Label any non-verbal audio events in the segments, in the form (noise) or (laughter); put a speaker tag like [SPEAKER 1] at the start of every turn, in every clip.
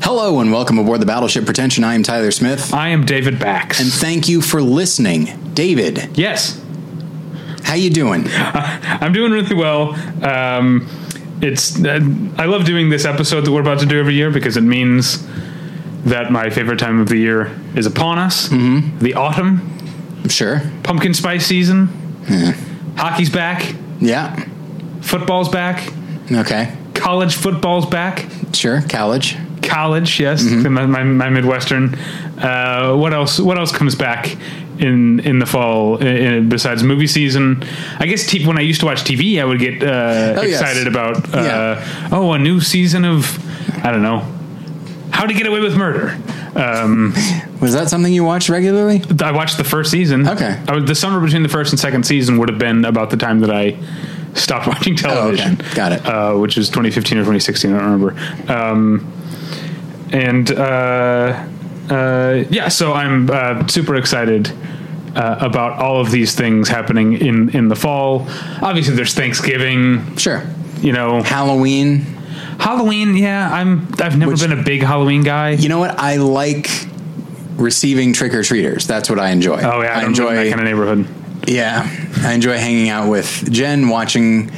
[SPEAKER 1] Hello and welcome aboard the Battleship Pretension. I am Tyler Smith.
[SPEAKER 2] I am David Bax.
[SPEAKER 1] And thank you for listening. David,
[SPEAKER 2] yes,
[SPEAKER 1] how you doing?
[SPEAKER 2] I'm doing really well. Um, it's uh, I love doing this episode that we're about to do every year because it means that my favorite time of the year is upon us. Mm-hmm. The autumn,
[SPEAKER 1] Sure.
[SPEAKER 2] pumpkin spice season, hockey's back,
[SPEAKER 1] Yeah.
[SPEAKER 2] football's back,
[SPEAKER 1] Okay.
[SPEAKER 2] college football's back,
[SPEAKER 1] Sure. College.
[SPEAKER 2] college. Yes,
[SPEAKER 1] Mm-hmm.
[SPEAKER 2] my, my, my Midwestern. Uh, what else? What else comes back? In, in the fall, in, in- besides movie season, I guess t- when I used to watch TV, I would get uh,
[SPEAKER 1] Oh, yes.
[SPEAKER 2] excited about uh,
[SPEAKER 1] Yeah.
[SPEAKER 2] oh a new season of I don't know how to get away with murder. Um,
[SPEAKER 1] Was that something you watched regularly?
[SPEAKER 2] I watched the first season.
[SPEAKER 1] Okay.
[SPEAKER 2] I was, the summer between the first and second season would have been about the time that I stopped (laughs) watching television.
[SPEAKER 1] Oh, Got it.
[SPEAKER 2] Uh, which is 2015 or 2016. I don't remember. Um, and uh, uh, yeah, so I'm uh, super excited. Uh, about all of these things happening in in the fall. Obviously, there's Thanksgiving.
[SPEAKER 1] Sure.
[SPEAKER 2] You know,
[SPEAKER 1] Halloween.
[SPEAKER 2] Halloween. Yeah, I'm. I've never
[SPEAKER 1] Which-
[SPEAKER 2] been a big Halloween guy.
[SPEAKER 1] You know what? I like receiving trick or treaters. That's what I enjoy.
[SPEAKER 2] oh yeah, I,
[SPEAKER 1] I
[SPEAKER 2] don't enjoy that
[SPEAKER 1] enjoy
[SPEAKER 2] kind of neighborhood.
[SPEAKER 1] Yeah, I enjoy hanging out with Jen, watching,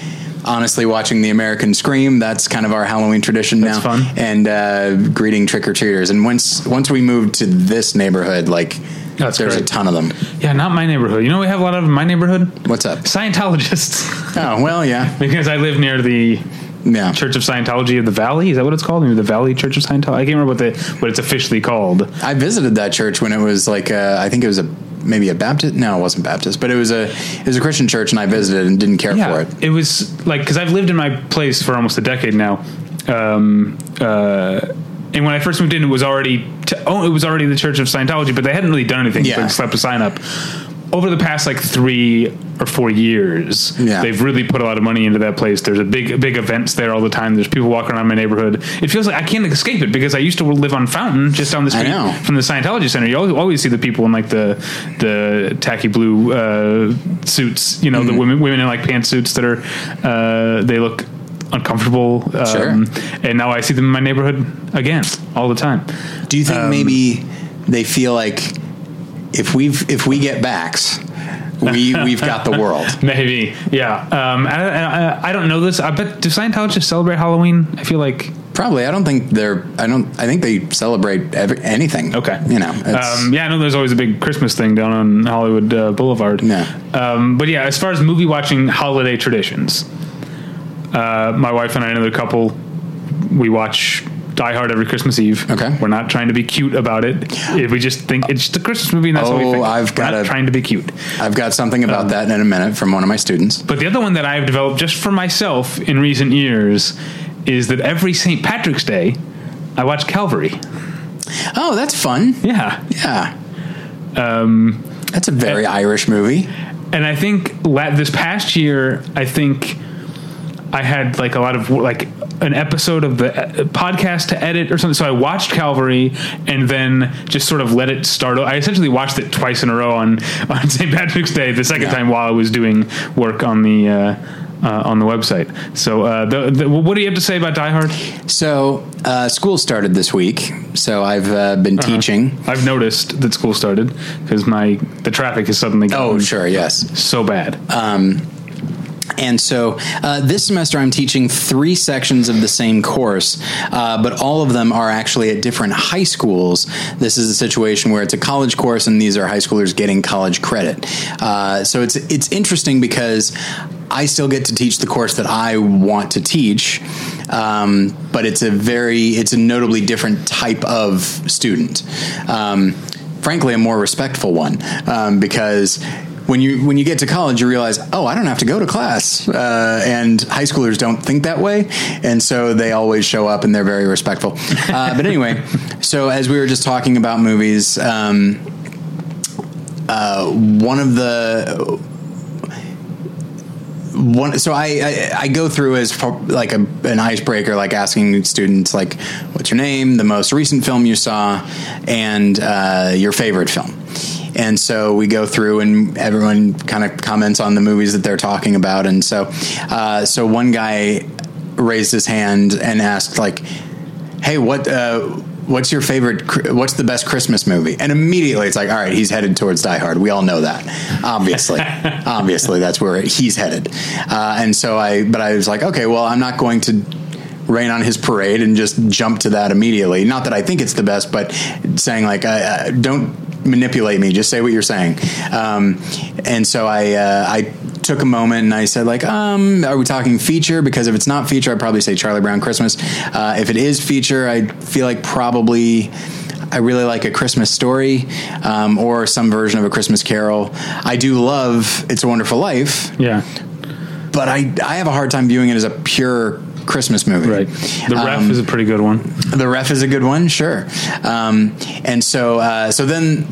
[SPEAKER 1] honestly, watching the American Scream. That's kind of our Halloween tradition
[SPEAKER 2] That's
[SPEAKER 1] now.
[SPEAKER 2] fun.
[SPEAKER 1] And uh, greeting trick or treaters. And once once we moved to this neighborhood, like
[SPEAKER 2] That's
[SPEAKER 1] there's a
[SPEAKER 2] great.
[SPEAKER 1] ton of them.
[SPEAKER 2] Yeah, not my neighborhood. You know, we have a lot of in my neighborhood.
[SPEAKER 1] What's up?
[SPEAKER 2] Scientologists, (laughs)
[SPEAKER 1] Oh well, yeah,
[SPEAKER 2] because I live near the
[SPEAKER 1] yeah.
[SPEAKER 2] Church of Scientology of the Valley. Is that what it's called? Maybe the Valley Church of Scientology. I can't remember what the what it's officially called.
[SPEAKER 1] I visited that church when it was like uh, I think it was a maybe a Baptist. No, it wasn't Baptist, but it was a it was a Christian church, and I visited and didn't care for it.
[SPEAKER 2] it was like because I've lived in my place for almost a decade now. Um, uh, and when I first moved in, it was already to, oh, it was already the Church of Scientology, but they hadn't really done anything.
[SPEAKER 1] Yeah.
[SPEAKER 2] Yeah. slapped a sign up. Over the past like three or four years,
[SPEAKER 1] Yeah.
[SPEAKER 2] they've really put a lot of money into that place. There's a big, big events there all the time. There's people walking around my neighborhood. It feels like I can't escape it because I used to live on Fountain, just down the
[SPEAKER 1] I
[SPEAKER 2] street
[SPEAKER 1] know.
[SPEAKER 2] from the Scientology Center. You always, always see the people in like the the tacky blue uh, suits. You know, the women women in like pantsuits that are uh, they look uncomfortable. Um,
[SPEAKER 1] Sure.
[SPEAKER 2] And now I see them in my neighborhood again all the time.
[SPEAKER 1] Do you think maybe they feel like if we've if we get backs, we we've got the world.
[SPEAKER 2] Maybe, yeah. Um, I, I, I don't know this. I bet do Scientologists celebrate Halloween? I feel like
[SPEAKER 1] Probably. I don't think they're. I don't. I think they celebrate every, anything.
[SPEAKER 2] Okay.
[SPEAKER 1] You know. It's,
[SPEAKER 2] Um, yeah, I know there's always a big Christmas thing down on Hollywood uh, Boulevard.
[SPEAKER 1] Yeah.
[SPEAKER 2] Um, but yeah, as far as movie watching holiday traditions, uh, my wife and I, another couple, we watch Die Hard every Christmas Eve.
[SPEAKER 1] Okay.
[SPEAKER 2] We're not trying to be cute about it. If we just think it's just a Christmas movie, and that's what we
[SPEAKER 1] Oh,
[SPEAKER 2] think.
[SPEAKER 1] I've
[SPEAKER 2] We're
[SPEAKER 1] got
[SPEAKER 2] not
[SPEAKER 1] a-
[SPEAKER 2] trying to be cute.
[SPEAKER 1] I've got something about
[SPEAKER 2] um,
[SPEAKER 1] that in a minute from one of my students.
[SPEAKER 2] But the other one that I've developed just for myself in recent years is that every St. Patrick's Day, I watch Calvary.
[SPEAKER 1] Oh, that's fun.
[SPEAKER 2] Yeah.
[SPEAKER 1] Yeah. Um,
[SPEAKER 2] Um,
[SPEAKER 1] that's a very
[SPEAKER 2] eh,
[SPEAKER 1] Irish movie.
[SPEAKER 2] and I think la- this past year, I think I had like a lot of like an episode of the uh, podcast to edit or something. So I watched Calvary and then just sort of let it start. o- I essentially watched it twice in a row on (laughs) on St. Patrick's Day. The second
[SPEAKER 1] Yeah.
[SPEAKER 2] time while I was doing work on the. Uh, uh, on the website. So, uh, the, the, what do you have to say about Die Hard?
[SPEAKER 1] So uh, school started this week. So I've uh, been
[SPEAKER 2] Uh-huh.
[SPEAKER 1] teaching.
[SPEAKER 2] I've noticed that school started because my the traffic has suddenly
[SPEAKER 1] Oh,
[SPEAKER 2] gotten
[SPEAKER 1] sure. Uh, Yes.
[SPEAKER 2] so bad.
[SPEAKER 1] And so uh, this semester, I'm teaching three sections of the same course, uh, but all of them are actually at different high schools. This is a situation where it's a college course, and these are high schoolers getting college credit. Uh, so it's it's interesting because I still get to teach the course that I want to teach, um, but it's a very it's a notably different type of student. Um, frankly a more respectful one um, because when you when you get to college you realize oh I don't have to go to class uh, and high schoolers don't think that way and so they always show up and they're very respectful uh, but anyway so as we were just talking about movies um, uh, one of the one so I, I I go through as far, like a, an icebreaker, like asking students like, "What's your name?" The most recent film you saw, and uh, your favorite film. And so we go through, and everyone kind of comments on the movies that they're talking about. And so, uh, so one guy raised his hand and asked like, "Hey, what?" Uh, what's your favorite? cr- What's the best Christmas movie? And immediately it's like, all right, he's headed towards Die Hard. We all know that, obviously, obviously that's where he's headed. Uh, and so I, but I was like, okay, well, I'm not going to rain on his parade and just jump to that immediately. Not that I think it's the best, but saying like, uh, uh, don't manipulate me. Just say what you're saying. Um, and so I, uh, I took a moment and I said like, um, are we talking feature? Because if it's not feature, I'd probably say Charlie Brown Christmas. Uh, if it is feature, I feel like probably. I really like a Christmas story um, or some version of a Christmas carol. I do love It's a Wonderful Life,
[SPEAKER 2] Yeah,
[SPEAKER 1] but I, I have a hard time viewing it as a pure Christmas movie.
[SPEAKER 2] right. The ref
[SPEAKER 1] Um,
[SPEAKER 2] is a pretty good one.
[SPEAKER 1] the ref is a good one, sure. Um, and so, uh, so then,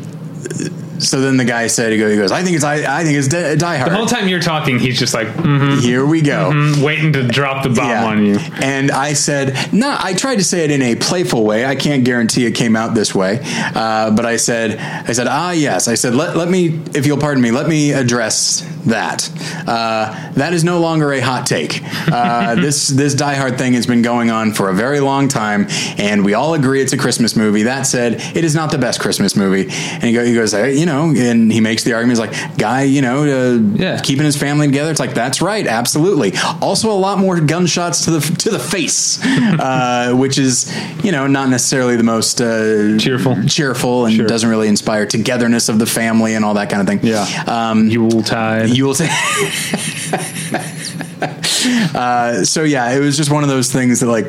[SPEAKER 1] so then the guy said, he go- he goes, I think it's, I, I think it's di- Die Hard.
[SPEAKER 2] The whole time you're talking, he's just like mhm,
[SPEAKER 1] Here we go.
[SPEAKER 2] waiting to drop the bomb
[SPEAKER 1] Yeah.
[SPEAKER 2] on you.
[SPEAKER 1] And I said, no, I tried to say it in a playful way. I can't guarantee it came out this way. Uh, but I said, I said, ah, yes. I said, let, let me, if you'll pardon me, let me address that. Uh, that is no longer a hot take.
[SPEAKER 2] (laughs)
[SPEAKER 1] Uh, this, this Die Hard thing has been going on for a very long time. And we all agree it's a Christmas movie. That said, it is not the best Christmas movie. And he, go, he goes, "Hey, you know, and he makes the argument, he's like, guy, you know, uh,
[SPEAKER 2] Yeah.
[SPEAKER 1] keeping his family together. It's like that's right, absolutely. Also, a lot more gunshots to the to the
[SPEAKER 2] (laughs)
[SPEAKER 1] face, uh, which is you know not necessarily the most uh,
[SPEAKER 2] Cheerful.
[SPEAKER 1] cheerful, and doesn't really inspire togetherness of the family and all that kind of thing.
[SPEAKER 2] Yeah.
[SPEAKER 1] um,
[SPEAKER 2] Yuletide.
[SPEAKER 1] you will say. (laughs) uh, so yeah, it was just one of those things that like.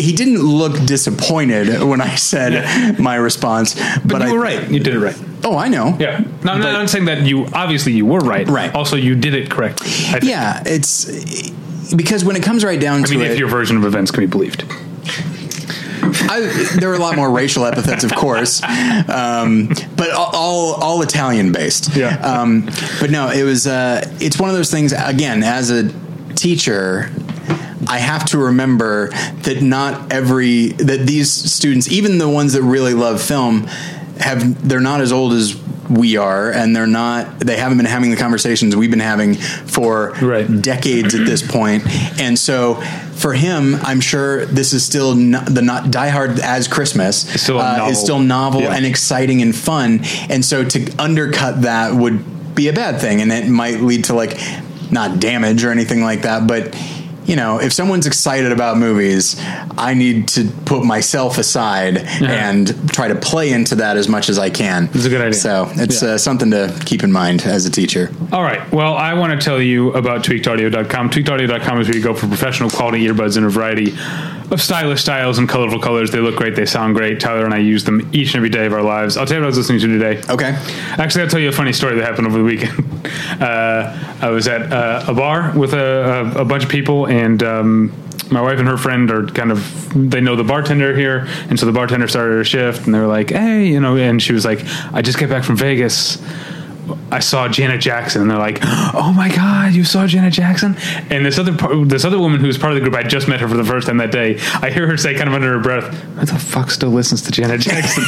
[SPEAKER 1] He didn't look disappointed when I said my response, but,
[SPEAKER 2] but you
[SPEAKER 1] I,
[SPEAKER 2] were right. You did it right.
[SPEAKER 1] Oh, I know.
[SPEAKER 2] Yeah. No, I'm not- I'm not saying that you. Obviously, you were right.
[SPEAKER 1] Right.
[SPEAKER 2] Also, you did it correct. I think.
[SPEAKER 1] Yeah, it's because when it comes right down
[SPEAKER 2] I
[SPEAKER 1] to
[SPEAKER 2] mean,
[SPEAKER 1] it,
[SPEAKER 2] if your version of events can be believed.
[SPEAKER 1] I, there were a lot more racial epithets, of course, um, but all- all all Italian based.
[SPEAKER 2] Yeah.
[SPEAKER 1] Um, but no, it was. Uh, it's one of those things. Again, as a teacher. I have to remember that not every that these students, even the ones that really love film, have they're not as old as we are, and they're not they haven't been having the conversations we've been having for
[SPEAKER 2] Right.
[SPEAKER 1] decades at this point, and so for him, I'm sure this is still no, the not Die Hard as Christmas uh,
[SPEAKER 2] It's still a novel.
[SPEAKER 1] is still novel
[SPEAKER 2] Yeah.
[SPEAKER 1] and exciting and fun, and so to undercut that would be a bad thing, and it might lead to like not damage or anything like that, but. You know, if someone's excited about movies, I need to put myself aside and try to play into that as much as I can.
[SPEAKER 2] It's a good idea.
[SPEAKER 1] So it's
[SPEAKER 2] Yeah.
[SPEAKER 1] uh, something to keep in mind as a teacher.
[SPEAKER 2] All right. Well, I want to tell you about tweakedaudio.com. Tweakedaudio.com is where you go for professional quality earbuds in a variety of stylish styles and colorful colors. They look great. They sound great. Tyler and I use them each and every day of our lives. I'll tell you what I was listening to today.
[SPEAKER 1] Okay.
[SPEAKER 2] Actually, I'll tell you a funny story that happened over the weekend. (laughs) Uh, I was at uh, a bar with a, a, a bunch of people, and um, my wife and her friend are kind of they know the bartender here, and so the bartender started her shift, and they were like, "Hey, you know," and she was like, "I just got back from Vegas." I saw Janet Jackson, and they're like, "Oh my God, you saw Janet Jackson!" And this other par- this other woman who was part of the group, I just met her for the first time that day. I hear her say, kind of under her breath, "Who the fuck still listens to Janet Jackson?"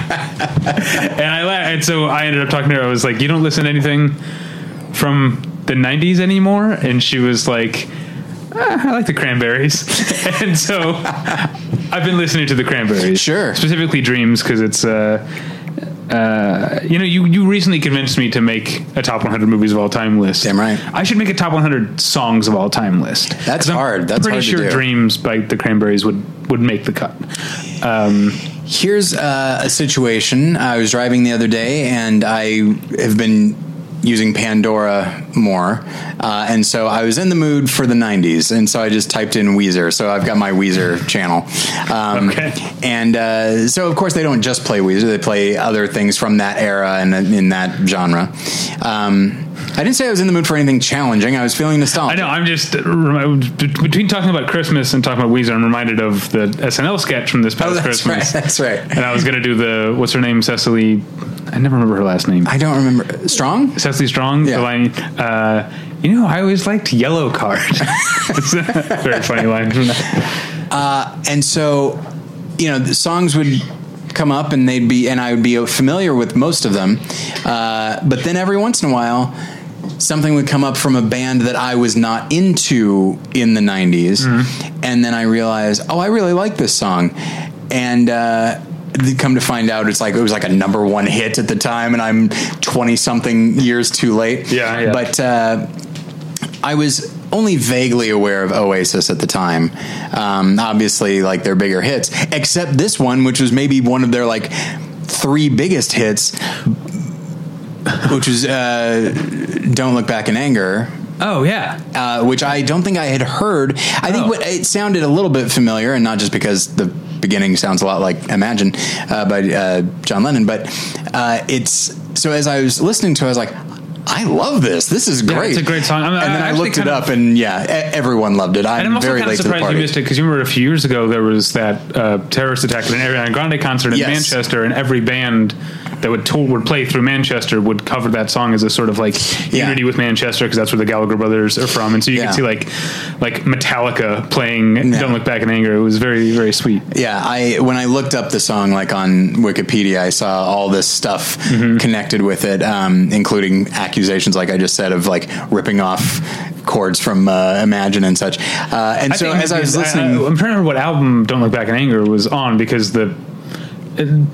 [SPEAKER 2] and I la- and so I ended up talking to her. I was like, "You don't listen to anything from the '90s anymore," and she was like, "Ah, "I like the Cranberries," (laughs) and so I've been listening to the Cranberries,
[SPEAKER 1] Sure.
[SPEAKER 2] specifically Dreams, because it's. Uh, uh, you know, you, you recently convinced me to make a top 100 movies of all time list.
[SPEAKER 1] Damn right.
[SPEAKER 2] I should make a top 100 songs of all time list.
[SPEAKER 1] That's
[SPEAKER 2] 'Cause I'm
[SPEAKER 1] hard. That's
[SPEAKER 2] pretty
[SPEAKER 1] hard to
[SPEAKER 2] sure
[SPEAKER 1] do.
[SPEAKER 2] Dreams by the Cranberries would would make the cut.
[SPEAKER 1] Here's uh, a situation. I was driving the other day, and I have been using Pandora more, uh, and so I was in the mood for the '90s, and so I just typed in Weezer. So I've got my Weezer channel, um,
[SPEAKER 2] Okay.
[SPEAKER 1] and uh, so of course they don't just play Weezer; they play other things from that era and uh, in that genre. Um, I didn't say I was in the mood for anything challenging. I was feeling nostalgic.
[SPEAKER 2] I know. I'm just remi- between talking about Christmas and talking about Weezer. I'm reminded of the SNL sketch from this past
[SPEAKER 1] Oh, that's
[SPEAKER 2] Christmas.
[SPEAKER 1] right. That's right.
[SPEAKER 2] And I was gonna do the what's her name, Cecily. I never remember her last name.
[SPEAKER 1] I don't remember strong.
[SPEAKER 2] Cecily Strong.
[SPEAKER 1] Yeah.
[SPEAKER 2] The line. Uh, you know, I always liked Yellow Card. (laughs) it's a very funny line. From that.
[SPEAKER 1] and so you know the songs would come up and they'd be and i would be familiar with most of them uh, but then every once in a while something would come up from a band that i was not
[SPEAKER 2] Mm-hmm.
[SPEAKER 1] into in the 90s and then i realized oh i really like this song and uh, th- come to find out, it's like it was like a number one hit at the time, and I'm twenty something years too late.
[SPEAKER 2] Yeah, yeah.
[SPEAKER 1] But uh, I was only vaguely aware of Oasis at the time. Um, obviously, like their bigger hits, except this one, which was maybe one of their like three biggest hits, which was uh, "Don't Look Back in Anger."
[SPEAKER 2] Oh yeah,
[SPEAKER 1] uh, which I don't think I had heard. I think
[SPEAKER 2] Oh.
[SPEAKER 1] what, it sounded a little bit familiar, and not just because the beginning sounds a lot like Imagine uh, by uh, John Lennon, but uh, it's so as I was listening to it, I was like, I love this. This is great.
[SPEAKER 2] it's a great song. I'm-
[SPEAKER 1] and
[SPEAKER 2] I-
[SPEAKER 1] then
[SPEAKER 2] I
[SPEAKER 1] I,
[SPEAKER 2] actually
[SPEAKER 1] looked it
[SPEAKER 2] kind of-
[SPEAKER 1] up, and yeah, e- everyone loved it.
[SPEAKER 2] and
[SPEAKER 1] I'm,
[SPEAKER 2] I'm also
[SPEAKER 1] very
[SPEAKER 2] kind of
[SPEAKER 1] late to the
[SPEAKER 2] surprised you
[SPEAKER 1] party.
[SPEAKER 2] missed it because you remember a few years ago there was that uh, terrorist attack at an Ariana Grande concert in
[SPEAKER 1] Yes.
[SPEAKER 2] Manchester, and every band that would tour, would play through Manchester would cover that song as a sort of like
[SPEAKER 1] Yeah.
[SPEAKER 2] unity with Manchester because that's where the Gallagher brothers are from, and so you
[SPEAKER 1] Yeah.
[SPEAKER 2] could see like like Metallica playing
[SPEAKER 1] Yeah.
[SPEAKER 2] "Don't Look Back in Anger." It was very very sweet.
[SPEAKER 1] Yeah, I when I looked up the song like on Wikipedia, I saw all this stuff connected with it, um, including accusations, like I just said, of like ripping off chords from uh, Imagine and such. Uh, and so
[SPEAKER 2] think
[SPEAKER 1] as I was
[SPEAKER 2] maybe-
[SPEAKER 1] listening,
[SPEAKER 2] I, am trying to remember what album "Don't Look Back in Anger" was on because the. it-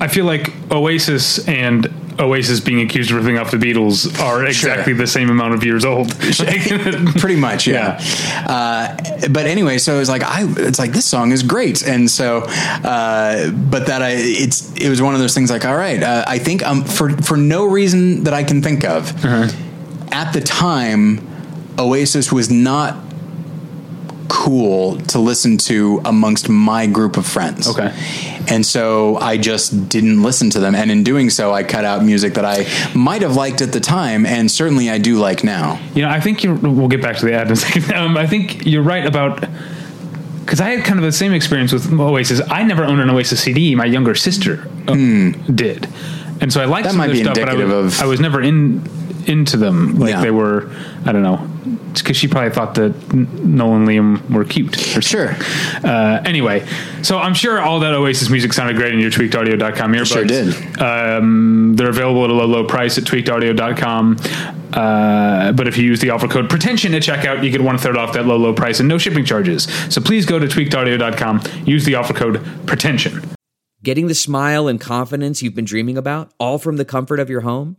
[SPEAKER 2] I feel like Oasis and Oasis being accused of ripping off the Beatles are exactly the same amount of
[SPEAKER 1] (laughs)
[SPEAKER 2] years old. Like,
[SPEAKER 1] pretty much yeah, Uh, but anyway so it was like i it's like this song is great and so uh, but that i it's it was one of those things like all right uh, i think um for for no reason that i can think of at the time oasis was not cool to listen to amongst my group of friends
[SPEAKER 2] Okay.
[SPEAKER 1] and so i just didn't listen to them and in doing so i cut out music that i might have liked at the time and certainly i do like now
[SPEAKER 2] you know, I think you. We'll get back to the ad in a second. (laughs) Um, I think you're right about. Because I had kind of the same experience with Oasis. I never owned an Oasis CD. My younger sister um, did, and so I liked
[SPEAKER 1] Hmm. That
[SPEAKER 2] some
[SPEAKER 1] might
[SPEAKER 2] of their
[SPEAKER 1] be
[SPEAKER 2] stuff. But I was,
[SPEAKER 1] indicative of-
[SPEAKER 2] I was never in into them. Like
[SPEAKER 1] Yeah.
[SPEAKER 2] they were, I don't know, because she probably thought that N- Noel and Liam were cute. or (laughs)
[SPEAKER 1] Sure.
[SPEAKER 2] something. Uh, anyway, so I'm sure all that Oasis music sounded great in your tweakedaudio.com earbuds.
[SPEAKER 1] Sure did.
[SPEAKER 2] Um, they're available at a low, low price at tweakedaudio.com. Uh, but if you use the offer code pretension at checkout, you get one third off that low, low price and no shipping charges. So please go to tweakedaudio.com, use the offer code pretension.
[SPEAKER 3] Getting the smile and confidence you've been dreaming about, all from the comfort of your home,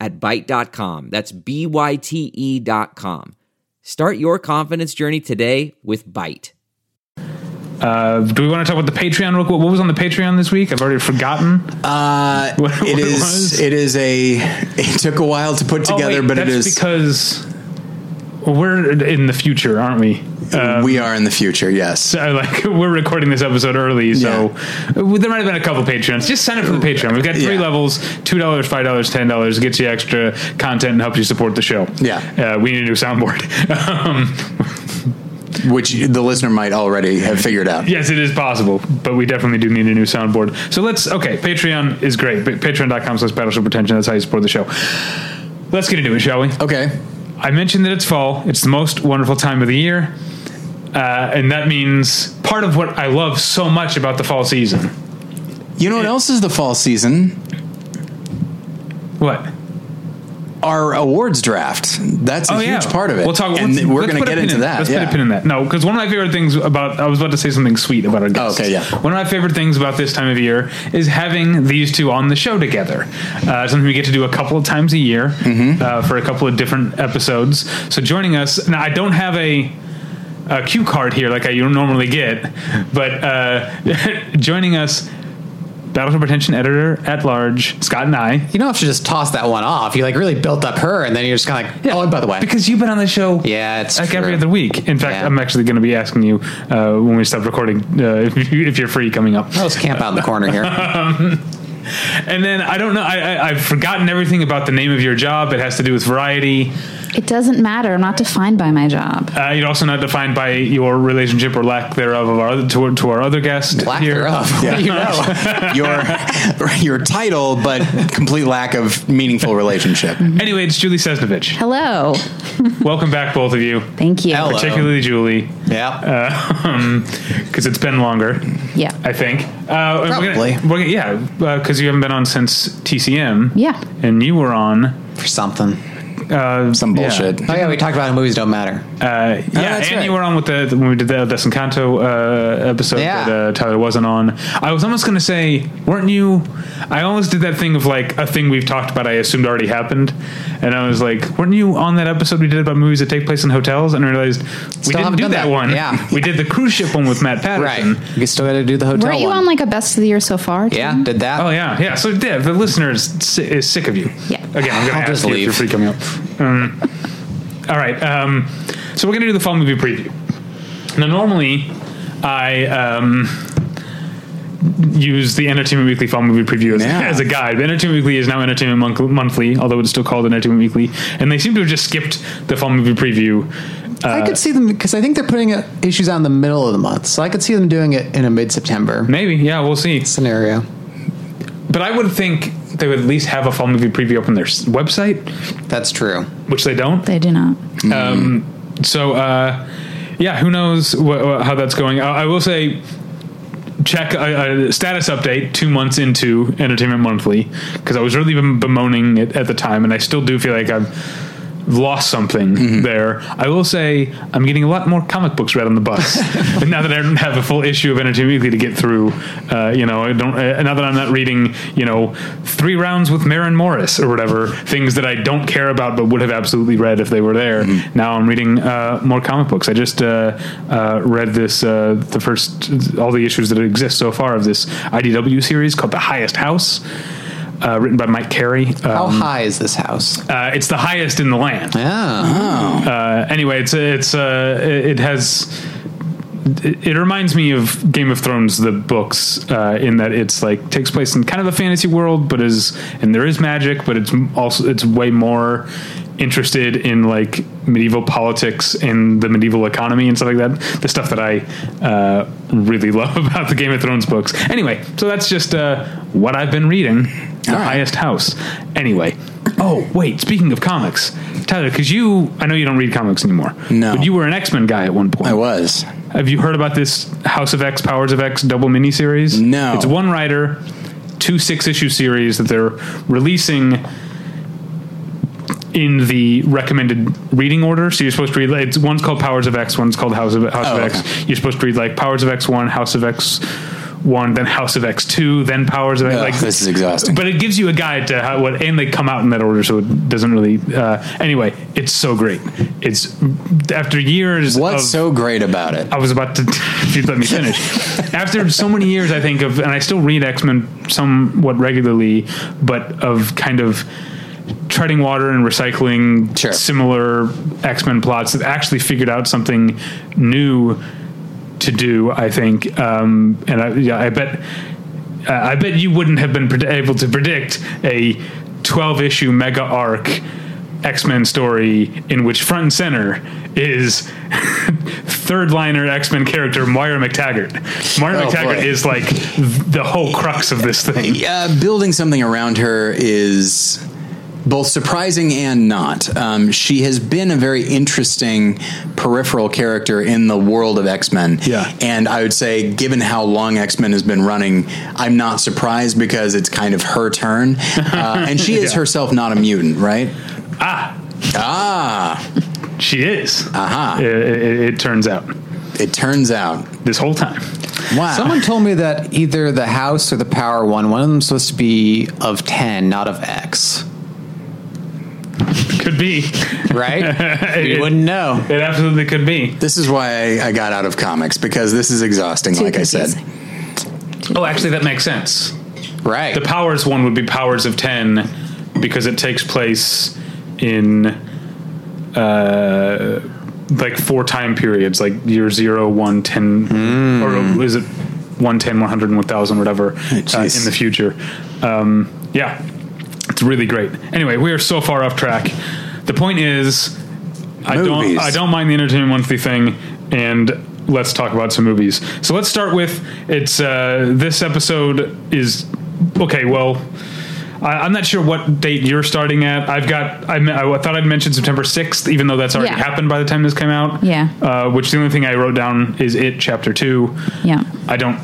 [SPEAKER 3] at Byte.com. That's B-Y-T-E E dot com. Start your confidence journey today with Byte.
[SPEAKER 2] Uh, do we want to talk about the Patreon real quick? What was on the Patreon this week? I've already forgotten.
[SPEAKER 1] Uh,
[SPEAKER 2] (laughs) What- what
[SPEAKER 1] it
[SPEAKER 2] it
[SPEAKER 1] is.
[SPEAKER 2] was?
[SPEAKER 1] It is a. It took a while to put
[SPEAKER 2] Oh,
[SPEAKER 1] together,
[SPEAKER 2] wait,
[SPEAKER 1] but it
[SPEAKER 2] that's
[SPEAKER 1] is.
[SPEAKER 2] because we're in the future, aren't we? um,
[SPEAKER 1] we are in the future.
[SPEAKER 2] (laughs)
[SPEAKER 1] Yes.
[SPEAKER 2] So, like we're recording this episode early, so uh, there might have been a couple Patreons. Just sign up for the Patreon. We've got three
[SPEAKER 1] Yeah.
[SPEAKER 2] levels: two dollars, five dollars, ten dollars. Gets you extra content and helps you support the show.
[SPEAKER 1] Yeah.
[SPEAKER 2] uh, we need a new soundboard. (laughs) um,
[SPEAKER 1] Which the listener might already have figured out.
[SPEAKER 2] yes, it is possible, but we definitely do need a new soundboard. So let's okay. Patreon is great. Pa- Patreon.com/slash Battleship Retention. That's how you support the show. Let's get into it, shall we?
[SPEAKER 1] Okay.
[SPEAKER 2] I mentioned that it's fall. It's the most wonderful time of the year. Uh, and that means part of what I love so much about the fall season.
[SPEAKER 1] You know what else is the fall season?
[SPEAKER 2] What?
[SPEAKER 1] Our awards draft. That's a huge part of it.
[SPEAKER 2] Oh, We'll talk.
[SPEAKER 1] And
[SPEAKER 2] let's-
[SPEAKER 1] we're
[SPEAKER 2] let's
[SPEAKER 1] going
[SPEAKER 2] put
[SPEAKER 1] to
[SPEAKER 2] a
[SPEAKER 1] get
[SPEAKER 2] pin
[SPEAKER 1] into
[SPEAKER 2] in-
[SPEAKER 1] that.
[SPEAKER 2] Let's
[SPEAKER 1] yeah.
[SPEAKER 2] put a pin in that. No, because one of my favorite things about I was about to say something sweet about our guests.
[SPEAKER 1] Oh, okay, yeah.
[SPEAKER 2] One of my favorite things about this time of year is having these two on the show together. Uh, something we get to do a couple of times a year
[SPEAKER 1] Mm-hmm.
[SPEAKER 2] uh, for a couple of different episodes. So joining us now, I don't have a. A cue card here, like I normally get, but uh, (laughs) joining us, Battleship Retention Editor at Large, Scott and I,
[SPEAKER 4] You don't have to just toss that one off. You like really built up her, and then you're just kind of like, oh, and by the way,
[SPEAKER 2] because you've been on the show,
[SPEAKER 4] yeah, it's
[SPEAKER 2] like
[SPEAKER 4] true.
[SPEAKER 2] every other week. In fact,
[SPEAKER 4] Yeah.
[SPEAKER 2] I'm actually going to be asking you uh, when we stop recording uh, if, you, if you're free coming up.
[SPEAKER 4] Let's camp out in the corner
[SPEAKER 2] (laughs)
[SPEAKER 4] here.
[SPEAKER 2] And then I don't know. I, I, I've forgotten everything about the name of your job. It has to do with variety.
[SPEAKER 5] It doesn't matter. I'm not defined by my job.
[SPEAKER 2] Uh, you're also not defined by your relationship or lack thereof of our other, to, to our other guest
[SPEAKER 4] Lack
[SPEAKER 2] here.
[SPEAKER 4] thereof. (laughs)
[SPEAKER 2] (laughs)
[SPEAKER 4] What do you know?
[SPEAKER 1] your (laughs) your title, but complete lack of meaningful relationship.
[SPEAKER 2] Anyway, it's Julie Sesnovich.
[SPEAKER 5] Hello.
[SPEAKER 2] Welcome back, both of you,
[SPEAKER 5] Thank you.
[SPEAKER 1] Hello.
[SPEAKER 2] particularly Julie,
[SPEAKER 1] Yeah.
[SPEAKER 2] (laughs) because it's been longer.
[SPEAKER 5] Yeah.
[SPEAKER 2] I think. Uh, and We're
[SPEAKER 1] Probably.
[SPEAKER 2] gonna, we're gonna- yeah, because you haven't been on since TCM.
[SPEAKER 5] Yeah.
[SPEAKER 2] And you were on. uh,
[SPEAKER 4] For something.
[SPEAKER 1] Some bullshit.
[SPEAKER 4] Oh yeah, we talked about how movies don't matter.
[SPEAKER 2] Uh, yeah,
[SPEAKER 1] that's
[SPEAKER 2] and
[SPEAKER 1] right.
[SPEAKER 2] you were on with the, when we did the El Desencanto uh, episode
[SPEAKER 4] Yeah.
[SPEAKER 2] that uh, Tyler wasn't on. I was almost going to say, weren't you? I almost did that thing of like a thing we've talked about. I assumed already happened, and I was like, weren't you on that episode we did about movies that take place in hotels? And I realized we didn't
[SPEAKER 4] haven't
[SPEAKER 2] do
[SPEAKER 4] done
[SPEAKER 2] that,
[SPEAKER 4] that.
[SPEAKER 2] one.
[SPEAKER 4] Yeah.
[SPEAKER 2] we did the cruise ship one with Matt
[SPEAKER 4] (laughs) Right.
[SPEAKER 2] Patterson.
[SPEAKER 4] You still got to do the hotel
[SPEAKER 5] Weren't you
[SPEAKER 4] one.
[SPEAKER 5] on like a best of the year so far? too?
[SPEAKER 4] yeah, did that.
[SPEAKER 2] Oh yeah, yeah. So yeah, the listener is, si- is sick of you.
[SPEAKER 5] Yeah.
[SPEAKER 2] Again, I'm going
[SPEAKER 4] I'll
[SPEAKER 2] to ask
[SPEAKER 4] just
[SPEAKER 2] you if you're
[SPEAKER 4] leave.
[SPEAKER 2] free coming up. Um, all right. Um, so we're going to do the fall movie preview. Now, normally, I um, use the Entertainment Weekly fall movie preview as,
[SPEAKER 1] Yeah.
[SPEAKER 2] as a guide. But Entertainment Weekly is now Entertainment Monk- Monthly, although it's still called Entertainment Weekly, and they seem to have just skipped the fall movie preview.
[SPEAKER 4] I
[SPEAKER 2] Uh,
[SPEAKER 4] could see them because I think they're putting uh, issues out in the middle of the month, so I could see them doing it in a mid-September
[SPEAKER 2] Maybe, yeah, we'll see.
[SPEAKER 4] scenario.
[SPEAKER 2] But I would think they would at least have a fall movie preview up on their s- website,
[SPEAKER 4] That's true.
[SPEAKER 2] which they don't.
[SPEAKER 5] They do not.
[SPEAKER 2] Um, so, uh, yeah, who knows wh- wh- how that's going? I, I will say, check a, a status update two months into Entertainment Monthly because I was really bem- bemoaning it at the time, and I still do feel like I've lost something there. I will say I'm getting a lot more comic books read on the bus, (laughs) and now that I don't have a full issue of Entertainment Weekly to get through, uh, you know, I don't. Uh, now that I'm not reading, you know, three rounds with Marin Morris or whatever things that I don't care about but would have absolutely read if they were there. Now I'm reading uh, more comic books. I just uh, uh, read this uh, the first all the issues that exist so far of this IDW series called The Highest House. Uh, written by Mike Carey. Uh,
[SPEAKER 4] How high is this house?
[SPEAKER 2] uh, it's the highest in the land
[SPEAKER 4] Oh. Yeah,
[SPEAKER 2] uh, anyway, it's it's uh, it has. It it reminds me of Game of Thrones, the books, uh, in that it's like takes place in kind of a fantasy world, but is and there is magic, but it's m- also it's way more interested in like medieval politics and the medieval economy and stuff like that. The stuff that I uh, really (laughs) love about the Game of Thrones books. Anyway, so that's just uh, what I've been reading. The
[SPEAKER 1] All right.
[SPEAKER 2] highest house. Anyway. Oh wait! Speaking of comics, Tyler, because you, I know you don't read comics anymore.
[SPEAKER 1] No.
[SPEAKER 2] but you were an X Men guy at one point.
[SPEAKER 1] I was.
[SPEAKER 2] Have you heard about this House of X, Powers of X double miniseries?
[SPEAKER 1] No.
[SPEAKER 2] It's one writer, two six issue series that they're releasing in the recommended reading order. So you're supposed to read, like, it's, one's called Powers of X, one's called House of, House
[SPEAKER 1] Oh,
[SPEAKER 2] of
[SPEAKER 1] okay.
[SPEAKER 2] X. You're supposed to read like Powers of X1, House of X1, then House of X2, then Powers of X.
[SPEAKER 1] Ugh,
[SPEAKER 2] like,
[SPEAKER 1] this is exhausting.
[SPEAKER 2] But it gives you a guide to how, what, and they come out in that order, so it doesn't really. Uh, anyway, it's so great. It's after years
[SPEAKER 1] What's
[SPEAKER 2] of,
[SPEAKER 1] so great about it?
[SPEAKER 2] I was about to, if you'd let me finish. After so many years, I think of, and I still read X Men somewhat regularly, but of kind of treading water and recycling
[SPEAKER 1] Sure.
[SPEAKER 2] similar X Men plots that actually figured out something new to do. I think, um, and I, yeah, I bet, uh, I bet you wouldn't have been pred- able to predict a twelve issue mega arc X Men story in which front and center is (laughs) third liner X Men character Moira McTaggart. Moira
[SPEAKER 1] Oh,
[SPEAKER 2] McTaggart
[SPEAKER 1] boy.
[SPEAKER 2] is like the whole crux of this thing.
[SPEAKER 1] uh, building something around her is both surprising and not. Um, she has been a very interesting peripheral character in the world of X Men.
[SPEAKER 2] Yeah.
[SPEAKER 1] And I would say, given how long X Men has been running, I'm not surprised because it's kind of her
[SPEAKER 2] (laughs)
[SPEAKER 1] turn. Uh, and she is
[SPEAKER 2] Yeah.
[SPEAKER 1] herself not a mutant, right? Ah. Ah.
[SPEAKER 2] She is.
[SPEAKER 1] Aha.
[SPEAKER 2] It, it, it turns out
[SPEAKER 1] It turns out.
[SPEAKER 2] this whole time.
[SPEAKER 1] Wow.
[SPEAKER 4] someone told me that either the house or the power one, one of them's supposed to be of ten, not of X.
[SPEAKER 2] Could be. (laughs)
[SPEAKER 4] Right?
[SPEAKER 2] It-
[SPEAKER 4] you wouldn't know.
[SPEAKER 2] It absolutely could be.
[SPEAKER 1] this is why I, I got out of comics because this is exhausting, like I said.
[SPEAKER 5] confusing.
[SPEAKER 2] Oh, actually, that makes sense.
[SPEAKER 4] Right?
[SPEAKER 2] The powers one would be powers of ten because it takes place in uh, like four time periods, like year zero, one, ten, or is it one, ten, one hundred, and one thousand, whatever, uh,
[SPEAKER 1] jeez.
[SPEAKER 2] in the future. Um, yeah, it's really great. Anyway, we are so far off track. The point is, I
[SPEAKER 1] Movies.
[SPEAKER 2] don't I don't mind the entertainment monthly thing, and let's talk about some movies. So let's start with it's uh, this episode is okay. Well, I, I'm not sure what date you're starting at. I've got I, me- I thought I'd mentioned September 6th, even though that's already
[SPEAKER 5] Yeah.
[SPEAKER 2] happened by the time this came out.
[SPEAKER 5] Yeah.
[SPEAKER 2] uh, which the only thing I wrote down is it chapter two.
[SPEAKER 5] Yeah.
[SPEAKER 2] I don't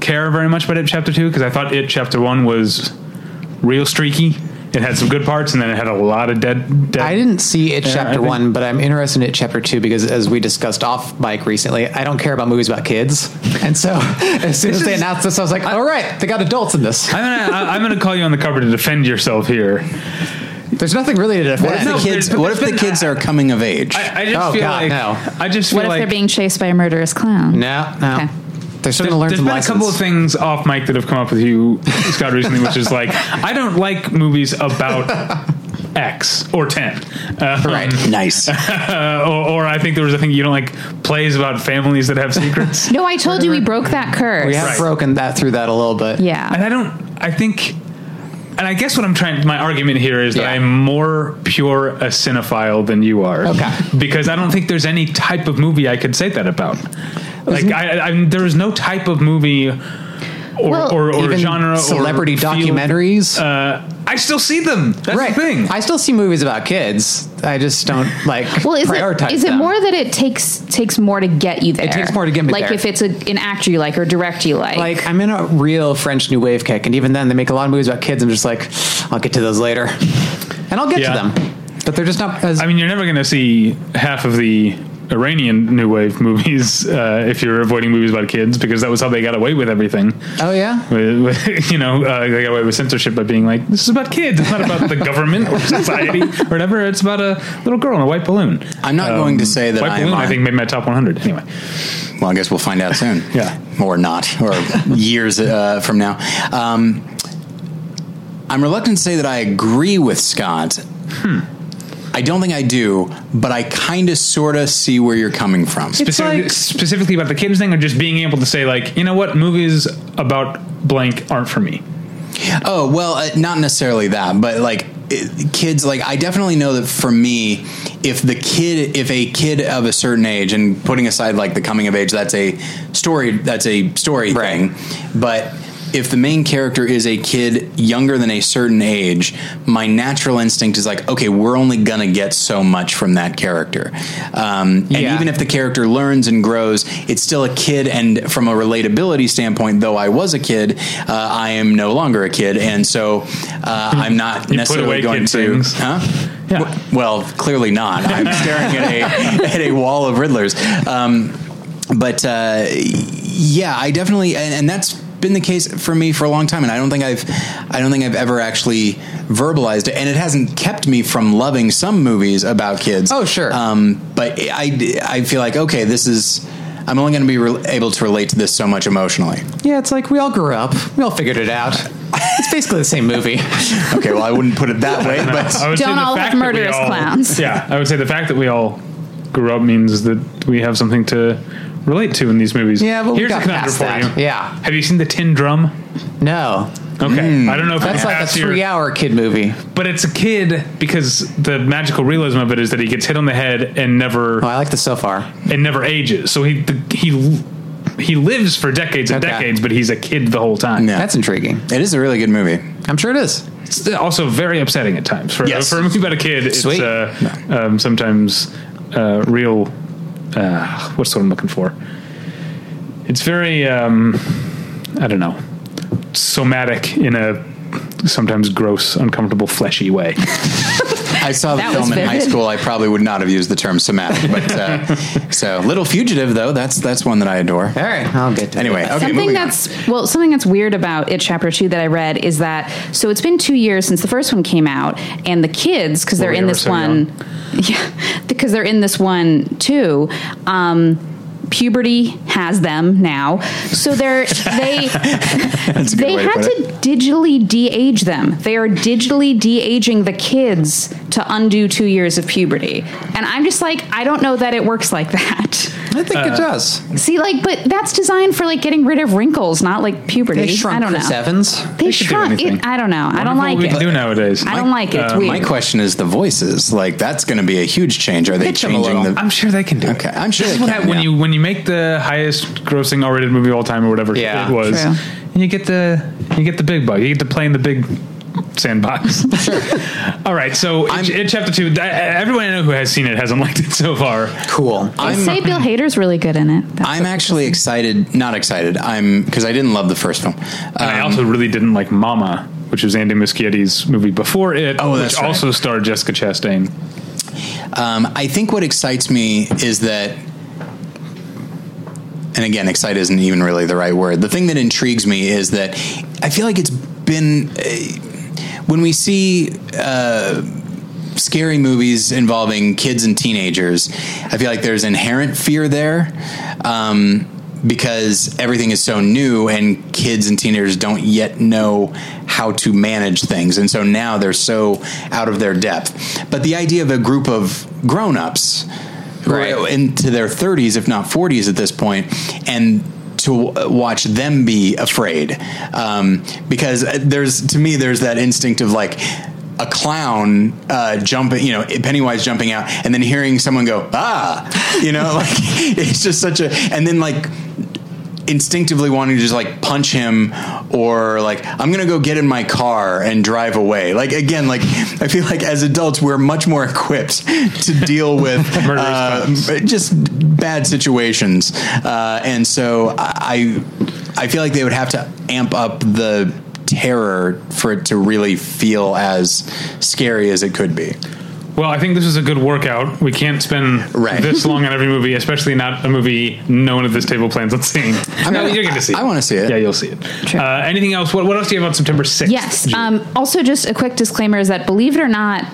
[SPEAKER 2] care very much about it chapter two because I thought it chapter one was real streaky. It had some good parts, and then it had a lot of dead. dead
[SPEAKER 4] I didn't see it
[SPEAKER 2] I
[SPEAKER 4] chapter
[SPEAKER 2] think-
[SPEAKER 4] one, but I'm interested in it chapter two because, as we discussed off mic recently, I don't care about movies about kids, and so (laughs) as soon as they announced this, I was like, "All right, they got adults in this."
[SPEAKER 2] I'm gonna, I- I'm gonna call you on the cover to defend yourself here.
[SPEAKER 4] There's nothing really to
[SPEAKER 1] What if
[SPEAKER 4] defend.
[SPEAKER 2] No,
[SPEAKER 1] the kids?
[SPEAKER 2] but
[SPEAKER 1] What if
[SPEAKER 2] there's
[SPEAKER 1] the
[SPEAKER 2] been-
[SPEAKER 1] kids are coming of age?
[SPEAKER 2] I, I just
[SPEAKER 4] Oh,
[SPEAKER 2] feel
[SPEAKER 4] God,
[SPEAKER 2] like
[SPEAKER 4] no.
[SPEAKER 2] I just feel
[SPEAKER 5] What if
[SPEAKER 2] like
[SPEAKER 5] they're being chased by a murderous clown?
[SPEAKER 4] No, no.
[SPEAKER 5] Okay.
[SPEAKER 4] They're starting to learn
[SPEAKER 2] there's
[SPEAKER 4] some
[SPEAKER 2] been
[SPEAKER 4] lessons.
[SPEAKER 2] a couple of things off mic that have come up with you, Scott, recently, which is like I don't like movies about X or ten, uh,
[SPEAKER 4] Right.
[SPEAKER 1] nice.
[SPEAKER 2] uh, or, or I think there was a thing you don't like plays about families that have secrets.
[SPEAKER 5] No, I told you we broke that curse.
[SPEAKER 4] We have
[SPEAKER 2] Right.
[SPEAKER 4] broken that through that a little bit.
[SPEAKER 2] And
[SPEAKER 5] Yeah.
[SPEAKER 2] I don't. I think. And I guess what I'm trying, my argument here is that
[SPEAKER 4] Yeah.
[SPEAKER 2] I'm more pure a cinephile than you are.
[SPEAKER 4] Okay.
[SPEAKER 2] Because I don't think there's any type of movie I could say that about. Like, I, I, I'm- there is no type of movie or,
[SPEAKER 5] Well,
[SPEAKER 2] or, or
[SPEAKER 4] Even
[SPEAKER 2] genre
[SPEAKER 4] celebrity
[SPEAKER 2] or field-
[SPEAKER 4] documentaries.
[SPEAKER 2] Uh, I still see them. That's
[SPEAKER 4] right.
[SPEAKER 2] the thing.
[SPEAKER 4] I still see movies about kids. I just don't like
[SPEAKER 5] Well, is
[SPEAKER 4] prioritize
[SPEAKER 5] it is it
[SPEAKER 4] them.
[SPEAKER 5] more that it takes takes more to get you there?
[SPEAKER 4] takes more to get me
[SPEAKER 5] like
[SPEAKER 4] there.
[SPEAKER 5] if it's a, an actor you like or a director you like.
[SPEAKER 4] like I'm in a real French New Wave kick, and even then they make a lot of movies about kids. I'm just like, I'll get to those later, and I'll get
[SPEAKER 2] Yeah.
[SPEAKER 4] to them, but they're just not as
[SPEAKER 2] I mean, you're never going to see half of the Iranian New Wave movies uh, if you're avoiding movies about kids because that was how they got away with everything.
[SPEAKER 4] Oh, yeah?
[SPEAKER 2] With- with- (laughs) you know, uh, they got away with censorship by being like, "This is about kids. It's not about the government or society or whatever. It's about a little girl in a white balloon." Um,
[SPEAKER 1] I'm not going to say that
[SPEAKER 2] white
[SPEAKER 1] I am
[SPEAKER 2] balloon. I
[SPEAKER 1] on-
[SPEAKER 2] think made my top 100 anyway.
[SPEAKER 1] Well, I guess we'll find out soon.
[SPEAKER 2] Yeah.
[SPEAKER 1] Or not, or years uh, from now. Um, I'm reluctant to say that I agree with Scott. I don't think I do, but I kind of sort of see where you're coming from.
[SPEAKER 2] Specific,
[SPEAKER 4] like-
[SPEAKER 2] specifically about the kids thing, or just being able to say like, you know what, movies about blank aren't for me.
[SPEAKER 1] Oh well, uh, not necessarily that, but like it, kids, like I definitely know that for me, if the kid, if a kid of a certain age, and putting aside like the coming of age, that's a story. That's a story thing. But if the main character is a kid younger than a certain age, my natural instinct is like, okay, we're only gonna get so much from that character, um, and
[SPEAKER 4] Yeah.
[SPEAKER 1] even if the character learns and grows, it's still a kid. And from a relatability standpoint, though I was a kid, uh, I am no longer a kid, and so uh, I'm not
[SPEAKER 2] put
[SPEAKER 1] necessarily
[SPEAKER 2] away
[SPEAKER 1] going
[SPEAKER 2] kid
[SPEAKER 1] to.
[SPEAKER 2] things.
[SPEAKER 1] Huh?
[SPEAKER 2] Yeah.
[SPEAKER 1] W- Well, clearly not. I'm staring at a
[SPEAKER 2] (laughs)
[SPEAKER 1] at a wall of Riddlers. Um, but uh, yeah, I definitely, and, and that's been the case for me for a long time. And I don't think I've, I don't think I've ever actually verbalized it. And it hasn't kept me from loving some movies about kids.
[SPEAKER 4] Oh, sure.
[SPEAKER 2] Uh.
[SPEAKER 1] Um, but I, I feel like okay, this is. I'm only going to be re- able to relate to this so much emotionally.
[SPEAKER 4] yeah. It's like we all grew up, we all figured it out. It's basically the
[SPEAKER 2] (laughs)
[SPEAKER 4] same movie.
[SPEAKER 1] Okay, well, I wouldn't put it that way, but
[SPEAKER 2] I would
[SPEAKER 5] Don't all have
[SPEAKER 2] that we
[SPEAKER 5] murderous
[SPEAKER 2] all- (laughs)
[SPEAKER 5] clowns.
[SPEAKER 2] Yeah, I would say the fact that we all grew up means that we have something to relate to in these movies.
[SPEAKER 4] Yeah, but we
[SPEAKER 2] here's a
[SPEAKER 4] got
[SPEAKER 2] conundrum
[SPEAKER 4] past
[SPEAKER 2] for
[SPEAKER 4] that.
[SPEAKER 2] you.
[SPEAKER 4] Yeah.
[SPEAKER 2] have you seen the Tin Drum?
[SPEAKER 4] No,
[SPEAKER 2] Okay, I don't know if
[SPEAKER 4] that's
[SPEAKER 2] it's
[SPEAKER 4] like a
[SPEAKER 2] past your-
[SPEAKER 4] three-hour kid movie.
[SPEAKER 2] but it's a kid because the magical realism of it is that he gets hit on the head and never
[SPEAKER 4] Oh, I like this so far.
[SPEAKER 2] and never ages. So he the, he he lives for decades and
[SPEAKER 4] Okay.
[SPEAKER 2] decades, but he's a kid the whole time.
[SPEAKER 1] Yeah.
[SPEAKER 4] That's intriguing.
[SPEAKER 1] it is a really good movie.
[SPEAKER 4] I'm sure it is.
[SPEAKER 2] It's also very upsetting at times for
[SPEAKER 1] Yes.
[SPEAKER 2] for a movie about a kid.
[SPEAKER 4] Sweet.
[SPEAKER 2] It's uh, um, sometimes uh, real. Uh, what's the word I'm looking for? It's very um, I don't know somatic in a sometimes gross, uncomfortable, fleshy way.
[SPEAKER 1] I saw the
[SPEAKER 5] That was
[SPEAKER 1] film in high
[SPEAKER 5] vivid.
[SPEAKER 1] school. I probably would not have used the term somatic, but
[SPEAKER 5] (laughs)
[SPEAKER 1] uh, so Little Fugitive though that's that's one that I adore.
[SPEAKER 4] All right, I'll get to
[SPEAKER 1] Anyway, okay,
[SPEAKER 5] something
[SPEAKER 1] moving on.
[SPEAKER 5] that's well, something that's weird about it. Chapter two that I read is that so it's been two years since the first one came out, and the kids because they're
[SPEAKER 2] Well,
[SPEAKER 5] in
[SPEAKER 2] they were
[SPEAKER 5] this
[SPEAKER 2] so
[SPEAKER 5] one, (laughs) yeah, because they're in this one too. Um, puberty has them now,
[SPEAKER 1] (laughs)
[SPEAKER 5] so they're they
[SPEAKER 1] That's a good
[SPEAKER 5] they
[SPEAKER 1] way to
[SPEAKER 5] had
[SPEAKER 1] put
[SPEAKER 5] to
[SPEAKER 1] it.
[SPEAKER 5] digitally de-age them. They are digitally de-aging the kids to undo two years of puberty, and I'm just like, (laughs) I don't know that it works like that.
[SPEAKER 4] I think
[SPEAKER 2] uh,
[SPEAKER 4] it does.
[SPEAKER 5] See, like, but that's designed for like getting rid of wrinkles, not like puberty.
[SPEAKER 4] They shrunk
[SPEAKER 5] I don't know.
[SPEAKER 4] Chris Evans.
[SPEAKER 5] They,
[SPEAKER 2] could do
[SPEAKER 5] shrunk
[SPEAKER 2] anything.
[SPEAKER 5] it. I don't know. I don't like
[SPEAKER 2] what we
[SPEAKER 5] it.
[SPEAKER 2] can do uh, nowadays.
[SPEAKER 5] I don't like it. It's
[SPEAKER 1] My
[SPEAKER 5] weird.
[SPEAKER 1] question is the voices. Like that's going to be a huge change. Are they
[SPEAKER 4] Pitch 'em a
[SPEAKER 1] changing
[SPEAKER 4] little.
[SPEAKER 1] the?
[SPEAKER 2] I'm sure they can do it.
[SPEAKER 1] Okay, I'm sure
[SPEAKER 2] This is
[SPEAKER 1] they
[SPEAKER 2] what
[SPEAKER 1] can,
[SPEAKER 2] hap- when
[SPEAKER 1] yeah.
[SPEAKER 2] you when you make the highest grossing R-rated movie of all time or whatever
[SPEAKER 4] Yeah.
[SPEAKER 2] it was,
[SPEAKER 5] True.
[SPEAKER 2] and you get the you get the big bug. You get to play in the big
[SPEAKER 1] (laughs)
[SPEAKER 2] sandbox. sure. (laughs) all right. So it,
[SPEAKER 1] I'm-
[SPEAKER 2] it chapter two. I- I- Everyone I know who has seen it hasn't (laughs) liked it so far.
[SPEAKER 4] Cool.
[SPEAKER 5] They
[SPEAKER 1] I'm-
[SPEAKER 5] say Bill Hader's really good in it. That's
[SPEAKER 1] I'm
[SPEAKER 5] what-
[SPEAKER 1] actually excited. Not excited. I'm because I didn't love the first film.
[SPEAKER 2] And I
[SPEAKER 1] Um,
[SPEAKER 2] also really didn't like Mama, which was Andy Muschietti's movie before it,
[SPEAKER 1] Oh,
[SPEAKER 2] which
[SPEAKER 1] that's right.
[SPEAKER 2] also starred Jessica Chastain.
[SPEAKER 1] Um, I think what excites me is that, and again, excite isn't even really the right word. The thing that intrigues me is that I feel like it's been uh, when we see. Uh, Scary movies involving kids and teenagers. I feel like there's inherent fear there um, because everything is so new and kids and teenagers don't yet know how to manage things. And so now they're so out of their depth. But the idea of a group of grown ups who are
[SPEAKER 4] Right.
[SPEAKER 1] into their 30s, if not 40s at this point, and to w- watch them be afraid. Um, because uh, there's, to me, there's that instinct of like, a clown uh, jumping, you know, Pennywise jumping out, and then hearing someone go ah, you know, (laughs) like it's just such a, and then like instinctively wanting to just like punch him or like I'm gonna go get in my car and drive away. Like again, like I feel like as adults we're much more equipped to deal with
[SPEAKER 2] Murderous
[SPEAKER 1] uh,
[SPEAKER 2] thoughts.
[SPEAKER 1] just bad situations, uh, and so I I feel like they would have to amp up the terror for it to really feel as scary as it could be.
[SPEAKER 2] Well, I think this is a good workout. We can't spend
[SPEAKER 1] Right.
[SPEAKER 2] this long on every movie, especially not a movie no one at this table plans on seeing. (laughs) No,
[SPEAKER 1] gonna-
[SPEAKER 2] you're going to see.
[SPEAKER 1] I- I wanna see it.
[SPEAKER 2] Yeah, you'll see it. Uh, anything else? What, what else do you have on September 6th?
[SPEAKER 5] Yes. Um, also, just a quick disclaimer is that believe it or not,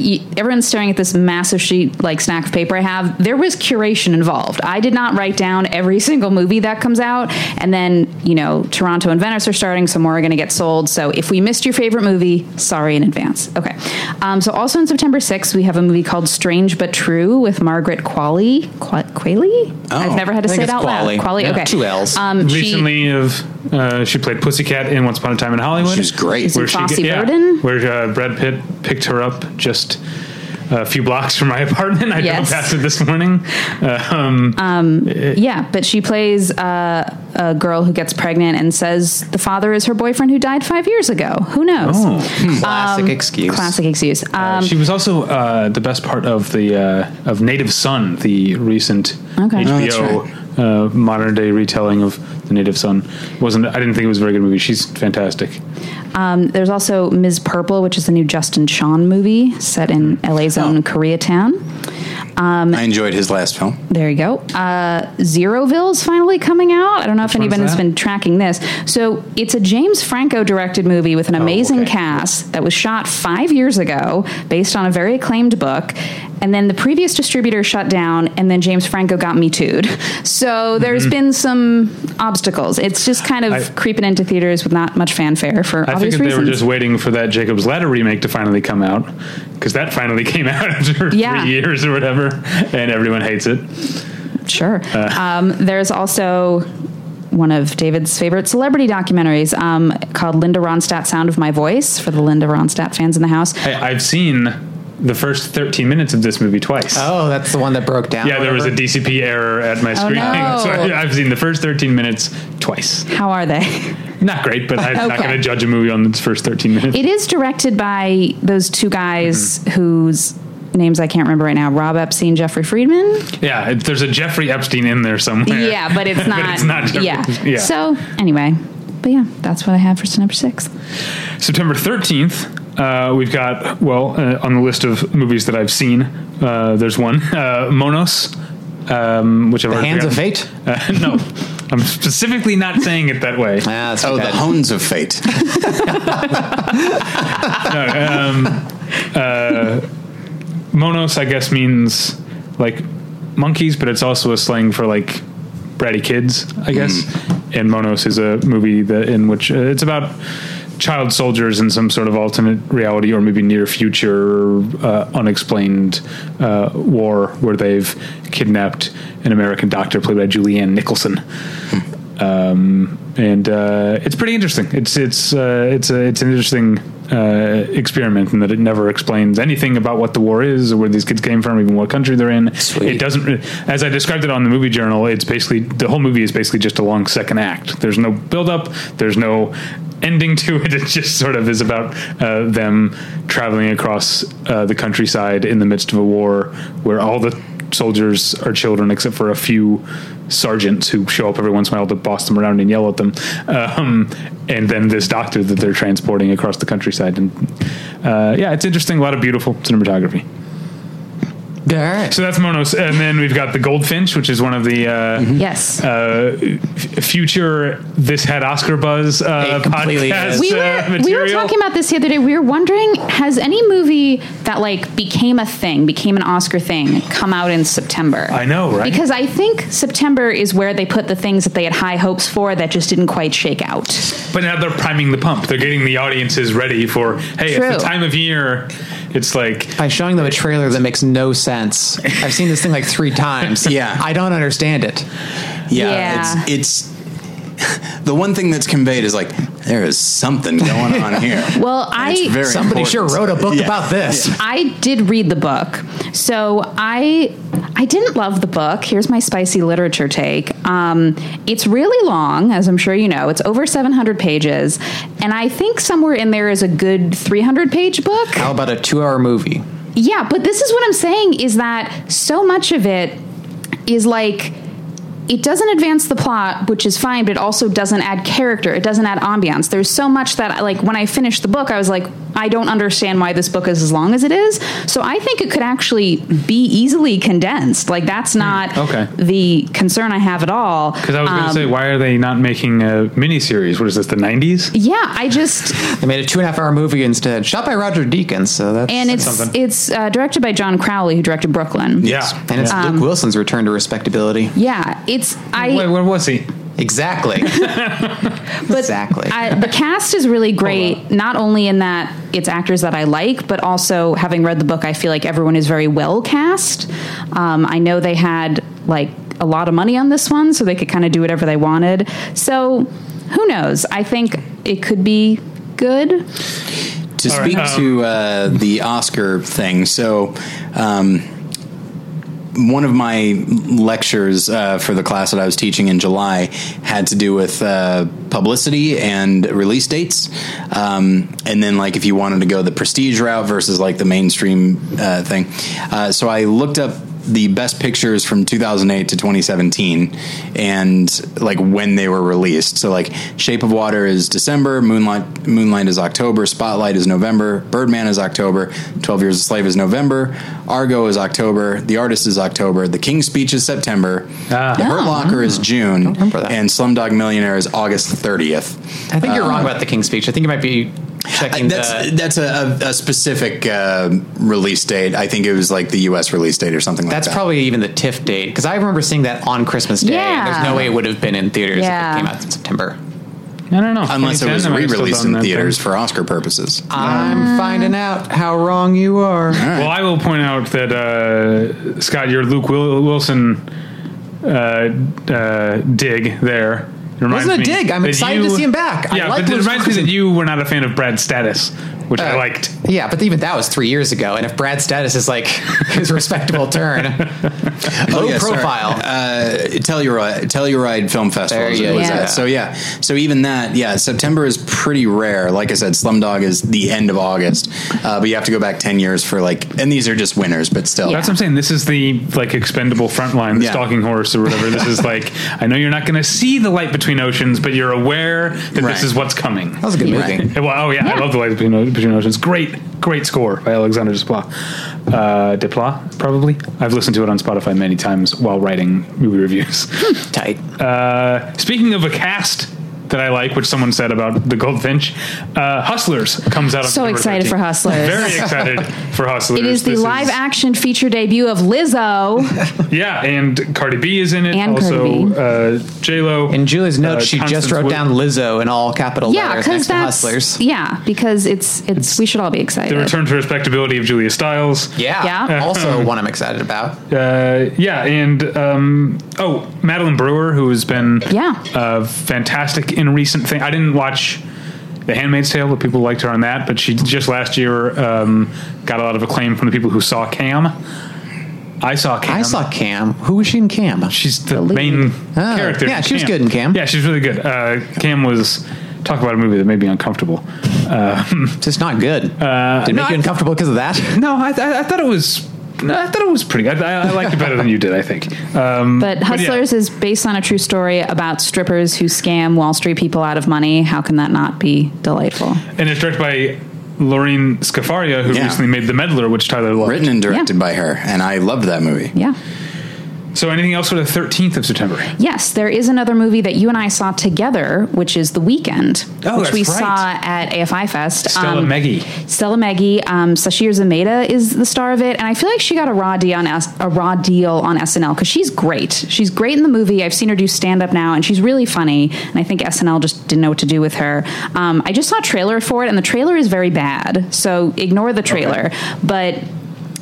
[SPEAKER 5] y everyone's staring at this massive sheet like snack of paper I have. There was curation involved. I did not write down every single movie that comes out, and then you know Toronto and Venice are starting, so more are going to get sold. So if we missed your favorite movie, sorry in advance. Okay. Um, so also on September 6th, we have a movie called Strange but True with Margaret Qualley. Qua- Qualley? I've never had to
[SPEAKER 4] Oh, I think
[SPEAKER 5] say it
[SPEAKER 4] it's
[SPEAKER 5] out
[SPEAKER 4] Qualley.
[SPEAKER 5] loud. Qualley.
[SPEAKER 4] Yeah.
[SPEAKER 5] Okay.
[SPEAKER 4] Two L's.
[SPEAKER 5] Um, she-
[SPEAKER 2] Recently, of uh, she played Pussycat in Once Upon a Time in Hollywood.
[SPEAKER 1] She's great. She's
[SPEAKER 5] in
[SPEAKER 2] get-
[SPEAKER 5] Fosse Verdon?
[SPEAKER 2] where uh, Brad Pitt picked her up just a few blocks from my (laughs) apartment. I
[SPEAKER 5] Yes.
[SPEAKER 2] drove past it this morning. Uh, um,
[SPEAKER 5] Yeah, but she plays uh, a girl who gets pregnant and says the father is her boyfriend who died five years ago. Who knows?
[SPEAKER 4] Classic excuse.
[SPEAKER 5] Classic excuse. Um,
[SPEAKER 2] she was also uh, the best part of the uh, of Native Son, the recent
[SPEAKER 5] Okay. Oh,
[SPEAKER 1] that's
[SPEAKER 2] HBO uh, modern day retelling of the Native Son. wasn't I didn't think it was a very good movie. She's fantastic.
[SPEAKER 5] um, there's also Ms. Purple, which is the new Justin Sean movie set in LA's own Koreatown.
[SPEAKER 1] I enjoyed his last film.
[SPEAKER 5] There you go. Uh, Zeroville's finally coming out. I don't know if
[SPEAKER 2] one's
[SPEAKER 5] anybody's
[SPEAKER 2] that?
[SPEAKER 5] been tracking this. So it's a James Franco directed movie with an amazing
[SPEAKER 2] Oh, okay.
[SPEAKER 5] cast that was shot five years ago based on a very acclaimed book. And then the previous distributor shut down, and then James Franco got me too'd. (laughs) So there's been some obstacles. It's just kind of
[SPEAKER 2] Mm-hmm. I-
[SPEAKER 5] creeping into theaters with not much fanfare for
[SPEAKER 2] I
[SPEAKER 5] obvious
[SPEAKER 2] figured they were
[SPEAKER 5] reasons.
[SPEAKER 2] just waiting for that Jacob's Ladder remake to finally come out because that finally (laughs) came out after
[SPEAKER 5] Yeah.
[SPEAKER 2] three years or whatever, and everyone hates it.
[SPEAKER 5] Sure.
[SPEAKER 2] Uh.
[SPEAKER 5] um, there's also one of David's favorite celebrity documentaries um, called Linda Ronstadt Sound of My Voice for the Linda Ronstadt fans in the house.
[SPEAKER 2] Hey, I've seen the first 13 minutes of this movie twice.
[SPEAKER 4] Oh, that's the one that broke down.
[SPEAKER 2] yeah, there was a DCP error at my screening, (laughs)
[SPEAKER 5] Oh, no.
[SPEAKER 2] so I, I've seen the first 13 minutes twice.
[SPEAKER 5] How are they? (laughs)
[SPEAKER 2] Not great, but I'm not
[SPEAKER 5] Okay.
[SPEAKER 2] going to judge a movie on its first 13 minutes.
[SPEAKER 5] It is directed by those two guys
[SPEAKER 2] Mm-hmm.
[SPEAKER 5] whose names I can't remember right now Rob Epstein, Jeffrey Friedman.
[SPEAKER 2] yeah, it, there's a Jeffrey Epstein in there somewhere.
[SPEAKER 5] Yeah,
[SPEAKER 2] (laughs)
[SPEAKER 5] but it's not.
[SPEAKER 2] it's not Jeffrey-
[SPEAKER 5] yeah.
[SPEAKER 2] yeah.
[SPEAKER 5] So, anyway. But yeah, that's what I have for September 6th.
[SPEAKER 2] September 13th, uh, we've got, well, uh, on the list of movies that I've seen, uh, there's one, uh, Monos, um, which I've already
[SPEAKER 4] Hands of
[SPEAKER 2] forgotten.
[SPEAKER 4] Fate.
[SPEAKER 2] Uh, (laughs) no, I'm specifically not saying it that
[SPEAKER 4] (laughs)
[SPEAKER 2] way.
[SPEAKER 4] Ah, that's
[SPEAKER 1] Oh, the (laughs) Hones of Fate.
[SPEAKER 2] Monos, I guess, means like monkeys, but it's also a slang for like bratty kids, I guess. And Monos is a movie that in which uh, it's about child soldiers in some sort of alternate reality or maybe near future uh, unexplained uh, war where they've kidnapped an American doctor played by Julianne Nicholson. Um, and uh, it's pretty interesting. It's it's uh, it's a, it's an interesting uh, experiment in that it never explains anything about what the war is or where these kids came from, even what country they're in. It doesn't. re- As I described it on the movie journal, it's basically the whole movie is basically just a long second act. There's no build up. There's no ending to it. (laughs) It just sort of is about uh, them traveling across uh, the countryside in the midst of a war where all the soldiers are children, except for a few sergeants who show up every once in a while to boss them around and yell at them. Um, and then this doctor that they're transporting across the countryside. And uh, yeah, it's interesting. A lot of beautiful cinematography.
[SPEAKER 4] All right.
[SPEAKER 2] So that's Monos. And then we've got The Goldfinch, which is one of the. Uh,
[SPEAKER 4] Mm-hmm.
[SPEAKER 5] Yes.
[SPEAKER 2] Uh, f- future, this had Oscar buzz. Uh,
[SPEAKER 4] It completely
[SPEAKER 2] podcast,
[SPEAKER 4] is.
[SPEAKER 5] we
[SPEAKER 2] uh,
[SPEAKER 5] were
[SPEAKER 2] material.
[SPEAKER 5] we were talking about this the other day. We were wondering has any movie that like became a thing, became an Oscar thing, come out in September?
[SPEAKER 2] I know, right?
[SPEAKER 5] Because I think September is where they put the things that they had high hopes for that just didn't quite shake out.
[SPEAKER 2] But now they're priming the pump. They're getting the audiences ready for hey,
[SPEAKER 5] True.
[SPEAKER 2] it's the time of year. It's like
[SPEAKER 4] By showing them a trailer that makes no sense. I've seen this thing like three times.
[SPEAKER 1] (laughs) Yeah.
[SPEAKER 4] I don't understand it.
[SPEAKER 1] yeah,
[SPEAKER 5] Yeah.
[SPEAKER 1] It's, (laughs) it's the one thing that's conveyed is like there is something going on here.
[SPEAKER 5] Well,
[SPEAKER 1] And it's
[SPEAKER 5] I
[SPEAKER 1] very
[SPEAKER 4] Somebody
[SPEAKER 1] important.
[SPEAKER 4] sure wrote a book
[SPEAKER 1] (laughs) Yeah.
[SPEAKER 4] about this.
[SPEAKER 5] I did read the book. So I I didn't love the book. Here's my spicy literature take. Um, it's really long, as I'm sure you know. It's over 700 pages, and I think somewhere in there is a good 300 page book.
[SPEAKER 4] How about a two-hour movie?
[SPEAKER 5] Yeah, but this is what I'm saying is that so much of it is like it doesn't advance the plot, which is fine, but it also doesn't add character. It doesn't add ambiance. There's so much that like when I finished the book, I was like, I don't understand why this book is as long as it is. So I think it could actually be easily condensed. Like that's not
[SPEAKER 2] Hmm. okay.
[SPEAKER 5] the concern I have at all.
[SPEAKER 2] Because I was going
[SPEAKER 5] Um,
[SPEAKER 2] to say, why are they not making a miniseries? What is this, the 90s?
[SPEAKER 5] yeah, I just
[SPEAKER 4] They made a two and a half hour movie instead, shot by Roger Deakins. So that's
[SPEAKER 5] and it's
[SPEAKER 2] something.
[SPEAKER 5] it's uh, directed by John Crowley, who directed Brooklyn.
[SPEAKER 4] and it's
[SPEAKER 5] um,
[SPEAKER 4] Luke Wilson's return to respectability.
[SPEAKER 5] yeah, it's I.
[SPEAKER 2] Wait, where was he?
[SPEAKER 5] (laughs)
[SPEAKER 4] Exactly.
[SPEAKER 5] But
[SPEAKER 4] Exactly.
[SPEAKER 5] I, the cast is really great, not only in that it's actors that I like, but also having read the book, I feel like everyone is very well cast. Um, I know they had like a lot of money on this one, so they could kind of do whatever they wanted. So who knows? I think it could be good.
[SPEAKER 1] to
[SPEAKER 2] All right,
[SPEAKER 1] speak
[SPEAKER 2] um,
[SPEAKER 1] to uh, the Oscar thing, so um, one of my lectures uh, for the class that I was teaching in July had to do with uh, publicity and release dates, um, and then like if you wanted to go the prestige route versus like the mainstream uh, thing. Uh, so I looked up the best pictures from 2008 to 2017 and like when they were released so like shape of water is december moonlight moonlight is october spotlight is november birdman is october 12 years a slave is november argo is october the artist is october the king's speech is september the hurt locker is june
[SPEAKER 4] Mm-hmm. remember that.
[SPEAKER 1] and slumdog millionaire is august 30th
[SPEAKER 4] I think you're wrong about the King's Speech. I think you might be checking
[SPEAKER 1] Um, that's
[SPEAKER 4] the.
[SPEAKER 1] that's a, a, a specific uh, release date. I think it was like the U.S. release date or something like
[SPEAKER 4] That's
[SPEAKER 1] that.
[SPEAKER 4] probably even the TIFF date because I remember seeing that on Christmas Day. and There's
[SPEAKER 5] Yeah.
[SPEAKER 4] no way it would have been in theaters
[SPEAKER 5] Yeah.
[SPEAKER 4] if it came out in September.
[SPEAKER 2] I don't know.
[SPEAKER 1] unless it was
[SPEAKER 2] 2010, I might have
[SPEAKER 1] re-released
[SPEAKER 2] still done
[SPEAKER 1] in
[SPEAKER 2] that
[SPEAKER 1] theaters
[SPEAKER 2] thing.
[SPEAKER 1] for Oscar purposes.
[SPEAKER 5] Ah.
[SPEAKER 4] I'm finding out how wrong you are.
[SPEAKER 2] Well, I will point out that, uh, Scott, your Luke Wil- Wilson uh, uh, dig there. reminds
[SPEAKER 4] Wasn't a
[SPEAKER 2] me
[SPEAKER 4] dig. I'm
[SPEAKER 2] that
[SPEAKER 4] excited to see him back. I
[SPEAKER 2] Yeah,
[SPEAKER 4] like
[SPEAKER 2] but it
[SPEAKER 4] Luke
[SPEAKER 2] reminds me
[SPEAKER 4] Wilson.
[SPEAKER 2] that you were not a fan of Brad's status, which I
[SPEAKER 4] Uh,
[SPEAKER 2] liked.
[SPEAKER 4] Yeah, but even that was three years ago. And if Brad's status is
[SPEAKER 1] (laughs)
[SPEAKER 4] like his respectable turn, (laughs) low
[SPEAKER 1] yeah, Oh, sorry. Uh,
[SPEAKER 4] profile.
[SPEAKER 1] Telluride, Telluride Film Festival.
[SPEAKER 4] There
[SPEAKER 1] is
[SPEAKER 4] you
[SPEAKER 1] what it was
[SPEAKER 5] go.
[SPEAKER 1] at. So yeah, so even that, yeah, September is pretty rare. Like I said, Slumdog is the end of August, uh, but you have to go back ten years for like, and these are just winners, but still,
[SPEAKER 2] That's what I'm saying. This is the like expendable frontline, the
[SPEAKER 1] Yeah.
[SPEAKER 2] stalking horse or whatever. This is like I know you're not going to see the light between oceans, but you're aware that
[SPEAKER 1] Right.
[SPEAKER 2] this is what's coming.
[SPEAKER 4] that was a good
[SPEAKER 1] Right.
[SPEAKER 4] movie.
[SPEAKER 2] (laughs) Well, oh yeah, I
[SPEAKER 5] Yeah.
[SPEAKER 2] love the light between, between oceans. Great, great score by Alexander Desplat. Uh, Desplat, probably. I've listened to it on Spotify many times while writing movie reviews.
[SPEAKER 4] Tight.
[SPEAKER 2] uh, speaking of a cast that I like, which someone said about the Goldfinch. Uh, Hustlers comes out. on
[SPEAKER 5] So
[SPEAKER 2] November
[SPEAKER 5] excited for
[SPEAKER 2] 13th.
[SPEAKER 5] Hustlers.
[SPEAKER 2] Very excited for Hustlers.
[SPEAKER 5] It is the
[SPEAKER 2] This
[SPEAKER 5] live action feature debut of Lizzo.
[SPEAKER 2] Yeah, and Cardi B is in it.
[SPEAKER 5] And
[SPEAKER 2] also,
[SPEAKER 5] Cardi B.
[SPEAKER 2] uh, J Lo.
[SPEAKER 4] In
[SPEAKER 1] uh,
[SPEAKER 4] Julie's notes, she just wrote down Lizzo in all capital
[SPEAKER 5] yeah,
[SPEAKER 4] letters
[SPEAKER 5] because
[SPEAKER 4] next to
[SPEAKER 5] that's
[SPEAKER 4] Hustlers.
[SPEAKER 5] yeah, because it's, it's we should all be excited.
[SPEAKER 2] the return to respectability of Julia Stiles.
[SPEAKER 4] Yeah.
[SPEAKER 1] (laughs)
[SPEAKER 5] Yeah.
[SPEAKER 4] Also, one I'm excited about.
[SPEAKER 2] Uh, yeah, and um, oh, Madeline Brewer, who has been
[SPEAKER 5] Yeah.
[SPEAKER 2] uh, fantastic in recent thing. I didn't watch The Handmaid's Tale, but people liked her on that. But she just last year um, got a lot of acclaim from the people who saw Cam. I saw Cam.
[SPEAKER 4] I saw Cam. Who was she in Cam?
[SPEAKER 2] She's the,
[SPEAKER 5] lead.
[SPEAKER 2] main
[SPEAKER 4] Oh,
[SPEAKER 2] character.
[SPEAKER 4] yeah,
[SPEAKER 2] in
[SPEAKER 4] she was good in Cam.
[SPEAKER 2] Yeah, she's really good. Uh, Cam was talk about a movie that made me uncomfortable.
[SPEAKER 4] Just not good.
[SPEAKER 1] Uh,
[SPEAKER 4] Did it make
[SPEAKER 2] no, I-
[SPEAKER 4] you uncomfortable because of that? (laughs)
[SPEAKER 2] No, I, I, I thought it was. No, I thought it was pretty. good. I, I liked it better than you did. I think. Um,
[SPEAKER 5] But
[SPEAKER 2] yeah.
[SPEAKER 5] Hustlers is based on a true story about strippers who scam Wall Street people out of money. How can that not be delightful?
[SPEAKER 2] and it's directed by Lorene Scafaria, who
[SPEAKER 1] Yeah.
[SPEAKER 2] recently made The Meddler, which Tyler loved.
[SPEAKER 1] Written and directed
[SPEAKER 5] Yeah.
[SPEAKER 1] by her, and I loved that movie.
[SPEAKER 5] Yeah.
[SPEAKER 2] So, anything else for the thirteenth of September?
[SPEAKER 5] Yes, there is another movie that you and I saw together, which is The Weekend,
[SPEAKER 2] Oh,
[SPEAKER 5] which
[SPEAKER 2] that's
[SPEAKER 5] we
[SPEAKER 2] right.
[SPEAKER 5] saw at AFI Fest.
[SPEAKER 2] Stella
[SPEAKER 5] Um,
[SPEAKER 2] Meggie.
[SPEAKER 5] Stella Maggie, um, Sashir Zameda is the star of it, and I feel like she got a raw deal on S- a raw deal on SNL because she's great. She's great in the movie. I've seen her do stand up now, and she's really funny. And I think SNL just didn't know what to do with her. Um, I just saw a trailer for it, and the trailer is very bad, so ignore the trailer. But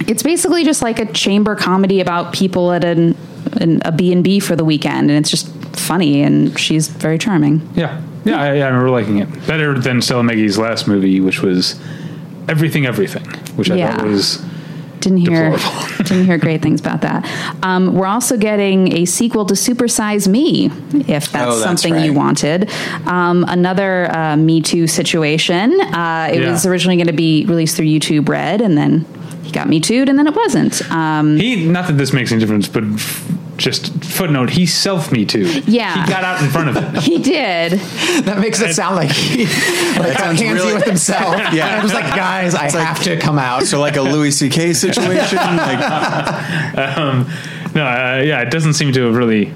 [SPEAKER 5] it's basically just like a chamber comedy about people at an, an a B and B for the weekend, and it's just funny, and she's very charming.
[SPEAKER 2] Yeah, yeah, I, I remember liking it better than Stella Meggie's last movie, which was Everything, Everything, which I
[SPEAKER 5] Yeah.
[SPEAKER 2] thought was
[SPEAKER 5] Didn't hear
[SPEAKER 2] Deplorable.
[SPEAKER 5] didn't hear great things about that. Um, we're also getting a sequel to Super Size Me, if that's,
[SPEAKER 1] Oh, that's
[SPEAKER 5] something you
[SPEAKER 1] right.
[SPEAKER 5] wanted. Um, another uh, Me Too situation. Uh, it
[SPEAKER 2] Yeah.
[SPEAKER 5] was originally going to be released through YouTube Red, and then he got Me Too'd, and then it wasn't. Um,
[SPEAKER 2] he. Not that this makes any difference, but f- just footnote: he self me too.
[SPEAKER 5] Yeah.
[SPEAKER 2] he got out in front of it.
[SPEAKER 5] he did.
[SPEAKER 4] That makes it sound
[SPEAKER 1] (laughs)
[SPEAKER 4] like he like got
[SPEAKER 1] sounds
[SPEAKER 4] handsy
[SPEAKER 1] really-
[SPEAKER 4] with himself.
[SPEAKER 1] (laughs)
[SPEAKER 4] yeah, I was like, guys, I have to come out.
[SPEAKER 1] So, like a Louis C.K. situation.
[SPEAKER 4] (laughs)
[SPEAKER 1] like,
[SPEAKER 2] Um, no, uh, yeah, it doesn't seem to have really.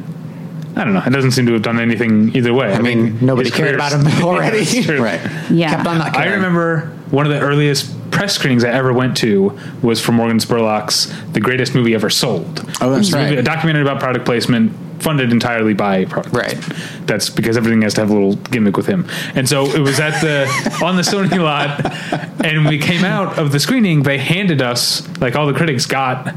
[SPEAKER 2] I don't know. It doesn't seem to have done anything either way. I,
[SPEAKER 4] mean,
[SPEAKER 2] think
[SPEAKER 4] nobody
[SPEAKER 2] his
[SPEAKER 4] cared
[SPEAKER 2] career's-
[SPEAKER 4] about him
[SPEAKER 2] (laughs)
[SPEAKER 4] already.
[SPEAKER 2] Yeah, that's true.
[SPEAKER 1] right.
[SPEAKER 5] Yeah.
[SPEAKER 4] Kept on not
[SPEAKER 2] I
[SPEAKER 4] caring.
[SPEAKER 2] remember one of the earliest press screenings I ever went to was for Morgan Spurlock's "The Greatest Movie Ever Sold."
[SPEAKER 1] Oh, that's
[SPEAKER 2] It's a
[SPEAKER 1] right.
[SPEAKER 2] movie- A documentary about product placement, funded entirely by product.
[SPEAKER 4] Right.
[SPEAKER 2] placement. That's because everything has to have a little gimmick with him. And so it was at
[SPEAKER 4] (laughs)
[SPEAKER 2] the on the Sony lot, and we came out of the screening. They handed us like all the critics got.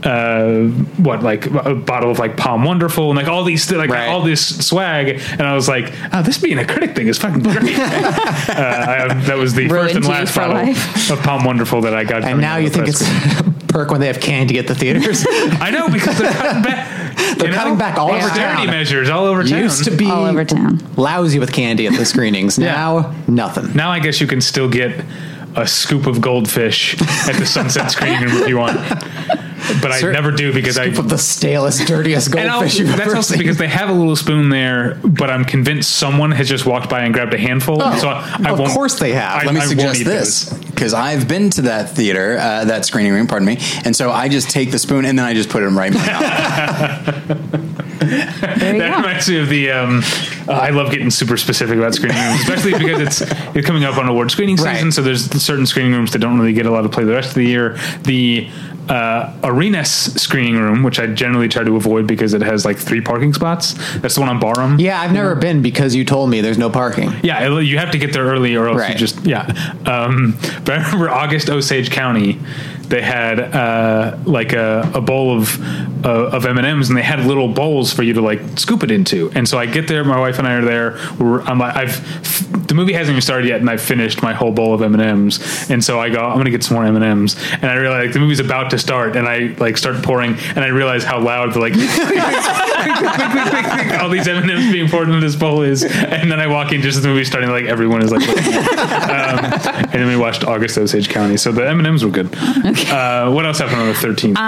[SPEAKER 2] Uh, what like a bottle of like Palm Wonderful and like all these like
[SPEAKER 4] Right.
[SPEAKER 2] all this swag and I was like, oh, this being a critic thing is fucking great. (laughs) Uh, I, that was the first
[SPEAKER 5] Ruined
[SPEAKER 2] and
[SPEAKER 5] you
[SPEAKER 2] last
[SPEAKER 5] for
[SPEAKER 2] bottle
[SPEAKER 5] life.
[SPEAKER 2] of Palm Wonderful that I got.
[SPEAKER 4] And
[SPEAKER 2] coming
[SPEAKER 4] now
[SPEAKER 2] out of
[SPEAKER 4] you
[SPEAKER 2] the
[SPEAKER 4] think
[SPEAKER 2] press
[SPEAKER 4] it's (laughs)
[SPEAKER 2] screen.
[SPEAKER 4] a perk when they have candy to get
[SPEAKER 2] (laughs)
[SPEAKER 4] the theaters.
[SPEAKER 2] I know because they're cutting back.
[SPEAKER 4] They're cutting back all over
[SPEAKER 2] austerity
[SPEAKER 4] town.
[SPEAKER 2] measures all over town.
[SPEAKER 4] Used to be
[SPEAKER 5] All over town.
[SPEAKER 4] lousy with candy at the screenings. Now nothing.
[SPEAKER 2] Now I guess you can still get a scoop of goldfish at the
[SPEAKER 4] (laughs)
[SPEAKER 2] sunset screening if you want. But I
[SPEAKER 4] Sir,
[SPEAKER 2] never do because I.
[SPEAKER 4] Scoop up the stalest, dirtiest
[SPEAKER 2] (laughs) and I'll-
[SPEAKER 4] goldfish you've
[SPEAKER 2] that's
[SPEAKER 4] ever
[SPEAKER 2] also
[SPEAKER 4] seen.
[SPEAKER 2] because they have a little spoon there, but I'm convinced someone has just walked by and grabbed a handful.
[SPEAKER 4] Oh,
[SPEAKER 2] so I, I
[SPEAKER 4] of
[SPEAKER 2] won't,
[SPEAKER 4] course they have.
[SPEAKER 1] Let me
[SPEAKER 2] I won't
[SPEAKER 1] suggest
[SPEAKER 2] eat
[SPEAKER 1] this because I've been to that theater, uh, that screening room. Pardon me. And so I just take the spoon and then I just put it right in my
[SPEAKER 2] (laughs)
[SPEAKER 1] mouth.
[SPEAKER 5] There you
[SPEAKER 2] That
[SPEAKER 5] go.
[SPEAKER 2] reminds me of the. Um, uh, I love getting super specific about screening rooms, especially because it's (laughs) it's coming up on award screening
[SPEAKER 4] Right.
[SPEAKER 2] season. So there's certain screening rooms that don't really get a lot of play the rest of the year. The uh, Arenas screening room, which I generally try to avoid because it has like three parking spots. That's the one on Barham.
[SPEAKER 4] yeah, I've never been because you told me there's no parking.
[SPEAKER 2] Yeah, it- you have to get there early, or else you
[SPEAKER 4] Right.
[SPEAKER 2] just yeah. Um, but I remember August Osage County, they had uh, like a, a bowl of uh, of M and M's, and they had little bowls for you to like scoop it into. And so I get there, my wife and I are there. We're, I'm like, I've the movie hasn't even started yet, and I've finished my whole bowl of M and M's. And so I go, I'm gonna get some more M and M's, and I realize the movie's about to start, and I like start pouring, and I realize how loud the like (laughs) all these M and M's being poured into this bowl is, and then I walk in just as the movie's starting, like everyone is like, looking. um, and then we watched August Osage County, so the M and M's were good. Uh, what else happened on the thirteenth?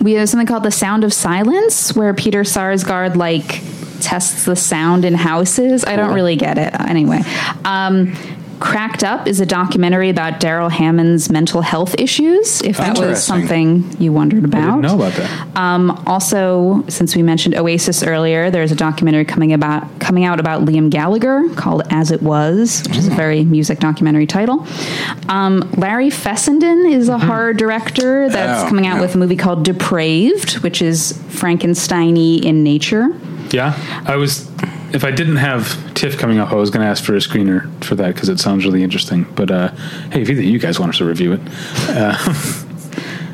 [SPEAKER 5] We have something called the Sound of Silence, where Peter Sarsgaard like tests the sound in houses. I don't really get it anyway. Um, Cracked Up is a documentary about Daryl Hammond's mental health issues, if that was
[SPEAKER 1] Interesting.
[SPEAKER 5] something you wondered about.
[SPEAKER 2] I didn't know about that.
[SPEAKER 5] Um, also, since we mentioned Oasis earlier, there's a documentary coming about coming out about Liam Gallagher called "As It Was," which is a very music documentary title. Um, Larry Fessenden is a horror director that's
[SPEAKER 1] Mm-hmm. Oh,
[SPEAKER 5] coming out
[SPEAKER 1] yeah.
[SPEAKER 5] with a movie called "Depraved," which is Frankensteiny in nature.
[SPEAKER 2] Yeah, I was. If I didn't have Tiff coming up, I was going to ask for a screener for that because it sounds really interesting. But uh, hey, if either of you guys want us to review it,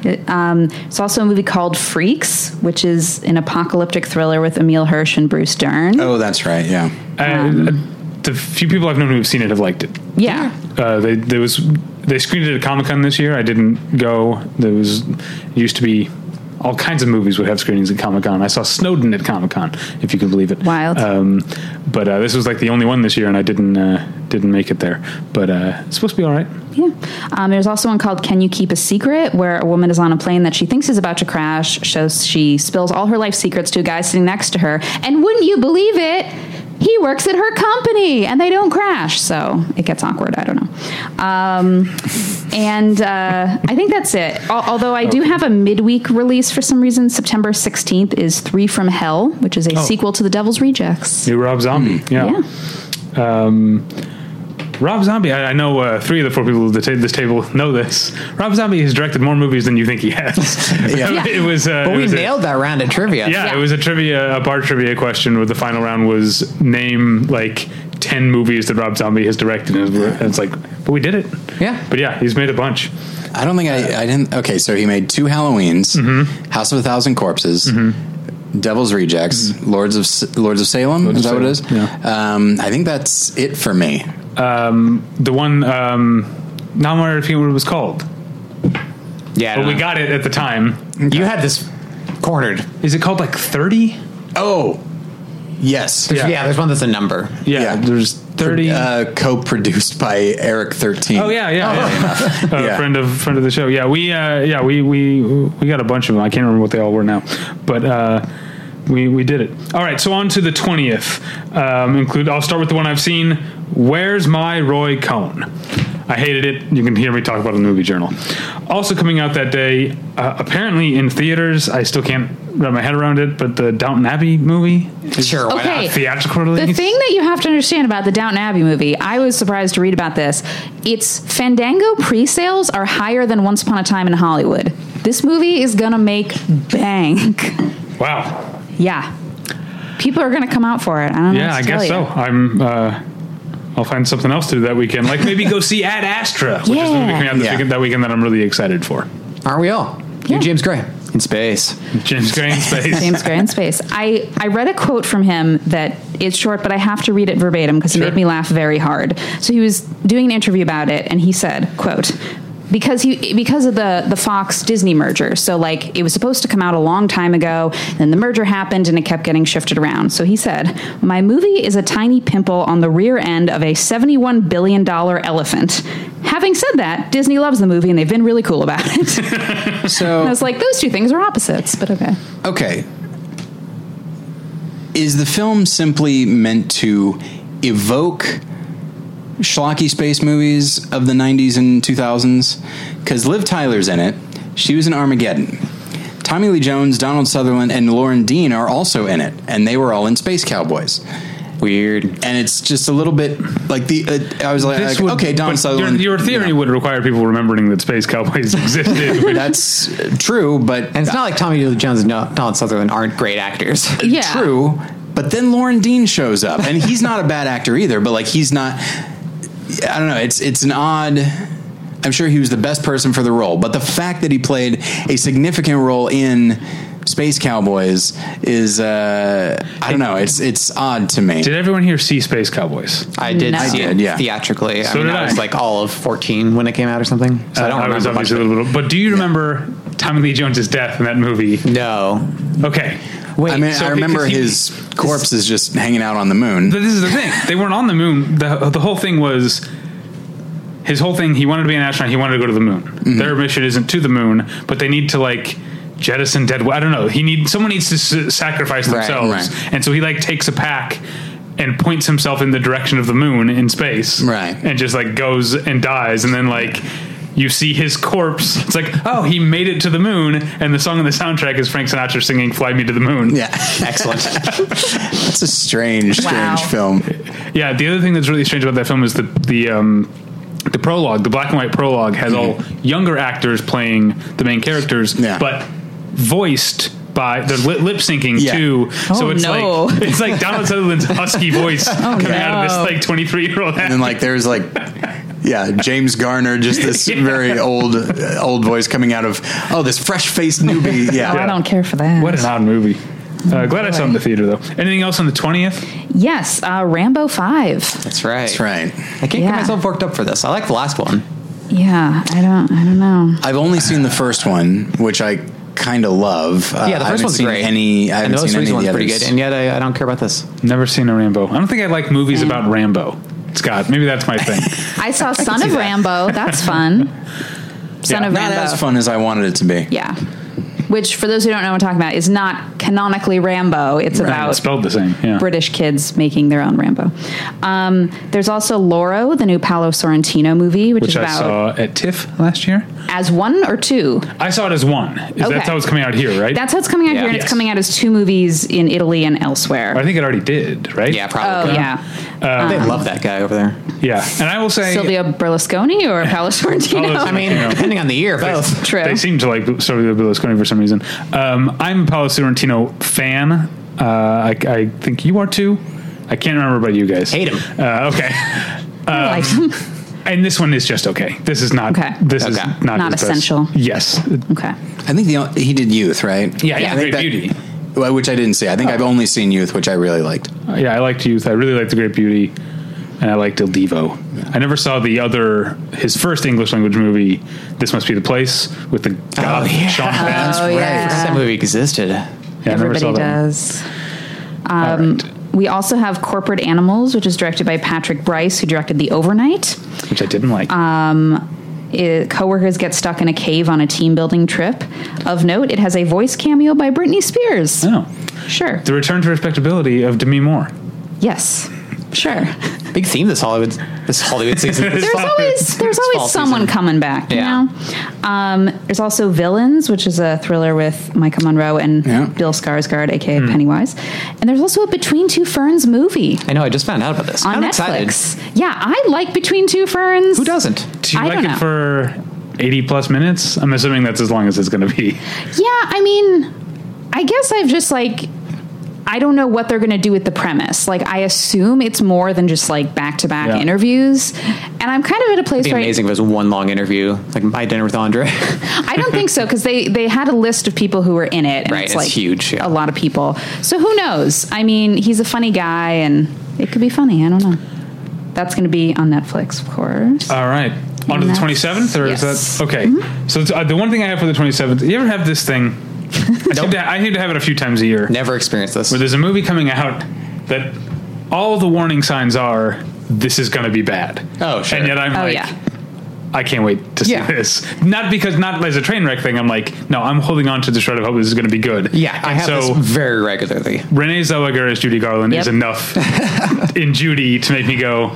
[SPEAKER 5] It, um, it's also a movie called "Freaks," which is an apocalyptic thriller with Emil Hirsch and Bruce Dern.
[SPEAKER 1] Oh, that's right. Yeah.
[SPEAKER 2] I, Uh, the few people I've known who have seen it have liked it.
[SPEAKER 5] yeah.
[SPEAKER 2] Uh, they there was they screened it at Comic Con this year. I didn't go. There was it used to be all kinds of movies would have screenings at Comic Con. I saw Snowden at Comic Con, if you can believe it.
[SPEAKER 5] Wild.
[SPEAKER 2] Um, but uh, this was like the only one this year, and I didn't uh, didn't make it there. But uh, it's supposed to be all right.
[SPEAKER 5] Yeah. Um, there's also one called Can You Keep a Secret, where a woman is on a plane that she thinks is about to crash. Shows she spills all her life secrets to a guy sitting next to her. And wouldn't you believe it? He works at her company and they don't crash. So it gets awkward. I don't know. Um, and uh, I think that's it. Al- although I do have a midweek release for some reason. September 16th is Three from Hell, which is a sequel to The Devil's Rejects.
[SPEAKER 2] New Rob Zombie.
[SPEAKER 4] Hmm.
[SPEAKER 5] Yeah.
[SPEAKER 2] Rob Zombie, I, I know uh, three of the four people at the ta- this table (laughs) know this. Rob Zombie has directed more movies than you think he has.
[SPEAKER 4] (laughs)
[SPEAKER 1] Yeah.
[SPEAKER 2] (laughs) it was. Uh,
[SPEAKER 4] But
[SPEAKER 2] it
[SPEAKER 4] we
[SPEAKER 2] was a-
[SPEAKER 4] nailed that round at trivia.
[SPEAKER 2] yeah,
[SPEAKER 5] Yeah.
[SPEAKER 2] it was a trivia, a bar trivia question where the final round was name like 10 movies that Rob Zombie has directed. And we're- and it's like, but we did it.
[SPEAKER 4] Yeah.
[SPEAKER 2] But yeah, he's made a bunch.
[SPEAKER 1] I don't think I, I didn't. Okay, so he made two Halloweens, House of a Thousand Corpses, Devil's Rejects, Lords of S- Mm-hmm. Lords of Salem. is that
[SPEAKER 2] of
[SPEAKER 1] what it is?
[SPEAKER 2] Salem,
[SPEAKER 1] Um, I think that's it for me.
[SPEAKER 2] The one, um, now I'm wondering what it was called.
[SPEAKER 4] yeah. I
[SPEAKER 2] But
[SPEAKER 4] don't
[SPEAKER 2] we
[SPEAKER 4] know.
[SPEAKER 2] got it at the time.
[SPEAKER 4] you had this cornered.
[SPEAKER 2] Is it called like 30?
[SPEAKER 1] Oh, yes.
[SPEAKER 2] Yeah.
[SPEAKER 4] Yeah. there's one that's a number.
[SPEAKER 2] Yeah,
[SPEAKER 1] Yeah.
[SPEAKER 2] there's 30.
[SPEAKER 1] Uh, co-produced by Eric Thirteen.
[SPEAKER 2] Oh yeah, yeah, yeah. Uh,
[SPEAKER 1] Yeah.
[SPEAKER 2] friend of friend of the show. Yeah, we uh, yeah we we we got a bunch of them. I can't remember what they all were now, but uh, we we did it. All right, so on to the twentieth. Um, include. I'll start with the one I've seen. Where's my Roy Cohn? I hated it. You can hear me talk about it in the movie journal. Also coming out that day, uh, apparently in theaters. I still can't wrap my head around it, but the Downton Abbey movie, is
[SPEAKER 4] Sure, why
[SPEAKER 5] Okay.
[SPEAKER 4] not?
[SPEAKER 2] theatrical release.
[SPEAKER 5] The thing that you have to understand about the Downton Abbey movie, I was surprised to read about this. Its Fandango pre-sales are higher than Once Upon a Time in Hollywood. This movie is gonna make bank. (laughs)
[SPEAKER 2] Wow.
[SPEAKER 5] yeah, people are gonna come out for it. I don't know.
[SPEAKER 2] Yeah,
[SPEAKER 5] what
[SPEAKER 2] I
[SPEAKER 5] to
[SPEAKER 2] guess so.
[SPEAKER 5] tell you.
[SPEAKER 2] I'm. Uh, I'll find something else to do that weekend, like maybe go see Ad Astra, which is the movie
[SPEAKER 5] Yeah.
[SPEAKER 2] coming out this
[SPEAKER 1] Yeah.
[SPEAKER 2] weekend, that weekend that I'm really excited for.
[SPEAKER 4] Aren't we all?
[SPEAKER 5] Yeah.
[SPEAKER 4] You're James Gray
[SPEAKER 2] (laughs)
[SPEAKER 4] in space.
[SPEAKER 2] James Gray in space.
[SPEAKER 5] James Gray in space. I, I read a quote from him that is short, but I have to read it verbatim because
[SPEAKER 2] Sure.
[SPEAKER 5] it made me laugh very hard. So he was doing an interview about it, and he said, "quote." Because he because of the the Fox Disney merger, so like it was supposed to come out a long time ago, then the merger happened and it kept getting shifted around. So he said, "My movie is a tiny pimple on the rear end of a seventy one billion dollar elephant." Having said that, Disney loves the movie and they've been really cool about it. (laughs) and I
[SPEAKER 1] So
[SPEAKER 5] was like, those two things are opposites, but okay.
[SPEAKER 1] okay, is the film simply meant to evoke schlocky space movies of the 90s and 2000s? Because Liv Tyler's in it. She was in Armageddon. Tommy Lee Jones, Donald Sutherland, and Lauren Dean are also in it, and they were all in Space Cowboys.
[SPEAKER 4] Weird.
[SPEAKER 1] And it's just a little bit like the. Uh, I was like,
[SPEAKER 2] (laughs) This
[SPEAKER 1] like,
[SPEAKER 2] would-
[SPEAKER 1] okay, Donald
[SPEAKER 2] but your-
[SPEAKER 1] Sutherland.
[SPEAKER 2] Your,
[SPEAKER 1] you
[SPEAKER 2] theory
[SPEAKER 1] know,
[SPEAKER 2] would require people remembering that space
[SPEAKER 1] (laughs)
[SPEAKER 2] cowboys existed. which-
[SPEAKER 1] that's uh, true, but
[SPEAKER 4] And it's not like Tommy Lee Jones and Don- Donald Sutherland aren't great actors.
[SPEAKER 5] Yeah.
[SPEAKER 1] True, but then Lauren Dean shows up, and he's not a bad actor either. But like, he's not. I don't know. It's it's an odd. I'm sure he was the best person for the role, but the fact that he played a significant role in Space Cowboys is uh, I don't know. It's it's odd to me.
[SPEAKER 2] did everyone here see Space Cowboys?
[SPEAKER 4] I did
[SPEAKER 5] No. I
[SPEAKER 4] see
[SPEAKER 1] did,
[SPEAKER 4] it
[SPEAKER 1] yeah.
[SPEAKER 4] theatrically.
[SPEAKER 2] So
[SPEAKER 4] I mean,
[SPEAKER 2] did
[SPEAKER 4] I
[SPEAKER 2] I. Uh,
[SPEAKER 4] was like all of 14 when it came out or something. So I don't
[SPEAKER 2] was
[SPEAKER 4] remember much
[SPEAKER 2] obviously
[SPEAKER 4] of
[SPEAKER 2] a
[SPEAKER 4] it.
[SPEAKER 2] little bit- But do you remember Tommy Lee Jones's death in that movie?
[SPEAKER 4] No.
[SPEAKER 2] Okay.
[SPEAKER 4] Wait,
[SPEAKER 1] I mean,
[SPEAKER 2] so
[SPEAKER 1] I
[SPEAKER 2] it-
[SPEAKER 1] remember
[SPEAKER 2] 'cause he-
[SPEAKER 1] his corpse is just hanging out on the moon.
[SPEAKER 2] But this is the thing. They weren't on the moon. The, the whole thing was his whole thing. He wanted to be an astronaut. He wanted to go to the moon. Their mission isn't to the moon, but they need to like jettison dead. I don't know. He need someone needs to s- sacrifice
[SPEAKER 4] Right,
[SPEAKER 2] themselves,
[SPEAKER 1] right.
[SPEAKER 2] and so he like takes a pack and points himself in the direction of the moon in space,
[SPEAKER 1] Right.
[SPEAKER 2] And just like goes and dies, and then like you see his corpse. It's like, oh, he made it to the moon, and the song on the soundtrack is Frank Sinatra singing "Fly Me to the Moon."
[SPEAKER 1] Yeah, excellent. That's a strange, strange
[SPEAKER 5] Wow.
[SPEAKER 1] film.
[SPEAKER 2] Yeah, the other thing that's really strange about that film is the the um, the prologue, the black and white prologue, has all younger actors playing the main characters,
[SPEAKER 1] Mm-hmm. Yeah.
[SPEAKER 2] but voiced by they're lip, lip syncing
[SPEAKER 1] Yeah.
[SPEAKER 2] too. so
[SPEAKER 5] Oh,
[SPEAKER 2] it's
[SPEAKER 5] no. Oh,
[SPEAKER 2] like it's like Donald
[SPEAKER 5] (laughs)
[SPEAKER 2] Sutherland's husky voice coming out of this
[SPEAKER 5] no.
[SPEAKER 2] like twenty three year old.
[SPEAKER 1] And then like there's like yeah, James Garner, just
[SPEAKER 4] (laughs)
[SPEAKER 1] this very old uh, old voice coming out of oh this fresh faced
[SPEAKER 4] (laughs)
[SPEAKER 1] newbie. Yeah.
[SPEAKER 5] Oh, I don't care for that.
[SPEAKER 2] What an odd movie. Uh, glad I saw it in the theater though. Anything else on the twentieth?
[SPEAKER 5] yes, uh, Rambo Five.
[SPEAKER 4] That's right.
[SPEAKER 1] That's right.
[SPEAKER 4] I can't
[SPEAKER 5] Yeah.
[SPEAKER 4] get myself worked up for this. I like the last one.
[SPEAKER 5] Yeah, I don't. I don't know.
[SPEAKER 1] I've only seen the first one, which I kind of love. Uh,
[SPEAKER 4] Yeah, the
[SPEAKER 1] I
[SPEAKER 4] first
[SPEAKER 1] haven't
[SPEAKER 4] one's
[SPEAKER 1] seen
[SPEAKER 4] great.
[SPEAKER 1] Any, I haven't
[SPEAKER 4] and the most
[SPEAKER 1] seen any
[SPEAKER 4] recent
[SPEAKER 1] of the
[SPEAKER 4] one's pretty
[SPEAKER 1] others.
[SPEAKER 4] good. And yet I, I don't care about this.
[SPEAKER 2] Never seen a Rambo. I don't think I like movies
[SPEAKER 5] Mm.
[SPEAKER 2] about Rambo. Scott, maybe that's my
[SPEAKER 5] (laughs)
[SPEAKER 2] thing.
[SPEAKER 5] I
[SPEAKER 1] (laughs)
[SPEAKER 5] saw Son of Rambo. That's fun. Son
[SPEAKER 2] Yeah.
[SPEAKER 5] of
[SPEAKER 1] Not
[SPEAKER 5] Rambo.
[SPEAKER 1] as fun as I wanted it to be.
[SPEAKER 5] Yeah. Which, for those who don't know what I'm talking about, is not canonically Rambo.
[SPEAKER 2] It's
[SPEAKER 5] It's about
[SPEAKER 2] spelled the same. Yeah.
[SPEAKER 5] British kids making their own Rambo. Um, there's also Loro, the new Paolo Sorrentino movie, which,
[SPEAKER 2] Which
[SPEAKER 5] is
[SPEAKER 2] I
[SPEAKER 5] about
[SPEAKER 2] saw at TIFF last year.
[SPEAKER 5] as one or two.
[SPEAKER 2] I saw it as one. Is
[SPEAKER 5] Okay.
[SPEAKER 2] That's how it's coming out here, right?
[SPEAKER 5] That's how it's coming out
[SPEAKER 4] Yeah.
[SPEAKER 5] here, and
[SPEAKER 2] Yes.
[SPEAKER 5] it's coming out as two movies in Italy and
[SPEAKER 2] I
[SPEAKER 5] elsewhere.
[SPEAKER 2] think it already did, right?
[SPEAKER 4] Yeah,
[SPEAKER 5] Oh
[SPEAKER 4] probably.
[SPEAKER 5] yeah,
[SPEAKER 2] Uh,
[SPEAKER 4] they love that guy over there.
[SPEAKER 2] Yeah. And I will say,
[SPEAKER 5] Silvio Berlusconi or
[SPEAKER 2] (laughs)
[SPEAKER 5] Paolo (laughs) Sorrentino.
[SPEAKER 2] Paolo
[SPEAKER 4] I mean,
[SPEAKER 2] Yeah.
[SPEAKER 4] depending on the year, both.
[SPEAKER 5] True.
[SPEAKER 2] they seem to like Silvio Berlusconi for some reason. Um, I'm a Paolo Sorrentino fan. Uh, I, I think you are too. I can't remember about you guys.
[SPEAKER 4] Hate him.
[SPEAKER 2] Uh, okay. (laughs)
[SPEAKER 5] I liked him.
[SPEAKER 2] And this one is just okay. This is not.
[SPEAKER 5] Okay.
[SPEAKER 2] This
[SPEAKER 4] Okay.
[SPEAKER 2] is not
[SPEAKER 5] Not
[SPEAKER 2] his best.
[SPEAKER 5] essential.
[SPEAKER 2] Yes.
[SPEAKER 5] Okay,
[SPEAKER 1] I think the o- he did Youth, right?
[SPEAKER 2] Yeah, yeah,
[SPEAKER 1] I think
[SPEAKER 2] Great Beauty.
[SPEAKER 1] Well, Which I didn't see. I
[SPEAKER 4] Oh.
[SPEAKER 1] think I've only seen Youth, which I really liked.
[SPEAKER 2] Uh, yeah, I liked Youth. I really liked The Great Beauty, and I liked Il Divo. I never saw the other his first English language movie. This must be the place with the goth
[SPEAKER 4] Oh, yeah.
[SPEAKER 2] Sean Penn.
[SPEAKER 5] Oh, yeah.
[SPEAKER 4] First that movie existed.
[SPEAKER 2] Yeah, I never saw
[SPEAKER 5] everybody
[SPEAKER 2] that one.
[SPEAKER 5] does. Um,
[SPEAKER 2] All right.
[SPEAKER 5] We also have Corporate Animals, which is directed by Patrick Bryce, who directed The Overnight.
[SPEAKER 2] which I didn't like.
[SPEAKER 5] uh, It, coworkers get stuck in a cave on a team building trip. Of note, it has a voice cameo by Britney Spears.
[SPEAKER 2] no,
[SPEAKER 5] Sure.
[SPEAKER 2] the return to respectability of Demi Moore.
[SPEAKER 5] Yes. Sure.
[SPEAKER 4] Big theme this Hollywood this Hollywood
[SPEAKER 2] (laughs)
[SPEAKER 4] season.
[SPEAKER 2] There's
[SPEAKER 5] There's
[SPEAKER 2] fall-
[SPEAKER 5] always there's
[SPEAKER 4] it's fall
[SPEAKER 5] always someone
[SPEAKER 4] season.
[SPEAKER 5] coming back, you
[SPEAKER 4] Yeah.
[SPEAKER 5] know. Um, there's also Villains, which is a thriller with Micah Monroe and
[SPEAKER 1] Yeah.
[SPEAKER 5] Bill Skarsgård, aka
[SPEAKER 4] Hmm.
[SPEAKER 5] Pennywise. And there's also a Between Two Ferns movie
[SPEAKER 4] I know. I just found out about this.
[SPEAKER 5] on
[SPEAKER 4] I'm excited.
[SPEAKER 5] Netflix. Yeah, I like Between Two Ferns.
[SPEAKER 4] Who doesn't?
[SPEAKER 2] Do you
[SPEAKER 5] I
[SPEAKER 2] like
[SPEAKER 5] don't
[SPEAKER 2] it
[SPEAKER 5] know.
[SPEAKER 2] for eighty plus minutes? I'm assuming that's as long as it's going to be.
[SPEAKER 5] Yeah, I mean, I guess I've just like I don't know what they're going to do with the premise. Like I assume it's more than just like back-to-back
[SPEAKER 2] Yeah.
[SPEAKER 5] interviews. And I'm kind of at a place
[SPEAKER 4] It'd
[SPEAKER 5] where
[SPEAKER 4] be
[SPEAKER 5] I-
[SPEAKER 4] amazing if it was one long interview, like my dinner with Andre.
[SPEAKER 5] I don't think so cuz they they had a list of people who were in it and
[SPEAKER 4] Right,
[SPEAKER 5] it's
[SPEAKER 4] it's
[SPEAKER 5] like
[SPEAKER 4] huge, yeah.
[SPEAKER 5] a lot of people. So who knows? I mean, he's a funny guy and it could be funny. I don't know. That's going to be on Netflix, of course.
[SPEAKER 4] Uh,
[SPEAKER 2] All right. On to the
[SPEAKER 5] that's-
[SPEAKER 2] 27th, or is
[SPEAKER 5] yes. Mm-hmm.
[SPEAKER 2] that okay? So it's, uh, the one thing I have for the 27th, you ever have this thing? I, seem to, I seem to have it a few times a year.
[SPEAKER 4] (laughs) Never experienced this.
[SPEAKER 2] where there's a movie coming out that all the warning signs are this is going to be bad.
[SPEAKER 4] Oh, sure.
[SPEAKER 2] And yet I'm
[SPEAKER 5] oh
[SPEAKER 2] like,
[SPEAKER 5] yeah.
[SPEAKER 2] I can't wait to see
[SPEAKER 4] Yeah.
[SPEAKER 2] this. Not because not as a train wreck thing. I'm like, no, I'm holding on to the shred of hope. This is going to be good.
[SPEAKER 4] Yeah, I
[SPEAKER 2] And
[SPEAKER 4] have
[SPEAKER 2] so
[SPEAKER 4] this very regularly.
[SPEAKER 2] Renee Zellweger as Judy Garland is
[SPEAKER 5] Yep.
[SPEAKER 2] enough
[SPEAKER 4] (laughs)
[SPEAKER 2] in Judy to make me go.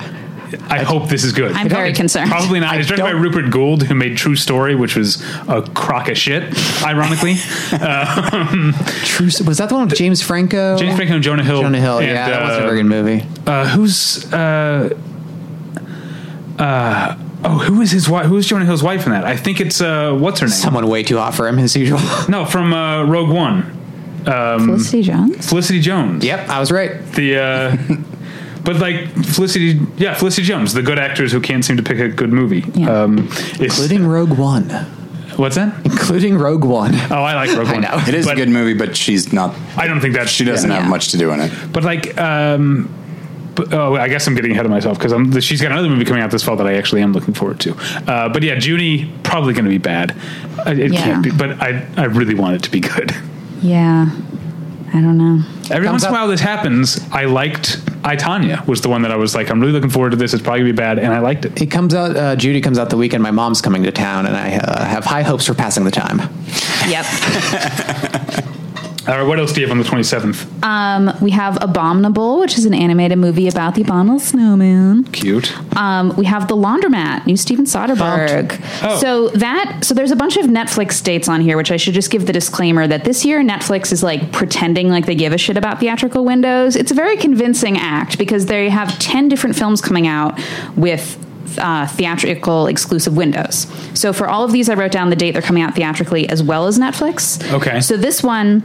[SPEAKER 2] I hope this is good.
[SPEAKER 5] I'm very concerned.
[SPEAKER 2] Probably not. It's directed by
[SPEAKER 4] don't-
[SPEAKER 2] Rupert Gould, who made True Story, which was a crock of shit, ironically.
[SPEAKER 4] (laughs) True. Was that the one with James Franco?
[SPEAKER 2] James Franco and Jonah Hill.
[SPEAKER 4] Jonah Hill.
[SPEAKER 2] and,
[SPEAKER 4] yeah, that was
[SPEAKER 2] uh,
[SPEAKER 4] a very good movie.
[SPEAKER 2] uh, who's uh, uh, oh who is his wife? Who's Jonah Hill's wife in that? I think it's uh, what's her name?
[SPEAKER 4] Someone way too hot for him, as usual. (laughs)
[SPEAKER 2] No, from uh, Rogue One,
[SPEAKER 4] um,
[SPEAKER 5] Felicity Jones.
[SPEAKER 2] Felicity Jones.
[SPEAKER 4] yep, I was right.
[SPEAKER 2] The uh,
[SPEAKER 1] (laughs)
[SPEAKER 2] but like Felicity, yeah, Felicity Jones, the good actors who can't seem to pick a good movie.
[SPEAKER 5] Yeah.
[SPEAKER 2] Um, is-
[SPEAKER 4] Including Rogue One.
[SPEAKER 2] what's that?
[SPEAKER 4] Including Rogue One.
[SPEAKER 2] Oh, I like
[SPEAKER 1] (laughs)
[SPEAKER 2] Rogue One.
[SPEAKER 4] know.
[SPEAKER 1] It is
[SPEAKER 2] But
[SPEAKER 1] a good movie, but she's not.
[SPEAKER 2] I don't think that
[SPEAKER 1] She doesn't
[SPEAKER 5] Yeah.
[SPEAKER 1] have much to do in it.
[SPEAKER 2] But like, um, but, oh, I guess I'm getting ahead of myself because I'm. She's got another movie coming out this fall that I actually am looking forward to. Uh, but yeah, Junie probably going to be bad. Uh, It
[SPEAKER 5] Yeah.
[SPEAKER 2] can't be, but I I really want it to be good. (laughs)
[SPEAKER 5] Yeah. I don't
[SPEAKER 4] (laughs)
[SPEAKER 5] know.
[SPEAKER 2] Every once
[SPEAKER 4] Thumbs
[SPEAKER 2] in a
[SPEAKER 4] up.
[SPEAKER 2] while this happens. I liked I Tanya was the one that I was like I'm really looking forward to this. It's probably gonna be bad, and I liked it.
[SPEAKER 4] It comes out. Uh, Judy comes out the weekend. My mom's coming to town, and I uh, have high hopes for passing the time.
[SPEAKER 5] Yep.
[SPEAKER 2] All right, what else do you have on the 27th?
[SPEAKER 5] Um, we have Abominable, which is an animated movie about the abominable snowman.
[SPEAKER 2] Cute.
[SPEAKER 5] Um, we have The Laundromat, new Steven Soderbergh.
[SPEAKER 2] Oh.
[SPEAKER 5] So that so there's a bunch of Netflix dates on here, which I should just give the disclaimer that this year Netflix is like pretending like they give a shit about theatrical windows. It's a very convincing act because they have ten different films coming out with. Uh, theatrical exclusive windows. So for all of these, I wrote down the date they're coming out theatrically as well as Netflix.
[SPEAKER 2] Okay.
[SPEAKER 5] So this one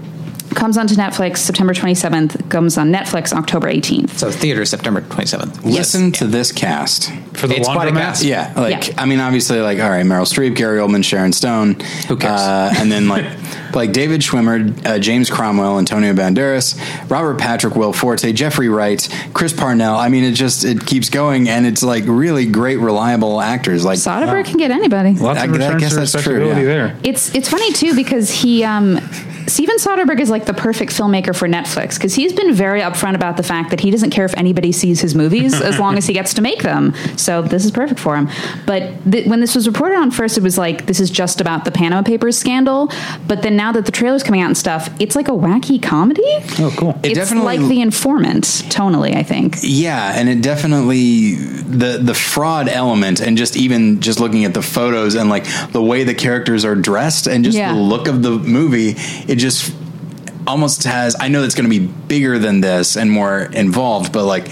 [SPEAKER 5] comes onto Netflix September 27th, comes on Netflix October 18th.
[SPEAKER 4] So theater September 27th.
[SPEAKER 1] Listen to this cast.
[SPEAKER 2] For the
[SPEAKER 4] It's quite a
[SPEAKER 2] laundromat?
[SPEAKER 4] cast.
[SPEAKER 1] Yeah, like
[SPEAKER 5] Yeah.
[SPEAKER 1] I mean, obviously, like all right, Meryl Streep, Gary Oldman, Sharon Stone, who
[SPEAKER 4] cares?
[SPEAKER 1] uh, and then like like David Schwimmer, uh, James Cromwell, Antonio Banderas, Robert Patrick, Will Forte, Jeffrey Wright, Chris Parnell. I mean, it just it keeps going, and it's like really great, reliable actors. Like
[SPEAKER 5] Soderbergh can get anybody.
[SPEAKER 2] Lots of
[SPEAKER 1] I- I
[SPEAKER 2] returns
[SPEAKER 1] guess
[SPEAKER 2] to
[SPEAKER 1] that's true,
[SPEAKER 2] respectability
[SPEAKER 1] yeah.
[SPEAKER 2] there.
[SPEAKER 5] It's it's funny too because he um, Steven Soderbergh is like the perfect filmmaker for Netflix because he's been very upfront about the fact that he doesn't care if anybody sees his movies as long as he gets to make them. So this is perfect for him. But th- when this was reported on first, it was like this is just about the Panama Papers scandal. But then now that the trailer's coming out and stuff, it's like a wacky comedy.
[SPEAKER 2] Oh, cool.
[SPEAKER 1] It
[SPEAKER 5] it's
[SPEAKER 1] definitely-
[SPEAKER 5] like The Informant tonally, I think.
[SPEAKER 1] Yeah, and it definitely the the fraud element, and just even just looking at the photos and like the way the characters are dressed, and just
[SPEAKER 5] Yeah.
[SPEAKER 1] the look of the movie, it just almost has. I know it's going to be bigger than this and more involved, but like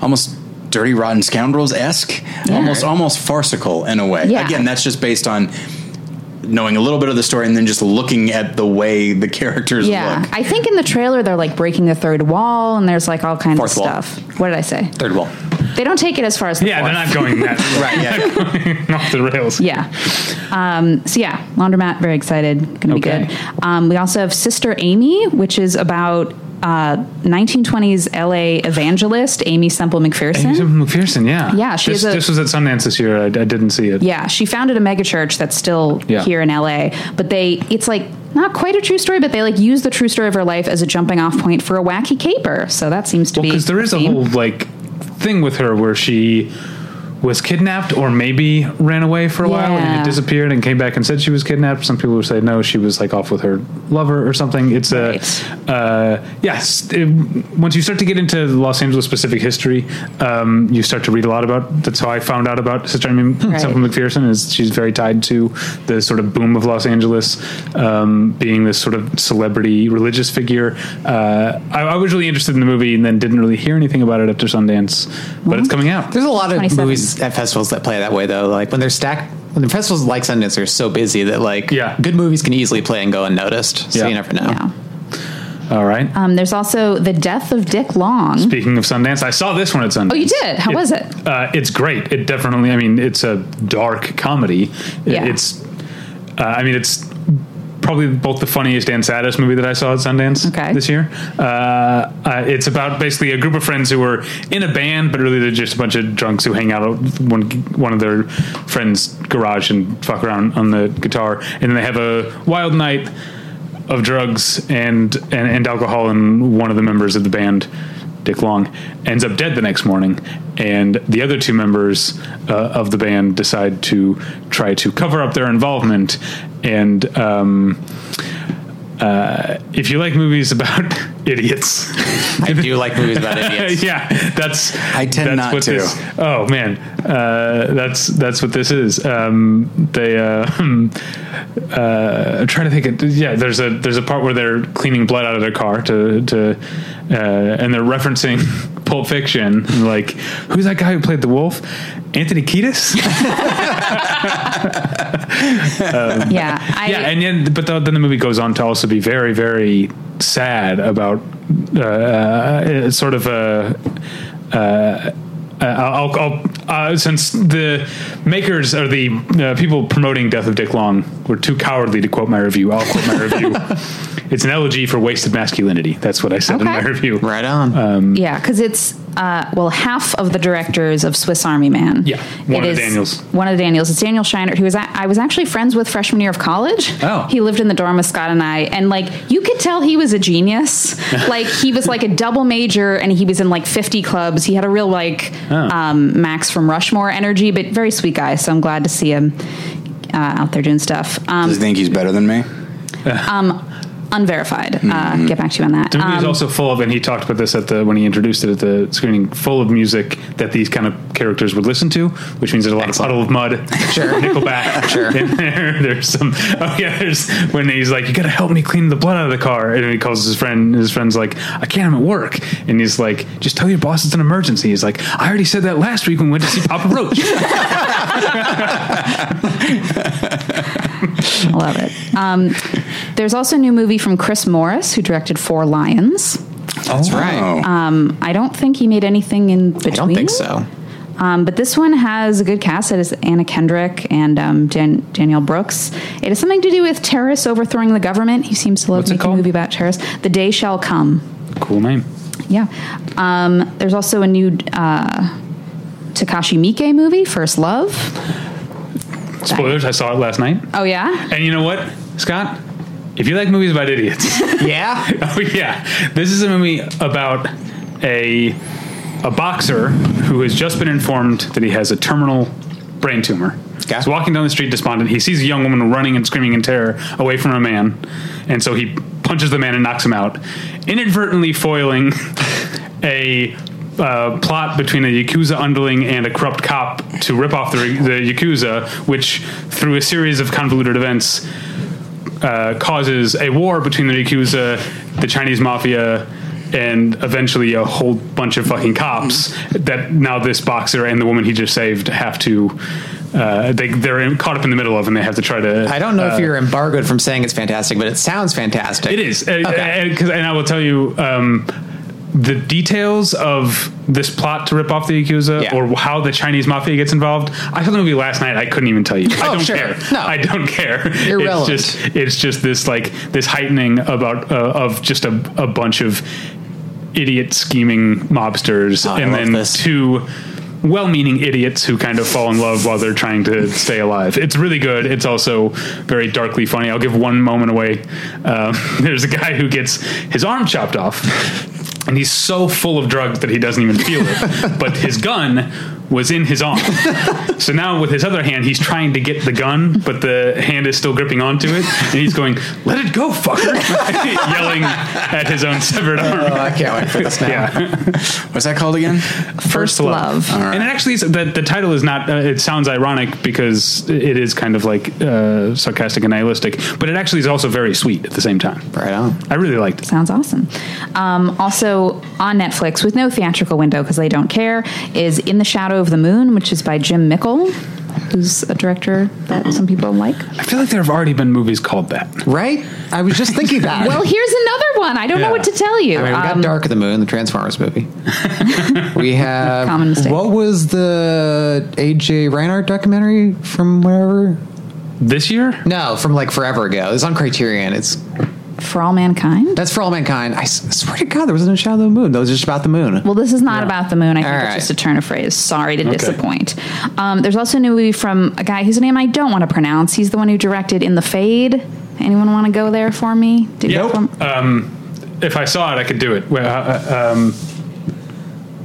[SPEAKER 1] almost dirty rotten scoundrels esque,
[SPEAKER 5] Yeah.
[SPEAKER 1] almost almost farcical in a way.
[SPEAKER 5] Yeah.
[SPEAKER 1] Again, that's just based on knowing a little bit of the story and then just looking at the way the characters
[SPEAKER 5] Yeah,
[SPEAKER 1] look.
[SPEAKER 5] I think in the trailer they're like breaking the third wall, and there's like all kinds
[SPEAKER 1] Fourth
[SPEAKER 5] of
[SPEAKER 1] wall.
[SPEAKER 5] stuff. What did I say?
[SPEAKER 1] Third wall,
[SPEAKER 5] They don't take it as far as the
[SPEAKER 2] Yeah,
[SPEAKER 5] fourth.
[SPEAKER 2] they're not going that
[SPEAKER 1] (laughs)
[SPEAKER 2] (laughs)
[SPEAKER 1] right? Yeah.
[SPEAKER 5] (laughs)
[SPEAKER 2] off the rails.
[SPEAKER 5] Yeah. Um, so yeah, laundromat. Very excited. Going to
[SPEAKER 2] Okay.
[SPEAKER 5] be good. Um, we also have Sister Amy, which is about uh, 1920s LA evangelist Amy Semple McPherson.
[SPEAKER 2] Amy McPherson, yeah.
[SPEAKER 5] Yeah, she
[SPEAKER 2] this,
[SPEAKER 5] is a-
[SPEAKER 2] this was at Sundance this year. I, I didn't see it.
[SPEAKER 5] yeah, she founded a megachurch that's still
[SPEAKER 2] Yeah.
[SPEAKER 5] here in LA, but they it's like not quite a true story, but they like use the true story of her life as a jumping off point for a wacky caper. So that seems to be
[SPEAKER 2] because there is a
[SPEAKER 5] theme.
[SPEAKER 2] whole like thing with her where she was kidnapped or maybe ran away for a while and
[SPEAKER 5] Yeah.
[SPEAKER 2] it disappeared and came back and said she was kidnapped. Some people would say no, she was like off with her lover or something. It's
[SPEAKER 5] Right.
[SPEAKER 2] a uh, yes. it- once you start to get into Los Angeles specific history, um, you start to read a lot about. That's how I found out about Sister Amy
[SPEAKER 5] Right.
[SPEAKER 2] Semple McPherson. Is she's very tied to the sort of boom of Los Angeles, um, being this sort of celebrity religious figure. Uh, I, I was really interested in the movie and then didn't really hear anything about it after Sundance, but it's coming out.
[SPEAKER 4] There's a lot of
[SPEAKER 5] 27.
[SPEAKER 4] movies at festivals that play that way though. Like when they're stacked, when the festivals like Sundance are so busy that like
[SPEAKER 2] Yeah.
[SPEAKER 4] good movies can easily play and go unnoticed. So
[SPEAKER 2] Yeah.
[SPEAKER 4] you never know.
[SPEAKER 5] Yeah.
[SPEAKER 2] All right.
[SPEAKER 5] Um, there's also the death of Dick Long.
[SPEAKER 2] Speaking of Sundance, I saw this one at Sundance.
[SPEAKER 5] Oh, you did? How was it?
[SPEAKER 2] Uh, it's great. It definitely. I mean, it's a dark comedy. It-
[SPEAKER 5] Yeah.
[SPEAKER 2] It's. Uh, I mean, it's probably both the funniest and saddest movie that I saw at Sundance
[SPEAKER 5] Okay.
[SPEAKER 2] this year. Uh, uh, it's about basically a group of friends who are in a band, but really they're just a bunch of drunks who hang out at one one of their friends' garage and fuck around on the guitar, and then they have a wild night of drugs and, and and alcohol, and one of the members of the band, Dick Long, ends up dead the next morning, and the other two members uh, of the band decide to try to cover up their involvement, and um, uh, if you like movies about (laughs) idiots,
[SPEAKER 4] I do like movies about (laughs) idiots.
[SPEAKER 2] yeah, that's
[SPEAKER 1] I tend
[SPEAKER 2] that's
[SPEAKER 1] not
[SPEAKER 2] what
[SPEAKER 1] to.
[SPEAKER 2] This, oh man, uh, that's that's what this is. Um, they uh, (laughs) hmm, uh, I'm trying to think. Of, yeah, there's a there's a part where they're cleaning blood out of their car to to, uh, and they're (laughs) referencing (laughs) Pulp Fiction. Like, who's that guy who played the wolf? Anthony Kiedis.
[SPEAKER 5] Yeah.
[SPEAKER 2] (laughs)
[SPEAKER 5] I,
[SPEAKER 2] yeah, and yet, but the, then the movie goes on to also be very, very sad about uh, uh, it's sort of a. Uh, uh, I'll, I'll, uh, since the makers or the uh, people promoting Death of Dick Long were too cowardly to quote my review, I'll quote my
[SPEAKER 5] (laughs)
[SPEAKER 2] review. It's an elegy for wasted masculinity. That's what I said in my
[SPEAKER 5] Okay.
[SPEAKER 2] review.
[SPEAKER 4] Right on.
[SPEAKER 5] Yeah, because it's uh, well, half of the directors of Swiss Army Man.
[SPEAKER 2] Yeah, one
[SPEAKER 5] It
[SPEAKER 2] of the
[SPEAKER 5] is
[SPEAKER 2] Daniels.
[SPEAKER 5] One of the Daniels. It's Daniel Scheinert, who was a- I was actually friends with freshman year of college.
[SPEAKER 4] Oh.
[SPEAKER 5] he lived in the dorm with Scott and I, and like you could tell he was
[SPEAKER 2] (laughs)
[SPEAKER 5] a genius. like he was like a double major, and he was in like fifty clubs. He had a real like
[SPEAKER 2] Oh.
[SPEAKER 5] um, Max from Rushmore energy, but very sweet guy. So I'm glad to see him uh, out there doing stuff. Um,
[SPEAKER 1] Does he think he's better than me?
[SPEAKER 5] unverified.
[SPEAKER 2] Mm-hmm.
[SPEAKER 5] Uh, get back to you on that.
[SPEAKER 2] The movie is
[SPEAKER 5] Um,
[SPEAKER 2] also full of, and he talked about this at the when he introduced it at the screening, full of music that these kind of characters would listen to, which means there's a lot of puddle of mud, (laughs) sure, Nickelback, sure. In there, (laughs) there's some. Oh yeah, there's when he's like, "You gotta help me clean the blood out of the car," and he calls his friend, and his friend's like, "I can't. I'm at work," and he's like, "Just tell your boss it's an emergency." He's like, "I already said that last week when we went to see Papa (laughs) Roach."
[SPEAKER 5] I love it. Um, there's also a new movie from Chris Morris, who directed Four Lions.
[SPEAKER 4] That's
[SPEAKER 1] Oh.
[SPEAKER 4] right.
[SPEAKER 5] Um, I don't think he made anything in between.
[SPEAKER 4] I don't think so.
[SPEAKER 5] Um, but this one has a good cast. It is Anna Kendrick and um, Dan- Danielle Brooks. It has something to do with terrorists overthrowing the government. He seems to love
[SPEAKER 2] What's it
[SPEAKER 5] making a
[SPEAKER 2] called?
[SPEAKER 5] movie about terrorists. The Day Shall Come.
[SPEAKER 2] cool name.
[SPEAKER 5] Yeah. Um, there's also a new uh, Takashi Miike movie, First Love.
[SPEAKER 2] Spoilers. I saw it last night,
[SPEAKER 5] Oh, yeah?
[SPEAKER 2] and you know what, Scott? If you like movies about idiots.
[SPEAKER 4] Yeah.
[SPEAKER 2] (laughs) Oh yeah, this is a movie about a a boxer who has just been informed that he has a terminal brain tumor.
[SPEAKER 4] Okay.
[SPEAKER 2] He's walking down the street despondent. He sees a young woman running and screaming in terror away from a man, and so he punches the man and knocks him out, inadvertently foiling (laughs) a. Uh, plot between a yakuza underling and a corrupt cop to rip off the, the yakuza, which through a series of convoluted events uh, causes a war between the Yakuza, the Chinese mafia, and eventually a whole bunch of fucking cops
[SPEAKER 4] Mm.
[SPEAKER 2] that now this boxer and the woman he just saved have to. Uh, they, they're in, caught up in the middle of, and they have to try to.
[SPEAKER 4] I don't know if you're embargoed from saying it's fantastic, but Uh, it sounds fantastic.
[SPEAKER 2] It is, Uh, and, 'cause- and I will tell you um, the details of this plot to rip off the Yakuza
[SPEAKER 4] Yeah.
[SPEAKER 2] or how the Chinese mafia gets involved. I saw the movie last night. I couldn't even tell you. I
[SPEAKER 4] Oh,
[SPEAKER 2] don't
[SPEAKER 4] sure.
[SPEAKER 2] care.
[SPEAKER 4] No.
[SPEAKER 2] I don't care.
[SPEAKER 4] Irrelevant.
[SPEAKER 2] It's just, it's just this like this heightening about uh, of just a, a bunch of idiot scheming mobsters,
[SPEAKER 4] Oh, I
[SPEAKER 2] and
[SPEAKER 4] love
[SPEAKER 2] then
[SPEAKER 4] this.
[SPEAKER 2] two. Well-meaning idiots who kind of fall in love while they're trying to stay alive. It's really good. It's also very darkly funny. I'll give one moment away. Um, (laughs) there's a guy who gets his arm chopped off, and he's so full of drugs that he doesn't even feel
[SPEAKER 4] (laughs)
[SPEAKER 2] it. but his gun was in his arm. so now with his other hand, he's trying to get the gun, but the hand is still gripping onto it, and he's going, "Let it go, fucker!" (laughs) yelling at his own severed arm.
[SPEAKER 4] Oh, I can't wait for this
[SPEAKER 2] (laughs)
[SPEAKER 4] now.
[SPEAKER 2] Yeah.
[SPEAKER 1] What's that called again?
[SPEAKER 2] First
[SPEAKER 5] Love.
[SPEAKER 2] And it actually is, the, the title is not, uh, it sounds ironic because it is kind of like uh, sarcastic and nihilistic, but it actually is also very sweet at the same time.
[SPEAKER 4] Right on.
[SPEAKER 2] I really liked it.
[SPEAKER 5] Sounds awesome. Um, also on Netflix with no theatrical window because they don't care is In the Shadow of the Moon, which is by Jim Mickle, who's a director that some people like.
[SPEAKER 2] I feel like there have already been movies called that.
[SPEAKER 4] Right? I was just thinking (laughs) that.
[SPEAKER 5] Well, here's another one. I don't
[SPEAKER 2] Yeah.
[SPEAKER 5] know what to tell you.
[SPEAKER 4] I mean, we got
[SPEAKER 5] Um,
[SPEAKER 4] Dark of the Moon, the Transformers
[SPEAKER 5] (laughs)
[SPEAKER 4] movie. we have
[SPEAKER 5] Common mistake.
[SPEAKER 4] what was the AJ Reinhardt documentary from wherever?
[SPEAKER 2] This year?
[SPEAKER 4] No, from like forever ago. It's on Criterion. It's
[SPEAKER 5] For All Mankind?
[SPEAKER 4] that's for all mankind. I s- swear to God, there wasn't a shadow of the moon. That was just about the moon.
[SPEAKER 5] Well, this is not about the moon. I think
[SPEAKER 4] All
[SPEAKER 5] it's
[SPEAKER 4] right.
[SPEAKER 5] just a turn of phrase. Sorry to disappoint. Um, there's also a new movie from a guy whose name I don't want to pronounce. He's the one who directed In the Fade. Anyone want to go there for me? Do you
[SPEAKER 2] Nope.
[SPEAKER 5] for-
[SPEAKER 2] Um, if I saw it, I could do it. Well, uh, um,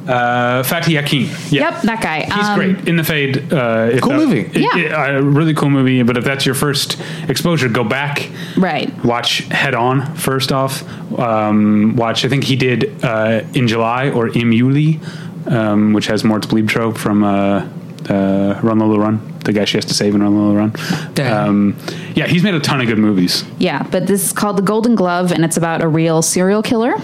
[SPEAKER 2] uh, Fatih Akin. Yeah.
[SPEAKER 5] Yep, that guy.
[SPEAKER 2] He's
[SPEAKER 5] Um,
[SPEAKER 2] great. In the Fade. Uh, if
[SPEAKER 4] Cool
[SPEAKER 2] that-
[SPEAKER 4] movie.
[SPEAKER 2] it-
[SPEAKER 5] Yeah.
[SPEAKER 2] it- a really cool movie, but if that's your first exposure, go back.
[SPEAKER 5] Right.
[SPEAKER 2] watch head on first off um, watch i think he did uh, in july or imuli um, which has Mort's Bleibtro from uh, uh, Run Lola Run, the guy she has to save in Run Lola Run.
[SPEAKER 4] Damn.
[SPEAKER 2] Um, yeah, he's made a ton of good movies.
[SPEAKER 5] Yeah, but this is called The Golden Glove, and it's about a real serial killer.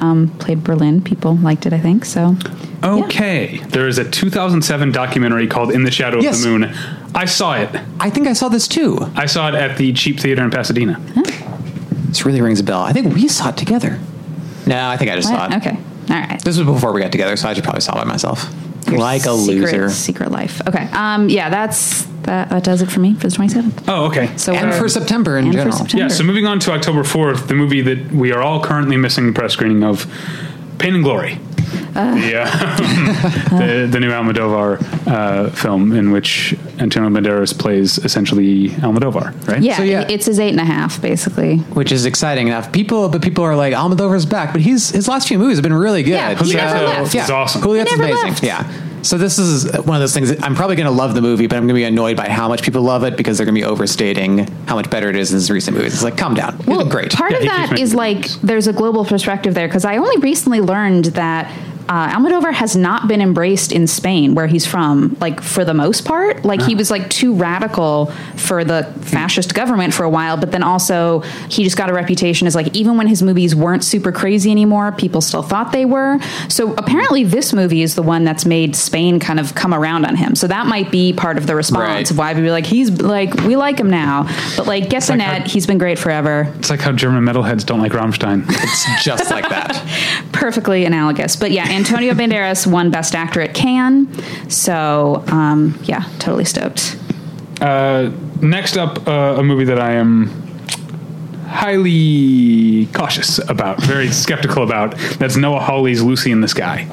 [SPEAKER 5] Um, played Berlin. People liked it, I think. So
[SPEAKER 2] Okay, there is a 2007 documentary called In the Shadow
[SPEAKER 4] Yes.
[SPEAKER 2] of the Moon. I saw it.
[SPEAKER 4] I think I saw this too.
[SPEAKER 2] I saw it at the Cheap Theater in Pasadena.
[SPEAKER 4] This really rings a bell. I think we saw it together. No, I think I just
[SPEAKER 5] What?
[SPEAKER 4] saw it.
[SPEAKER 5] Okay. All right.
[SPEAKER 4] This was before we got together, so I should probably saw it by myself. like a
[SPEAKER 5] secret,
[SPEAKER 4] loser.
[SPEAKER 5] Secret life. Okay. Um, yeah, that's that, that does it for me for the 27th.
[SPEAKER 2] Oh, okay.
[SPEAKER 5] So
[SPEAKER 4] And
[SPEAKER 5] we're-
[SPEAKER 4] for September in
[SPEAKER 5] and
[SPEAKER 4] general.
[SPEAKER 5] For September.
[SPEAKER 2] Yeah, so moving on to October 4th, the movie that we are all currently missing the press screening of Pain and Glory. the, uh, (laughs) the, the new Almodovar uh, film in which Antonio Banderas plays essentially Almodovar, right?
[SPEAKER 5] yeah,
[SPEAKER 4] so, yeah.
[SPEAKER 5] it's his eight and a half, basically.
[SPEAKER 4] Which is exciting enough. People, but people are like Almodovar's back, but he's his last few movies have been really good.
[SPEAKER 5] Yeah, he never left.
[SPEAKER 2] He's awesome.
[SPEAKER 4] Cool,
[SPEAKER 2] He
[SPEAKER 4] that's
[SPEAKER 5] never
[SPEAKER 4] amazing.
[SPEAKER 5] left.
[SPEAKER 4] Yeah. So this is one of those things. That I'm probably going to love the movie, but I'm going to be annoyed by how much people love it because they're going to be overstating how much better it is than his recent movies. It's like, calm down. You're doing great.
[SPEAKER 5] Part
[SPEAKER 2] Yeah,
[SPEAKER 5] of
[SPEAKER 2] he keeps
[SPEAKER 5] that
[SPEAKER 2] making
[SPEAKER 5] is
[SPEAKER 2] good
[SPEAKER 5] like
[SPEAKER 2] movies.
[SPEAKER 5] there's a global perspective there because I only recently learned that uh, Almodovar has not been embraced in Spain, where he's from, like for the most part. Like
[SPEAKER 2] Ah.
[SPEAKER 5] he was like too radical for the fascist government for a while, but then also he just got a reputation as like even when his movies weren't super crazy anymore, people still thought they were. So apparently, this movie is the one that's made Spain kind of come around on him. So that might be part of the response
[SPEAKER 4] Right.
[SPEAKER 5] of why people are like he's like we like him now, but like get the
[SPEAKER 2] like how-
[SPEAKER 5] net, he's been great forever.
[SPEAKER 2] It's like how German metalheads don't like Rammstein.
[SPEAKER 4] It's (laughs) just
[SPEAKER 5] (laughs)
[SPEAKER 4] like that.
[SPEAKER 5] perfectly analogous. But yeah,
[SPEAKER 2] (laughs)
[SPEAKER 5] Antonio Banderas won Best Actor at Cannes. So um, yeah, totally stoked.
[SPEAKER 2] Uh, next up, uh, a movie that I am highly cautious about, very skeptical about. That's Noah Hawley's Lucy in the Sky.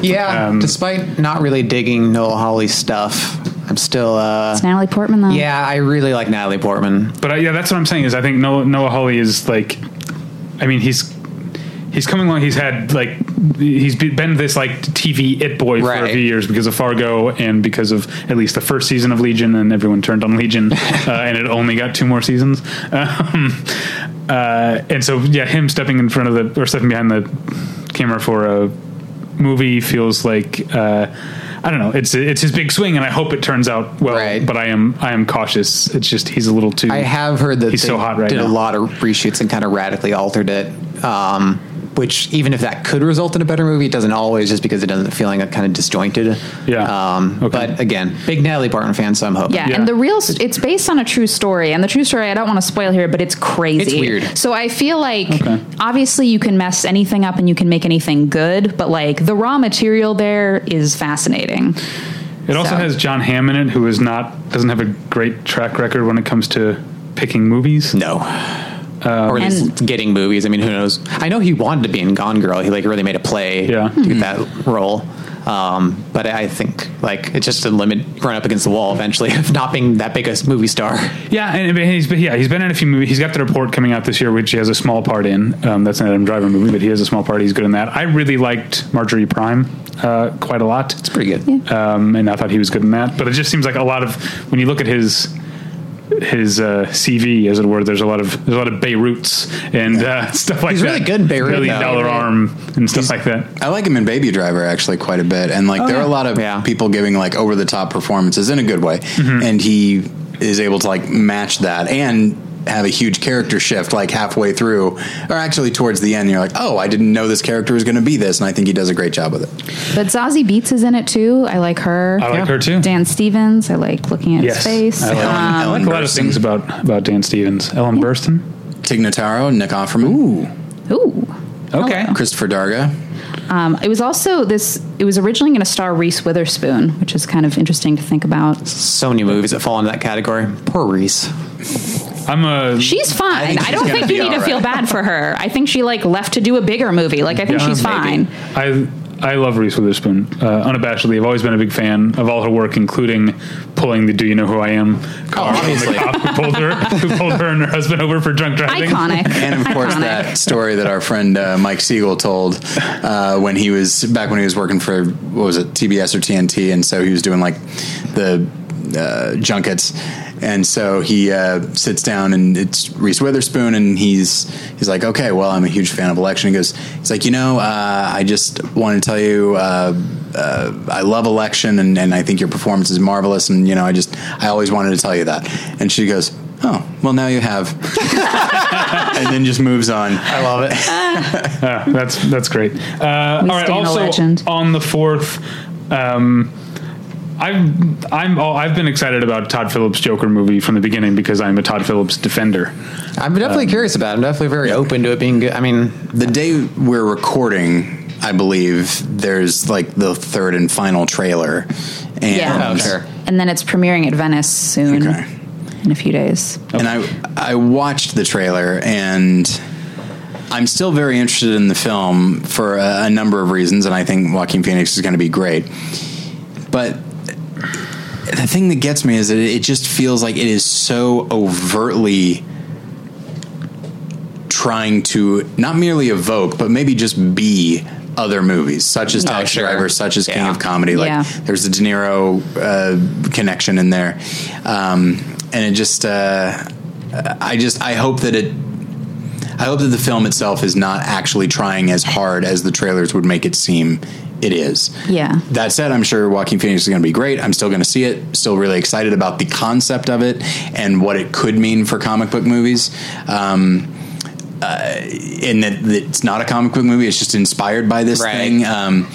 [SPEAKER 4] Yeah.
[SPEAKER 2] Um,
[SPEAKER 4] despite not really digging Noel Hawley's stuff, I'm still. Uh,
[SPEAKER 5] It's Natalie Portman though.
[SPEAKER 4] yeah, I really like Natalie Portman.
[SPEAKER 2] But I, yeah, that's what I'm saying is I think Noah, Noah Hawley is like, I mean, he's he's coming along. He's had like he's be- been this like TV it boy for a
[SPEAKER 4] Right.
[SPEAKER 2] few years because of Fargo and because of at least the first season of Legion, and everyone turned on Legion,
[SPEAKER 4] (laughs)
[SPEAKER 2] uh, and it only got two more seasons. Um, uh, and so yeah, him stepping in front of the or stepping behind the camera for a movie feels like. Uh, I don't know. It's it's his big swing, and I hope it turns out well.
[SPEAKER 4] Right.
[SPEAKER 2] But I am I am cautious. It's just he's a little too.
[SPEAKER 4] I have heard that
[SPEAKER 2] He's
[SPEAKER 4] they
[SPEAKER 2] so hot right
[SPEAKER 4] did
[SPEAKER 2] now.
[SPEAKER 4] a lot of reshoots and kind of radically altered it. Um, which even if that could result in a better movie, it doesn't always just because it doesn't feeling kind of disjointed.
[SPEAKER 2] Yeah.
[SPEAKER 4] Um,
[SPEAKER 2] Okay.
[SPEAKER 4] But again, big Natalie Portman fan, so I'm hoping.
[SPEAKER 5] Yeah,
[SPEAKER 2] Yeah.
[SPEAKER 5] and the real it's based on a true story, and the true story I don't want to spoil here, but it's crazy.
[SPEAKER 4] It's weird.
[SPEAKER 5] So I feel like
[SPEAKER 2] Okay.
[SPEAKER 5] obviously you can mess anything up and you can make anything good, but like the raw material there is fascinating.
[SPEAKER 2] It also
[SPEAKER 5] So-
[SPEAKER 2] has John Hamm in it, who is not doesn't have a great track record when it comes to picking movies.
[SPEAKER 4] No.
[SPEAKER 2] Um,
[SPEAKER 4] or at least getting movies. I mean, who knows? I know he wanted to be in Gone Girl. He like really made a play
[SPEAKER 2] Yeah.
[SPEAKER 4] to get that role. Um, but I think like it's just a limit run up against the wall eventually of not being that big a movie star.
[SPEAKER 2] Yeah, and but he's but yeah he's been in a few movies. He's got the report coming out this year, which he has a small part in. Um, that's an Adam Driver movie, but he has a small part. He's good in that. I really liked Marjorie Prime uh, quite a lot.
[SPEAKER 4] It's pretty good.
[SPEAKER 2] um, and I thought he was good in that. But it just seems like a lot of when you look at his his uh, CV, as it were, there's a lot of there's a lot of Beiruts and uh, (laughs) stuff like
[SPEAKER 4] He's
[SPEAKER 2] that.
[SPEAKER 4] really good in Beirut,
[SPEAKER 2] million
[SPEAKER 4] though.
[SPEAKER 2] dollar arm and stuff like that.
[SPEAKER 1] I like him in Baby Driver actually quite a bit, and like there are a lot of
[SPEAKER 4] Yeah.
[SPEAKER 1] people giving like over the top performances in a good way, and he is able to like match that and have a huge character shift like halfway through, or actually towards the end. You're like, oh, I didn't know this character was going to be this, and I think he does a great job with it.
[SPEAKER 5] But Zazie Beats is in it too. I like her.
[SPEAKER 2] I like her too.
[SPEAKER 5] Dan Stevens. I like looking at his face.
[SPEAKER 2] I
[SPEAKER 1] Um,
[SPEAKER 2] like, I like a lot of
[SPEAKER 1] Burstyn.
[SPEAKER 2] things about about Dan Stevens. Ellen Burstyn.
[SPEAKER 1] Tignataro, Nick Offerman, Ooh.
[SPEAKER 5] Ooh.
[SPEAKER 2] Okay.
[SPEAKER 1] Christopher Darga,
[SPEAKER 5] Um, it was also this. It was originally going to star Reese Witherspoon, which is kind of interesting to think about.
[SPEAKER 4] So many movies that fall into that category. Poor Reese.
[SPEAKER 2] I'm a
[SPEAKER 5] She's fine. I,
[SPEAKER 1] think she's
[SPEAKER 5] don't
[SPEAKER 1] gonna
[SPEAKER 5] think
[SPEAKER 1] be
[SPEAKER 5] you need to
[SPEAKER 1] all
[SPEAKER 5] feel bad for her. I think she like left to do a bigger movie. Like I think
[SPEAKER 2] Yeah,
[SPEAKER 5] she's
[SPEAKER 1] maybe.
[SPEAKER 5] fine.
[SPEAKER 2] I I love Reese Witherspoon uh, unabashedly. I've always been a big fan of all her work, including pulling the "Do you know who I am?"
[SPEAKER 5] Oh,
[SPEAKER 2] car from the
[SPEAKER 4] obviously.
[SPEAKER 2] cop (laughs) who pulled her who pulled her and her husband over for drunk driving.
[SPEAKER 5] Iconic.
[SPEAKER 1] (laughs) and of course
[SPEAKER 5] Iconic.
[SPEAKER 1] that story that our friend uh, Mike Siegel told uh, when he was back when he was working for what was it TBS or TNT, and so he was doing like the uh, junkets, and so he uh, sits down and it's Reese Witherspoon, and he's he's like, okay, well, I'm a huge fan of Election. He goes, he's like, you know, uh, I just want to tell you. Uh, uh, I love election and, and I think your performance is marvelous. And, you know, I just, I always wanted to tell you that. And she goes, Oh, well, now you have. and then just moves on.
[SPEAKER 4] I love it.
[SPEAKER 2] Yeah, that's that's great. Uh, all right.
[SPEAKER 5] stand a
[SPEAKER 2] Also
[SPEAKER 5] legend.
[SPEAKER 2] on the fourth, um, I've I'm all, I've been excited about Todd Phillips' Joker movie from the beginning because I'm a Todd Phillips
[SPEAKER 5] (laughs)
[SPEAKER 2] defender.
[SPEAKER 4] I'm definitely curious about it. I'm definitely very open to it being good. I mean,
[SPEAKER 1] The day we're recording, I believe, there's like the third and final trailer. And,
[SPEAKER 5] Yeah.
[SPEAKER 4] Oh, sure.
[SPEAKER 5] And then it's premiering at Venice soon
[SPEAKER 1] Okay.
[SPEAKER 5] in a few days.
[SPEAKER 1] and I I watched the trailer and I'm still very interested in the film for a, a number of reasons, and I think Joaquin Phoenix is going to be great. But the thing that gets me is that it just feels like it is so overtly trying to not merely evoke, but maybe just be other movies, such as Taxi
[SPEAKER 4] sure.
[SPEAKER 1] Driver, such as King
[SPEAKER 4] Yeah.
[SPEAKER 1] of Comedy. Like
[SPEAKER 5] Yeah.
[SPEAKER 1] there's a De Niro uh, connection in there, um, and it just uh, I just I hope that it. I hope that the film itself is not actually trying as hard as the trailers would make it seem it is.
[SPEAKER 5] Yeah.
[SPEAKER 1] That said, I'm sure Joaquin Phoenix is going to be great. I'm still going to see it. Still really excited about the concept of it and what it could mean for comic book movies. Um, uh, in that, that it's not a comic book movie; it's just inspired by this
[SPEAKER 4] Right.
[SPEAKER 1] thing. Um,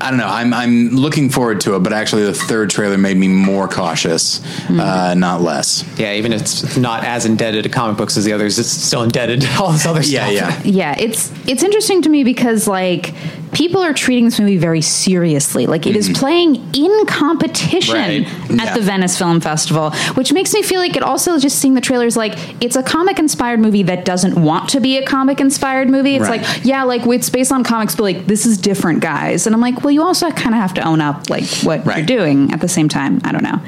[SPEAKER 1] I don't know. I'm I'm looking forward to it, but actually, the third trailer made me more cautious,
[SPEAKER 5] Hmm.
[SPEAKER 1] uh, not less.
[SPEAKER 4] Yeah, even if it's not as indebted to comic books as the others, it's still indebted to all this other
[SPEAKER 1] Yeah,
[SPEAKER 4] stuff. (laughs)
[SPEAKER 1] yeah.
[SPEAKER 5] yeah it's it's interesting to me because like people are treating this movie very seriously like it is playing in competition
[SPEAKER 4] Right.
[SPEAKER 5] at
[SPEAKER 1] Mm-hmm. Yeah.
[SPEAKER 5] the venice film festival which makes me feel like it also just seeing the trailers like it's a comic inspired movie that doesn't want to be a comic inspired movie it's
[SPEAKER 1] Right.
[SPEAKER 5] like yeah like it's based on comics but like this is different guys and i'm like well you also kind of have to own up like what
[SPEAKER 1] Right.
[SPEAKER 5] you're doing at the same time i don't know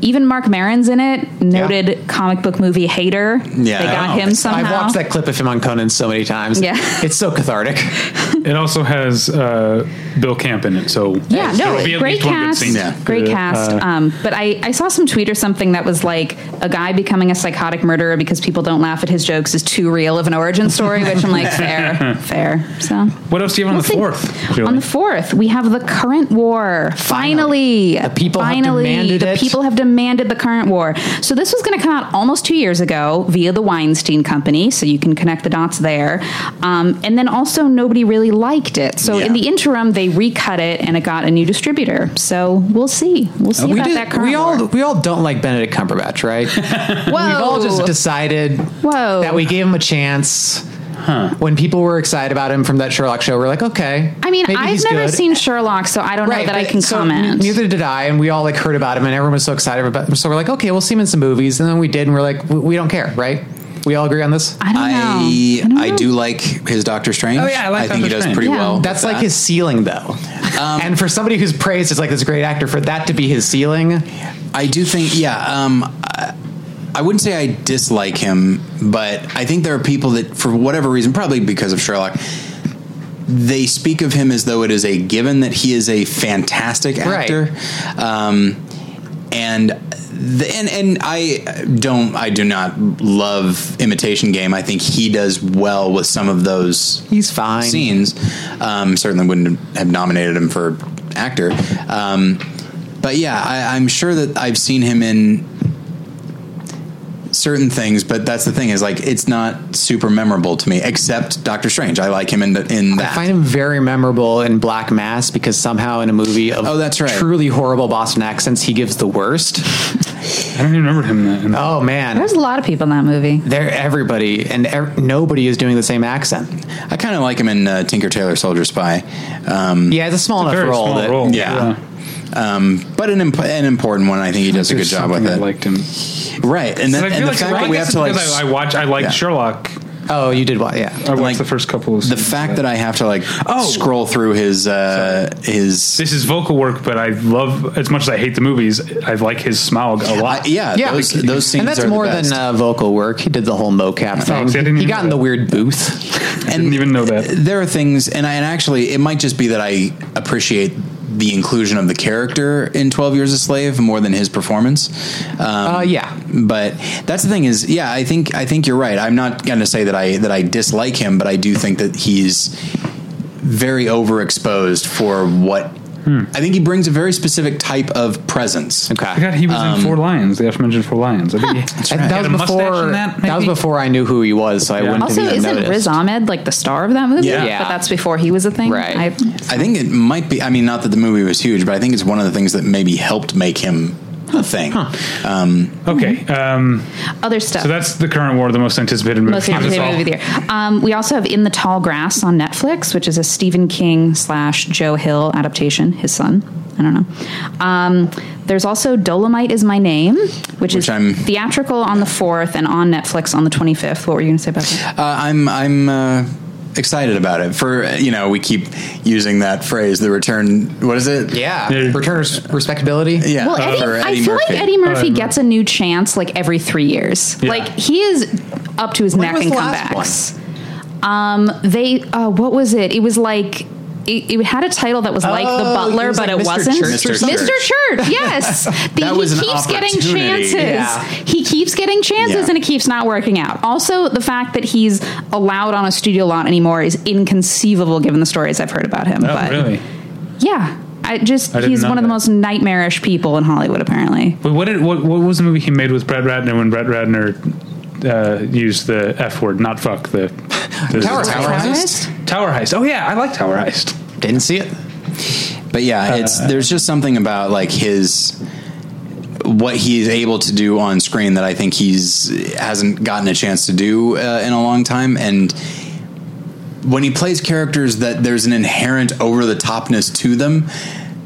[SPEAKER 5] even Mark Maron's in it, noted comic book movie hater.
[SPEAKER 1] Yeah.
[SPEAKER 5] they got
[SPEAKER 1] Wow.
[SPEAKER 5] him somehow.
[SPEAKER 4] I've watched that clip of him on Conan so many times.
[SPEAKER 5] Yeah.
[SPEAKER 4] It's so cathartic.
[SPEAKER 5] (laughs)
[SPEAKER 2] It also has uh, Bill Camp in it, so
[SPEAKER 5] Yeah,
[SPEAKER 2] there
[SPEAKER 5] no,
[SPEAKER 2] will be at
[SPEAKER 5] great
[SPEAKER 2] least one good
[SPEAKER 5] cast,
[SPEAKER 2] scene.
[SPEAKER 1] Yeah.
[SPEAKER 5] great
[SPEAKER 2] Uh,
[SPEAKER 5] cast.
[SPEAKER 2] uh,
[SPEAKER 5] um, but I, I saw some tweet or something that was like a guy becoming a psychotic murderer because people don't laugh at his jokes is too real of an origin story, which I'm like, fair, fair. So
[SPEAKER 2] what else do you have on
[SPEAKER 5] We'll
[SPEAKER 2] the
[SPEAKER 5] see.
[SPEAKER 2] fourth? Julie?
[SPEAKER 5] On the fourth, we have the current war. Finally,
[SPEAKER 4] The people have
[SPEAKER 5] finally,
[SPEAKER 4] demanded
[SPEAKER 5] the
[SPEAKER 4] it.
[SPEAKER 5] people have demanded the current war. So this was going to come out almost two years ago via the Weinstein Company. So you can connect the dots there. Um, and then also nobody really liked it. So
[SPEAKER 1] Yeah.
[SPEAKER 5] in the interim, they recut it and it got a new distributor. So we'll see. We'll see
[SPEAKER 4] we,
[SPEAKER 5] about
[SPEAKER 4] did-
[SPEAKER 5] that current
[SPEAKER 4] we all
[SPEAKER 5] war.
[SPEAKER 4] we all don't like Benedict Cumberbatch, right?
[SPEAKER 5] Whoa.
[SPEAKER 4] (laughs) We've all just decided
[SPEAKER 5] Whoa.
[SPEAKER 4] that we gave him a chance. When people were excited about him from that Sherlock show, we're like, okay.
[SPEAKER 5] I mean,
[SPEAKER 4] maybe
[SPEAKER 5] I've
[SPEAKER 4] he's
[SPEAKER 5] never
[SPEAKER 4] good.
[SPEAKER 5] seen Sherlock, so I don't know that I
[SPEAKER 4] but-
[SPEAKER 5] can
[SPEAKER 4] so
[SPEAKER 5] comment.
[SPEAKER 4] n- neither did I, and we all like heard about him, and everyone was so excited about. Him. So we're like, okay, we'll see him in some movies, and then we did, and we're like, we, we don't care, right? We all agree on this.
[SPEAKER 5] I don't
[SPEAKER 1] I
[SPEAKER 5] know.
[SPEAKER 1] I do like his Doctor Strange.
[SPEAKER 2] Oh, yeah, I like
[SPEAKER 1] think he
[SPEAKER 2] Doctor
[SPEAKER 1] does
[SPEAKER 2] Strange.
[SPEAKER 1] pretty
[SPEAKER 5] Yeah.
[SPEAKER 1] well. with
[SPEAKER 4] That's like
[SPEAKER 1] that.
[SPEAKER 4] his ceiling, though. Um, and for somebody who's praised as like this great actor, for that to be his ceiling,
[SPEAKER 1] I do think, yeah. Um, I, I wouldn't say I dislike him, but I think there are people that, for whatever reason, probably because of Sherlock, they speak of him as though it is a given that he is a fantastic
[SPEAKER 4] Right.
[SPEAKER 1] actor. Um, and the, and and I don't I do not love Imitation Game. I think he does well with some of those
[SPEAKER 4] he's fine.
[SPEAKER 1] scenes. Um, certainly wouldn't have nominated him for actor. Um, but yeah, I, I'm sure that I've seen him in certain things, but that's the thing is like it's not super memorable to me. Except Doctor Strange, I like him in the, in that.
[SPEAKER 4] I find him very memorable in Black Mass because somehow in a movie of
[SPEAKER 1] Oh, that's right.
[SPEAKER 4] truly horrible Boston accents, he gives the worst.
[SPEAKER 2] I don't even remember him. in That, in that.
[SPEAKER 4] Oh man,
[SPEAKER 5] There's a lot of people in that movie.
[SPEAKER 4] they're everybody, and ev- nobody is doing the same accent.
[SPEAKER 1] I kind of like him in uh, Tinker Tailor Soldier Spy, um,
[SPEAKER 4] Yeah, it's a small enough
[SPEAKER 2] Very
[SPEAKER 4] role.
[SPEAKER 2] small
[SPEAKER 4] that,
[SPEAKER 2] role.
[SPEAKER 1] yeah. um, but an imp- an important one. I think he does a good
[SPEAKER 2] There's
[SPEAKER 1] job with
[SPEAKER 2] something I
[SPEAKER 1] it.
[SPEAKER 2] liked him.
[SPEAKER 1] Right, and, then,
[SPEAKER 2] I
[SPEAKER 1] and
[SPEAKER 2] feel
[SPEAKER 1] the
[SPEAKER 2] like,
[SPEAKER 1] fact
[SPEAKER 2] I
[SPEAKER 1] that we
[SPEAKER 2] guess
[SPEAKER 1] have to like.
[SPEAKER 2] it's because I, I watch. I like
[SPEAKER 1] Yeah.
[SPEAKER 2] Sherlock.
[SPEAKER 4] Oh, you did what? Yeah.
[SPEAKER 2] I watched
[SPEAKER 1] like,
[SPEAKER 2] the first couple. of
[SPEAKER 1] the
[SPEAKER 2] seasons.
[SPEAKER 1] fact that I have to like
[SPEAKER 2] Oh.
[SPEAKER 1] scroll through his uh, his
[SPEAKER 2] this is vocal work, but I love as much as I hate the movies. I like his smile a
[SPEAKER 1] I-
[SPEAKER 2] lot.
[SPEAKER 1] yeah,
[SPEAKER 4] Yeah,
[SPEAKER 1] those,
[SPEAKER 4] because-
[SPEAKER 1] those scenes
[SPEAKER 4] and that's
[SPEAKER 1] are
[SPEAKER 4] more
[SPEAKER 1] the best.
[SPEAKER 4] than uh, vocal work. He did the whole mocap
[SPEAKER 2] Oh, see, I
[SPEAKER 4] thing.
[SPEAKER 2] didn't
[SPEAKER 4] He
[SPEAKER 2] even
[SPEAKER 4] got
[SPEAKER 2] know
[SPEAKER 4] in the
[SPEAKER 2] that.
[SPEAKER 4] weird booth.
[SPEAKER 2] didn't even know that.
[SPEAKER 1] There are things, and I and actually, it might just be that I appreciate the inclusion of the character in Twelve Years a Slave more than his performance. Um,
[SPEAKER 4] Uh, yeah.
[SPEAKER 1] but that's the thing is, yeah, I think I think you're right. I'm not going to say that I that I dislike him, but I do think that he's very overexposed for what I think he brings a very specific type of presence.
[SPEAKER 4] Hmm. Okay.
[SPEAKER 2] I forgot Oh he was
[SPEAKER 4] um,
[SPEAKER 2] in Four Lions, the aforementioned Four Lions. I think he,
[SPEAKER 4] I-
[SPEAKER 2] He
[SPEAKER 4] that,
[SPEAKER 2] had a
[SPEAKER 4] was
[SPEAKER 2] mustache
[SPEAKER 4] before,
[SPEAKER 2] in
[SPEAKER 4] that,
[SPEAKER 2] maybe?
[SPEAKER 4] was before I knew who he was, so I wouldn't
[SPEAKER 5] Also,
[SPEAKER 4] have even
[SPEAKER 5] isn't
[SPEAKER 4] noticed.
[SPEAKER 5] Riz Ahmed like the star of that movie?
[SPEAKER 1] Yeah.
[SPEAKER 4] Yeah.
[SPEAKER 5] But that's before he was a thing.
[SPEAKER 4] Right.
[SPEAKER 5] I,
[SPEAKER 1] I think it might be. I mean, not that the movie was huge, but I think it's one of the things that maybe helped make him a thing. Um,
[SPEAKER 2] Okay, um,
[SPEAKER 5] other stuff.
[SPEAKER 2] so that's the current war, the most anticipated movie.
[SPEAKER 5] most
[SPEAKER 2] That's
[SPEAKER 5] anticipated
[SPEAKER 2] all.
[SPEAKER 5] movie of the year. Um, we also have In the Tall Grass on Netflix, which is a Stephen King slash Joe Hill adaptation. His son, I don't know. Um, there's also Dolomite is My Name, which, is
[SPEAKER 1] Which I'm-
[SPEAKER 5] theatrical on the fourth and on Netflix on the 25th. What were you going to say about that?
[SPEAKER 1] uh, I'm I'm uh, excited about it. For uh, you know, we keep using that phrase, the return. What is it?
[SPEAKER 4] Yeah.
[SPEAKER 2] Yeah.
[SPEAKER 4] Returners respectability.
[SPEAKER 1] yeah.
[SPEAKER 5] well, Eddie,
[SPEAKER 1] for
[SPEAKER 5] I feel like Eddie Murphy gets a new chance like every three years.
[SPEAKER 2] Yeah.
[SPEAKER 5] Like he is up to his
[SPEAKER 4] When
[SPEAKER 5] neck
[SPEAKER 4] was
[SPEAKER 5] in
[SPEAKER 4] the last
[SPEAKER 5] comebacks. Um, they uh, what was it? It was like it, it had a title that was like The
[SPEAKER 4] Oh,
[SPEAKER 5] Butler,
[SPEAKER 4] it was
[SPEAKER 5] but
[SPEAKER 4] like
[SPEAKER 5] it
[SPEAKER 4] Mr.
[SPEAKER 5] wasn't.
[SPEAKER 4] Church
[SPEAKER 1] or something?
[SPEAKER 5] Mr. Church, yes. The-
[SPEAKER 1] That was
[SPEAKER 5] he
[SPEAKER 1] an
[SPEAKER 5] keeps getting
[SPEAKER 1] opportunity.
[SPEAKER 5] chances.
[SPEAKER 4] Yeah.
[SPEAKER 5] He keeps getting chances
[SPEAKER 1] Yeah.
[SPEAKER 5] and it keeps not working out. Also, the fact that he's allowed on a studio lot anymore is inconceivable given the stories I've heard about him.
[SPEAKER 2] Oh,
[SPEAKER 5] but
[SPEAKER 2] really?
[SPEAKER 5] yeah. I just
[SPEAKER 2] I didn't
[SPEAKER 5] he's
[SPEAKER 2] know
[SPEAKER 5] one of the
[SPEAKER 2] that.
[SPEAKER 5] most nightmarish people in Hollywood apparently.
[SPEAKER 2] But what did what, what was the movie he made with Brett Ratner when Brett Ratner uh, used the F word, not fuck the, the
[SPEAKER 4] Tower Heist. Tower
[SPEAKER 5] Heist?
[SPEAKER 2] Tower Heist. Oh yeah, I like Tower Heist.
[SPEAKER 4] Didn't see it.
[SPEAKER 1] But yeah, it's there's just something about like his what he is able to do on screen that I think he's hasn't gotten a chance to do uh, in a long time and when he plays characters that there's an inherent over the topness to them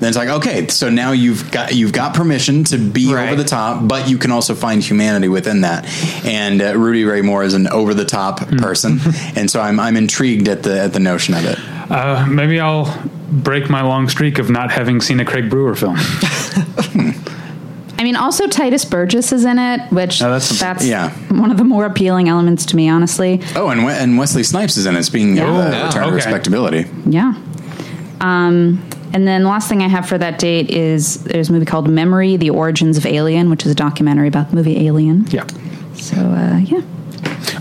[SPEAKER 1] then it's like okay so now you've got you've got permission to be
[SPEAKER 4] Right.
[SPEAKER 1] over the top but you can also find humanity within that and uh, Rudy Ray Moore is an over the top person and so I'm I'm intrigued at the at the notion of it
[SPEAKER 2] Uh, maybe I'll break my long streak of not having seen a Craig Brewer film. (laughs)
[SPEAKER 5] I mean, also Titus Burgess is in it, which
[SPEAKER 2] Oh, that's-
[SPEAKER 5] that's,
[SPEAKER 1] yeah.
[SPEAKER 5] one of the more appealing elements to me, honestly.
[SPEAKER 1] Oh, and we- and Wesley Snipes is in it. Speaking of uh,
[SPEAKER 2] Oh,
[SPEAKER 1] return
[SPEAKER 2] okay.
[SPEAKER 1] to respectability,
[SPEAKER 5] Yeah. Um, and then last thing I have for that date is there's a movie called Memory: The Origins of Alien, which is a documentary about the movie Alien.
[SPEAKER 2] yeah.
[SPEAKER 5] So uh, yeah,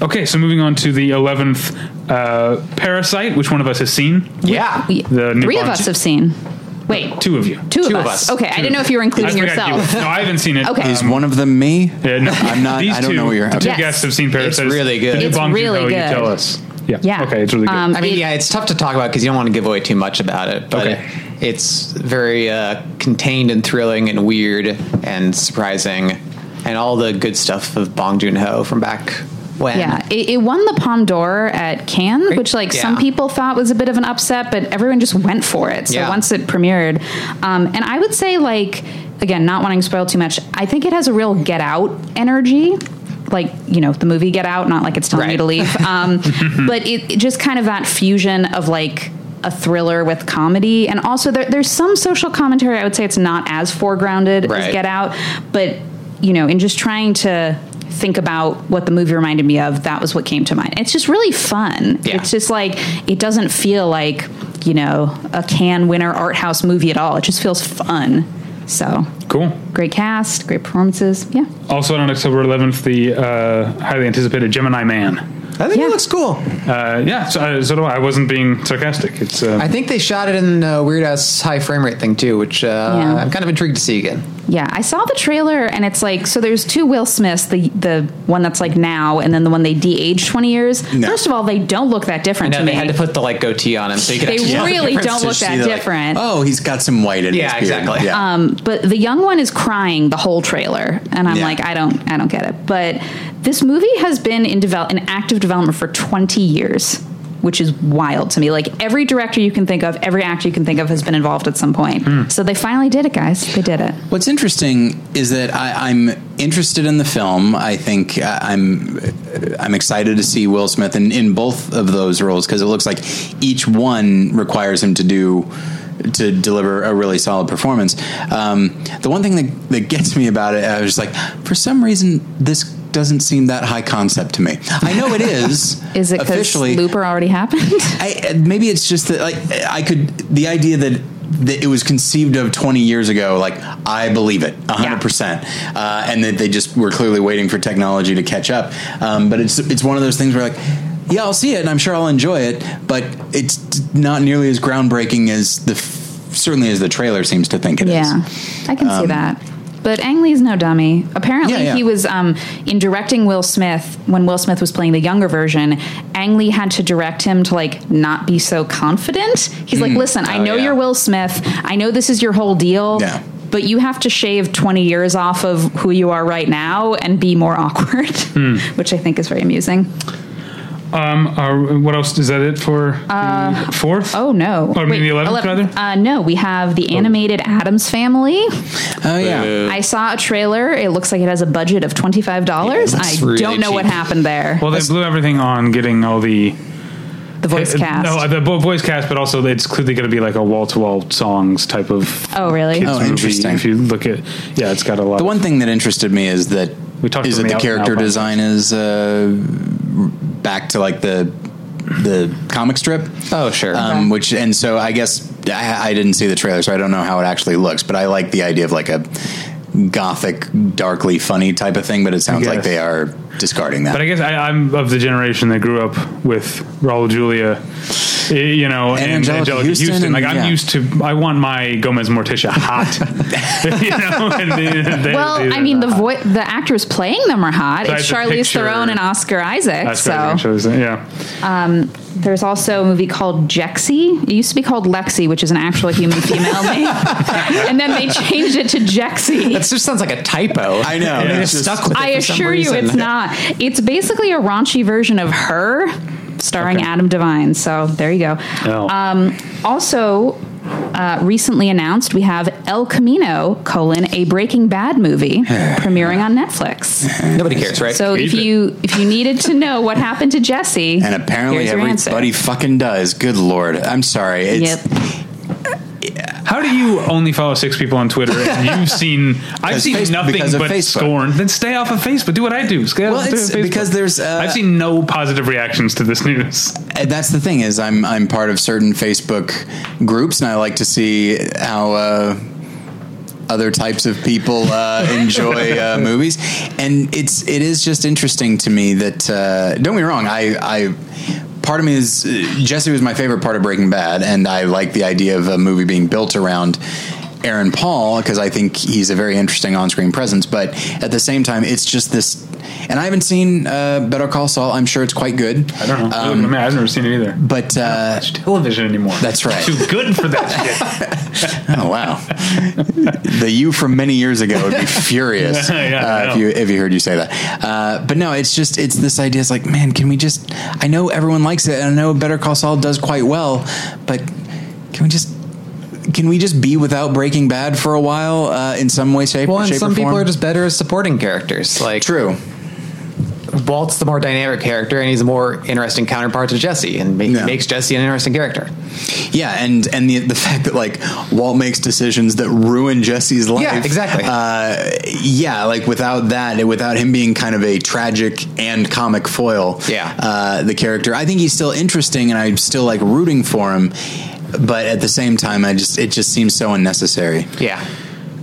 [SPEAKER 2] Okay, so moving on to the eleventh uh, Parasite, which one of us has seen?
[SPEAKER 4] Yeah.
[SPEAKER 5] We-
[SPEAKER 2] The new
[SPEAKER 5] three of
[SPEAKER 2] Bond-
[SPEAKER 5] us have seen. Wait, two,
[SPEAKER 2] Two of you.
[SPEAKER 5] of, us. Okay, I didn't know if you were
[SPEAKER 2] I
[SPEAKER 5] including
[SPEAKER 2] forgot you.
[SPEAKER 5] yourself.
[SPEAKER 2] No, I haven't seen it.
[SPEAKER 5] Okay.
[SPEAKER 1] is one of them me?
[SPEAKER 2] Um, Yeah, no,
[SPEAKER 1] I'm not-
[SPEAKER 2] These
[SPEAKER 1] I don't
[SPEAKER 2] two,
[SPEAKER 1] know what you're-
[SPEAKER 2] The two
[SPEAKER 5] Yes.
[SPEAKER 2] guests have seen Parasite.
[SPEAKER 4] really good.
[SPEAKER 2] The new
[SPEAKER 5] It's
[SPEAKER 2] Bong
[SPEAKER 5] really
[SPEAKER 2] Joon-ho, Oh, You
[SPEAKER 5] good.
[SPEAKER 2] tell us. Yeah.
[SPEAKER 5] Yeah.
[SPEAKER 2] Okay, it's really good.
[SPEAKER 5] Um,
[SPEAKER 4] I mean,
[SPEAKER 5] It-
[SPEAKER 4] yeah, it's tough to talk about because you don't want to give away too much about it. But
[SPEAKER 2] Okay.
[SPEAKER 4] it, it's very uh, contained and thrilling and weird and surprising, and all the good stuff of Bong Joon Ho from back when.
[SPEAKER 5] Yeah, it, it won the Palme d'Or at Cannes, which like some
[SPEAKER 4] Yeah.
[SPEAKER 5] people thought was a bit of an upset, but everyone just went for it. So
[SPEAKER 4] Yeah.
[SPEAKER 5] once it premiered, um, and I would say like again, not wanting to spoil too much, I think it has a real Get Out energy. Like you know the movie Get Out, not like it's telling you to
[SPEAKER 4] Right.
[SPEAKER 5] leave, um,
[SPEAKER 4] (laughs)
[SPEAKER 5] but it, it just kind of that fusion of like a thriller with comedy, and also there, there's some social commentary. I would say it's not as foregrounded as
[SPEAKER 4] Right.
[SPEAKER 5] Get Out, but you know, in just trying to think about what the movie reminded me of, that was what came to mind. It's just really fun.
[SPEAKER 4] Yeah.
[SPEAKER 5] It's just like it doesn't feel like you know a can winner art house movie at all. It just feels fun. So
[SPEAKER 2] cool.
[SPEAKER 5] great cast, great performances. Yeah,
[SPEAKER 2] Also on October 11th, the uh, highly anticipated Gemini Man.
[SPEAKER 4] I think
[SPEAKER 5] Yeah.
[SPEAKER 4] it looks cool.
[SPEAKER 2] Uh, yeah, so, uh, so do I. I wasn't being sarcastic. It's uh,
[SPEAKER 4] I think they shot it in a weird ass high frame rate thing too, which uh,
[SPEAKER 5] Yeah.
[SPEAKER 4] I'm kind of intrigued to see again.
[SPEAKER 5] yeah. I saw the trailer and it's like so. There's two Will Smiths, the the one that's like now, and then the one they de-aged 20 years.
[SPEAKER 1] No.
[SPEAKER 5] First of all, they don't look that different
[SPEAKER 4] No,
[SPEAKER 5] to me.
[SPEAKER 4] they had to put the like goatee on him, so you could (laughs)
[SPEAKER 5] They
[SPEAKER 4] actually tell the
[SPEAKER 5] really
[SPEAKER 4] difference.
[SPEAKER 5] don't look
[SPEAKER 1] Just
[SPEAKER 5] that
[SPEAKER 1] see the, like,
[SPEAKER 5] different.
[SPEAKER 1] oh, he's got some white in
[SPEAKER 4] Yeah,
[SPEAKER 1] his beard.
[SPEAKER 4] exactly.
[SPEAKER 1] Yeah.
[SPEAKER 5] Um, but the young one is crying the whole trailer, and I'm
[SPEAKER 1] Yeah.
[SPEAKER 5] like, I don't, I don't get it. But this movie has been in develop in active development for 20 years, which is wild to me. Like every director you can think of, every actor you can think of has been involved at some point.
[SPEAKER 1] Hmm.
[SPEAKER 5] So they finally did it, guys. They did it.
[SPEAKER 1] What's interesting is that I, I'm interested in the film. I think uh, I'm I'm excited to see Will Smith in, in both of those roles because it looks like each one requires him to do to deliver a really solid performance. Um, the one thing that, that gets me about it, I was just like, for some reason, this doesn't seem that high concept to me. I know it is.
[SPEAKER 5] Is it because
[SPEAKER 1] officially
[SPEAKER 5] Looper already happened?
[SPEAKER 1] I, maybe it's just that like I could the idea that that it was conceived of 20 years ago like I believe it 100% uh, and that they just were clearly waiting for technology to catch up um, but it's it's one of those things where like yeah I'll see it and I'm sure I'll enjoy it but it's not nearly as groundbreaking as the f- certainly as the trailer seems to think it is.
[SPEAKER 5] yeah, I can see that. But Ang Lee's no dummy. Apparently,
[SPEAKER 1] Um, Yeah, yeah.
[SPEAKER 5] he was um, in directing Will Smith when Will Smith was playing the younger version. Ang Lee had to direct him to like not be so confident. He's like,
[SPEAKER 1] Mm-hmm.
[SPEAKER 5] "Listen, I
[SPEAKER 4] Oh,
[SPEAKER 5] know
[SPEAKER 4] yeah.
[SPEAKER 5] you're Will Smith. I know this is your whole deal."
[SPEAKER 1] Yeah.
[SPEAKER 5] But you have to shave 20 years off of who you are right now and be more (laughs) awkward, which I think is very amusing.
[SPEAKER 2] um, are, what else is that? It for the fourth?
[SPEAKER 5] Oh, no.
[SPEAKER 2] Or maybe
[SPEAKER 5] Wait,
[SPEAKER 2] 11th,
[SPEAKER 5] 11th.
[SPEAKER 2] rather?
[SPEAKER 5] Uh, no, we have the animated Adams Family.
[SPEAKER 1] Oh yeah.
[SPEAKER 5] I saw a trailer. It looks like it has a budget of twenty five dollars. I
[SPEAKER 4] really
[SPEAKER 5] don't know what
[SPEAKER 4] cheap.
[SPEAKER 5] happened there.
[SPEAKER 2] Well, they blew everything on getting all the
[SPEAKER 5] the voice
[SPEAKER 2] Uh,
[SPEAKER 5] cast.
[SPEAKER 2] No, the vo- voice cast, but also it's clearly going to be like a wall to wall songs type of.
[SPEAKER 5] Oh, really?
[SPEAKER 2] kids
[SPEAKER 1] Oh,
[SPEAKER 2] movie.
[SPEAKER 1] interesting.
[SPEAKER 2] If you look at, yeah, it's got a lot.
[SPEAKER 1] The
[SPEAKER 2] of-
[SPEAKER 1] one thing that interested me is that
[SPEAKER 2] We talked
[SPEAKER 1] is
[SPEAKER 2] to
[SPEAKER 1] that
[SPEAKER 2] Meow
[SPEAKER 1] the character
[SPEAKER 2] Meow Meow.
[SPEAKER 1] design is uh, back to like the the comic strip.
[SPEAKER 4] Oh, sure.
[SPEAKER 1] Um, which and so I guess I, I didn't see the trailer, so I don't know how it actually looks. But I like the idea of like a gothic, darkly funny type of thing. But it sounds like
[SPEAKER 2] guess.
[SPEAKER 1] they are discarding that.
[SPEAKER 2] But I guess I, I'm of the generation that grew up with Raul Julia, eh, you know, and,
[SPEAKER 1] Angelica
[SPEAKER 2] Angelica
[SPEAKER 1] Houston
[SPEAKER 2] Houston.
[SPEAKER 1] and-
[SPEAKER 2] Like I'm
[SPEAKER 1] yeah.
[SPEAKER 2] used to, I want my Gomez Morticia
[SPEAKER 1] (laughs)
[SPEAKER 2] hot. (laughs) you know, and they- they-
[SPEAKER 5] Well,
[SPEAKER 2] they-
[SPEAKER 5] I mean, the vo- the actors playing them are hot.
[SPEAKER 2] So I
[SPEAKER 5] it's
[SPEAKER 2] have to
[SPEAKER 5] Charlize
[SPEAKER 2] picture-
[SPEAKER 5] Theron and Oscar Isaac.
[SPEAKER 2] That's
[SPEAKER 5] so um,
[SPEAKER 2] what I chose, yeah.
[SPEAKER 5] there's also a movie called Jexy. It used to be called Lexi, which is an actual human
[SPEAKER 2] (laughs)
[SPEAKER 5] female name, and then they changed it to Jexy.
[SPEAKER 4] It just sounds like a typo.
[SPEAKER 1] I know.
[SPEAKER 4] And
[SPEAKER 1] Yeah.
[SPEAKER 4] You're just
[SPEAKER 1] It's just-
[SPEAKER 4] stuck with it
[SPEAKER 5] I
[SPEAKER 4] for some
[SPEAKER 5] assure you,
[SPEAKER 4] reason.
[SPEAKER 5] it's not. It's basically a raunchy version of her, starring Adam Devine. So there you go.
[SPEAKER 2] Oh.
[SPEAKER 5] Um, also, uh, recently announced, we have El Camino: colon a Breaking Bad movie premiering on Netflix.
[SPEAKER 4] Nobody cares, right?
[SPEAKER 5] So if
[SPEAKER 2] Keep it.
[SPEAKER 5] you if you needed to know what happened to Jesse,
[SPEAKER 1] and apparently
[SPEAKER 5] here's your answer.
[SPEAKER 1] everybody fucking does. Good lord, I'm sorry. It's,
[SPEAKER 5] Yep.
[SPEAKER 2] How do you only follow six people on Twitter?
[SPEAKER 1] (laughs)
[SPEAKER 2] And you've seen, I've
[SPEAKER 1] Because
[SPEAKER 2] seen
[SPEAKER 1] Facebook-
[SPEAKER 2] nothing
[SPEAKER 1] because of
[SPEAKER 2] but
[SPEAKER 1] Facebook.
[SPEAKER 2] scorn. Then stay off of Facebook. Do what I do. Stay
[SPEAKER 1] Well,
[SPEAKER 2] off of
[SPEAKER 1] it's
[SPEAKER 2] Facebook.
[SPEAKER 1] because there's, uh,
[SPEAKER 2] I've seen no positive reactions to this news.
[SPEAKER 1] And uh, that's the thing is I'm I'm part of certain Facebook groups and I like to see how uh, other types of people
[SPEAKER 2] (laughs)
[SPEAKER 1] uh, enjoy uh, movies and it's it is just interesting to me that uh, don't get me wrong I I part of me is uh, Jesse was my favorite part of Breaking Bad and I like the idea of a movie being built around. Aaron Paul, because I think he's a very interesting on-screen presence, but at the same time, it's just this. And I haven't seen uh, Better Call Saul. I'm sure it's quite good.
[SPEAKER 2] I don't know.
[SPEAKER 1] Um,
[SPEAKER 2] I mean, I've never seen it either.
[SPEAKER 1] but uh,
[SPEAKER 2] It's television anymore.
[SPEAKER 1] That's right.
[SPEAKER 2] (laughs)
[SPEAKER 4] (laughs)
[SPEAKER 2] Too good for that
[SPEAKER 1] (laughs)
[SPEAKER 2] shit.
[SPEAKER 1] oh wow, the you from many years ago
[SPEAKER 4] (laughs)
[SPEAKER 1] would be furious
[SPEAKER 2] Yeah, I
[SPEAKER 1] uh, if
[SPEAKER 2] know.
[SPEAKER 1] you if you heard you say that. Uh, but no, it's just it's this idea. It's like, man, can we just? I know everyone likes it, and I know Better Call Saul does quite well, but can we just? Can we just be without Breaking Bad for a while uh, in some way, shape,
[SPEAKER 4] well, and
[SPEAKER 1] shape
[SPEAKER 4] some
[SPEAKER 1] or form?
[SPEAKER 4] people are just better as supporting characters. Like
[SPEAKER 1] true.
[SPEAKER 4] Walt's the more dynamic character, and he's a more interesting counterpart to Jesse, and ma-
[SPEAKER 1] Yeah.
[SPEAKER 4] makes Jesse an interesting character.
[SPEAKER 1] Yeah, and and the the fact that like Walt makes decisions that ruin Jesse's life.
[SPEAKER 4] Yeah, exactly.
[SPEAKER 1] Uh, yeah, like without that, without him being kind of a tragic and comic foil.
[SPEAKER 4] Yeah.
[SPEAKER 1] uh, the character. I think he's still interesting, and I'm still like rooting for him. But at the same time, I just it just seems so unnecessary.
[SPEAKER 4] Yeah,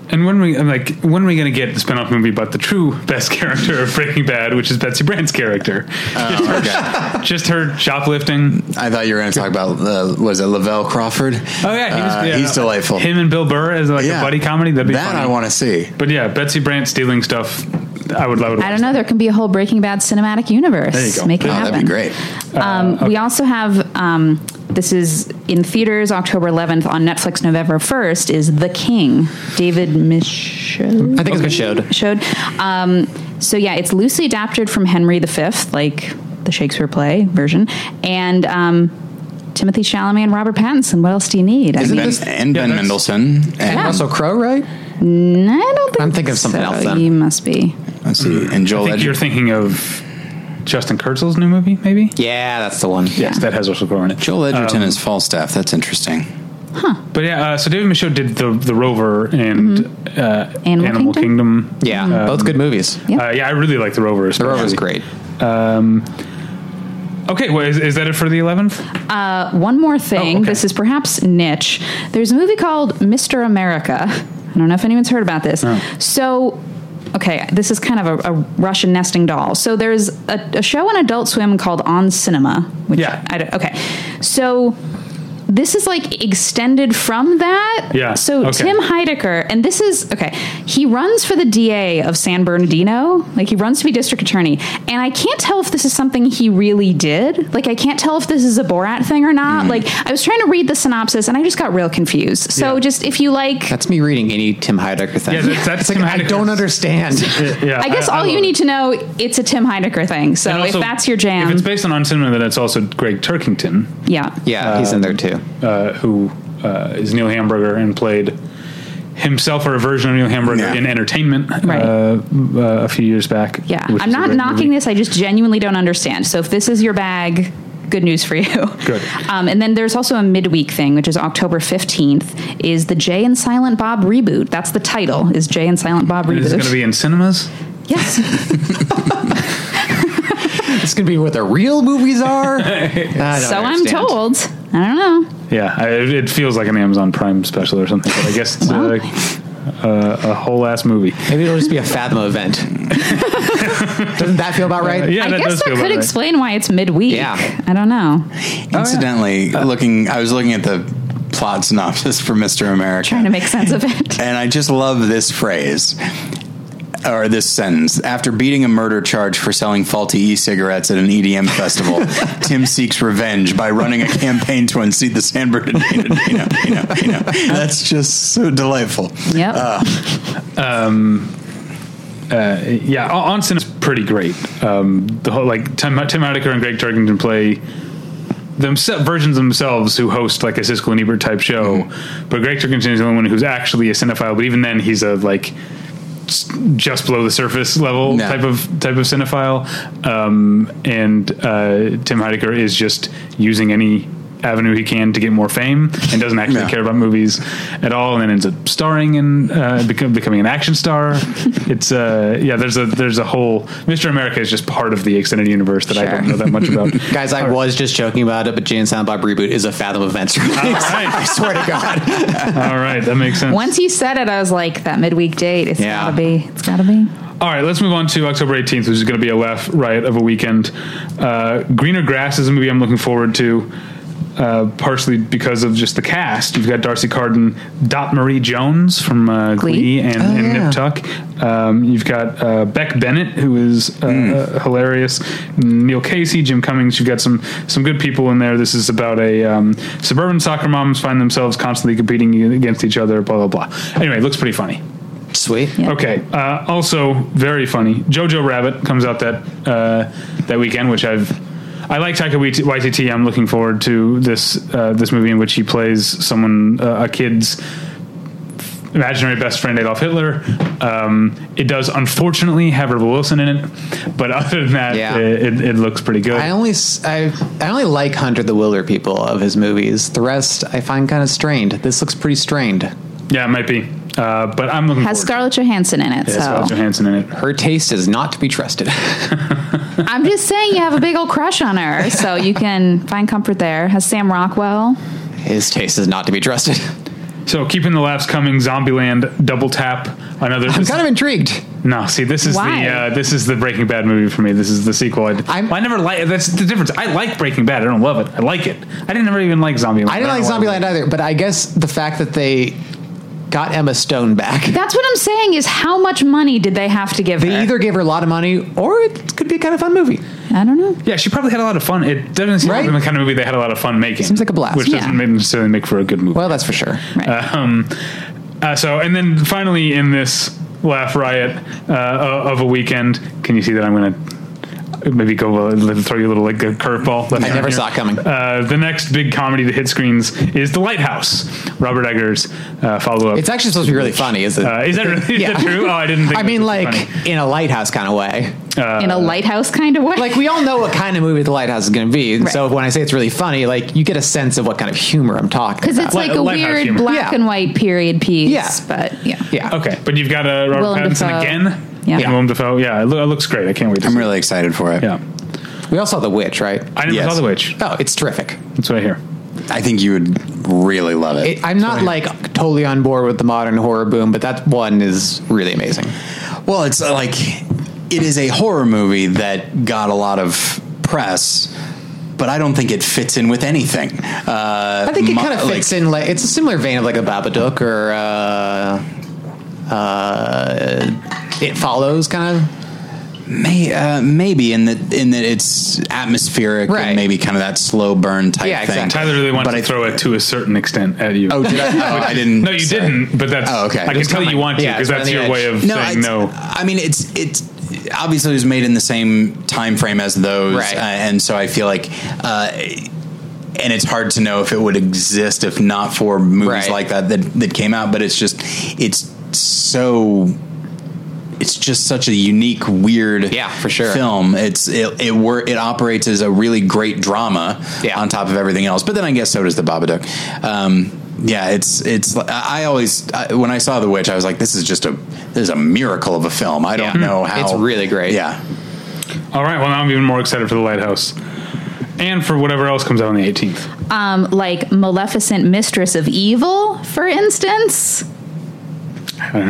[SPEAKER 2] And when we I'm like, when are we going to get the spin-off movie about the true best character of Breaking Bad, which is Betsy Brand's character,
[SPEAKER 1] Oh,
[SPEAKER 2] (laughs) just her shoplifting?
[SPEAKER 1] I thought you were going to talk about uh, was it Lavelle Crawford?
[SPEAKER 2] Oh yeah, he was,
[SPEAKER 1] Uh,
[SPEAKER 2] yeah.
[SPEAKER 1] he's delightful.
[SPEAKER 2] Him and Bill Burr as like
[SPEAKER 1] Yeah.
[SPEAKER 2] a buddy comedy. That'd be
[SPEAKER 1] that
[SPEAKER 2] funny.
[SPEAKER 1] I want to see.
[SPEAKER 2] But yeah, Betsy Brandt stealing stuff. I would love it.
[SPEAKER 5] I don't know. There can be a whole Breaking Bad cinematic universe.
[SPEAKER 2] There you go.
[SPEAKER 5] Make it
[SPEAKER 1] Oh,
[SPEAKER 5] happen.
[SPEAKER 1] that'd be great.
[SPEAKER 4] Uh,
[SPEAKER 5] Um, We also have um, this is in theaters October 11th on Netflix November 1st is The King David Michaud.
[SPEAKER 4] I think it's been showed.
[SPEAKER 5] Showed. Um, so yeah, it's loosely adapted from Henry V, like the Shakespeare play version, and um, Timothy Chalamet and Robert Pattinson. What else do you need? I
[SPEAKER 1] And
[SPEAKER 5] mean,
[SPEAKER 1] Ben, and ben
[SPEAKER 2] that's-
[SPEAKER 1] Mendelsohn. And
[SPEAKER 4] And Russell Crowe, right?
[SPEAKER 5] I don't think
[SPEAKER 4] I'm thinking of something
[SPEAKER 5] so.
[SPEAKER 4] else then.
[SPEAKER 5] You must be.
[SPEAKER 1] let's see. And Joel.
[SPEAKER 2] I think
[SPEAKER 1] Edgerton.
[SPEAKER 2] you're thinking of Justin Kurzel's new movie, maybe.
[SPEAKER 4] Yeah, that's the one.
[SPEAKER 2] Yes, that has Russell Crowe in it.
[SPEAKER 1] Joel Edgerton
[SPEAKER 2] Um,
[SPEAKER 1] is Falstaff. That's interesting.
[SPEAKER 2] But yeah, uh, so David Michaud did the the Rover and uh,
[SPEAKER 5] Animal
[SPEAKER 2] Kingdom.
[SPEAKER 4] Yeah,
[SPEAKER 1] Um,
[SPEAKER 4] both good movies.
[SPEAKER 5] Mm-hmm. Yeah.
[SPEAKER 2] Uh, yeah, I really like the Rover.
[SPEAKER 4] The
[SPEAKER 2] Especially.
[SPEAKER 4] Rover's great.
[SPEAKER 2] Okay, well, is, is that it for the 11th?
[SPEAKER 5] Uh, One more thing.
[SPEAKER 2] Oh, okay.
[SPEAKER 5] This is perhaps niche. There's a movie called Mr. America. I don't know if anyone's heard about this. So, okay, this is kind of a, a Russian nesting doll. So there's a, a show on Adult Swim called On Cinema. Which
[SPEAKER 2] Yeah.
[SPEAKER 5] I don't, okay. So this is like extended from that.
[SPEAKER 2] Yeah,
[SPEAKER 5] So
[SPEAKER 2] okay.
[SPEAKER 5] Tim Heidecker, and this is okay. He runs for the DA of San Bernardino. Like he runs to be district attorney, and I can't tell if this is something he really did. Like I can't tell if this is a Borat thing or not.
[SPEAKER 2] Mm-hmm.
[SPEAKER 5] Like I was trying to read the synopsis, and I just got real confused. So
[SPEAKER 2] Yeah.
[SPEAKER 5] just if you like.
[SPEAKER 4] That's me reading any Tim Heidecker thing.
[SPEAKER 2] Yeah, that's- that's
[SPEAKER 4] It's like,
[SPEAKER 2] Tim
[SPEAKER 4] I
[SPEAKER 2] Heidecker.
[SPEAKER 4] don't understand.
[SPEAKER 2] (laughs) Yeah,
[SPEAKER 5] I guess all
[SPEAKER 2] love
[SPEAKER 5] you
[SPEAKER 2] it.
[SPEAKER 5] need to know it's a Tim Heidecker thing. So
[SPEAKER 2] And also,
[SPEAKER 5] if that's your
[SPEAKER 2] if
[SPEAKER 5] jam,
[SPEAKER 2] it's based on on cinema, then it's also Greg Turkington,
[SPEAKER 5] yeah,
[SPEAKER 4] (laughs) yeah, he's in there too.
[SPEAKER 2] uh, who uh, is Neil Hamburger and played himself or a version of Neil Hamburger
[SPEAKER 1] Yeah.
[SPEAKER 2] in Entertainment
[SPEAKER 5] Right.
[SPEAKER 2] uh, uh, a few years back.
[SPEAKER 5] yeah.
[SPEAKER 2] which
[SPEAKER 5] I'm
[SPEAKER 2] is a
[SPEAKER 5] not
[SPEAKER 2] great
[SPEAKER 5] knocking
[SPEAKER 2] movie.
[SPEAKER 5] this. I just genuinely don't understand. So if this is your bag, good news for you.
[SPEAKER 2] Good.
[SPEAKER 5] (laughs) Um, and then there's also a midweek thing, which is October 15th, is the Jay and Silent Bob reboot. That's the title, is Jay and Silent Bob
[SPEAKER 2] Is this going
[SPEAKER 5] reboot.
[SPEAKER 2] to be in cinemas?
[SPEAKER 5] yes.
[SPEAKER 4] It's going to be what the real movies
[SPEAKER 2] (laughs)
[SPEAKER 4] are. I
[SPEAKER 5] (laughs)
[SPEAKER 4] don't
[SPEAKER 5] So I'm
[SPEAKER 4] understand.
[SPEAKER 5] told. I don't know.
[SPEAKER 2] Yeah, I, it it feels like an Amazon Prime special or something, but I guess it's uh, like uh, a whole ass movie.
[SPEAKER 4] Maybe it'll just be a
[SPEAKER 2] (laughs)
[SPEAKER 4] Fathom event. Doesn't that feel about right?
[SPEAKER 2] Uh, Yeah,
[SPEAKER 5] I
[SPEAKER 2] that
[SPEAKER 5] guess
[SPEAKER 2] does
[SPEAKER 5] that
[SPEAKER 2] feel about
[SPEAKER 5] could
[SPEAKER 2] right.
[SPEAKER 5] explain why it's midweek.
[SPEAKER 4] Yeah.
[SPEAKER 5] I don't know.
[SPEAKER 1] Incidentally,
[SPEAKER 5] Uh,
[SPEAKER 1] looking, I was looking at the plot synopsis for Mr. America.
[SPEAKER 5] Trying to make sense of
[SPEAKER 2] (laughs)
[SPEAKER 5] it.
[SPEAKER 1] And I just love this phrase or this sentence. After beating a murder charge for selling faulty e cigarettes at an EDM
[SPEAKER 5] (laughs)
[SPEAKER 1] festival, Tim seeks revenge by running a campaign to unseat the San Bernardino. You know, you know, you know. That's just so delightful.
[SPEAKER 5] Yep.
[SPEAKER 4] Uh.
[SPEAKER 2] yeah, on Onsen is pretty great. Um, the whole like Tim, Tim Heidecker and Greg Turkington play themselves versions themselves who host like a Siskel and Ebert type show,
[SPEAKER 1] Mm-hmm.
[SPEAKER 2] but Greg Turkington is the only one who's actually a cinephile. But even then, he's a like s- just below the surface level
[SPEAKER 1] Yeah.
[SPEAKER 2] type of type of cinephile. Um, and uh, Tim Heidecker is just using any avenue he can to get more fame and doesn't actually
[SPEAKER 1] Yeah.
[SPEAKER 2] care about movies at all and then ends up starring and uh, become, becoming an
[SPEAKER 1] (laughs)
[SPEAKER 2] action star it's uh yeah there's a there's a whole mr america is just part of the extended universe that i don't know that
[SPEAKER 1] (laughs)
[SPEAKER 2] much about
[SPEAKER 4] Guys, I was just joking about it, but Jane and Silent Bob Reboot is a Fathom event. (laughs)
[SPEAKER 2] all
[SPEAKER 4] I
[SPEAKER 2] right
[SPEAKER 4] swear to God.
[SPEAKER 2] all right that makes sense
[SPEAKER 5] Once you said it, I was like, that midweek date, It's
[SPEAKER 4] Yeah.
[SPEAKER 5] gotta be. It's gotta be.
[SPEAKER 2] All right, let's move on to October 18th, which is going to be a laugh riot of a weekend. Uh, Greener Grass is a movie I'm looking forward to, uh, partially because of just the cast. You've got Darcy Carden, Dot Marie Jones from uh,
[SPEAKER 5] Glee?
[SPEAKER 2] Glee. and, and Nip Tuck. Um, you've got uh, Beck Bennett, who is uh, uh, hilarious. Neil Casey, Jim Cummings. You've got some some good people in there. This is about a um, suburban soccer moms find themselves constantly competing against each other. Blah blah blah. Anyway, it looks pretty funny.
[SPEAKER 4] Sweet.
[SPEAKER 5] Yeah.
[SPEAKER 2] Okay. Uh, also, very funny. Jojo Rabbit comes out that uh, that weekend, which I've I like Taika Waiti- Waititi. I'm looking forward to this uh, this movie in which he plays someone uh, a kid's imaginary best friend Adolf Hitler. Um, it does unfortunately have Rebel Wilson in it, but (laughs) other than that,
[SPEAKER 4] Yeah.
[SPEAKER 2] it, it, it looks pretty good.
[SPEAKER 4] I only s- I, I only like Hunter the Wilder people of his movies. The rest I find kind of strained. This looks pretty strained.
[SPEAKER 2] yeah, it might be. Uh, but I'm looking
[SPEAKER 5] Has
[SPEAKER 2] forward.
[SPEAKER 5] Scarlett Johansson in it,
[SPEAKER 2] to it. Scarlett
[SPEAKER 5] so
[SPEAKER 2] Johansson in it.
[SPEAKER 4] Her taste is not to be trusted. (laughs)
[SPEAKER 5] I'm just saying you have a big old crush on her, so you can find comfort there. Has Sam Rockwell?
[SPEAKER 4] his taste is not to be trusted.
[SPEAKER 2] So keeping the laughs coming, Zombieland, Double Tap, another.
[SPEAKER 4] I'm kind of intrigued.
[SPEAKER 2] No, see, this is
[SPEAKER 5] Why?
[SPEAKER 2] the uh, this is the Breaking Bad movie for me. This is the sequel. I,
[SPEAKER 4] I'm-
[SPEAKER 2] well, I never like that's the difference. I like Breaking Bad. I don't love it. I like it. I didn't ever even like Zombie.
[SPEAKER 4] I didn't like Zombieland either, but I guess the fact that they got Emma Stone back.
[SPEAKER 5] That's what I'm saying is how much money did they have to give
[SPEAKER 4] (laughs) They
[SPEAKER 5] her?
[SPEAKER 4] either gave her a lot of money or it could be a kind of fun movie.
[SPEAKER 5] I don't know.
[SPEAKER 2] Yeah, she probably had a lot of fun. It doesn't seem
[SPEAKER 4] Right?
[SPEAKER 2] like the kind of movie they had a lot of fun making.
[SPEAKER 4] Seems like a blast.
[SPEAKER 2] which
[SPEAKER 5] Yeah.
[SPEAKER 2] doesn't necessarily make for a good movie.
[SPEAKER 4] Well, that's for sure.
[SPEAKER 2] Um, uh, so, and then finally in this laugh riot uh, o- of a weekend, can you see that I'm going to maybe go uh, throw you a little like a curveball?
[SPEAKER 4] I never saw it coming.
[SPEAKER 2] Uh, the next big comedy to hit screens is The Lighthouse, Robert Eggers' uh, follow up.
[SPEAKER 4] It's actually supposed to be really funny, is it?
[SPEAKER 2] uh,
[SPEAKER 4] (laughs)
[SPEAKER 2] is that, really, is
[SPEAKER 4] Yeah.
[SPEAKER 2] that true? Oh, I didn't think
[SPEAKER 4] I
[SPEAKER 2] it
[SPEAKER 4] mean,
[SPEAKER 2] was
[SPEAKER 4] like
[SPEAKER 2] funny.
[SPEAKER 4] in a lighthouse kind of way.
[SPEAKER 5] in a lighthouse kind of way.
[SPEAKER 4] Like
[SPEAKER 5] (laughs)
[SPEAKER 4] we all know what kind of movie the lighthouse is going to be. and
[SPEAKER 5] Right.
[SPEAKER 4] So when I say it's really funny, like you get a sense of what kind of humor I'm talking
[SPEAKER 5] because
[SPEAKER 4] about.
[SPEAKER 5] it's like
[SPEAKER 2] Li-
[SPEAKER 5] a
[SPEAKER 2] lighthouse
[SPEAKER 5] weird
[SPEAKER 2] humor.
[SPEAKER 5] black
[SPEAKER 4] Yeah.
[SPEAKER 5] and white period piece.
[SPEAKER 4] Yeah.
[SPEAKER 5] but yeah,
[SPEAKER 4] yeah.
[SPEAKER 2] Okay, but you've got uh, Robert
[SPEAKER 5] Willem
[SPEAKER 2] Pattinson
[SPEAKER 5] Dafoe.
[SPEAKER 2] again.
[SPEAKER 5] Yeah.
[SPEAKER 2] And Willem Dafoe. Yeah, it, lo- it looks great. I can't wait to
[SPEAKER 1] I'm
[SPEAKER 2] see
[SPEAKER 1] really excited for it.
[SPEAKER 2] it. Yeah.
[SPEAKER 4] We all saw The Witch, right?
[SPEAKER 2] I never
[SPEAKER 1] Yes.
[SPEAKER 2] saw The Witch.
[SPEAKER 4] Oh, it's terrific.
[SPEAKER 2] That's what I hear.
[SPEAKER 1] I think you would really love it.
[SPEAKER 4] It, I'm not like totally on board with the modern horror boom, but that one is really amazing.
[SPEAKER 1] Well, it's uh, like it is a horror movie that got a lot of press, but I don't think it fits in with anything. Uh,
[SPEAKER 4] I think it
[SPEAKER 1] mo-
[SPEAKER 4] kind of fits
[SPEAKER 1] like,
[SPEAKER 4] in like it's a similar vein of like a Babadook or uh, uh, It Follows kind of.
[SPEAKER 1] May, uh, maybe in that in that it's atmospheric
[SPEAKER 4] Right.
[SPEAKER 1] and maybe kind of that slow burn type
[SPEAKER 4] Yeah,
[SPEAKER 1] thing.
[SPEAKER 4] exactly.
[SPEAKER 2] Tyler really wants
[SPEAKER 1] But
[SPEAKER 2] to
[SPEAKER 1] I- (laughs)
[SPEAKER 2] throw it to a certain extent at you.
[SPEAKER 1] Oh, did I? Oh, I didn't.
[SPEAKER 2] No, you
[SPEAKER 1] sorry.
[SPEAKER 2] didn't. But that's
[SPEAKER 1] Oh, okay.
[SPEAKER 2] I can
[SPEAKER 1] Just
[SPEAKER 2] tell you
[SPEAKER 4] coming.
[SPEAKER 2] want to
[SPEAKER 4] Yeah,
[SPEAKER 2] because
[SPEAKER 4] it's
[SPEAKER 2] that's
[SPEAKER 4] on the
[SPEAKER 2] your way
[SPEAKER 4] edge.
[SPEAKER 2] of saying
[SPEAKER 1] it's-
[SPEAKER 2] (laughs) no.
[SPEAKER 1] I mean, it's it's obviously it was made in the same time frame as those,
[SPEAKER 4] Right.
[SPEAKER 1] uh, and so I feel like. Uh, and it's hard to know if it would exist if not for movies
[SPEAKER 4] Right.
[SPEAKER 1] like that, that that came out. But it's just it's so it's just such a unique, weird,
[SPEAKER 4] Yeah, for sure.
[SPEAKER 1] film. Um, It's it it, wor- it operates as a really great drama
[SPEAKER 4] Yeah.
[SPEAKER 1] on top of everything else. But then I guess so does the Babadook. Um, yeah, it's it's. I I always I, when I saw The Witch, I was like, this is just a this is a miracle of a film. I don't
[SPEAKER 4] Yeah.
[SPEAKER 2] Oh.
[SPEAKER 1] know how
[SPEAKER 4] It's really great.
[SPEAKER 1] Yeah,
[SPEAKER 2] All right. Well, now I'm even more excited for the lighthouse, and for whatever else comes out on the 18th.
[SPEAKER 5] Um, like Maleficent, Mistress of Evil, for instance.
[SPEAKER 2] I don't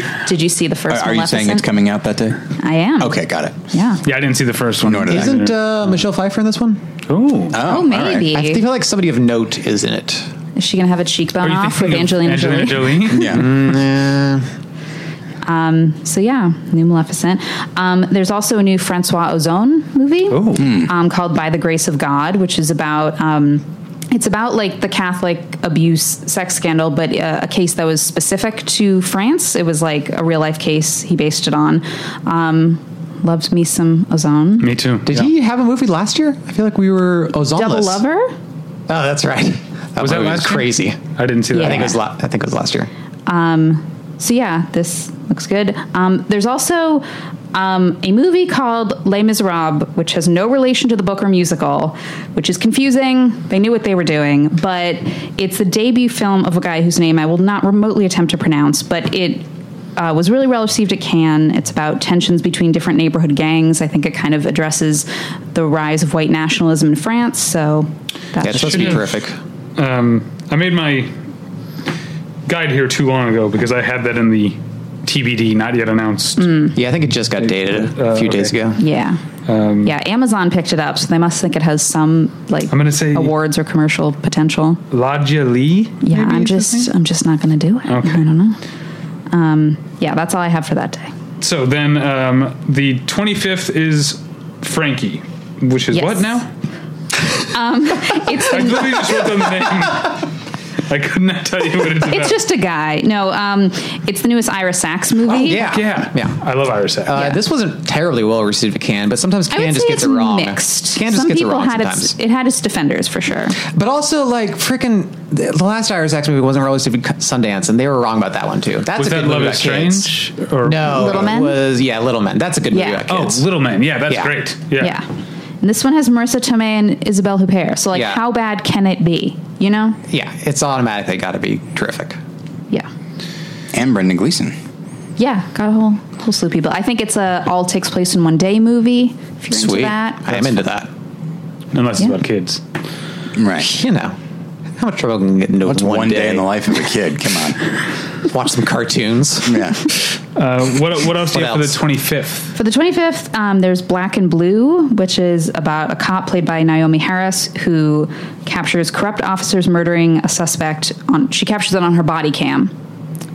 [SPEAKER 2] know.
[SPEAKER 5] Did you see the first?
[SPEAKER 1] Are you
[SPEAKER 5] Maleficent?
[SPEAKER 1] saying it's coming out that day?
[SPEAKER 5] I am.
[SPEAKER 1] Okay, got it.
[SPEAKER 5] Yeah.
[SPEAKER 2] Yeah, I didn't see the first one.
[SPEAKER 1] Nor did I.
[SPEAKER 4] Isn't
[SPEAKER 2] Mm-hmm.
[SPEAKER 4] uh, Michelle Pfeiffer in this one?
[SPEAKER 2] Ooh.
[SPEAKER 4] Uh-huh.
[SPEAKER 1] Oh,
[SPEAKER 5] Oh,
[SPEAKER 1] all right.
[SPEAKER 5] maybe.
[SPEAKER 4] I feel like somebody of note is in it.
[SPEAKER 5] Is she gonna have a cheekbone off with
[SPEAKER 2] thinking of
[SPEAKER 5] Angelina,
[SPEAKER 2] (laughs)
[SPEAKER 5] Jolie?
[SPEAKER 2] Jolie?
[SPEAKER 1] Yeah.
[SPEAKER 5] So yeah, new Maleficent. Um, there's also a new Francois Ozon movie um, called By the Grace of God, which is about. Um, it's about like the Catholic abuse sex scandal, but uh, a case that was specific to France. It was like a real life case he based it on. Um, loved me some Ozone.
[SPEAKER 2] Me too.
[SPEAKER 4] Did he have a movie last year? I feel like we were Ozoneless.
[SPEAKER 5] Double Lover?
[SPEAKER 4] Oh, that's right. That
[SPEAKER 2] Was that
[SPEAKER 4] movie
[SPEAKER 2] last year?
[SPEAKER 4] Oh, crazy?
[SPEAKER 2] I didn't see that.
[SPEAKER 5] Yeah.
[SPEAKER 4] I think it was. La- I think it was last year.
[SPEAKER 5] So yeah, this looks good. Um, there's also um, a movie called Les Miserables, which has no relation to the book or musical, which is confusing. They knew what they were doing, but it's the debut film of a guy whose name I will not remotely attempt to pronounce, but it. Uh, was really well received at Cannes. It's about tensions between different neighborhood gangs. I think it kind of addresses the rise of white nationalism in France. So that's
[SPEAKER 4] Yeah, it's supposed to be
[SPEAKER 2] Should've-
[SPEAKER 4] terrific.
[SPEAKER 2] um, I made my guide here too long ago because I had that in the TBD, not yet announced.
[SPEAKER 5] Mm.
[SPEAKER 4] Yeah, I think it just got dated a
[SPEAKER 2] Uh,
[SPEAKER 4] few days
[SPEAKER 2] okay.
[SPEAKER 4] ago.
[SPEAKER 5] Yeah.
[SPEAKER 4] Um,
[SPEAKER 5] yeah, Amazon picked it up, so they must think it has some like
[SPEAKER 2] I'm gonna say-
[SPEAKER 5] awards or commercial potential.
[SPEAKER 2] Lodja Lee.
[SPEAKER 5] Yeah,
[SPEAKER 2] maybe
[SPEAKER 5] I'm
[SPEAKER 2] is his
[SPEAKER 5] just
[SPEAKER 2] name?
[SPEAKER 5] I'm just not going to do it. I don't know. Um, yeah, that's all I have for that day.
[SPEAKER 2] So then, um, the 25th is Frankie, which is
[SPEAKER 5] Yes.
[SPEAKER 2] what now?
[SPEAKER 4] (laughs)
[SPEAKER 5] It's
[SPEAKER 2] I literally just
[SPEAKER 5] (laughs)
[SPEAKER 2] wrote down the name. I could not tell you what it's about.
[SPEAKER 5] it's just a guy. No, um, it's the newest Ira Sachs movie.
[SPEAKER 4] Oh, yeah.
[SPEAKER 2] yeah,
[SPEAKER 4] Yeah.
[SPEAKER 2] I love Iris. Act.
[SPEAKER 4] Uh, This wasn't terribly well received at Cannes, but sometimes
[SPEAKER 5] I would
[SPEAKER 4] Cannes
[SPEAKER 5] say
[SPEAKER 4] just gets
[SPEAKER 5] it's
[SPEAKER 4] it wrong.
[SPEAKER 5] mixed.
[SPEAKER 4] Cannes just
[SPEAKER 5] Some
[SPEAKER 4] gets it
[SPEAKER 5] people
[SPEAKER 4] wrong
[SPEAKER 5] had
[SPEAKER 4] sometimes.
[SPEAKER 5] its it had its defenders for sure.
[SPEAKER 4] But also, like freaking the the last Iris X movie wasn't released to Sundance, and they were wrong about that one too. That's
[SPEAKER 2] was
[SPEAKER 4] a good
[SPEAKER 2] that
[SPEAKER 4] movie
[SPEAKER 2] Love
[SPEAKER 4] about
[SPEAKER 2] is Strange? Or
[SPEAKER 4] Kids. No,
[SPEAKER 5] Little
[SPEAKER 4] it
[SPEAKER 5] Men?
[SPEAKER 4] was yeah, Little Men. That's a good
[SPEAKER 5] Yeah.
[SPEAKER 4] movie about
[SPEAKER 2] Oh,
[SPEAKER 4] kids.
[SPEAKER 2] Little Man. Yeah, that's
[SPEAKER 4] Yeah.
[SPEAKER 2] great. Yeah.
[SPEAKER 5] Yeah. And this one has Marissa Tomei and Isabelle Huppert. So like
[SPEAKER 4] Yeah.
[SPEAKER 5] how bad can it be? You know?
[SPEAKER 4] yeah, it's automatically got to be terrific.
[SPEAKER 5] Yeah.
[SPEAKER 1] And Brendan Gleeson.
[SPEAKER 5] Yeah, got a whole whole slew of people. I think it's a all takes place in one day movie. If you're
[SPEAKER 4] Sweet,
[SPEAKER 5] into that,
[SPEAKER 4] I am into that.
[SPEAKER 2] Unless it's
[SPEAKER 5] Yeah.
[SPEAKER 2] about kids.
[SPEAKER 1] Right.
[SPEAKER 4] You know, how much trouble can you get into
[SPEAKER 1] What's
[SPEAKER 4] one, day?
[SPEAKER 1] in the life of a kid? Come on.
[SPEAKER 4] Watch some cartoons.
[SPEAKER 1] (laughs) Yeah.
[SPEAKER 2] Uh, what, what else do you
[SPEAKER 4] What
[SPEAKER 2] have
[SPEAKER 4] else?
[SPEAKER 2] for the 25th?
[SPEAKER 5] For the 25th, um, there's Black and Blue, which is about a cop played by Naomi Harris who captures corrupt officers murdering a suspect. On she captures it on her body cam.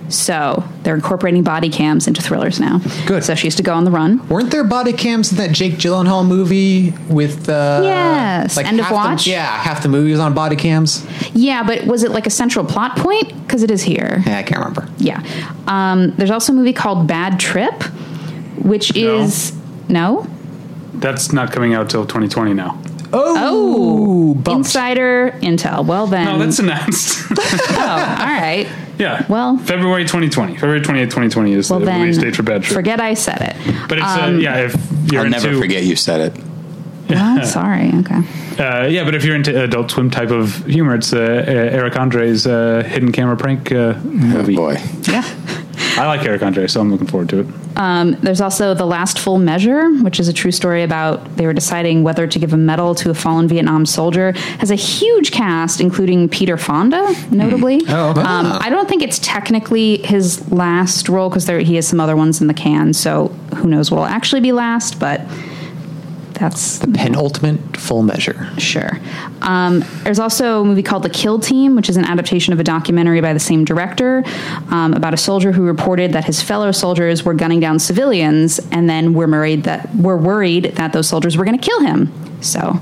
[SPEAKER 5] So they're incorporating body cams into thrillers now.
[SPEAKER 4] Good.
[SPEAKER 5] So she used to go on the run.
[SPEAKER 4] Weren't there body cams in that Jake Gyllenhaal movie with uh,
[SPEAKER 5] Yes, End of
[SPEAKER 4] half the-
[SPEAKER 5] Watch?
[SPEAKER 4] yeah, half the movie was on body cams.
[SPEAKER 5] Yeah, but was it like a central plot point? Because it is here.
[SPEAKER 4] Yeah, I can't remember.
[SPEAKER 5] Yeah. Um, there's also a movie called Bad Trip, which
[SPEAKER 2] No.
[SPEAKER 5] is no.
[SPEAKER 2] That's not coming out till 2020 now.
[SPEAKER 4] Oh, bumped.
[SPEAKER 5] Insider Intel. Well then.
[SPEAKER 2] No, that's announced.
[SPEAKER 5] oh, all right.
[SPEAKER 2] Um, (laughs) yeah.
[SPEAKER 5] Well-
[SPEAKER 2] February 2020. February 28th, 2020 is
[SPEAKER 5] Well
[SPEAKER 2] the
[SPEAKER 5] then. um,
[SPEAKER 2] release date for Bad Trip.
[SPEAKER 5] Forget I said it.
[SPEAKER 2] But it's, uh, yeah, if you're
[SPEAKER 1] I'll
[SPEAKER 2] into,
[SPEAKER 1] never forget you said it.
[SPEAKER 5] Oh, sorry. Okay.
[SPEAKER 2] Uh, yeah, but if you're into Adult Swim type of humor, it's uh, uh, Eric Andre's uh, hidden camera prank uh,
[SPEAKER 1] Oh,
[SPEAKER 2] movie.
[SPEAKER 1] boy.
[SPEAKER 5] Yeah.
[SPEAKER 2] I like Eric Andre, so I'm looking forward to it.
[SPEAKER 5] There's also The Last Full Measure, which is a true story about they were deciding whether to give a medal to a fallen Vietnam soldier. Has a huge cast, including Peter Fonda, notably.
[SPEAKER 4] Oh, okay.
[SPEAKER 5] um, I don't think it's technically his last role because he has some other ones in the can. So who knows what will actually be last, but that's
[SPEAKER 4] Penultimate full measure.
[SPEAKER 5] Sure. Um, there's also a movie called The Kill Team, which is an adaptation of a documentary by the same director um, about a soldier who reported that his fellow soldiers were gunning down civilians, and then were worried that were worried that those soldiers were going to kill him. So,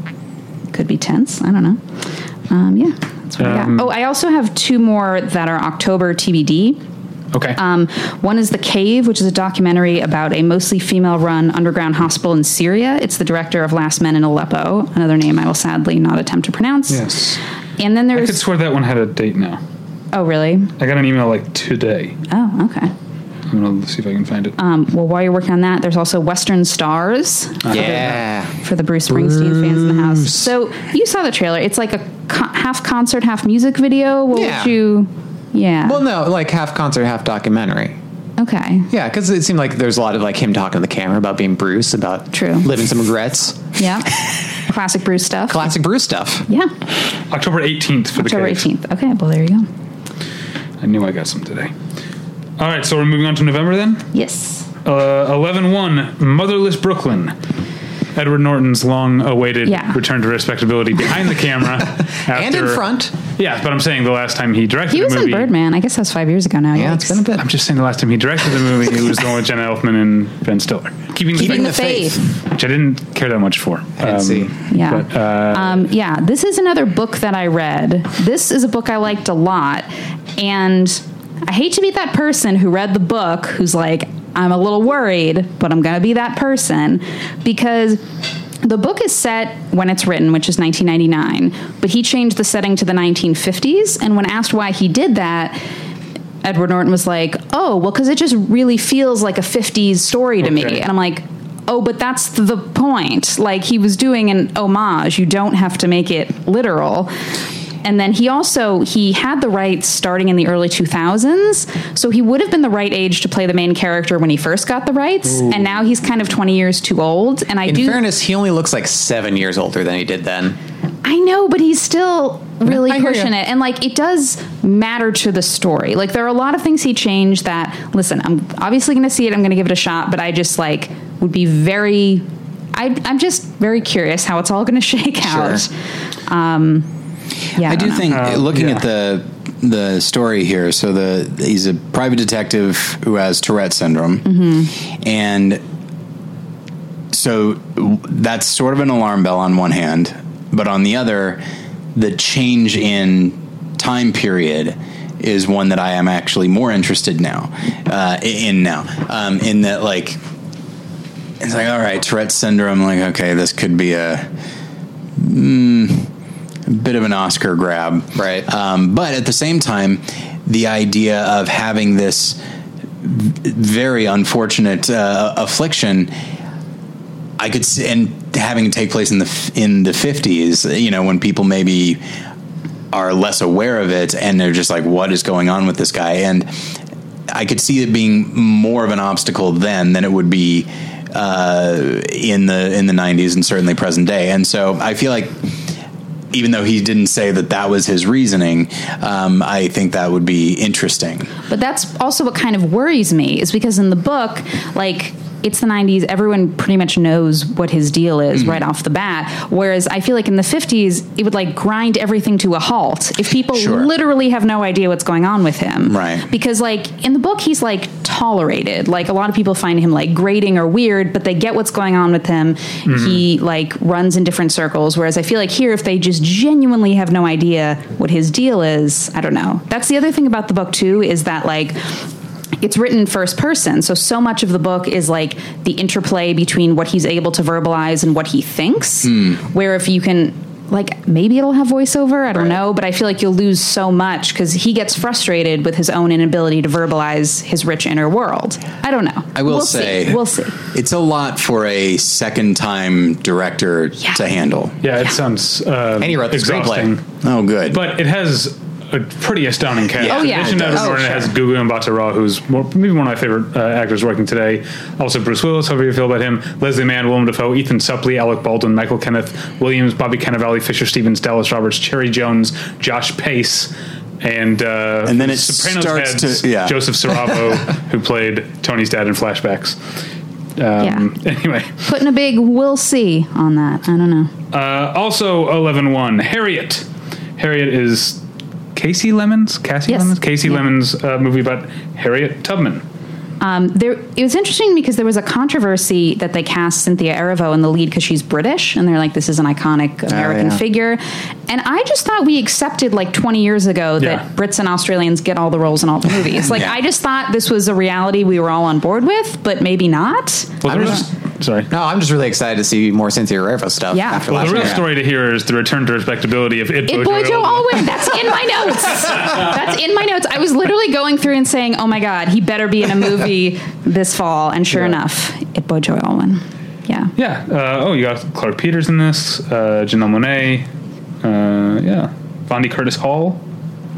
[SPEAKER 5] could be tense. I don't know. Um, yeah, that's what I
[SPEAKER 2] Um,
[SPEAKER 5] got. Oh, I also have two more that are October TBD.
[SPEAKER 2] Okay.
[SPEAKER 5] Um, one is The Cave, which is a documentary about a mostly female run underground hospital in Syria. It's the director of Last Men in Aleppo, another name I will sadly not attempt to pronounce.
[SPEAKER 2] yes.
[SPEAKER 5] And then
[SPEAKER 2] I could
[SPEAKER 5] there's.
[SPEAKER 2] swear that one had a date now.
[SPEAKER 5] oh, really?
[SPEAKER 2] I got an email like today.
[SPEAKER 5] Oh, okay.
[SPEAKER 2] I'm going to see if I can find it.
[SPEAKER 5] Um, well, while you're working on that, there's also Western Stars
[SPEAKER 1] Uh-huh.
[SPEAKER 4] Yeah,
[SPEAKER 5] for the Bruce Springsteen fans in the house. So you saw the trailer. It's like a co- half concert, half music video. What
[SPEAKER 4] Yeah.
[SPEAKER 5] would you. Yeah.
[SPEAKER 4] Well, no, like half concert, half documentary.
[SPEAKER 5] Okay.
[SPEAKER 4] Yeah, because it seemed like there's a lot of like him talking to the camera about being Bruce, about
[SPEAKER 5] True.
[SPEAKER 4] living some regrets,
[SPEAKER 2] (laughs)
[SPEAKER 5] Yeah. Classic Bruce stuff.
[SPEAKER 4] classic Bruce stuff.
[SPEAKER 5] yeah.
[SPEAKER 2] October 18th for
[SPEAKER 5] October
[SPEAKER 2] the cave.
[SPEAKER 5] 18th. Okay. Well, there you go.
[SPEAKER 2] I knew I got some today. All right, so we're moving on to November then.
[SPEAKER 5] Yes.
[SPEAKER 2] Uh, 11-1, Motherless Brooklyn. Edward Norton's long-awaited
[SPEAKER 5] Yeah.
[SPEAKER 2] return to respectability behind the camera.
[SPEAKER 4] (laughs) And in
[SPEAKER 2] after-
[SPEAKER 4] front,
[SPEAKER 2] Yeah, but I'm saying the last time he directed
[SPEAKER 5] He
[SPEAKER 2] the
[SPEAKER 5] was in
[SPEAKER 2] movie.
[SPEAKER 5] Birdman. I guess that was five years ago now.
[SPEAKER 4] yeah, it's
[SPEAKER 5] Yikes.
[SPEAKER 4] been a bit.
[SPEAKER 2] I'm just saying the last time he directed the movie, it was the one with Jenna Elfman and Ben Stiller. Keeping,
[SPEAKER 5] Keeping
[SPEAKER 2] the
[SPEAKER 5] the faith.
[SPEAKER 2] faith, which I didn't care that much for. Um,
[SPEAKER 4] I
[SPEAKER 1] Um,
[SPEAKER 4] didn't see.
[SPEAKER 5] Yeah.
[SPEAKER 2] But, uh,
[SPEAKER 5] um, yeah. This is another book that I read. This is a book I liked a lot. And I hate to be that person who read the book who's like, I'm a little worried, but I'm going to be that person because the book is set when it's written, which is 1999, but he changed the setting to the 1950s. And when asked why he did that, Edward Norton was like, "Oh, well, because it just really feels like a '50s story to me,"
[SPEAKER 2] Okay.
[SPEAKER 5] and I'm like, "Oh, but that's the point. Like he was doing an homage. You don't have to make it literal." And then he also he had the rights starting in the early 2000s, so he would have been the right age to play the main character when he first got the rights, and now he's kind of 20 years too old. And I
[SPEAKER 4] In
[SPEAKER 5] do,
[SPEAKER 4] fairness, he only looks like seven years older than he did then.
[SPEAKER 5] I know, but he's still really
[SPEAKER 4] I hear
[SPEAKER 5] pushing
[SPEAKER 4] ya.
[SPEAKER 5] it. And like it does matter to the story. Like there are a lot of things he changed that listen, I'm obviously going to see it, I'm going to give it a shot, but I just like would be very I I'm just very curious how it's all going to (laughs) shake out. Um yeah.
[SPEAKER 1] I do
[SPEAKER 5] don't know.
[SPEAKER 1] think looking
[SPEAKER 2] yeah.
[SPEAKER 1] at the the story here. So the he's a private detective who has Tourette syndrome, and so that's sort of an alarm bell on one hand, but on the other, the change in time period is one that I am actually more interested now uh, in now um, in that like it's like all right Tourette's syndrome like okay this could be a mm, bit of an Oscar grab
[SPEAKER 4] Right.
[SPEAKER 1] um, but at the same time the idea of having this very unfortunate uh, affliction. I could see, and having it take place in the f- in the fifties, you know, when people maybe are less aware of it and they're just like, "What is going on with this guy?" And I could see it being more of an obstacle then than it would be uh, in the in the nineties and certainly present day. And so I feel like. Even though he didn't say that that was his reasoning, um, I think that would be interesting.
[SPEAKER 5] But that's also what kind of worries me is because in the book, like it's the 90s, everyone pretty much knows what his deal is right off the bat. Whereas I feel like in the 50s, it would like grind everything to a halt if people
[SPEAKER 1] Sure.
[SPEAKER 5] literally have no idea what's going on with him.
[SPEAKER 1] Right.
[SPEAKER 5] Because like in the book, he's like tolerated. Like a lot of people find him like grating or weird, but they get what's going on with him. He like runs in different circles. Whereas I feel like here, if they just genuinely have no idea what his deal is, I don't know. That's the other thing about the book too is that like it's written first person so so much of the book is like the interplay between what he's able to verbalize and what he thinks
[SPEAKER 1] Hmm.
[SPEAKER 5] where if you can like maybe it'll have voiceover i don't know but i feel like you'll lose so much because he gets frustrated with his own inability to verbalize his rich inner world i don't know
[SPEAKER 1] I will
[SPEAKER 5] We'll see.
[SPEAKER 1] say
[SPEAKER 5] we'll see
[SPEAKER 1] It's a lot for a second time director to handle.
[SPEAKER 2] yeah, it sounds uh,
[SPEAKER 4] And he wrote the
[SPEAKER 2] exhausting.
[SPEAKER 4] screenplay.
[SPEAKER 1] Oh, good.
[SPEAKER 2] But it has a pretty astounding cast.
[SPEAKER 1] Yeah.
[SPEAKER 5] Oh, yeah,
[SPEAKER 2] In addition
[SPEAKER 5] it
[SPEAKER 2] to Edward
[SPEAKER 5] does.
[SPEAKER 2] Norton,
[SPEAKER 5] Oh,
[SPEAKER 2] it has
[SPEAKER 5] sure.
[SPEAKER 2] Gugu Mbatha-Raw, who's more, maybe one of my favorite uh, actors working today. Also Bruce Willis, however you feel about him. Leslie Mann, Willem Dafoe, Ethan Suplee, Alec Baldwin, Michael Kenneth Williams, Bobby Cannavale, Fisher Stevens, Dallas Roberts, Cherry Jones, Josh Pace, and uh,
[SPEAKER 1] And then it
[SPEAKER 2] Sopranos
[SPEAKER 1] starts
[SPEAKER 2] heads,
[SPEAKER 1] to- yeah.
[SPEAKER 2] Joseph Saravo, who played Tony's dad in
[SPEAKER 1] (laughs)
[SPEAKER 2] flashbacks. Um, Anyway.
[SPEAKER 5] putting a big we'll see on that i don't know
[SPEAKER 2] Uh, also 11-1, Harriet. Harriet is Casey Lemons? Cassie
[SPEAKER 5] Yes.
[SPEAKER 2] Lemons? Casey
[SPEAKER 5] Yeah.
[SPEAKER 2] Lemons uh, movie about Harriet Tubman.
[SPEAKER 5] there it was interesting because there was a controversy that they cast Cynthia Erivo in the lead because she's British and they're like this is an iconic American
[SPEAKER 4] Oh, yeah.
[SPEAKER 5] figure and I just thought we accepted like 20 years ago that
[SPEAKER 2] Yeah.
[SPEAKER 5] Brits and Australians get all the roles in all the movies like I just thought this was a reality we were all on board with but maybe not
[SPEAKER 2] Well, the
[SPEAKER 4] I'm
[SPEAKER 2] real- sorry.
[SPEAKER 4] No, I'm just really excited to see more Cynthia Erivo stuff.
[SPEAKER 5] Yeah.
[SPEAKER 4] after
[SPEAKER 5] Well,
[SPEAKER 2] Well, the
[SPEAKER 4] last
[SPEAKER 2] real
[SPEAKER 4] year.
[SPEAKER 2] story to hear is the return to respectability of It,
[SPEAKER 5] It Boy Joe Alwyn. That's in my notes. That's in my notes. I was literally going through and saying, "Oh my God, he better be in a movie this fall." And sure enough, It Boy Joe Alwyn. Yeah.
[SPEAKER 2] Yeah. Uh, oh, you got Clark Peters in this, uh, Janelle Monet. Uh, yeah. Vondi Curtis Hall.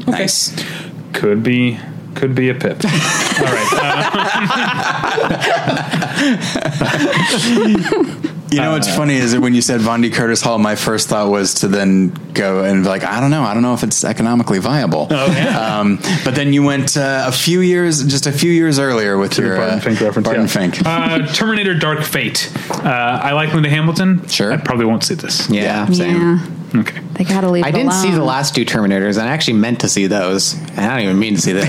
[SPEAKER 1] Nice.
[SPEAKER 2] Could be could be a pip. All right. Uh,
[SPEAKER 1] You know
[SPEAKER 2] uh,
[SPEAKER 1] what's funny is that when you said Von D. Curtis Hall, my first thought was to then go and be like, I don't know, I don't know if it's economically viable.
[SPEAKER 2] Oh, yeah.
[SPEAKER 1] um, but then you went uh, a few years, just a few years earlier with your
[SPEAKER 2] Barton
[SPEAKER 1] uh,
[SPEAKER 2] Fink reference,
[SPEAKER 1] Barton
[SPEAKER 2] yeah.
[SPEAKER 1] Fink.
[SPEAKER 2] uh, Terminator Dark Fate. Uh, I like Linda Hamilton.
[SPEAKER 1] Sure.
[SPEAKER 2] I probably won't see this.
[SPEAKER 4] Yeah.
[SPEAKER 5] Yeah,
[SPEAKER 2] Okay.
[SPEAKER 5] they gotta leave.
[SPEAKER 4] I
[SPEAKER 5] it
[SPEAKER 4] didn't see the
[SPEAKER 5] alone.
[SPEAKER 4] last two Terminators, and I actually meant to see those. And I don't even mean to see this.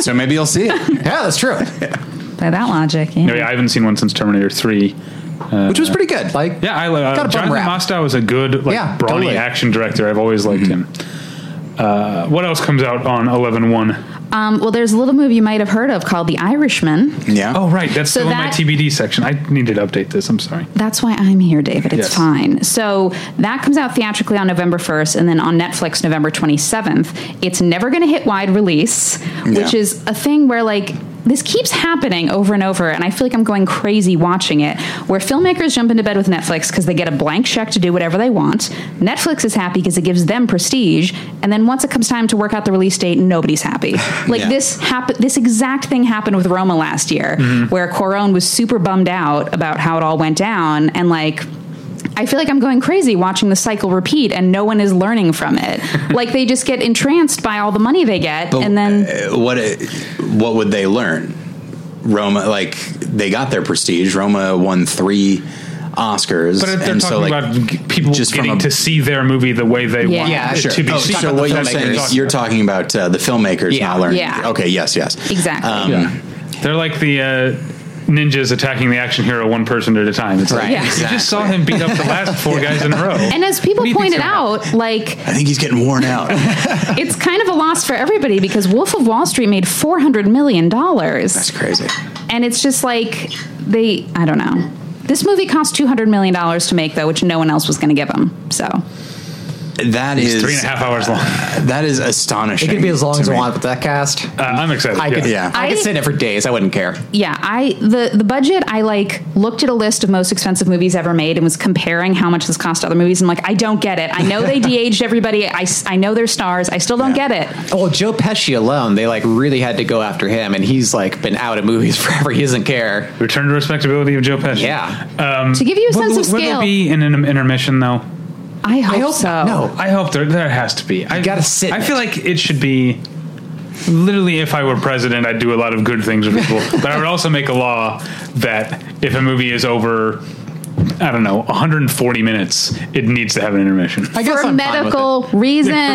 [SPEAKER 1] (laughs) so maybe you'll see
[SPEAKER 4] (laughs)
[SPEAKER 1] it,
[SPEAKER 4] that's true.
[SPEAKER 5] by that logic. Yeah.
[SPEAKER 2] No, yeah, I haven't seen one since Terminator 3.
[SPEAKER 4] Which was pretty good. Like,
[SPEAKER 2] Yeah, I uh,
[SPEAKER 4] Got a bum
[SPEAKER 2] Jonathan
[SPEAKER 4] rap.
[SPEAKER 2] Mostow is a good, like,
[SPEAKER 4] Yeah,
[SPEAKER 2] brawny
[SPEAKER 4] totally.
[SPEAKER 2] action director. I've always liked him. Uh, what else comes out on 11-1?
[SPEAKER 5] Um, well, there's a little movie you might have heard of called The Irishman.
[SPEAKER 1] yeah.
[SPEAKER 2] Oh, right. That's
[SPEAKER 5] So
[SPEAKER 2] still in my
[SPEAKER 5] that-
[SPEAKER 2] TBD section. I needed to update this. I'm sorry.
[SPEAKER 5] That's why I'm here, David. It's
[SPEAKER 2] Yes.
[SPEAKER 5] fine. So that comes out theatrically on November 1st and then on Netflix November 27th. It's never going to hit wide release, which
[SPEAKER 1] Yeah.
[SPEAKER 5] is a thing where, like, this keeps happening over and over, and I feel like I'm going crazy watching it. Where filmmakers jump into bed with Netflix because they get a blank check to do whatever they want. Netflix is happy because it gives them prestige, and then once it comes time to work out the release date, nobody's
[SPEAKER 2] (laughs)
[SPEAKER 5] happy. Like
[SPEAKER 1] Yeah.
[SPEAKER 5] this this happen- this exact thing happened with Roma last year,
[SPEAKER 2] Mm-hmm.
[SPEAKER 5] where Coron was super bummed out about how it all went down, and like. I feel like I'm going crazy watching the cycle repeat, and no one is learning from
[SPEAKER 2] (laughs)
[SPEAKER 5] it. like they just get entranced by all the money they get,
[SPEAKER 1] But,
[SPEAKER 5] and then
[SPEAKER 1] uh, what what would they learn? Roma, like they got their prestige. Roma won three Oscars,
[SPEAKER 2] But if they're
[SPEAKER 1] and
[SPEAKER 2] talking
[SPEAKER 1] so like
[SPEAKER 2] about g- people
[SPEAKER 1] just from
[SPEAKER 2] getting
[SPEAKER 1] a-
[SPEAKER 2] to see their movie the way they
[SPEAKER 5] Yeah.
[SPEAKER 2] want
[SPEAKER 5] Yeah,
[SPEAKER 2] it
[SPEAKER 4] sure.
[SPEAKER 2] to be
[SPEAKER 4] Oh,
[SPEAKER 2] seen.
[SPEAKER 4] talk about
[SPEAKER 1] what
[SPEAKER 4] the
[SPEAKER 1] you're saying
[SPEAKER 4] filmmakers.
[SPEAKER 1] is you're talking about uh, the filmmakers
[SPEAKER 4] Yeah.
[SPEAKER 1] not learning.
[SPEAKER 5] Yeah.
[SPEAKER 1] Okay. Yes. Yes. Um,
[SPEAKER 5] Exactly.
[SPEAKER 2] Yeah. They're like the uh, ninjas attacking the action hero one person at a time. It's
[SPEAKER 4] Right,
[SPEAKER 2] like,
[SPEAKER 5] Yeah.
[SPEAKER 2] you just saw him beat up the last
[SPEAKER 1] (laughs)
[SPEAKER 2] four guys in a row.
[SPEAKER 5] and as people
[SPEAKER 2] What do you think's
[SPEAKER 5] pointed
[SPEAKER 2] gonna happen?
[SPEAKER 5] out, like
[SPEAKER 1] I think he's getting worn out.
[SPEAKER 2] (laughs)
[SPEAKER 5] it's kind of a loss for everybody because Wolf of Wall Street made four hundred million dollars.
[SPEAKER 1] That's crazy.
[SPEAKER 5] and it's just like they i don't know this movie cost $200 million to make though which no one else was going to give them so
[SPEAKER 1] That is
[SPEAKER 2] three and a half hours long. Uh,
[SPEAKER 1] That is astonishing.
[SPEAKER 4] it could be as long
[SPEAKER 1] to
[SPEAKER 4] as I
[SPEAKER 1] me.
[SPEAKER 4] want, but that cast,
[SPEAKER 2] I'm excited.
[SPEAKER 4] I could,
[SPEAKER 1] Yeah.
[SPEAKER 4] I, could
[SPEAKER 5] I-
[SPEAKER 4] sit in it for days. I wouldn't care.
[SPEAKER 5] yeah i the the budget i like looked at a list of most expensive movies ever made and was comparing how much this cost to other movies and like i don't get it i know they de-aged everybody i, s- I know they're stars i still don't
[SPEAKER 1] Yeah.
[SPEAKER 5] get it
[SPEAKER 4] Well, Joe Pesci alone, they like really had to go after him, and he's like been out of movies (laughs) forever. He doesn't care.
[SPEAKER 2] Return to respectability of Joe Pesci.
[SPEAKER 4] Yeah.
[SPEAKER 5] to give you a
[SPEAKER 2] Will,
[SPEAKER 5] sense
[SPEAKER 2] will,
[SPEAKER 5] of
[SPEAKER 2] there
[SPEAKER 5] scale
[SPEAKER 2] be an, inter- intermission though?
[SPEAKER 5] i hope,
[SPEAKER 4] hope-
[SPEAKER 5] so
[SPEAKER 4] no.
[SPEAKER 2] I hope there there has to be. I
[SPEAKER 4] gotta sit
[SPEAKER 2] I
[SPEAKER 4] in
[SPEAKER 2] feel
[SPEAKER 4] it.
[SPEAKER 2] like it should be. Literally, if I were president, I'd do a lot of good things for people. but I would also make a law that if a movie is over, I don't know, 140 minutes, it needs to have an intermission.
[SPEAKER 4] I guess
[SPEAKER 5] for
[SPEAKER 4] I'm fine with it.
[SPEAKER 5] medical reasons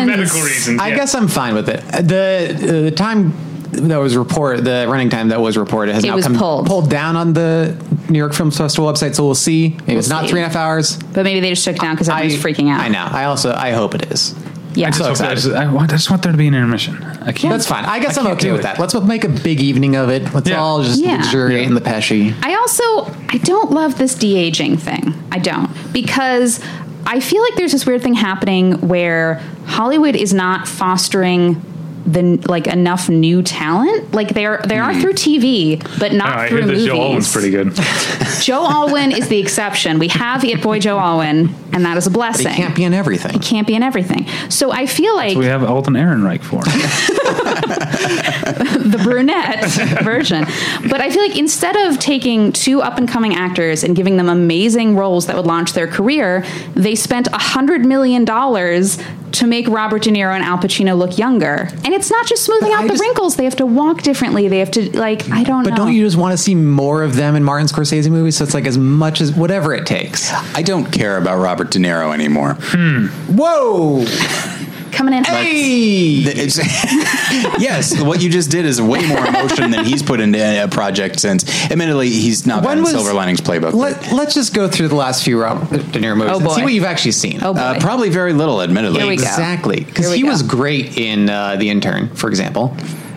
[SPEAKER 2] (laughs) For medical reasons.
[SPEAKER 4] I
[SPEAKER 2] yeah.
[SPEAKER 4] guess I'm fine with it. The uh, the time that was report the running time that was reported has
[SPEAKER 5] It
[SPEAKER 4] now
[SPEAKER 5] was
[SPEAKER 4] come
[SPEAKER 5] pulled.
[SPEAKER 4] down on the New York Film Festival website, so we'll see. Maybe it's not
[SPEAKER 5] see.
[SPEAKER 4] three and a half hours.
[SPEAKER 5] but maybe they just took it down because everyone's freaking out
[SPEAKER 4] I know. I also I hope it is.
[SPEAKER 5] yeah
[SPEAKER 2] I just,
[SPEAKER 4] so
[SPEAKER 2] hope
[SPEAKER 4] excited.
[SPEAKER 2] there's- I want, I just want there to be an intermission. I can't.
[SPEAKER 4] That's fine. I guess I am
[SPEAKER 2] can't
[SPEAKER 4] okay
[SPEAKER 2] do
[SPEAKER 4] with
[SPEAKER 2] it.
[SPEAKER 4] that. Let's make a big evening of it. Let's
[SPEAKER 2] Yeah.
[SPEAKER 4] all just
[SPEAKER 5] Yeah.
[SPEAKER 4] luxuriate in the Pesci.
[SPEAKER 5] I also I don't love this de aging thing. I don't because I feel like there's this weird thing happening where Hollywood is not fostering the like enough new talent. Like they are they are through TV, but
[SPEAKER 2] Hmm. Oh,
[SPEAKER 5] not
[SPEAKER 2] I
[SPEAKER 5] through
[SPEAKER 2] hear that
[SPEAKER 5] movies.
[SPEAKER 2] Joe Alwyn's pretty good.
[SPEAKER 5] Joe Alwyn is the exception. We have it boy Joe Alwyn, and that is a blessing.
[SPEAKER 4] It can't be in everything.
[SPEAKER 5] Can't be in everything. So I feel like
[SPEAKER 2] we have Alton Ehrenreich for.
[SPEAKER 5] the
[SPEAKER 4] (laughs)
[SPEAKER 5] brunette version. But I feel like instead of taking two up and coming actors and giving them amazing roles that would launch their career, they spent a hundred million dollars to make Robert De Niro and Al Pacino look younger. And it's not just smoothing
[SPEAKER 4] But
[SPEAKER 5] out
[SPEAKER 4] I
[SPEAKER 5] the
[SPEAKER 4] just-
[SPEAKER 5] wrinkles; they have to walk differently. They have to like I don't
[SPEAKER 4] But
[SPEAKER 5] know.
[SPEAKER 4] don't you just want to see more of them in Martin Scorsese movies? So it's like as much as whatever it takes.
[SPEAKER 1] I don't care about Robert De Niro anymore.
[SPEAKER 4] Whoa!
[SPEAKER 5] coming in?
[SPEAKER 4] Hey!
[SPEAKER 1] Th-
[SPEAKER 4] (laughs)
[SPEAKER 1] it's- yes, what you just did is way more emotion than he's put into a project since. Admittedly, he's not been in Silver Linings Playbook.
[SPEAKER 4] Let, us just go through the last few Robert De Niro movies
[SPEAKER 5] Oh,
[SPEAKER 4] and see
[SPEAKER 5] boy.
[SPEAKER 4] what you've actually seen.
[SPEAKER 5] oh boy,
[SPEAKER 1] uh, probably very little, admittedly.
[SPEAKER 5] Here we go.
[SPEAKER 4] exactly, because
[SPEAKER 5] Here we
[SPEAKER 4] he
[SPEAKER 5] go.
[SPEAKER 4] was great in uh, The Intern, for example.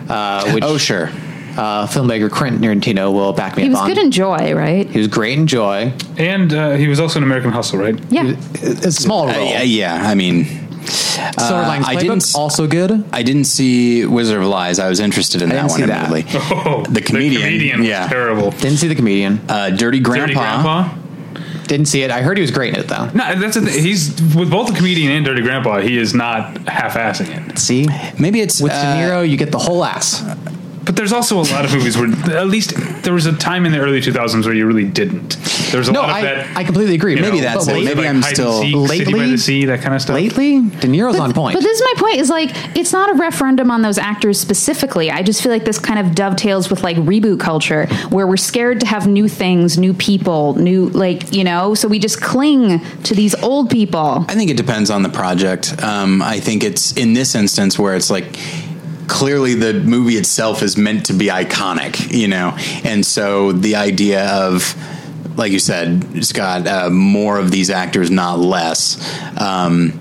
[SPEAKER 4] Uh, which,
[SPEAKER 1] Oh, sure.
[SPEAKER 4] Uh, filmmaker Quentin Tarantino will back me
[SPEAKER 5] he
[SPEAKER 4] up
[SPEAKER 5] was
[SPEAKER 4] on.
[SPEAKER 5] good in Joy, right?
[SPEAKER 4] he was great in Joy.
[SPEAKER 2] and uh, he was also in American Hustle, right?
[SPEAKER 5] Yeah,
[SPEAKER 4] It's a small role.
[SPEAKER 1] Uh, yeah, yeah, I mean,
[SPEAKER 4] Silver
[SPEAKER 1] uh,
[SPEAKER 4] Linings
[SPEAKER 1] I
[SPEAKER 4] Playbook,
[SPEAKER 1] didn't s-
[SPEAKER 4] also good.
[SPEAKER 1] I didn't see Wizard of Lies. I was interested in that
[SPEAKER 4] didn't
[SPEAKER 1] one,
[SPEAKER 4] see that.
[SPEAKER 1] admittedly.
[SPEAKER 2] (laughs) Oh,
[SPEAKER 1] The comedian,
[SPEAKER 2] was
[SPEAKER 1] yeah.
[SPEAKER 2] terrible.
[SPEAKER 4] Didn't see the comedian.
[SPEAKER 1] Uh, Dirty Grandpa.
[SPEAKER 2] Dirty Grandpa.
[SPEAKER 4] Didn't see it. I heard he was great in it though.
[SPEAKER 2] No, that's the thing. He's with both the comedian and Dirty Grandpa. He is not half-assing it.
[SPEAKER 4] See,
[SPEAKER 1] Maybe it's
[SPEAKER 4] with
[SPEAKER 1] uh,
[SPEAKER 4] De Niro, you get the whole ass.
[SPEAKER 2] But there's also a lot of movies where, at least, there was a time in the early 2000s where you really didn't. There was a
[SPEAKER 4] No,
[SPEAKER 2] lot of
[SPEAKER 4] I,
[SPEAKER 2] that.
[SPEAKER 4] I completely agree.
[SPEAKER 2] you
[SPEAKER 1] Maybe
[SPEAKER 2] know,
[SPEAKER 1] that's
[SPEAKER 4] but
[SPEAKER 1] it.
[SPEAKER 4] late-
[SPEAKER 2] like
[SPEAKER 1] Maybe I'm
[SPEAKER 2] hide and
[SPEAKER 1] still-
[SPEAKER 2] seek, City by
[SPEAKER 4] lately-
[SPEAKER 2] the sea, that kind of stuff.
[SPEAKER 4] Lately, De Niro's on point.
[SPEAKER 5] But this is my point: is like it's not a referendum on those actors specifically. I just feel like this kind of dovetails with like reboot culture, where we're scared to have new things, new people, new like you know. So we just cling to these old people.
[SPEAKER 1] I think it depends on the project. Um, I think it's in this instance where it's like clearly the movie itself is meant to be iconic, you know, and so the idea of like you said, Scott, uh, more of these actors, not less. Um,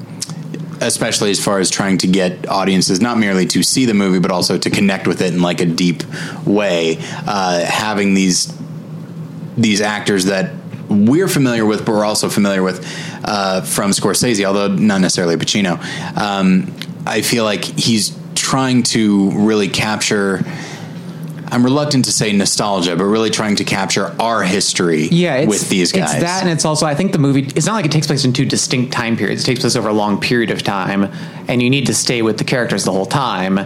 [SPEAKER 1] especially as far as trying to get audiences not merely to see the movie but also to connect with it in like a deep way uh, having these these actors that we're familiar with, but we're also familiar with uh, from Scorsese, although not necessarily Pacino. Um, I feel like he's trying to really capture. I'm reluctant to say nostalgia, but really trying to capture our history
[SPEAKER 4] yeah, it's,
[SPEAKER 1] with these guys.
[SPEAKER 4] It's that, and it's also I think the movie. It's not like it takes place in two distinct time periods. It takes place over a long period of time, and you need to stay with the characters the whole time.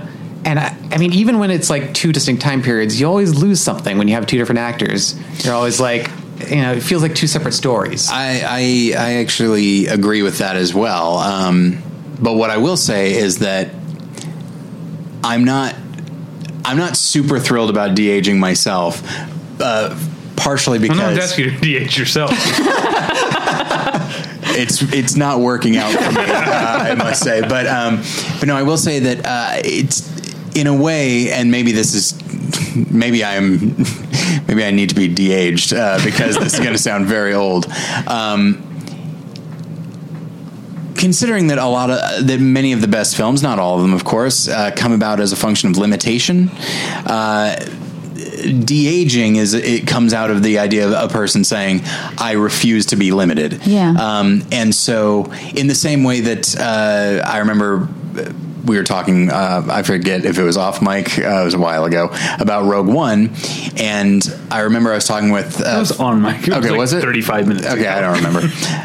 [SPEAKER 4] And I, I mean, even when it's like two distinct time periods, you always lose something when you have two different actors. You're always like, you know, it feels like two separate stories.
[SPEAKER 1] I, I I actually agree with that as well. Um, but what I will say is that I'm not I'm not super thrilled about de aging myself, uh, partially
[SPEAKER 2] I'm not
[SPEAKER 1] because
[SPEAKER 2] asking you to
[SPEAKER 1] (laughs)
[SPEAKER 2] DH yourself.
[SPEAKER 1] it's it's not working out for me, uh, I must say. But um, but no, I will say that uh, it's in a way, and maybe this is maybe I'm (laughs) maybe I need to be de-aged uh, because this is going to sound very old. Um, considering that a lot of that many of the best films, not all of them, of course, uh, come about as a function of limitation. Uh, De aging is it comes out of the idea of a person saying, "I refuse to be limited."
[SPEAKER 5] Yeah.
[SPEAKER 1] Um, and so, in the same way that uh, I remember. uh, We were talking, uh, I forget if it was off mic, uh, it was a while ago, about Rogue One. And I remember I was talking with. Uh,
[SPEAKER 2] That was on my.
[SPEAKER 1] Okay,
[SPEAKER 2] like
[SPEAKER 1] was it?
[SPEAKER 2] 35 minutes.
[SPEAKER 1] Okay, I don't
[SPEAKER 2] (laughs)
[SPEAKER 1] remember.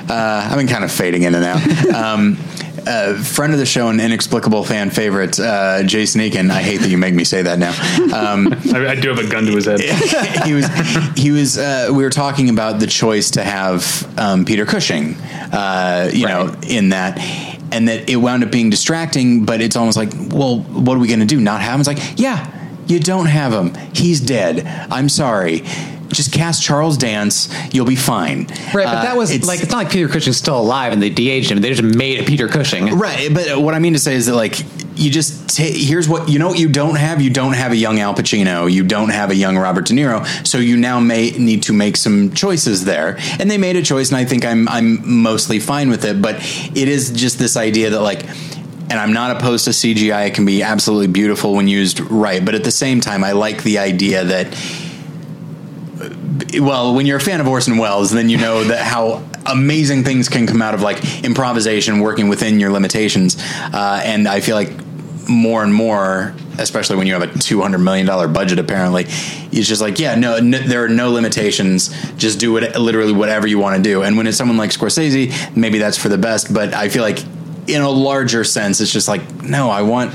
[SPEAKER 1] uh, I've been kind of fading in and out. Um, (laughs) uh, friend of the show and inexplicable fan favorite, uh, Jason Eakin. I hate that you make me say that now. Um,
[SPEAKER 2] I, I do have a gun to his head.
[SPEAKER 1] (laughs) he was he was uh, we were talking about the choice to have um, Peter Cushing uh, you know in that and that it wound up being distracting but it's almost like well what are we going to do not have him it's like yeah you don't have him he's dead I'm sorry just cast Charles Dance you'll be fine
[SPEAKER 4] Right, but
[SPEAKER 1] Uh,
[SPEAKER 4] that was
[SPEAKER 1] it's-
[SPEAKER 4] like it's not like Peter Cushing's still alive and they de-aged him. They just made it Peter Cushing.
[SPEAKER 1] Right, but what I mean to say is that like you just ta here's what you know what you don't have you don't have a young Al Pacino you don't have a young Robert De Niro so you now may need to make some choices there and they made a choice and I think I'm I'm mostly fine with it but it is just this idea that like and I'm not opposed to CGI it can be absolutely beautiful when used right but at the same time I like the idea that well, when you're a fan of Orson Welles, then you know that how amazing things can come out of like improvisation, working within your limitations. Uh, and I feel like more and more, especially when you have a two hundred million dollar budget, apparently, it's just like, yeah, no, n there are no limitations. Just do it, literally whatever you want to do. And when it's someone like Scorsese, maybe that's for the best. But I feel like in a larger sense, it's just like, no, I want,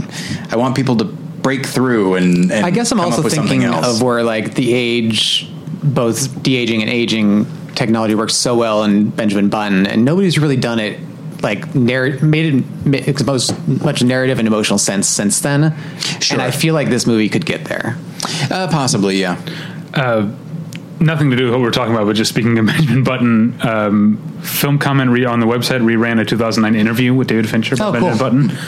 [SPEAKER 1] I want people to break through and. and
[SPEAKER 4] I guess I'm
[SPEAKER 1] come
[SPEAKER 4] also
[SPEAKER 1] up with something
[SPEAKER 4] thinking
[SPEAKER 1] else.
[SPEAKER 4] of where like the age, both de aging and aging technology works so well in Benjamin Button, and nobody's really done it like narr- made it ma- it's most much narrative and emotional sense since then.
[SPEAKER 1] Sure.
[SPEAKER 4] And I feel like this movie could get there.
[SPEAKER 1] uh, possibly, yeah.
[SPEAKER 2] nothing to do with what we're talking about, but just speaking of (laughs) Benjamin Button, um, film comment re- on the website reran a 2009 interview with David Fincher about
[SPEAKER 4] Oh,
[SPEAKER 2] Benjamin
[SPEAKER 4] cool.
[SPEAKER 2] Button.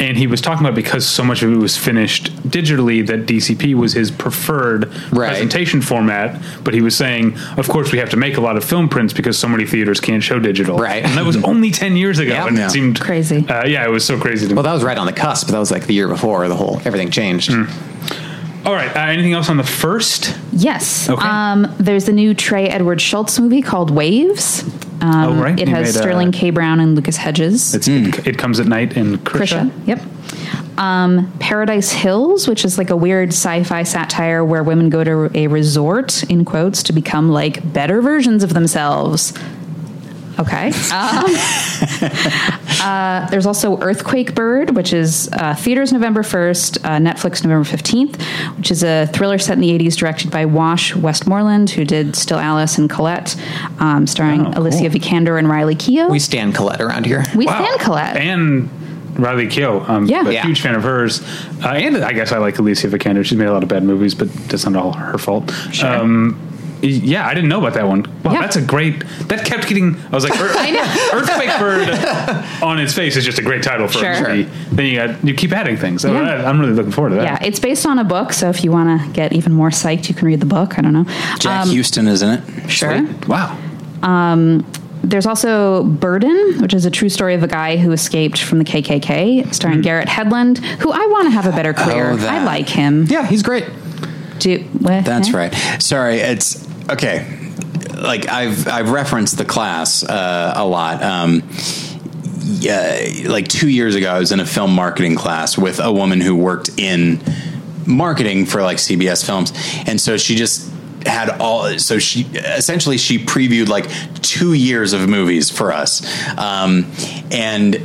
[SPEAKER 2] And he was talking about because so much of it was finished digitally that DCP was his preferred
[SPEAKER 4] Right.
[SPEAKER 2] presentation format. But he was saying, of course, we have to make a lot of film prints because so many theaters can't show digital.
[SPEAKER 4] Right.
[SPEAKER 2] And that was only 10 years ago.
[SPEAKER 4] Yeah.
[SPEAKER 2] and
[SPEAKER 1] Yeah.
[SPEAKER 2] it seemed
[SPEAKER 5] Crazy.
[SPEAKER 2] Uh, yeah, it was so crazy to me.
[SPEAKER 4] Well, that was right on the cusp. That was like the year before the whole everything changed.
[SPEAKER 1] Hmm.
[SPEAKER 2] All right. Uh, anything else on the first?
[SPEAKER 5] Yes.
[SPEAKER 2] Okay.
[SPEAKER 5] Um, there's the new Trey Edward Schultz movie called Waves. Um,
[SPEAKER 2] Oh, right.
[SPEAKER 5] It
[SPEAKER 2] He
[SPEAKER 5] has
[SPEAKER 2] made, uh,
[SPEAKER 5] Sterling K. Brown and Lucas Hedges.
[SPEAKER 2] It's,
[SPEAKER 4] Hmm.
[SPEAKER 2] it, it comes at night in Krisha.
[SPEAKER 5] Krisha. Yep. Um, Paradise Hills, which is like a weird sci-fi satire where women go to a resort in quotes to become like better versions of themselves. Okay. Um, (laughs) uh, there's also Earthquake Bird, which is uh, theaters November 1st, uh, Netflix November 15th, which is a thriller set in the 80s directed by Wash Westmoreland, who did Still Alice and Colette, um, starring Alicia Vikander and Riley Keough.
[SPEAKER 4] We stand Colette around here.
[SPEAKER 5] We stand Colette.
[SPEAKER 2] And Riley Keough. I'm
[SPEAKER 5] Yeah.
[SPEAKER 2] a
[SPEAKER 4] Yeah.
[SPEAKER 2] huge fan of hers. Uh, and I guess I like Alicia Vikander. She's made a lot of bad movies, but that's not all her fault. Um, yeah, I didn't know about that one. Wow,
[SPEAKER 5] Yeah.
[SPEAKER 2] that's a great. That kept getting. I was like,
[SPEAKER 5] (laughs)
[SPEAKER 2] Earth, Earthquake Bird on its face is just a great title for
[SPEAKER 5] Sure.
[SPEAKER 2] a movie. Then you got you keep adding things. So
[SPEAKER 5] Yeah.
[SPEAKER 2] I- I'm really looking forward to that.
[SPEAKER 5] yeah, it's based on a book, so if you want to get even more psyched, you can read the book. I don't know.
[SPEAKER 1] Jack Houston, isn't it?
[SPEAKER 5] Sure.
[SPEAKER 2] Wow.
[SPEAKER 5] There's also Burden, which is a true story of a guy who escaped from the KKK, starring Garrett Headland, who I want to have a better career.
[SPEAKER 1] Mm-hmm. Oh, that.
[SPEAKER 5] I like him.
[SPEAKER 4] Yeah, he's great.
[SPEAKER 5] Do, what?
[SPEAKER 1] That's
[SPEAKER 5] Eh?
[SPEAKER 1] right. Sorry, it's okay. Like I've I've referenced the class uh, a lot. Um, yeah, like two years ago, I was in a film marketing class with a woman who worked in marketing for like CBS Films, and so she just had all. So she essentially she previewed like two years of movies for us, um, and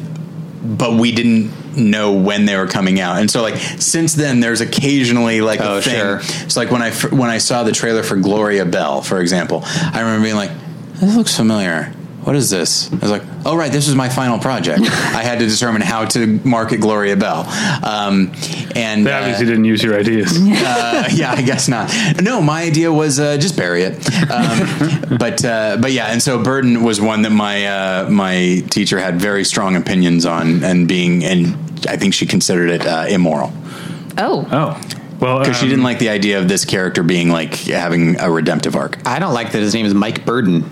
[SPEAKER 1] but we didn't know when they were coming out. And so like since then there's occasionally like a
[SPEAKER 4] Oh,
[SPEAKER 1] thing.
[SPEAKER 4] sure.
[SPEAKER 1] So like when I fir- when I saw the trailer for Gloria Bell, for example, I remember being like this looks familiar. What is this? I was like, oh right, this was my final
[SPEAKER 4] (laughs)
[SPEAKER 1] project. I had to determine how to market Gloria Bell. Um, and
[SPEAKER 2] They
[SPEAKER 1] uh,
[SPEAKER 2] obviously didn't use your ideas.
[SPEAKER 1] uh, (laughs) yeah, I guess not. No, my idea was uh, just bury it.
[SPEAKER 5] (laughs)
[SPEAKER 1] Um, but uh, but yeah, and so burden was one that my uh, my teacher had very strong opinions on, and being and I think she considered it uh, immoral
[SPEAKER 5] Oh,
[SPEAKER 2] Oh. Well,
[SPEAKER 1] because she
[SPEAKER 2] um,
[SPEAKER 1] didn't like the idea of this character being like having a redemptive arc.
[SPEAKER 4] I don't like that his name is Mike Burden,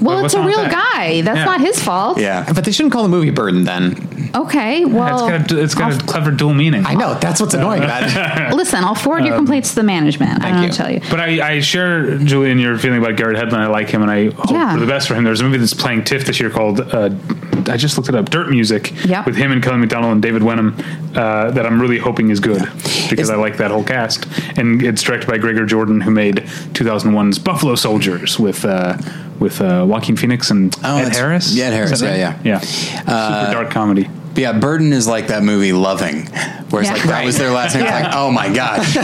[SPEAKER 5] well,
[SPEAKER 2] what's
[SPEAKER 5] it's a
[SPEAKER 2] wrong with
[SPEAKER 5] real
[SPEAKER 2] that?
[SPEAKER 5] guy. That's
[SPEAKER 2] Yeah.
[SPEAKER 5] not his fault.
[SPEAKER 1] Yeah,
[SPEAKER 4] but they shouldn't call the movie Burden. Then
[SPEAKER 5] Okay.
[SPEAKER 2] It's
[SPEAKER 5] Well,
[SPEAKER 2] got, a, it's got a clever dual meaning.
[SPEAKER 4] I know that's what's annoying about it.
[SPEAKER 5] listen, I'll forward
[SPEAKER 2] Um,
[SPEAKER 5] your complaints to the management. I
[SPEAKER 4] thank
[SPEAKER 5] don't
[SPEAKER 4] you.
[SPEAKER 5] know what to tell you.
[SPEAKER 2] But I, I share, Julian, your feeling about Garrett Hedlund. I like him, and I hope
[SPEAKER 5] Yeah.
[SPEAKER 2] for the best for him. There's a movie that's playing TIFF this year called uh, I just looked it up, Dirt Music,
[SPEAKER 5] Yeah.
[SPEAKER 2] with him and Kelly McDonald and David Wenham, uh, that I'm really hoping is good because I like that whole cast. And it's directed by Gregor Jordan, who made 2001's Buffalo Soldiers with uh, with uh, Joaquin Phoenix and
[SPEAKER 1] Oh,
[SPEAKER 2] Ed
[SPEAKER 1] that's-
[SPEAKER 2] Harris.
[SPEAKER 1] yeah, Ed Harris,
[SPEAKER 2] Is that
[SPEAKER 1] yeah, Uh,
[SPEAKER 2] yeah, yeah. Super dark comedy.
[SPEAKER 1] but yeah. Burden is like that movie Loving, where it's
[SPEAKER 5] (laughs) Yeah.
[SPEAKER 1] like that was their last name. It's like, oh my
[SPEAKER 5] (laughs)
[SPEAKER 1] gosh,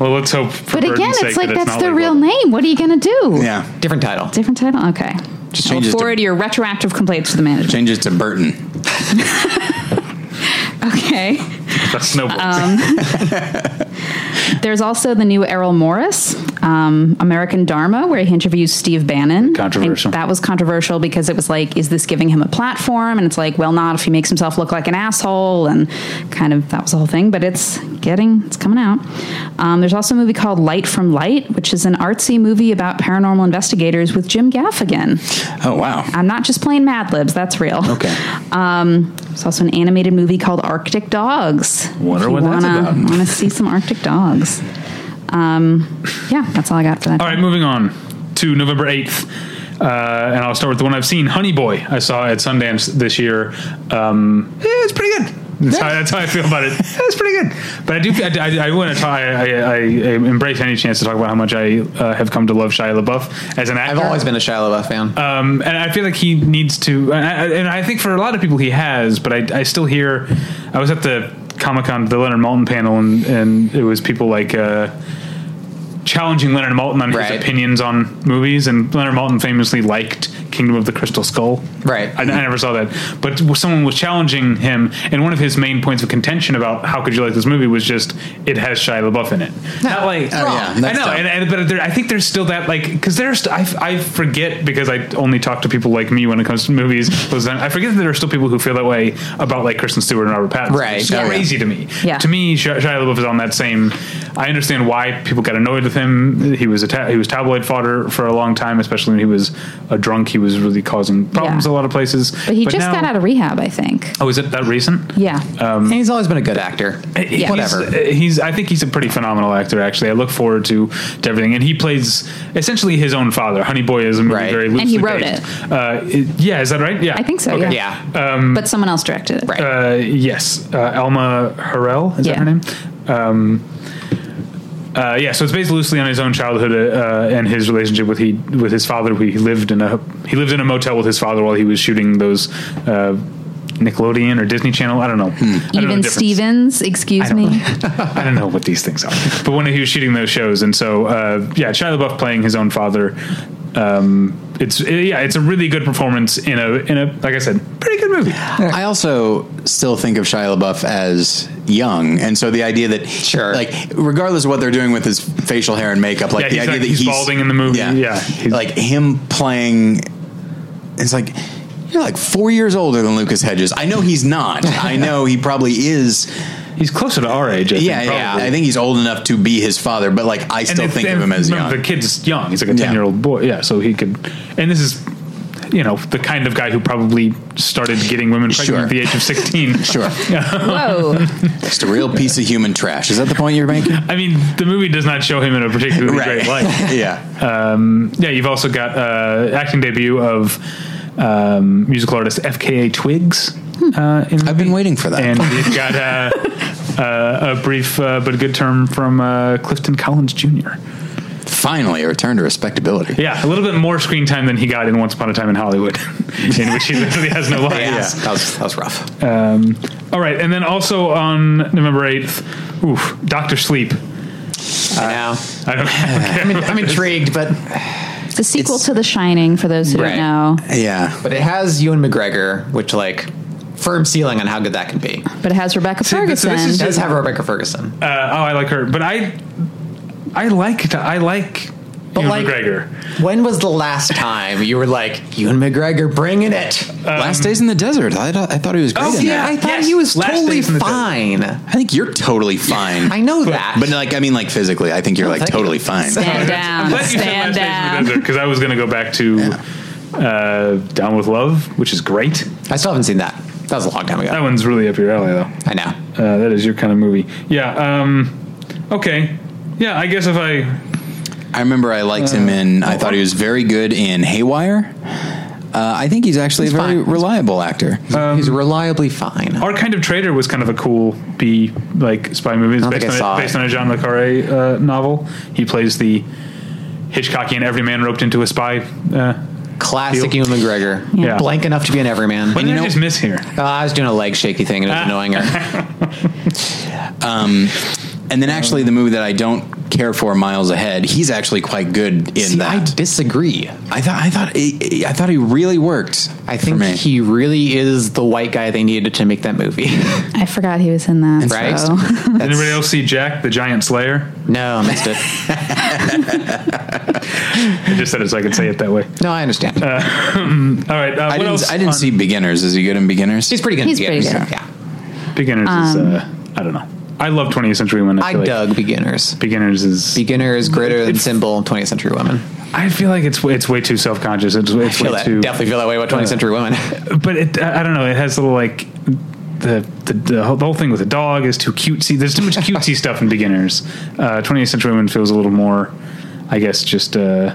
[SPEAKER 2] Well, let's hope. For
[SPEAKER 5] But again,
[SPEAKER 2] Burden's sake
[SPEAKER 5] it's like
[SPEAKER 2] that
[SPEAKER 5] that's
[SPEAKER 2] not
[SPEAKER 5] their
[SPEAKER 2] (laughs)
[SPEAKER 5] real
[SPEAKER 2] labeled.
[SPEAKER 5] name. What are you going to do?
[SPEAKER 1] yeah.
[SPEAKER 4] Different title.
[SPEAKER 5] Different title? Okay.
[SPEAKER 1] Just
[SPEAKER 5] I'll
[SPEAKER 1] change it to-
[SPEAKER 5] forward your retroactive complaints to the management.
[SPEAKER 1] Change it to Burton.
[SPEAKER 5] Okay.
[SPEAKER 2] That's
[SPEAKER 5] Uh,
[SPEAKER 2] snowball.
[SPEAKER 5] There's also the new Errol Morris, um, American Dharma, where he interviews Steve Bannon.
[SPEAKER 2] Controversial.
[SPEAKER 5] And that was controversial because it was like, is this giving him a platform? And it's like, well, not if he makes himself look like an asshole, and kind of that was the whole thing. But it's getting, it's coming out. Um, there's also a movie called Light from Light, which is an artsy movie about paranormal investigators with Jim Gaffigan.
[SPEAKER 1] Oh wow.
[SPEAKER 5] I'm not just playing Mad Libs; that's real.
[SPEAKER 1] Okay.
[SPEAKER 5] Um, there's also an animated movie called Arctic Dogs.
[SPEAKER 2] Wonder
[SPEAKER 5] if you
[SPEAKER 2] what that's about.
[SPEAKER 5] Want to see some Arctic dogs? Um, yeah, that's all I got for that.
[SPEAKER 2] All right, moving on to November 8th. Uh, and I'll start with the one I've seen, Honey Boy. I saw at Sundance this year. Um, yeah, it's pretty good. That's, how, (laughs) that's how I feel about it. It's pretty good, but I do. I, I, I want to talk. I, I, I embrace any chance to talk about how much I uh, have come to love Shia LaBeouf as an actor.
[SPEAKER 4] I've always been a Shia LaBeouf fan.
[SPEAKER 2] Um, and I feel like he needs to, and I, and I think for a lot of people he has, but I, I still hear. I was at the Comic Con, the Leonard Malton panel, and, and it was people like uh, challenging Leonard Malton on
[SPEAKER 4] Right.
[SPEAKER 2] his opinions on movies, and Leonard Malton famously liked Kingdom of the Crystal Skull.
[SPEAKER 4] Right.
[SPEAKER 2] I, I never saw that, but someone was challenging him, and one of his main points of contention about how could you like this movie was just it has Shia LaBeouf in it. Not like
[SPEAKER 1] Oh, yeah, that's
[SPEAKER 2] I know,
[SPEAKER 1] dumb.
[SPEAKER 2] and, and but there, I think there's still that like because there's I, I forget because I only talk to people like me when it comes to movies.
[SPEAKER 5] (laughs)
[SPEAKER 2] was that I forget that there are still people who feel that way about like Kristen Stewart and Robert Pattinson.
[SPEAKER 4] Right.
[SPEAKER 2] it's
[SPEAKER 4] Oh, yeah.
[SPEAKER 2] crazy to me.
[SPEAKER 5] Yeah.
[SPEAKER 2] to me, Sh- Shia LaBeouf is on that same. I understand why people got annoyed with him. He was a ta- he was tabloid fodder for a long time, especially when he was a drunk. He was really causing problems
[SPEAKER 5] Yeah.
[SPEAKER 2] a lot of places.
[SPEAKER 5] But he just
[SPEAKER 2] now- Uh,
[SPEAKER 5] got out of rehab, I think.
[SPEAKER 2] Oh, is it that recent?
[SPEAKER 5] Yeah.
[SPEAKER 4] and he's always been a good actor.
[SPEAKER 2] He's-
[SPEAKER 4] Whatever.
[SPEAKER 2] uh, He's, I think he's a pretty phenomenal actor. Actually, I look forward to, to everything. And he plays essentially his own father. Honey Boy is a movie
[SPEAKER 4] Right.
[SPEAKER 2] very
[SPEAKER 4] And
[SPEAKER 2] loosely
[SPEAKER 5] he wrote
[SPEAKER 2] based. Uh, it- yeah, is that right? Yeah,
[SPEAKER 5] I think so.
[SPEAKER 2] Okay.
[SPEAKER 5] Yeah.
[SPEAKER 4] yeah.
[SPEAKER 5] but someone else directed it.
[SPEAKER 4] Right.
[SPEAKER 2] Uh, yes, uh, Alma Harrell is
[SPEAKER 5] Yeah.
[SPEAKER 2] that her name? Um, Uh, yeah, so it's based loosely on his own childhood uh, and his relationship with he with his father. He lived in a he lived in a motel with his father while he was shooting those uh, Nickelodeon or Disney Channel. I don't know. I don't know
[SPEAKER 5] Even
[SPEAKER 2] the difference.
[SPEAKER 5] Stevens, excuse
[SPEAKER 2] don't
[SPEAKER 5] me.
[SPEAKER 2] I don't know what these things are. But when he was shooting those shows, and so uh, yeah, Shia LaBeouf playing his own father. Um, it's yeah, it's a really good performance in a in a like I said, pretty good movie. (laughs)
[SPEAKER 1] I also still think of Shia LaBeouf as young, and so the idea that
[SPEAKER 4] Sure.
[SPEAKER 1] like regardless of what they're doing with his facial hair and makeup, like
[SPEAKER 2] Yeah,
[SPEAKER 1] the
[SPEAKER 2] he's
[SPEAKER 1] idea
[SPEAKER 2] like-
[SPEAKER 1] that
[SPEAKER 2] he's
[SPEAKER 1] he's,
[SPEAKER 2] balding in the movie, yeah, he's-
[SPEAKER 1] like him playing, it's like. You're like four years older than Lucas Hedges. I know he's not.
[SPEAKER 2] (laughs)
[SPEAKER 1] I know he probably is.
[SPEAKER 2] He's closer to our age. I
[SPEAKER 1] Yeah,
[SPEAKER 2] think,
[SPEAKER 1] yeah.
[SPEAKER 2] probably.
[SPEAKER 1] I think he's old enough to be his father, but like I still
[SPEAKER 2] if-
[SPEAKER 1] think of
[SPEAKER 2] and
[SPEAKER 1] him as
[SPEAKER 2] remember,
[SPEAKER 1] young.
[SPEAKER 2] The kid's young. He's like a
[SPEAKER 1] Yeah.
[SPEAKER 2] ten year old boy. Yeah, so he could. And this is, you know, the kind of guy who probably started getting women pregnant
[SPEAKER 1] Sure.
[SPEAKER 2] at the age of sixteen.
[SPEAKER 1] (laughs) Sure,
[SPEAKER 5] (laughs) Whoa.
[SPEAKER 1] just a real piece of human trash. Is that the point you're making?
[SPEAKER 2] I mean, the movie does not show him in a particularly (laughs) great light.
[SPEAKER 1] (laughs) yeah.
[SPEAKER 2] Yeah, you've also got uh, acting debut of um, musical artist FKA Twigs. Uh, in the
[SPEAKER 1] Hmm. I've been
[SPEAKER 2] movie.
[SPEAKER 1] waiting for that.
[SPEAKER 2] And you've got uh, uh, a brief uh, but good term from uh, Clifton Collins Jr.
[SPEAKER 1] Finally, a return to respectability.
[SPEAKER 2] Yeah, a little bit more screen time than he got in Once Upon a Time in Hollywood, (laughs) in which he literally has no lines.
[SPEAKER 1] that was that was rough.
[SPEAKER 2] Um, all right, and then also on November eighth, oof, Doctor Sleep.
[SPEAKER 4] I know.
[SPEAKER 1] (laughs)
[SPEAKER 2] I don't, I
[SPEAKER 4] I'm, I'm intrigued, but
[SPEAKER 5] The sequel to The Shining, for those who
[SPEAKER 4] Right.
[SPEAKER 5] don't know,
[SPEAKER 1] Yeah.
[SPEAKER 4] but it has Ewan McGregor, which like firm ceiling on how good that can be.
[SPEAKER 5] but it has Rebecca
[SPEAKER 2] See, this- this
[SPEAKER 5] Ferguson.
[SPEAKER 2] is
[SPEAKER 4] It does have Rebecca Ferguson.
[SPEAKER 2] (laughs) uh, oh, I like her, but I, I like I like.
[SPEAKER 4] But
[SPEAKER 2] Ewan
[SPEAKER 4] like-
[SPEAKER 2] McGregor.
[SPEAKER 4] When was the last time you were like Ewan McGregor bringing it?
[SPEAKER 1] Last days in the desert. I, I thought he was great.
[SPEAKER 4] Um, Oh
[SPEAKER 1] in
[SPEAKER 4] yeah,
[SPEAKER 1] that.
[SPEAKER 4] I thought
[SPEAKER 2] Yes.
[SPEAKER 4] he was
[SPEAKER 2] Last
[SPEAKER 4] totally
[SPEAKER 2] Days in the Desert.
[SPEAKER 4] fine.
[SPEAKER 1] I think you're totally fine.
[SPEAKER 4] I know that, Oh,
[SPEAKER 1] But like, I mean, like physically, I think you're like
[SPEAKER 4] thank you.
[SPEAKER 1] totally fine.
[SPEAKER 2] (laughs)
[SPEAKER 5] Stand down. Stand down.
[SPEAKER 2] because I was going to go back to uh, Down with Love, which is great.
[SPEAKER 4] I still haven't seen that. That was a long time ago.
[SPEAKER 2] That one's really up your alley, though.
[SPEAKER 4] I know.
[SPEAKER 2] Uh, that is your kind of movie. Yeah. Um, okay. Yeah, I guess if I
[SPEAKER 1] I remember I liked him
[SPEAKER 4] Uh,
[SPEAKER 1] in. I thought he was very good in Haywire. Uh, I think he's actually a very
[SPEAKER 4] fine. He's-
[SPEAKER 1] reliable actor.
[SPEAKER 2] Um,
[SPEAKER 4] He's reliably fine.
[SPEAKER 2] our kind of traitor was kind of a cool B like spy movie. It's
[SPEAKER 4] don't
[SPEAKER 2] based
[SPEAKER 4] think I
[SPEAKER 2] on
[SPEAKER 4] saw
[SPEAKER 2] a,
[SPEAKER 4] it.
[SPEAKER 2] based on a John le Carre uh, novel. He plays the Hitchcockian everyman roped into a spy. Uh,
[SPEAKER 4] Classic Ewan McGregor.
[SPEAKER 2] Yeah.
[SPEAKER 4] Blank enough to be an everyman.
[SPEAKER 2] what did I just miss here?
[SPEAKER 4] Oh, I was doing a leg shaky thing
[SPEAKER 2] Uh,
[SPEAKER 4] and it was annoying
[SPEAKER 2] (laughs)
[SPEAKER 4] her.
[SPEAKER 1] And then actually, the movie that I don't care for, Miles Ahead, he's actually quite good in
[SPEAKER 4] See, I
[SPEAKER 1] that.
[SPEAKER 4] disagree.
[SPEAKER 1] I, thought I thought he, I thought he really worked.
[SPEAKER 4] I
[SPEAKER 1] for
[SPEAKER 4] think
[SPEAKER 1] me.
[SPEAKER 4] he really is the white guy they needed to make that movie. (laughs)
[SPEAKER 5] I forgot he was in that.
[SPEAKER 4] Right?
[SPEAKER 5] So.
[SPEAKER 2] Did anybody else see Jack the Giant Slayer?
[SPEAKER 4] No, I missed it.
[SPEAKER 2] I just said it so I could say it that way.
[SPEAKER 4] No, I understand.
[SPEAKER 2] Uh, All right. Uh,
[SPEAKER 1] I
[SPEAKER 2] what else?
[SPEAKER 1] didn't, I didn't
[SPEAKER 2] on
[SPEAKER 1] see Beginners. Is he good in Beginners?
[SPEAKER 4] He's pretty good. in
[SPEAKER 5] He's pretty
[SPEAKER 4] Beginners.
[SPEAKER 5] good.
[SPEAKER 4] Yeah.
[SPEAKER 2] Beginners is
[SPEAKER 5] Um,
[SPEAKER 2] uh, I don't know. I love 20th Century Women.
[SPEAKER 4] I
[SPEAKER 2] feel like
[SPEAKER 4] dug beginners.
[SPEAKER 2] Beginners is.
[SPEAKER 4] Beginners greater than symbol 20th century women.
[SPEAKER 2] I feel like it's it's way too self conscious. It's, it's
[SPEAKER 4] Feel
[SPEAKER 2] way
[SPEAKER 4] that,
[SPEAKER 2] too.
[SPEAKER 4] definitely feel that way about 20th century women. (laughs)
[SPEAKER 2] But it, I I don't know. It has little like the the, the, whole, the whole thing with the dog is too cutesy. There's too much
[SPEAKER 4] (laughs)
[SPEAKER 2] cutesy stuff in Beginners. Uh, 20th Century Women feels a little more, I guess, just. Uh,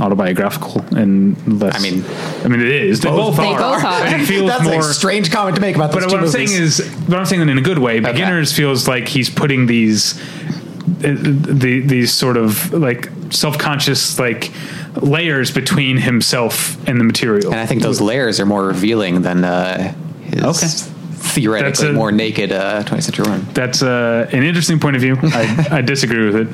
[SPEAKER 2] autobiographical and less.
[SPEAKER 4] I mean-
[SPEAKER 2] I mean, it is. They both,
[SPEAKER 5] They
[SPEAKER 2] are.
[SPEAKER 5] both are.
[SPEAKER 2] But It feels
[SPEAKER 4] That's
[SPEAKER 2] more
[SPEAKER 4] a strange comment to make about those
[SPEAKER 2] But
[SPEAKER 4] two
[SPEAKER 2] what I'm
[SPEAKER 4] movies.
[SPEAKER 2] saying is, what I'm saying in a good way, beginners feels like he's putting these, uh, the these sort of like self conscious like layers between himself and the material.
[SPEAKER 4] and I think those layers are more revealing than uh, his
[SPEAKER 2] Okay. That's
[SPEAKER 4] theoretically
[SPEAKER 2] a-
[SPEAKER 4] more naked uh, 20th century women.
[SPEAKER 2] That's uh, an interesting point of view. I,
[SPEAKER 4] (laughs)
[SPEAKER 2] I disagree with it.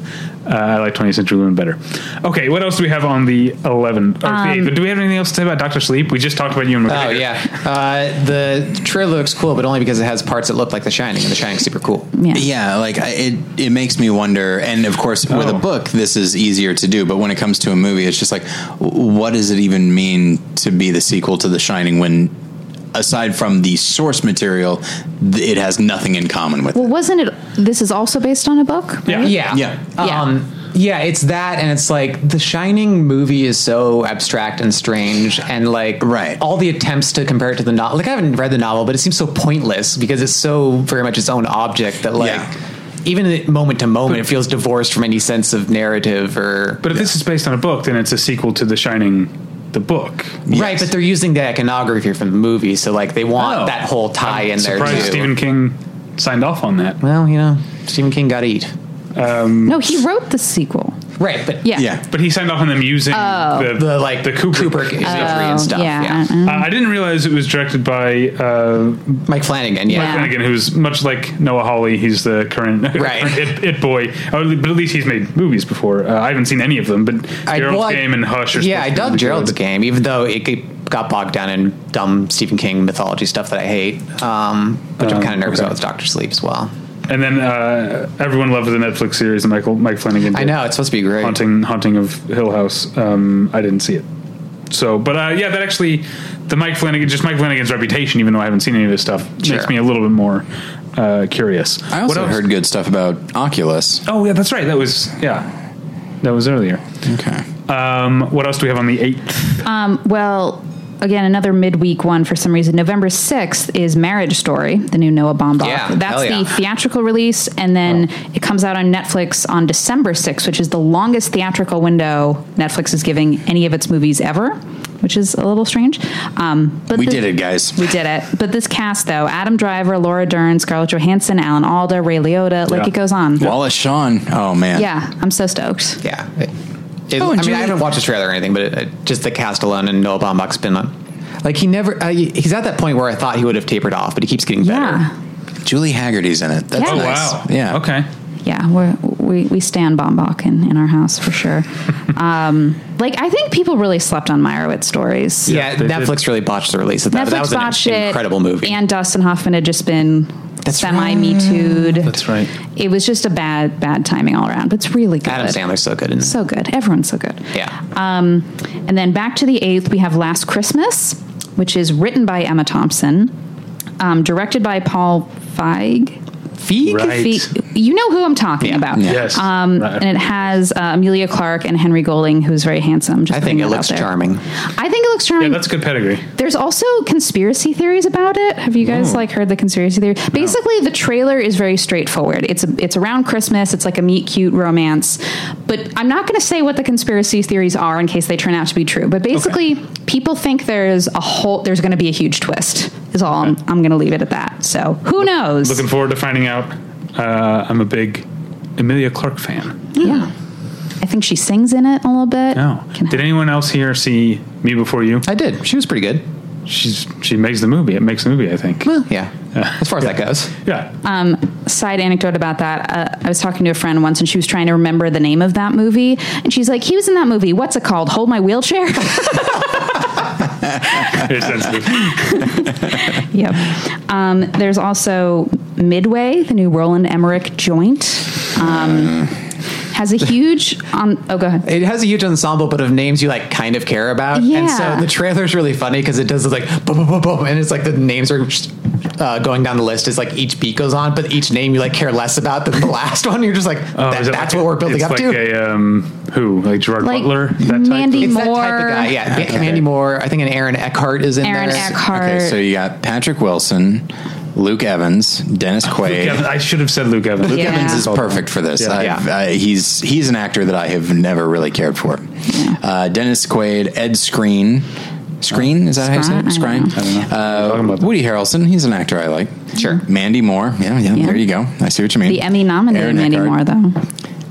[SPEAKER 2] Uh, I like 20th Century Women better. Okay, what else do we have on the 11th? Or the 8th? Do we have anything else to say about Doctor Sleep? We just talked about you and
[SPEAKER 4] Oh yeah, uh, the trailer looks cool, but only because it has parts that look like The Shining, and The Shining's super cool.
[SPEAKER 5] Yeah.
[SPEAKER 1] Yeah, like I, it it makes me wonder. And of course, with
[SPEAKER 2] Oh.
[SPEAKER 1] a book, this is easier to do. But when it comes to a movie, it's just like, w- what does it even mean to be the sequel to The Shining when, aside from the source material, th- it has nothing in common with
[SPEAKER 5] Well,
[SPEAKER 1] it?
[SPEAKER 5] wasn't it? This is also based on a book.
[SPEAKER 2] Yeah.
[SPEAKER 5] right?
[SPEAKER 4] Yeah,
[SPEAKER 1] Yeah.
[SPEAKER 5] Yeah.
[SPEAKER 4] Um, yeah. It's that, and it's like The Shining movie is so abstract and strange, and like
[SPEAKER 1] Right.
[SPEAKER 4] all the attempts to compare it to the novel. Like I haven't read the novel, but it seems so pointless because it's so very much its own object that like.
[SPEAKER 1] Yeah.
[SPEAKER 4] Even in moment to moment,
[SPEAKER 2] But-
[SPEAKER 4] it feels divorced from any sense of narrative or
[SPEAKER 2] But if this is based on a book, then it's a sequel to The Shining, the book.
[SPEAKER 4] right.
[SPEAKER 1] Yes.
[SPEAKER 4] But they're using the iconography from the movie, so like they want
[SPEAKER 2] Oh.
[SPEAKER 4] that whole tie in there
[SPEAKER 2] Surprised
[SPEAKER 4] too.
[SPEAKER 2] Stephen King signed off on that.
[SPEAKER 4] Well, you know, Stephen King got to eat.
[SPEAKER 5] No, he wrote the sequel.
[SPEAKER 4] right, but
[SPEAKER 5] Yeah.
[SPEAKER 1] Yeah.
[SPEAKER 2] But he signed off on them using the,
[SPEAKER 4] the like
[SPEAKER 2] the Kubrick.
[SPEAKER 4] imagery
[SPEAKER 5] Oh,
[SPEAKER 4] and stuff.
[SPEAKER 5] yeah,
[SPEAKER 4] Yeah,
[SPEAKER 5] I- I-
[SPEAKER 2] Uh, I didn't realize it was directed by uh,
[SPEAKER 4] Mike Flanagan.
[SPEAKER 5] Yeah.
[SPEAKER 4] Yeah,
[SPEAKER 2] Flanagan, who's much like Noah Hawley. He's the current (laughs)
[SPEAKER 4] Right.
[SPEAKER 2] current it, it boy. Oh, but at least he's made movies before. Uh, I haven't seen any of them, but
[SPEAKER 4] I-
[SPEAKER 2] Gerald's
[SPEAKER 4] well, I-
[SPEAKER 2] Game and Hush. Are
[SPEAKER 4] yeah,
[SPEAKER 2] supposed to
[SPEAKER 4] I
[SPEAKER 2] be
[SPEAKER 4] dug
[SPEAKER 2] really
[SPEAKER 4] Gerald's
[SPEAKER 2] good.
[SPEAKER 4] game, even though it get- got bogged down in dumb Stephen King mythology stuff that I hate, um, which I'm kind of nervous
[SPEAKER 2] okay.
[SPEAKER 4] about with Doctor Sleep as well.
[SPEAKER 2] And then uh, everyone loved the Netflix series that Michael Mike Flanagan. Did.
[SPEAKER 4] I know it's supposed to be great.
[SPEAKER 2] Haunting Haunting of Hill House. Um, I didn't see it. So, but uh, yeah, that actually the Mike Flanagan, just Mike Flanagan's reputation, even though I haven't seen any of his stuff,
[SPEAKER 4] Sure.
[SPEAKER 2] makes me a little bit more uh, curious.
[SPEAKER 1] I also heard good stuff about Oculus.
[SPEAKER 2] Oh yeah, that's right. That was yeah, that was earlier.
[SPEAKER 1] Okay.
[SPEAKER 2] Um, what else do we have on the eighth?
[SPEAKER 5] Um, well, again, another midweek one for some reason. November 6th is Marriage Story, the new Noah Baumbach.
[SPEAKER 4] Yeah,
[SPEAKER 5] That's
[SPEAKER 4] hell yeah.
[SPEAKER 5] the theatrical release, and then it comes out on Netflix on December 6th, which is the longest theatrical window Netflix is giving any of its movies ever, which is a little strange. Um, but
[SPEAKER 1] We
[SPEAKER 5] the-
[SPEAKER 1] did it, guys.
[SPEAKER 5] We did it. But this cast, though Adam Driver, Laura Dern, Scarlett Johansson, Alan Alda, Ray Liotta, like
[SPEAKER 2] Yeah.
[SPEAKER 5] it goes on.
[SPEAKER 1] Wallace Shawn. Oh man.
[SPEAKER 5] Yeah, I'm so stoked.
[SPEAKER 4] Yeah. It- it-
[SPEAKER 1] Oh,
[SPEAKER 4] I
[SPEAKER 1] and
[SPEAKER 4] mean,
[SPEAKER 1] Julie-
[SPEAKER 4] I haven't watched a trailer or anything, but it, it- just the cast alone and Noah Baumbach's been on. Like he never, uh, he's at that point where I thought he would have tapered off, but he keeps getting better.
[SPEAKER 5] Yeah.
[SPEAKER 1] Julie Haggerty's in it. That's
[SPEAKER 5] Yeah.
[SPEAKER 2] Oh
[SPEAKER 1] nice.
[SPEAKER 2] wow!
[SPEAKER 1] Yeah.
[SPEAKER 2] Okay.
[SPEAKER 5] yeah, we're, we we stand Bombach in, in our house for
[SPEAKER 4] (laughs)
[SPEAKER 5] sure. um, like I think people really slept on Meyerowitz stories.
[SPEAKER 4] Yeah,
[SPEAKER 2] they
[SPEAKER 4] Netflix really botched the release of that. but that
[SPEAKER 5] Netflix
[SPEAKER 4] was an
[SPEAKER 5] watched it.
[SPEAKER 4] incredible movie.
[SPEAKER 5] And Dustin Hoffman had just been
[SPEAKER 4] That's
[SPEAKER 5] semi me tooed.
[SPEAKER 2] That's right.
[SPEAKER 5] It was just a bad bad timing all around. But it's really good.
[SPEAKER 4] Adam Sandler's so good. In,
[SPEAKER 5] So good. Everyone's so good.
[SPEAKER 4] yeah.
[SPEAKER 5] Um, and then back to the eighth, we have Last Christmas, which is written by Emma Thompson, um, directed by Paul Feig.
[SPEAKER 4] Feig?
[SPEAKER 2] Right.
[SPEAKER 5] Feig- You know who I'm talking
[SPEAKER 4] Yeah.
[SPEAKER 5] about.
[SPEAKER 2] Yes.
[SPEAKER 5] Um,
[SPEAKER 2] Right.
[SPEAKER 5] And it has uh, Amelia Clark and Henry Golding, who's very handsome. Just
[SPEAKER 4] I
[SPEAKER 5] putting
[SPEAKER 4] think it
[SPEAKER 5] that out
[SPEAKER 4] looks
[SPEAKER 5] there.
[SPEAKER 4] charming.
[SPEAKER 5] I think it looks
[SPEAKER 2] Yeah,
[SPEAKER 5] charming.
[SPEAKER 2] that's good pedigree.
[SPEAKER 5] There's also conspiracy theories about it. Have you
[SPEAKER 2] Oh.
[SPEAKER 5] guys like heard the conspiracy theory? Basically, the trailer is very straightforward. It's a, it's around Christmas. It's like a meet cute romance. But I'm not going to say what the conspiracy theories are in case they turn out to be true. But basically, people think there's a whole there's going to be a huge twist. Is all I'm, I'm going to leave it at that. So who knows?
[SPEAKER 2] Looking forward to finding out. Uh, I'm a big Amelia Clark fan.
[SPEAKER 5] yeah. I think she sings in it a little bit.
[SPEAKER 2] No.
[SPEAKER 5] Can-
[SPEAKER 2] Oh. Did anyone else here see Me Before You?
[SPEAKER 4] I did. She was pretty good.
[SPEAKER 2] She's she makes the movie. It makes the movie. I think.
[SPEAKER 4] Well, yeah. As far as that goes.
[SPEAKER 2] Yeah.
[SPEAKER 5] side anecdote about that. Uh, I was talking to a friend once, and she was trying to remember the name of that movie, and she's like, "He was in that movie. What's it called? Hold my wheelchair."
[SPEAKER 2] Very sensitive.
[SPEAKER 5] yep. Um, there's also Midway, the new Roland Emmerich joint. Um, has a huge on. Oh, go ahead.
[SPEAKER 4] It has a huge ensemble, but of names you like kind of care about. And
[SPEAKER 5] Yeah.
[SPEAKER 4] so the trailer's really funny because it does this, like boom, boom, boom, boom, and it's like the names are just, uh, going down the list as like each beat goes on, but each name you like care less about than the (laughs) last one. You're just like
[SPEAKER 2] Oh,
[SPEAKER 4] (laughs) that,
[SPEAKER 2] is
[SPEAKER 4] that's
[SPEAKER 2] it like
[SPEAKER 4] what
[SPEAKER 2] a-
[SPEAKER 4] we're building
[SPEAKER 2] it's
[SPEAKER 4] up
[SPEAKER 2] like
[SPEAKER 4] to.
[SPEAKER 2] A, um, who like Gerard
[SPEAKER 5] Like
[SPEAKER 2] Butler? That
[SPEAKER 5] Mandy
[SPEAKER 4] it's
[SPEAKER 5] Moore.
[SPEAKER 4] that type of guy. Yeah, Ma- Mandy Moore. I think an Aaron Eckhart is in
[SPEAKER 5] Aaron
[SPEAKER 4] there.
[SPEAKER 5] Eckhart.
[SPEAKER 1] Okay, so you got Patrick Wilson, Luke Evans, Dennis
[SPEAKER 2] type.
[SPEAKER 1] Quaid.
[SPEAKER 2] (laughs) Luke Evans- I should have said Luke Evans.
[SPEAKER 1] Luke
[SPEAKER 5] Yeah.
[SPEAKER 1] Evans is perfect for this.
[SPEAKER 2] Yeah.
[SPEAKER 1] I've-
[SPEAKER 4] Yeah.
[SPEAKER 1] I, he's he's an actor that I have never really cared for. Uh, Dennis Quaid, Ed Screen, Screen is that
[SPEAKER 5] Screen?
[SPEAKER 1] how you
[SPEAKER 5] I don't
[SPEAKER 1] say it?
[SPEAKER 2] know.
[SPEAKER 1] Screen.
[SPEAKER 2] Talking
[SPEAKER 1] Uh,
[SPEAKER 2] about that.
[SPEAKER 1] Woody Harrelson, he's an actor I like.
[SPEAKER 4] Sure.
[SPEAKER 1] Mandy Moore, yeah, yeah, There you go. I see what you mean.
[SPEAKER 5] The Emmy nominated
[SPEAKER 1] Aaron
[SPEAKER 5] Mandy
[SPEAKER 1] Eckhart.
[SPEAKER 5] Moore, though.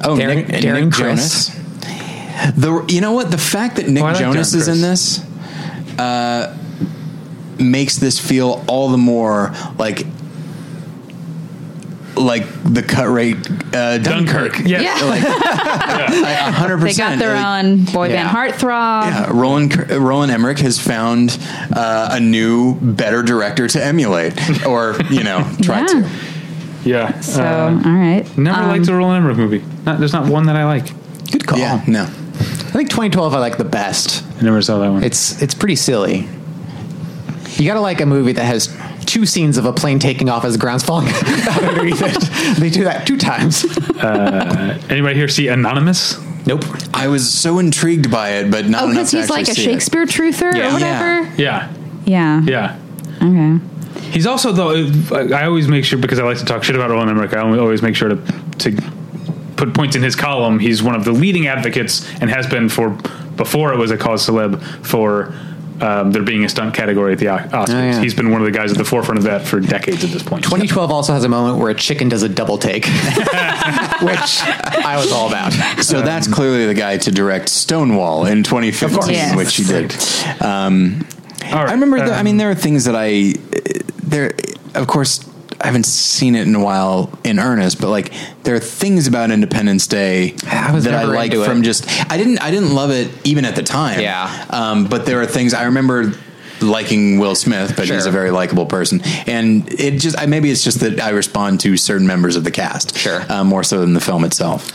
[SPEAKER 1] Oh,
[SPEAKER 4] Darren-
[SPEAKER 1] Nick,
[SPEAKER 4] Darren
[SPEAKER 1] Nick
[SPEAKER 4] Criss.
[SPEAKER 1] Jonas. The you know what the fact that Nick
[SPEAKER 2] I like
[SPEAKER 1] Jonas
[SPEAKER 2] Darren
[SPEAKER 1] is in
[SPEAKER 2] Criss.
[SPEAKER 1] this uh, makes this feel all the more like like the cut rate uh, Dunkirk.
[SPEAKER 2] Dunkirk. Yeah.
[SPEAKER 5] Yeah.
[SPEAKER 1] Like, like hundred
[SPEAKER 5] They
[SPEAKER 1] percent.
[SPEAKER 5] got their own boy
[SPEAKER 4] Yeah.
[SPEAKER 5] band heartthrob.
[SPEAKER 1] Yeah, Roland Roland Emmerich has found uh, a new, better director to emulate, or you
[SPEAKER 5] (laughs)
[SPEAKER 1] know, try
[SPEAKER 5] Yeah.
[SPEAKER 1] to.
[SPEAKER 2] Yeah.
[SPEAKER 5] So,
[SPEAKER 2] Uh,
[SPEAKER 5] all right.
[SPEAKER 2] never
[SPEAKER 5] Um,
[SPEAKER 2] liked a Roland Emmerich movie. Not, there's not one that I like.
[SPEAKER 4] Good call.
[SPEAKER 1] Yeah, no.
[SPEAKER 4] I think 2012 I like the best.
[SPEAKER 2] I never saw that one.
[SPEAKER 4] It's it's pretty silly. You gotta like a movie that has two scenes of a plane taking off as the ground's falling (laughs) underneath it. They do that two times.
[SPEAKER 2] Anybody here see Anonymous?
[SPEAKER 4] Nope.
[SPEAKER 1] I was so intrigued by it, but not
[SPEAKER 5] Oh,
[SPEAKER 1] enough
[SPEAKER 5] because
[SPEAKER 1] to
[SPEAKER 5] he's like
[SPEAKER 1] actually
[SPEAKER 5] a
[SPEAKER 1] see it.
[SPEAKER 5] Shakespeare truther
[SPEAKER 4] Yeah.
[SPEAKER 5] or whatever.
[SPEAKER 2] Yeah.
[SPEAKER 5] Yeah.
[SPEAKER 2] Yeah.
[SPEAKER 5] Okay.
[SPEAKER 2] He's also though. I always make sure because I like to talk shit about Roland Emmerich. I always make sure to to put points in his column. He's one of the leading advocates and has been for before it was a cause celeb for um, there being a stunt category at the O- Oscars.
[SPEAKER 4] Oh, yeah.
[SPEAKER 2] He's been one of the guys at the forefront of that for decades at this point.
[SPEAKER 4] 2012 also has a moment where a chicken does a double take, (laughs) which I was all (laughs) about.
[SPEAKER 1] So that's clearly the guy to direct Stonewall in 2015,
[SPEAKER 5] Yes.
[SPEAKER 1] which he did. Um,
[SPEAKER 2] All right,
[SPEAKER 1] I remember. the- I
[SPEAKER 2] um,
[SPEAKER 1] mean, there are things that I there. Of course, I haven't seen it in a while in earnest, but like there are things about Independence Day
[SPEAKER 4] I was
[SPEAKER 1] that I
[SPEAKER 4] never
[SPEAKER 1] like
[SPEAKER 4] into it.
[SPEAKER 1] from just. I didn't. I didn't love it even at the time.
[SPEAKER 4] Yeah.
[SPEAKER 1] Um, but there are things I remember liking Will Smith, but he's
[SPEAKER 4] Sure.
[SPEAKER 1] a very likable person, and it just I, maybe it's just that I respond to certain members of the cast,
[SPEAKER 4] Sure.
[SPEAKER 1] uh, more so than the film itself.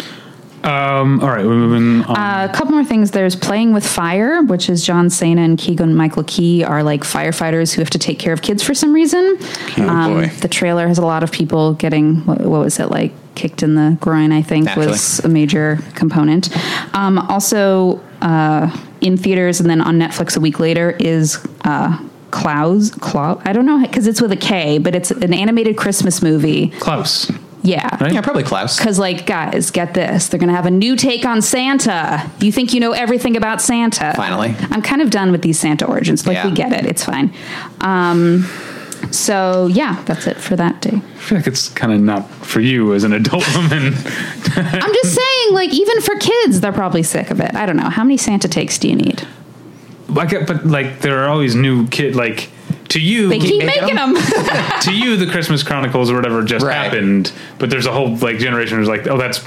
[SPEAKER 2] um, all right, we're moving on.
[SPEAKER 5] A couple more things. There's Playing with Fire, which is John Cena and Keegan Michael Key are like firefighters who have to take care of kids for some reason. Um,
[SPEAKER 1] Oh, boy.
[SPEAKER 5] The trailer has a lot of people getting, what, what was it, like kicked in the groin, I think was a major component. Um, also, uh, in theaters and then on Netflix a week later is. Uh, Klaus, Klaus, I don't know because it's with a K, but it's an animated Christmas movie.
[SPEAKER 2] Klaus.
[SPEAKER 5] Yeah,
[SPEAKER 1] Oh,
[SPEAKER 2] Right.
[SPEAKER 4] Yeah, probably Klaus.
[SPEAKER 5] because, like, guys, get this. They're going to have a new take on Santa. You think you know everything about Santa.
[SPEAKER 4] Finally.
[SPEAKER 5] I'm kind of done with these Santa origins. Like,
[SPEAKER 4] Yeah.
[SPEAKER 5] we get it. It's fine. Um, so, yeah, that's it for
[SPEAKER 2] (laughs)
[SPEAKER 5] that day.
[SPEAKER 2] I feel like it's kind of not for you as an adult (laughs) woman.
[SPEAKER 5] I'm just saying, like, even for kids, they're probably sick of it. I don't know. How many Santa takes do you need?
[SPEAKER 2] I get, but like there are always new kid like to you.
[SPEAKER 5] They keep making them.
[SPEAKER 2] to you the Christmas Chronicles or whatever just
[SPEAKER 4] Right.
[SPEAKER 2] happened, but there's a whole like generation who's like, oh, that's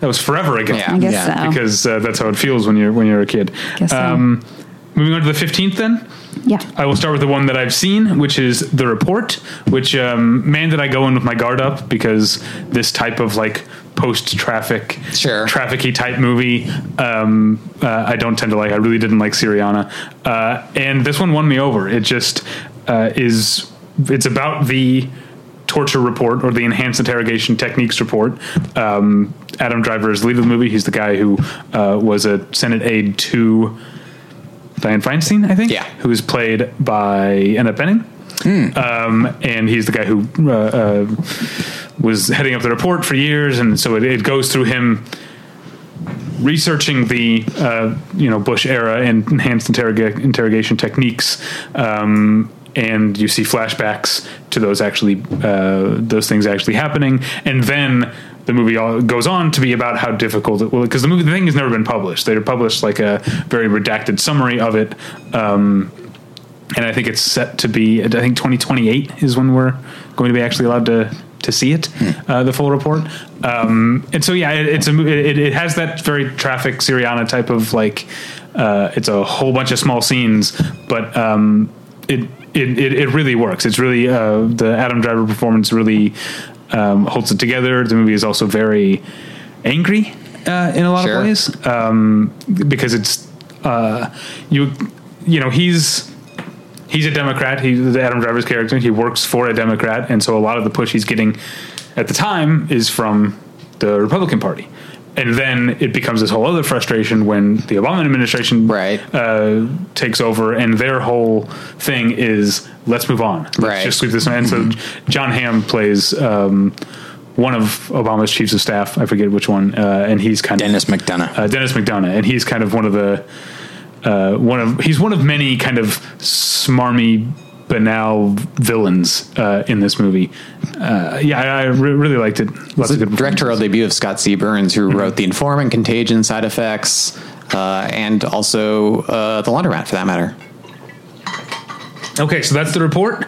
[SPEAKER 2] that was forever ago.
[SPEAKER 4] Yeah.
[SPEAKER 5] I guess
[SPEAKER 1] Yeah,
[SPEAKER 5] so.
[SPEAKER 2] because uh, that's how it feels when you're when you're a kid.
[SPEAKER 5] (laughs) Guess so.
[SPEAKER 2] Um, uh, moving on to the 15th, then.
[SPEAKER 5] yeah.
[SPEAKER 2] I will start with the one that I've seen, which is The Report, which, um, man, did I go in with my guard up because this type of like post traffic,
[SPEAKER 4] Sure.
[SPEAKER 2] trafficky type movie, um, uh, I don't tend to like. I really didn't like Syriana. Uh, and this one won me over. It just uh, is, it's about the torture report or the enhanced interrogation techniques report. Um, Adam Driver is the lead of the movie. He's the guy who uh, was a Senate aide to. Diane Feinstein, I think.
[SPEAKER 4] Yeah.
[SPEAKER 2] Who is played by Anna Benning. Um, and he's the guy who uh, uh, was heading up the report for years, and so it, it goes through him researching the uh, you know Bush era and enhanced interroga- interrogation techniques, um, and you see flashbacks to those actually uh, those things actually happening, and then the movie all goes on to be about how difficult it will because the movie the thing has never been published. They published like a very redacted summary of it. Um, and I think it's set to be. I think 2028 is when we're going to be actually allowed to to see it, uh, the full report. Um, and so, yeah, it, it's a mo- it, it has that very traffic Syriana type of like. Uh, it's a whole bunch of small scenes, but um, it, it it it really works. It's really uh, the Adam Driver performance really um, holds it together. The movie is also very angry uh, in a lot
[SPEAKER 4] Sure.
[SPEAKER 2] of ways um, because it's uh, you you know he's he's a Democrat. He, the Adam Driver's character, he works for a Democrat, and so a lot of the push he's getting at the time is from the Republican Party. And then it becomes this whole other frustration when the Obama administration
[SPEAKER 4] Right.
[SPEAKER 2] uh, takes over, and their whole thing is let's move on, let's
[SPEAKER 4] Right. Mm-hmm.
[SPEAKER 2] Just sweep this. And so John Hamm plays um, one of Obama's chiefs of staff. I forget which one, uh, and he's kind of
[SPEAKER 1] Dennis McDonough.
[SPEAKER 2] uh, Dennis McDonough, and he's kind of one of the uh, one of he's one of many kind of smarmy banal villains uh, in this movie. Uh, yeah, I, I re- really liked it. Lots of
[SPEAKER 4] the
[SPEAKER 2] good
[SPEAKER 4] directorial debut of Scott C. Burns, who wrote The Informant, Contagion, Side Effects, uh, and also uh, The Laundromat, for that matter.
[SPEAKER 2] Okay, so that's the report.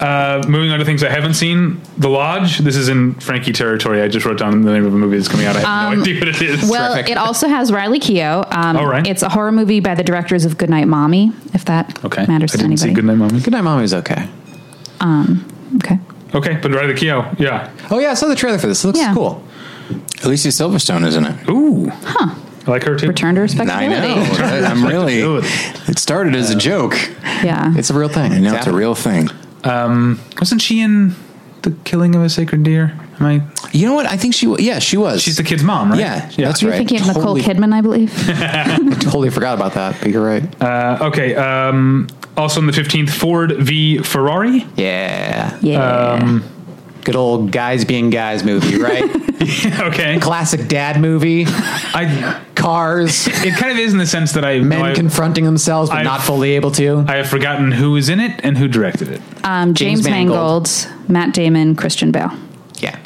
[SPEAKER 2] Uh, moving on to things I haven't seen, The Lodge. This is in Frankie territory. I just wrote down the name of a movie that's coming out. I have no idea what it is.
[SPEAKER 5] Well, it also has Riley Keough. Um,
[SPEAKER 2] All right.
[SPEAKER 5] It's a horror movie by the directors of Goodnight Mommy, if that
[SPEAKER 2] okay,
[SPEAKER 5] matters
[SPEAKER 2] I
[SPEAKER 5] to
[SPEAKER 2] didn't
[SPEAKER 5] anybody.
[SPEAKER 2] see Good Night Mommy.
[SPEAKER 4] Good Night Mommy was okay.
[SPEAKER 5] okay.
[SPEAKER 2] Okay, but right the Keogh. Yeah.
[SPEAKER 4] Oh, yeah, I saw the trailer for this. It looks
[SPEAKER 5] Yeah.
[SPEAKER 4] cool.
[SPEAKER 1] Alicia Silverstone, isn't it?
[SPEAKER 2] Ooh. Huh. I like her too.
[SPEAKER 5] Return
[SPEAKER 1] I
[SPEAKER 5] to respectability. (laughs)
[SPEAKER 1] know. right? (laughs) I'm really. It started as a joke,
[SPEAKER 5] Yeah.
[SPEAKER 4] It's a real thing.
[SPEAKER 1] and now it's a real thing.
[SPEAKER 2] Wasn't she in The Killing of a Sacred Deer? Am I?
[SPEAKER 1] You know what? I think she. wa- Yeah, she was.
[SPEAKER 2] She's the kid's mom, right?
[SPEAKER 1] Yeah, that's
[SPEAKER 5] You're
[SPEAKER 1] right.
[SPEAKER 5] thinking of
[SPEAKER 4] Totally. Um,
[SPEAKER 5] Nicole Kidman, I
[SPEAKER 4] (laughs)
[SPEAKER 5] believe.
[SPEAKER 4] Totally forgot about that, but you're right.
[SPEAKER 2] Uh, okay. Um, also on the 15th, Ford v. Ferrari.
[SPEAKER 4] yeah.
[SPEAKER 5] Yeah.
[SPEAKER 4] Good old guys being guys
[SPEAKER 5] (laughs)
[SPEAKER 4] movie, right?
[SPEAKER 2] (laughs) okay.
[SPEAKER 4] Classic dad movie.
[SPEAKER 2] I,
[SPEAKER 4] Cars.
[SPEAKER 2] it kind of is in the sense that I
[SPEAKER 4] Men
[SPEAKER 2] know I,
[SPEAKER 4] confronting themselves but
[SPEAKER 2] I've-
[SPEAKER 4] not fully able to.
[SPEAKER 2] I have forgotten who was in it and who directed it.
[SPEAKER 5] Um, James,
[SPEAKER 4] James Mangold.
[SPEAKER 5] Mangold, Matt Damon, Christian Bale.
[SPEAKER 4] yeah.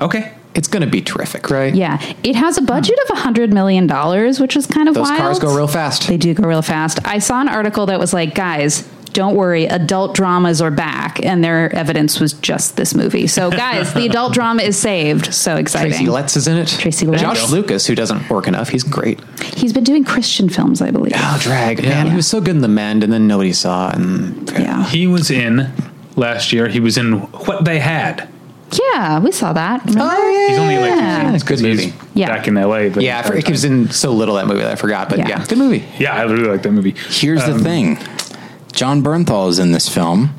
[SPEAKER 2] Okay.
[SPEAKER 4] It's going to be terrific, right?
[SPEAKER 5] Yeah, it has a budget of hundred million dollars, which is kind of
[SPEAKER 4] Those
[SPEAKER 5] wild.
[SPEAKER 4] cars go real fast.
[SPEAKER 5] They do go real fast. I saw an article that was like, guys. Don't worry, adult dramas are back, and their evidence was just this movie.
[SPEAKER 4] (laughs)
[SPEAKER 5] So, guys, the adult drama is saved. So exciting!
[SPEAKER 4] Tracy Letts is in it.
[SPEAKER 5] Tracy Letts.
[SPEAKER 4] Josh Lucas, who doesn't work enough. He's great.
[SPEAKER 5] He's been doing Christian films, I believe.
[SPEAKER 4] Oh, drag. Man, he was so good in The Mend, and then nobody saw it. And
[SPEAKER 5] Yeah.
[SPEAKER 2] He was in last year. He was in What They Had.
[SPEAKER 5] Yeah, we saw that.
[SPEAKER 4] Oh,
[SPEAKER 2] He's only like
[SPEAKER 5] Oh, Yeah.
[SPEAKER 2] two
[SPEAKER 4] It's a good
[SPEAKER 2] seasons.
[SPEAKER 4] movie.
[SPEAKER 2] He's
[SPEAKER 5] Yeah.
[SPEAKER 2] Back in LA. But
[SPEAKER 4] Yeah, I for, it was in so little that movie that I forgot, but
[SPEAKER 5] Yeah.
[SPEAKER 4] yeah, good movie.
[SPEAKER 2] Yeah, I really like that movie.
[SPEAKER 1] Here's the thing John Bernthal is in this film,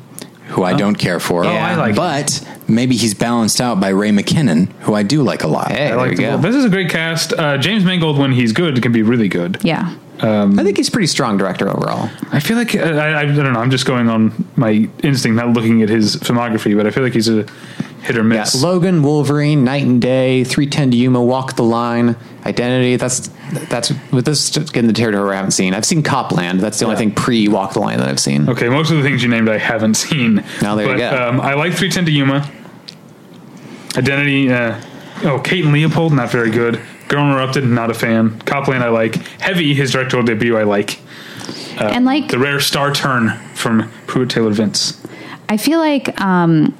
[SPEAKER 1] who I don't care for.
[SPEAKER 2] Oh, I like him.
[SPEAKER 1] But maybe he's balanced out by Ray McKinnon, who I do like a lot.
[SPEAKER 4] Hey,
[SPEAKER 2] I
[SPEAKER 4] there
[SPEAKER 2] like
[SPEAKER 4] we
[SPEAKER 2] the-
[SPEAKER 4] go.
[SPEAKER 2] This is a great cast. Uh, James Mangold, when he's good, can be really good.
[SPEAKER 5] Yeah.
[SPEAKER 4] I think he's a pretty strong director overall.
[SPEAKER 2] I feel like uh, I, I don't know. I'm just going on my instinct, not looking at his filmography, but I feel like he's a hit or
[SPEAKER 4] Yeah,
[SPEAKER 2] miss.
[SPEAKER 4] Logan, Wolverine, Night and Day, 310 to Yuma, Walk the Line, Identity. That's that's with this is getting the territory I haven't seen. I've seen Copland. That's the only thing pre Walk the Line that I've seen.
[SPEAKER 2] okay, most of the things you named I haven't seen.
[SPEAKER 4] Now there
[SPEAKER 2] but,
[SPEAKER 4] you go.
[SPEAKER 2] Um, I like 310 to Yuma. Identity. Uh, oh, Kate and Leopold, not very good. Girl Interrupted, not a fan. Copland, I like. Heavy, his directorial debut, I like.
[SPEAKER 5] and like,
[SPEAKER 2] The rare star turn from Pruitt Taylor Vince.
[SPEAKER 5] I feel like um,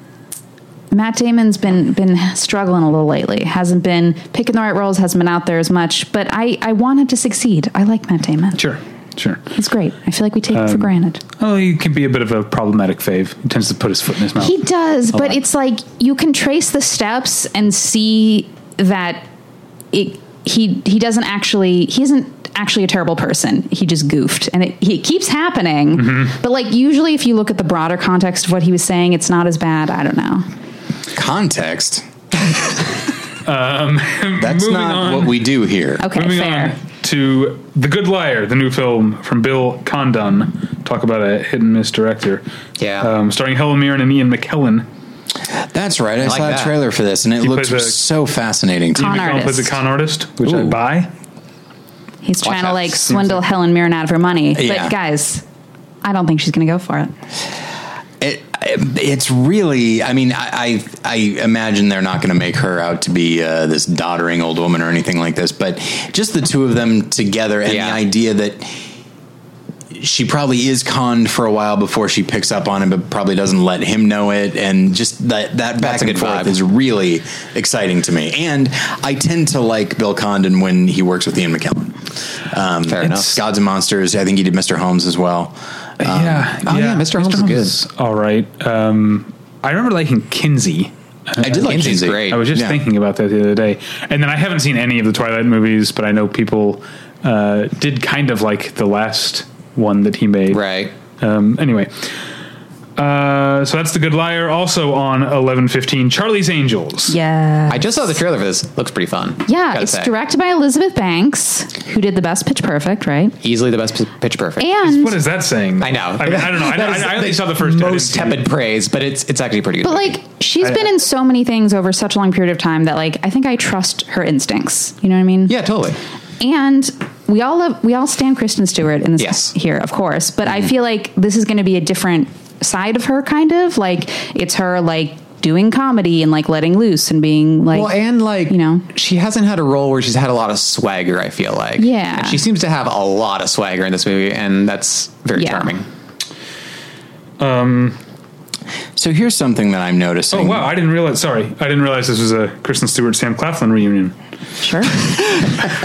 [SPEAKER 5] Matt Damon's been been struggling a little lately. Hasn't been picking the right roles. Hasn't been out there as much. But I I want him to succeed. I like Matt Damon.
[SPEAKER 2] Sure, sure.
[SPEAKER 5] He's great. I feel like we take it for granted.
[SPEAKER 2] Oh, he can be a bit of a problematic fave. He tends to put his foot in his mouth.
[SPEAKER 5] He does, but it's like you can trace the steps and see that it he he doesn't actually he isn't actually a terrible person. He just goofed, and it, it keeps happening.
[SPEAKER 2] Mm-hmm.
[SPEAKER 5] But like usually, if you look at the broader context of what he was saying, it's not as bad. I don't know.
[SPEAKER 2] (laughs)
[SPEAKER 1] Context. That's
[SPEAKER 2] Um, moving
[SPEAKER 1] not
[SPEAKER 2] on.
[SPEAKER 1] what we do here.
[SPEAKER 5] Okay,
[SPEAKER 2] Moving
[SPEAKER 5] fair.
[SPEAKER 2] on to The Good Liar, the new film from Bill Condon. Talk about a hit and miss director.
[SPEAKER 4] Yeah.
[SPEAKER 2] Um, starring Helen Mirren and Ian MckKellen.
[SPEAKER 1] That's right. I,
[SPEAKER 4] like
[SPEAKER 1] saw a
[SPEAKER 4] that.
[SPEAKER 1] trailer for this, and it looked
[SPEAKER 2] plays a-
[SPEAKER 1] so fascinating. to me.
[SPEAKER 5] Con
[SPEAKER 2] Ian McKellen plays a
[SPEAKER 5] artist.
[SPEAKER 2] con artist, which I
[SPEAKER 1] Ooh.
[SPEAKER 2] buy.
[SPEAKER 5] He's trying to
[SPEAKER 4] out.
[SPEAKER 5] like swindle Helen Mirren out of her money,
[SPEAKER 1] Yeah.
[SPEAKER 5] but guys, I don't think she's going to go for it.
[SPEAKER 1] It, it's really. I mean, I I, I imagine they're not going to make her out to be uh, this doddering old woman or anything like this. But just the two of them together, and
[SPEAKER 4] Yeah.
[SPEAKER 1] the idea that she probably is conned for a while before she picks up on it, but probably doesn't let him know it, and just that that back
[SPEAKER 4] a
[SPEAKER 1] and
[SPEAKER 4] good
[SPEAKER 1] forth
[SPEAKER 4] vibe.
[SPEAKER 1] is really exciting to me. And I tend to like Bill Condon when he works with Ian McKellen. Um,
[SPEAKER 4] Fair
[SPEAKER 1] it's
[SPEAKER 4] enough.
[SPEAKER 1] Gods and Monsters. I think he did Mr. Holmes as well.
[SPEAKER 2] yeah,
[SPEAKER 4] oh, yeah, Mr. Holmes is good.
[SPEAKER 2] all right. Um, I remember liking Kinsey.
[SPEAKER 1] I did like
[SPEAKER 4] Lindsay's
[SPEAKER 1] Kinsey.
[SPEAKER 4] great.
[SPEAKER 2] I was just
[SPEAKER 1] Yeah.
[SPEAKER 2] thinking about that the other day. And then I haven't seen any of the Twilight movies, but I know people uh, did kind of like the last one that he made.
[SPEAKER 4] Right.
[SPEAKER 2] Um, anyway, uh, so that's the Good Liar. Also on eleven fifteen, Charlie's Angels.
[SPEAKER 5] Yeah,
[SPEAKER 4] I just saw the trailer for this. Looks pretty fun.
[SPEAKER 5] yeah.
[SPEAKER 4] Gotta
[SPEAKER 5] It's
[SPEAKER 4] say.
[SPEAKER 5] directed by Elizabeth Banks, who did the best Pitch Perfect, right?
[SPEAKER 4] Easily the best p- pitch perfect.
[SPEAKER 5] And
[SPEAKER 2] What is that saying?
[SPEAKER 4] I know.
[SPEAKER 2] I, mean, I don't
[SPEAKER 4] (laughs)
[SPEAKER 2] know. I,
[SPEAKER 4] That is
[SPEAKER 2] I, I only
[SPEAKER 4] the
[SPEAKER 2] saw the first. I didn't
[SPEAKER 4] (laughs) Most
[SPEAKER 2] see
[SPEAKER 4] tepid praise, but it's it's actually pretty good.
[SPEAKER 5] But like she's
[SPEAKER 2] I-
[SPEAKER 5] been in so many things over such a long period of time that like I think I trust her instincts. You know what I mean?
[SPEAKER 4] yeah, totally.
[SPEAKER 5] And we all love we all stand Kristen Stewart in this
[SPEAKER 4] Yes. Mm-hmm.
[SPEAKER 5] here, of course. But I feel like this is going to be a different side of her, kind of like it's her like doing comedy and like letting loose and being like
[SPEAKER 4] Well, and like
[SPEAKER 5] you know.
[SPEAKER 4] she hasn't had a role where she's had a lot of swagger. I feel like
[SPEAKER 5] Yeah.
[SPEAKER 4] and she seems to have a lot of swagger in this movie, and that's very
[SPEAKER 5] Yeah.
[SPEAKER 4] charming.
[SPEAKER 1] So here's something that I'm
[SPEAKER 2] Oh
[SPEAKER 1] noticing.
[SPEAKER 2] wow! I didn't realize. Sorry, I didn't realize this was a Kristen Stewart Sam Claflin reunion
[SPEAKER 5] sure.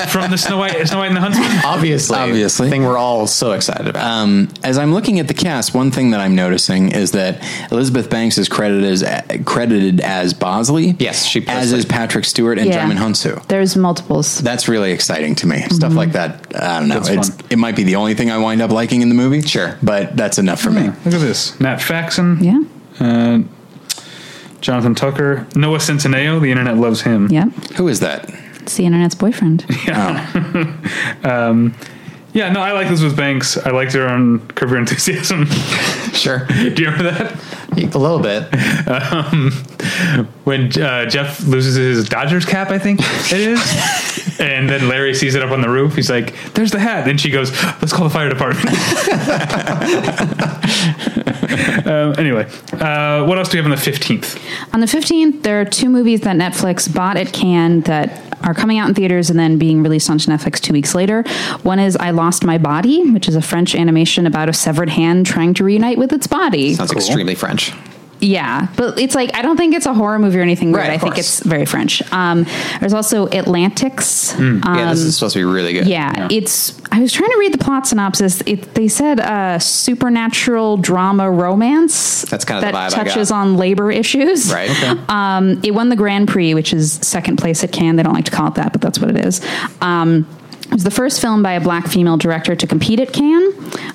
[SPEAKER 2] from the Snow White, Snow White and the
[SPEAKER 5] (laughs)
[SPEAKER 2] Huntsman.
[SPEAKER 4] Obviously, Um,
[SPEAKER 1] Obviously.
[SPEAKER 4] thing we're all so excited about.
[SPEAKER 1] As I'm looking at the cast, one thing that I'm noticing is that Elizabeth Banks is credited as credited as Bosley.
[SPEAKER 4] Yes, she plays
[SPEAKER 1] as is Patrick Stewart and
[SPEAKER 5] Yeah.
[SPEAKER 1] German Hunsu.
[SPEAKER 5] There's multiples.
[SPEAKER 1] That's really exciting to me.
[SPEAKER 5] Mm-hmm.
[SPEAKER 1] Stuff like that. I don't know.
[SPEAKER 2] That's
[SPEAKER 1] It's,
[SPEAKER 2] fun.
[SPEAKER 1] it might be the only thing I wind up liking in the movie.
[SPEAKER 4] Sure.
[SPEAKER 1] but that's enough for
[SPEAKER 5] Mm.
[SPEAKER 1] me.
[SPEAKER 2] Look at this: Nat Faxon,
[SPEAKER 5] Yeah.
[SPEAKER 2] uh, Jonathan Tucker, Noah Centineo. The internet loves him.
[SPEAKER 5] Yeah.
[SPEAKER 1] Who is that?
[SPEAKER 5] It's the internet's
[SPEAKER 4] (laughs)
[SPEAKER 5] boyfriend.
[SPEAKER 2] Yeah, no, I like this with Banks. I liked her on Curb Your Enthusiasm. (laughs)
[SPEAKER 4] sure.
[SPEAKER 2] Do you remember that?
[SPEAKER 4] A little bit.
[SPEAKER 2] when uh, Jeff loses his Dodgers cap, I think it (laughs) is. and then Larry sees it up on the roof. He's like, "There's the hat." Then she goes, "Let's call the fire (laughs) department." um, anyway, uh, what else do we have on the fifteenth?
[SPEAKER 5] On the 15th, there are two movies that Netflix bought at Cannes that are coming out in theaters and then being released on Netflix two weeks later. One is I Lost My Body, which is a French animation about a severed hand trying to reunite with its body.
[SPEAKER 4] Sounds extremely French.
[SPEAKER 5] Yeah, but it's like I don't think it's a horror movie or anything weird.
[SPEAKER 4] Right, of
[SPEAKER 5] I think
[SPEAKER 4] course.
[SPEAKER 5] it's very French. Um, there's also Atlantics. Um,
[SPEAKER 4] yeah, this is supposed to be really good.
[SPEAKER 5] yeah, it's. I was trying to read the plot synopsis. It, they said uh, supernatural drama romance.
[SPEAKER 4] That's kinda the
[SPEAKER 5] that
[SPEAKER 4] vibe I
[SPEAKER 5] touches
[SPEAKER 4] got.
[SPEAKER 5] on labor issues.
[SPEAKER 4] Right. Okay.
[SPEAKER 5] Um, it won the Grand Prix, which is second place at Cannes. They don't like to call it that, but that's what it is. Um, it was the first film by a black female director to compete at Cannes.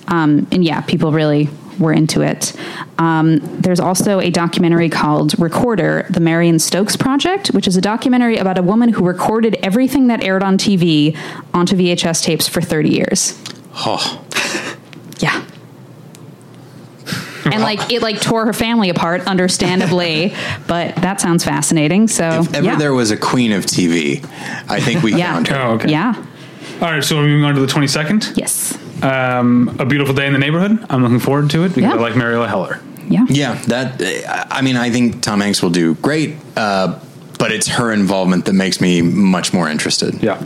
[SPEAKER 5] Um, and yeah, people really were into it. Um, there's also a documentary called Recorder, The Marion Stokes Project, which is a documentary about a woman who recorded everything that aired on TV onto VHS tapes for 30 years.
[SPEAKER 4] Oh,
[SPEAKER 5] Yeah. And like it like tore her family apart, understandably. but that sounds fascinating. So
[SPEAKER 1] If ever
[SPEAKER 5] Oh, yeah.
[SPEAKER 1] there was a queen of TV, I think we
[SPEAKER 5] (laughs) Yeah.
[SPEAKER 1] found her.
[SPEAKER 2] Oh, okay.
[SPEAKER 5] yeah.
[SPEAKER 2] All right, so we're moving on to the twenty second.
[SPEAKER 5] Yes.
[SPEAKER 2] Um, a beautiful day in the neighborhood. I'm looking forward to it because
[SPEAKER 5] Yeah.
[SPEAKER 2] I like Mariela Heller.
[SPEAKER 5] Yeah.
[SPEAKER 1] Yeah, that. uh, I mean, I think Tom Hanks will do great, uh, but it's her involvement that makes me much more interested.
[SPEAKER 2] Yeah.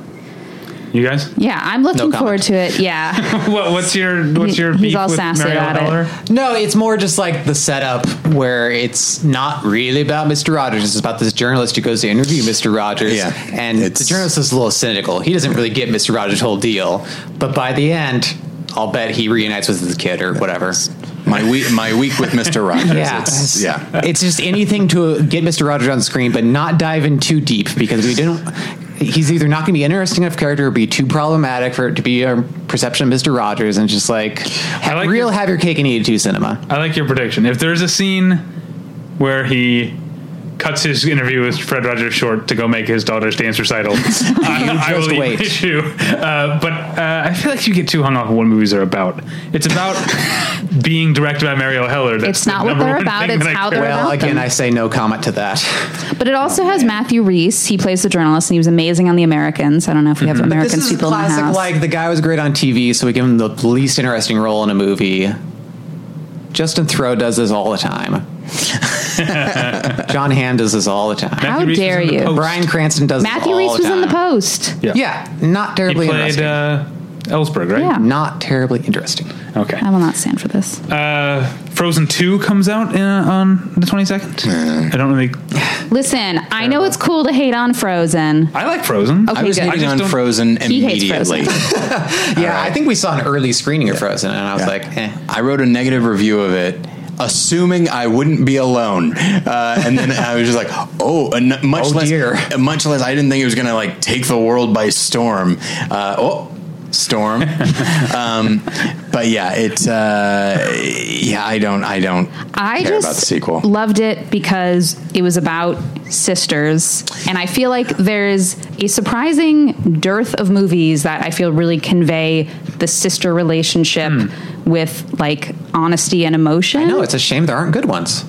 [SPEAKER 2] You guys,
[SPEAKER 5] Yeah, I'm looking
[SPEAKER 4] comment.
[SPEAKER 5] forward to
[SPEAKER 2] (laughs)
[SPEAKER 5] it. Yeah.
[SPEAKER 2] what, what's your what's your
[SPEAKER 5] He's
[SPEAKER 2] beef
[SPEAKER 5] all
[SPEAKER 2] with
[SPEAKER 5] sassy
[SPEAKER 2] Mariela
[SPEAKER 5] about it.
[SPEAKER 2] Heller?
[SPEAKER 4] No, it's more just like the setup where it's not really about Mr. Rogers. It's about this journalist who goes to interview Mr. Rogers.
[SPEAKER 1] Yeah,
[SPEAKER 4] and the
[SPEAKER 1] it's-
[SPEAKER 4] journalist is a little cynical. He doesn't really get Mr. Rogers' whole deal. But by the end, I'll bet he reunites with his kid or whatever.
[SPEAKER 1] My week, my week with Mr. Rogers.
[SPEAKER 4] Yeah.
[SPEAKER 1] It's, yeah.
[SPEAKER 4] (laughs) It's just anything to get Mr. Rogers on the screen, but not dive in too deep because we don't. He's either not going to be interesting enough character or be too problematic for it to be a perception of Mr. Rogers and just like,
[SPEAKER 2] I like
[SPEAKER 4] real
[SPEAKER 2] your-
[SPEAKER 4] have your cake and eat it too cinema.
[SPEAKER 2] I like your prediction. If there's a scene where he cuts his interview with Fred Rogers short to go make his daughter's dance
[SPEAKER 4] (laughs)
[SPEAKER 2] recital, I, I
[SPEAKER 4] just
[SPEAKER 2] will
[SPEAKER 4] wait.
[SPEAKER 2] wait. you. Uh, but uh, I feel like you get too hung up on what movies are about. It's
[SPEAKER 4] (laughs)
[SPEAKER 2] about being directed by Mario Heller. That's
[SPEAKER 5] It's not
[SPEAKER 2] the
[SPEAKER 5] what
[SPEAKER 2] number
[SPEAKER 5] they're
[SPEAKER 2] one
[SPEAKER 5] about,
[SPEAKER 2] thing
[SPEAKER 5] it's
[SPEAKER 2] that I
[SPEAKER 5] how
[SPEAKER 2] care
[SPEAKER 5] they're
[SPEAKER 2] about.
[SPEAKER 4] Well,
[SPEAKER 5] about
[SPEAKER 4] again,
[SPEAKER 5] them.
[SPEAKER 4] I say no comment to that.
[SPEAKER 5] But it also has Matthew Reese. He plays the journalist and he was amazing on The Americans. I don't know if we have
[SPEAKER 4] This
[SPEAKER 5] Americans
[SPEAKER 4] is
[SPEAKER 5] people in the
[SPEAKER 4] classic.
[SPEAKER 5] house.
[SPEAKER 4] Like the guy was great on TV, so we give him the least interesting role in a movie. Justin Throw does this all
[SPEAKER 5] (laughs)
[SPEAKER 4] the time. John Hamm does this all the time.
[SPEAKER 5] How
[SPEAKER 2] Matthew Reese was
[SPEAKER 5] dare
[SPEAKER 2] in The
[SPEAKER 5] you.
[SPEAKER 2] Post.
[SPEAKER 4] Brian Cranston does. this
[SPEAKER 5] Matthew
[SPEAKER 4] all
[SPEAKER 5] Reese
[SPEAKER 4] the
[SPEAKER 5] was in the
[SPEAKER 4] time.
[SPEAKER 5] post.
[SPEAKER 2] Yeah.
[SPEAKER 4] Yeah, not
[SPEAKER 2] He
[SPEAKER 4] terribly
[SPEAKER 2] played
[SPEAKER 4] interesting.
[SPEAKER 2] uh, Ellsberg, right?
[SPEAKER 5] Yeah.
[SPEAKER 4] not terribly interesting.
[SPEAKER 2] Okay.
[SPEAKER 5] I will not stand for this.
[SPEAKER 2] Uh, Frozen 2 comes out in, on the 22nd. I don't really.
[SPEAKER 5] Listen, I know it's cool to hate on Frozen.
[SPEAKER 2] I like Frozen.
[SPEAKER 5] Okay,
[SPEAKER 1] I was
[SPEAKER 5] good.
[SPEAKER 1] hating
[SPEAKER 2] just
[SPEAKER 1] on
[SPEAKER 2] don't-
[SPEAKER 1] Frozen
[SPEAKER 5] He hates
[SPEAKER 1] immediately.
[SPEAKER 4] Yeah, I think we saw an early screening of Frozen, and I was
[SPEAKER 1] Yeah.
[SPEAKER 4] like, eh.
[SPEAKER 1] (laughs) I wrote a negative review of it, assuming I wouldn't be alone, uh, and then I was just like, "Oh, and n- much
[SPEAKER 4] Oh,
[SPEAKER 1] less,
[SPEAKER 4] dear.
[SPEAKER 1] much less." I didn't think it was going to like take the world by storm. Uh, oh, storm. um, but yeah, it. Uh, yeah, I don't. I don't.
[SPEAKER 5] I
[SPEAKER 1] care
[SPEAKER 5] just
[SPEAKER 1] about the sequel.
[SPEAKER 5] loved it because it was about sisters, and I feel like there's a surprising dearth of movies that I feel really convey the sister relationship with like honesty and emotion.
[SPEAKER 4] No, it's a shame there aren't good ones.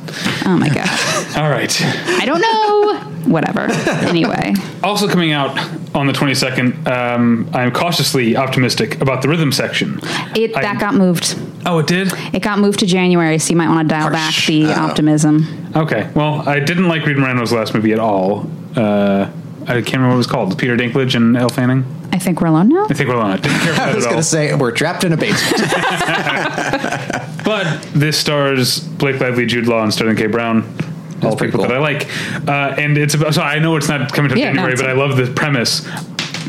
[SPEAKER 5] oh my god,
[SPEAKER 2] All right.
[SPEAKER 5] I don't know. Whatever. Anyway,
[SPEAKER 2] Also coming out on the 22nd, um, I'm cautiously optimistic about the rhythm section.
[SPEAKER 5] it
[SPEAKER 2] I-
[SPEAKER 5] that got moved.
[SPEAKER 2] Oh, it did?
[SPEAKER 5] It got moved to January, so you might want to dial back the optimism.
[SPEAKER 2] Okay. Well, I didn't like Reed Moreno's last movie at all. Uh, I can't remember what it was called. Peter Dinklage and Elle Fanning?
[SPEAKER 5] I think we're alone now.
[SPEAKER 2] I think we're on it. Didn't
[SPEAKER 4] (laughs)
[SPEAKER 2] care for
[SPEAKER 4] I
[SPEAKER 2] that
[SPEAKER 4] was
[SPEAKER 2] at
[SPEAKER 4] going
[SPEAKER 2] all.
[SPEAKER 4] to say we're trapped in
[SPEAKER 2] (laughs)
[SPEAKER 4] a basement.
[SPEAKER 2] But this stars Blake Lively, Jude Law, and Sterling K. Brown. all
[SPEAKER 4] pretty
[SPEAKER 2] people
[SPEAKER 4] cool.
[SPEAKER 2] that I like. Uh, and it's about, so I know it's not coming to
[SPEAKER 5] Yeah, no,
[SPEAKER 2] January,
[SPEAKER 5] it's-
[SPEAKER 2] but I love the premise.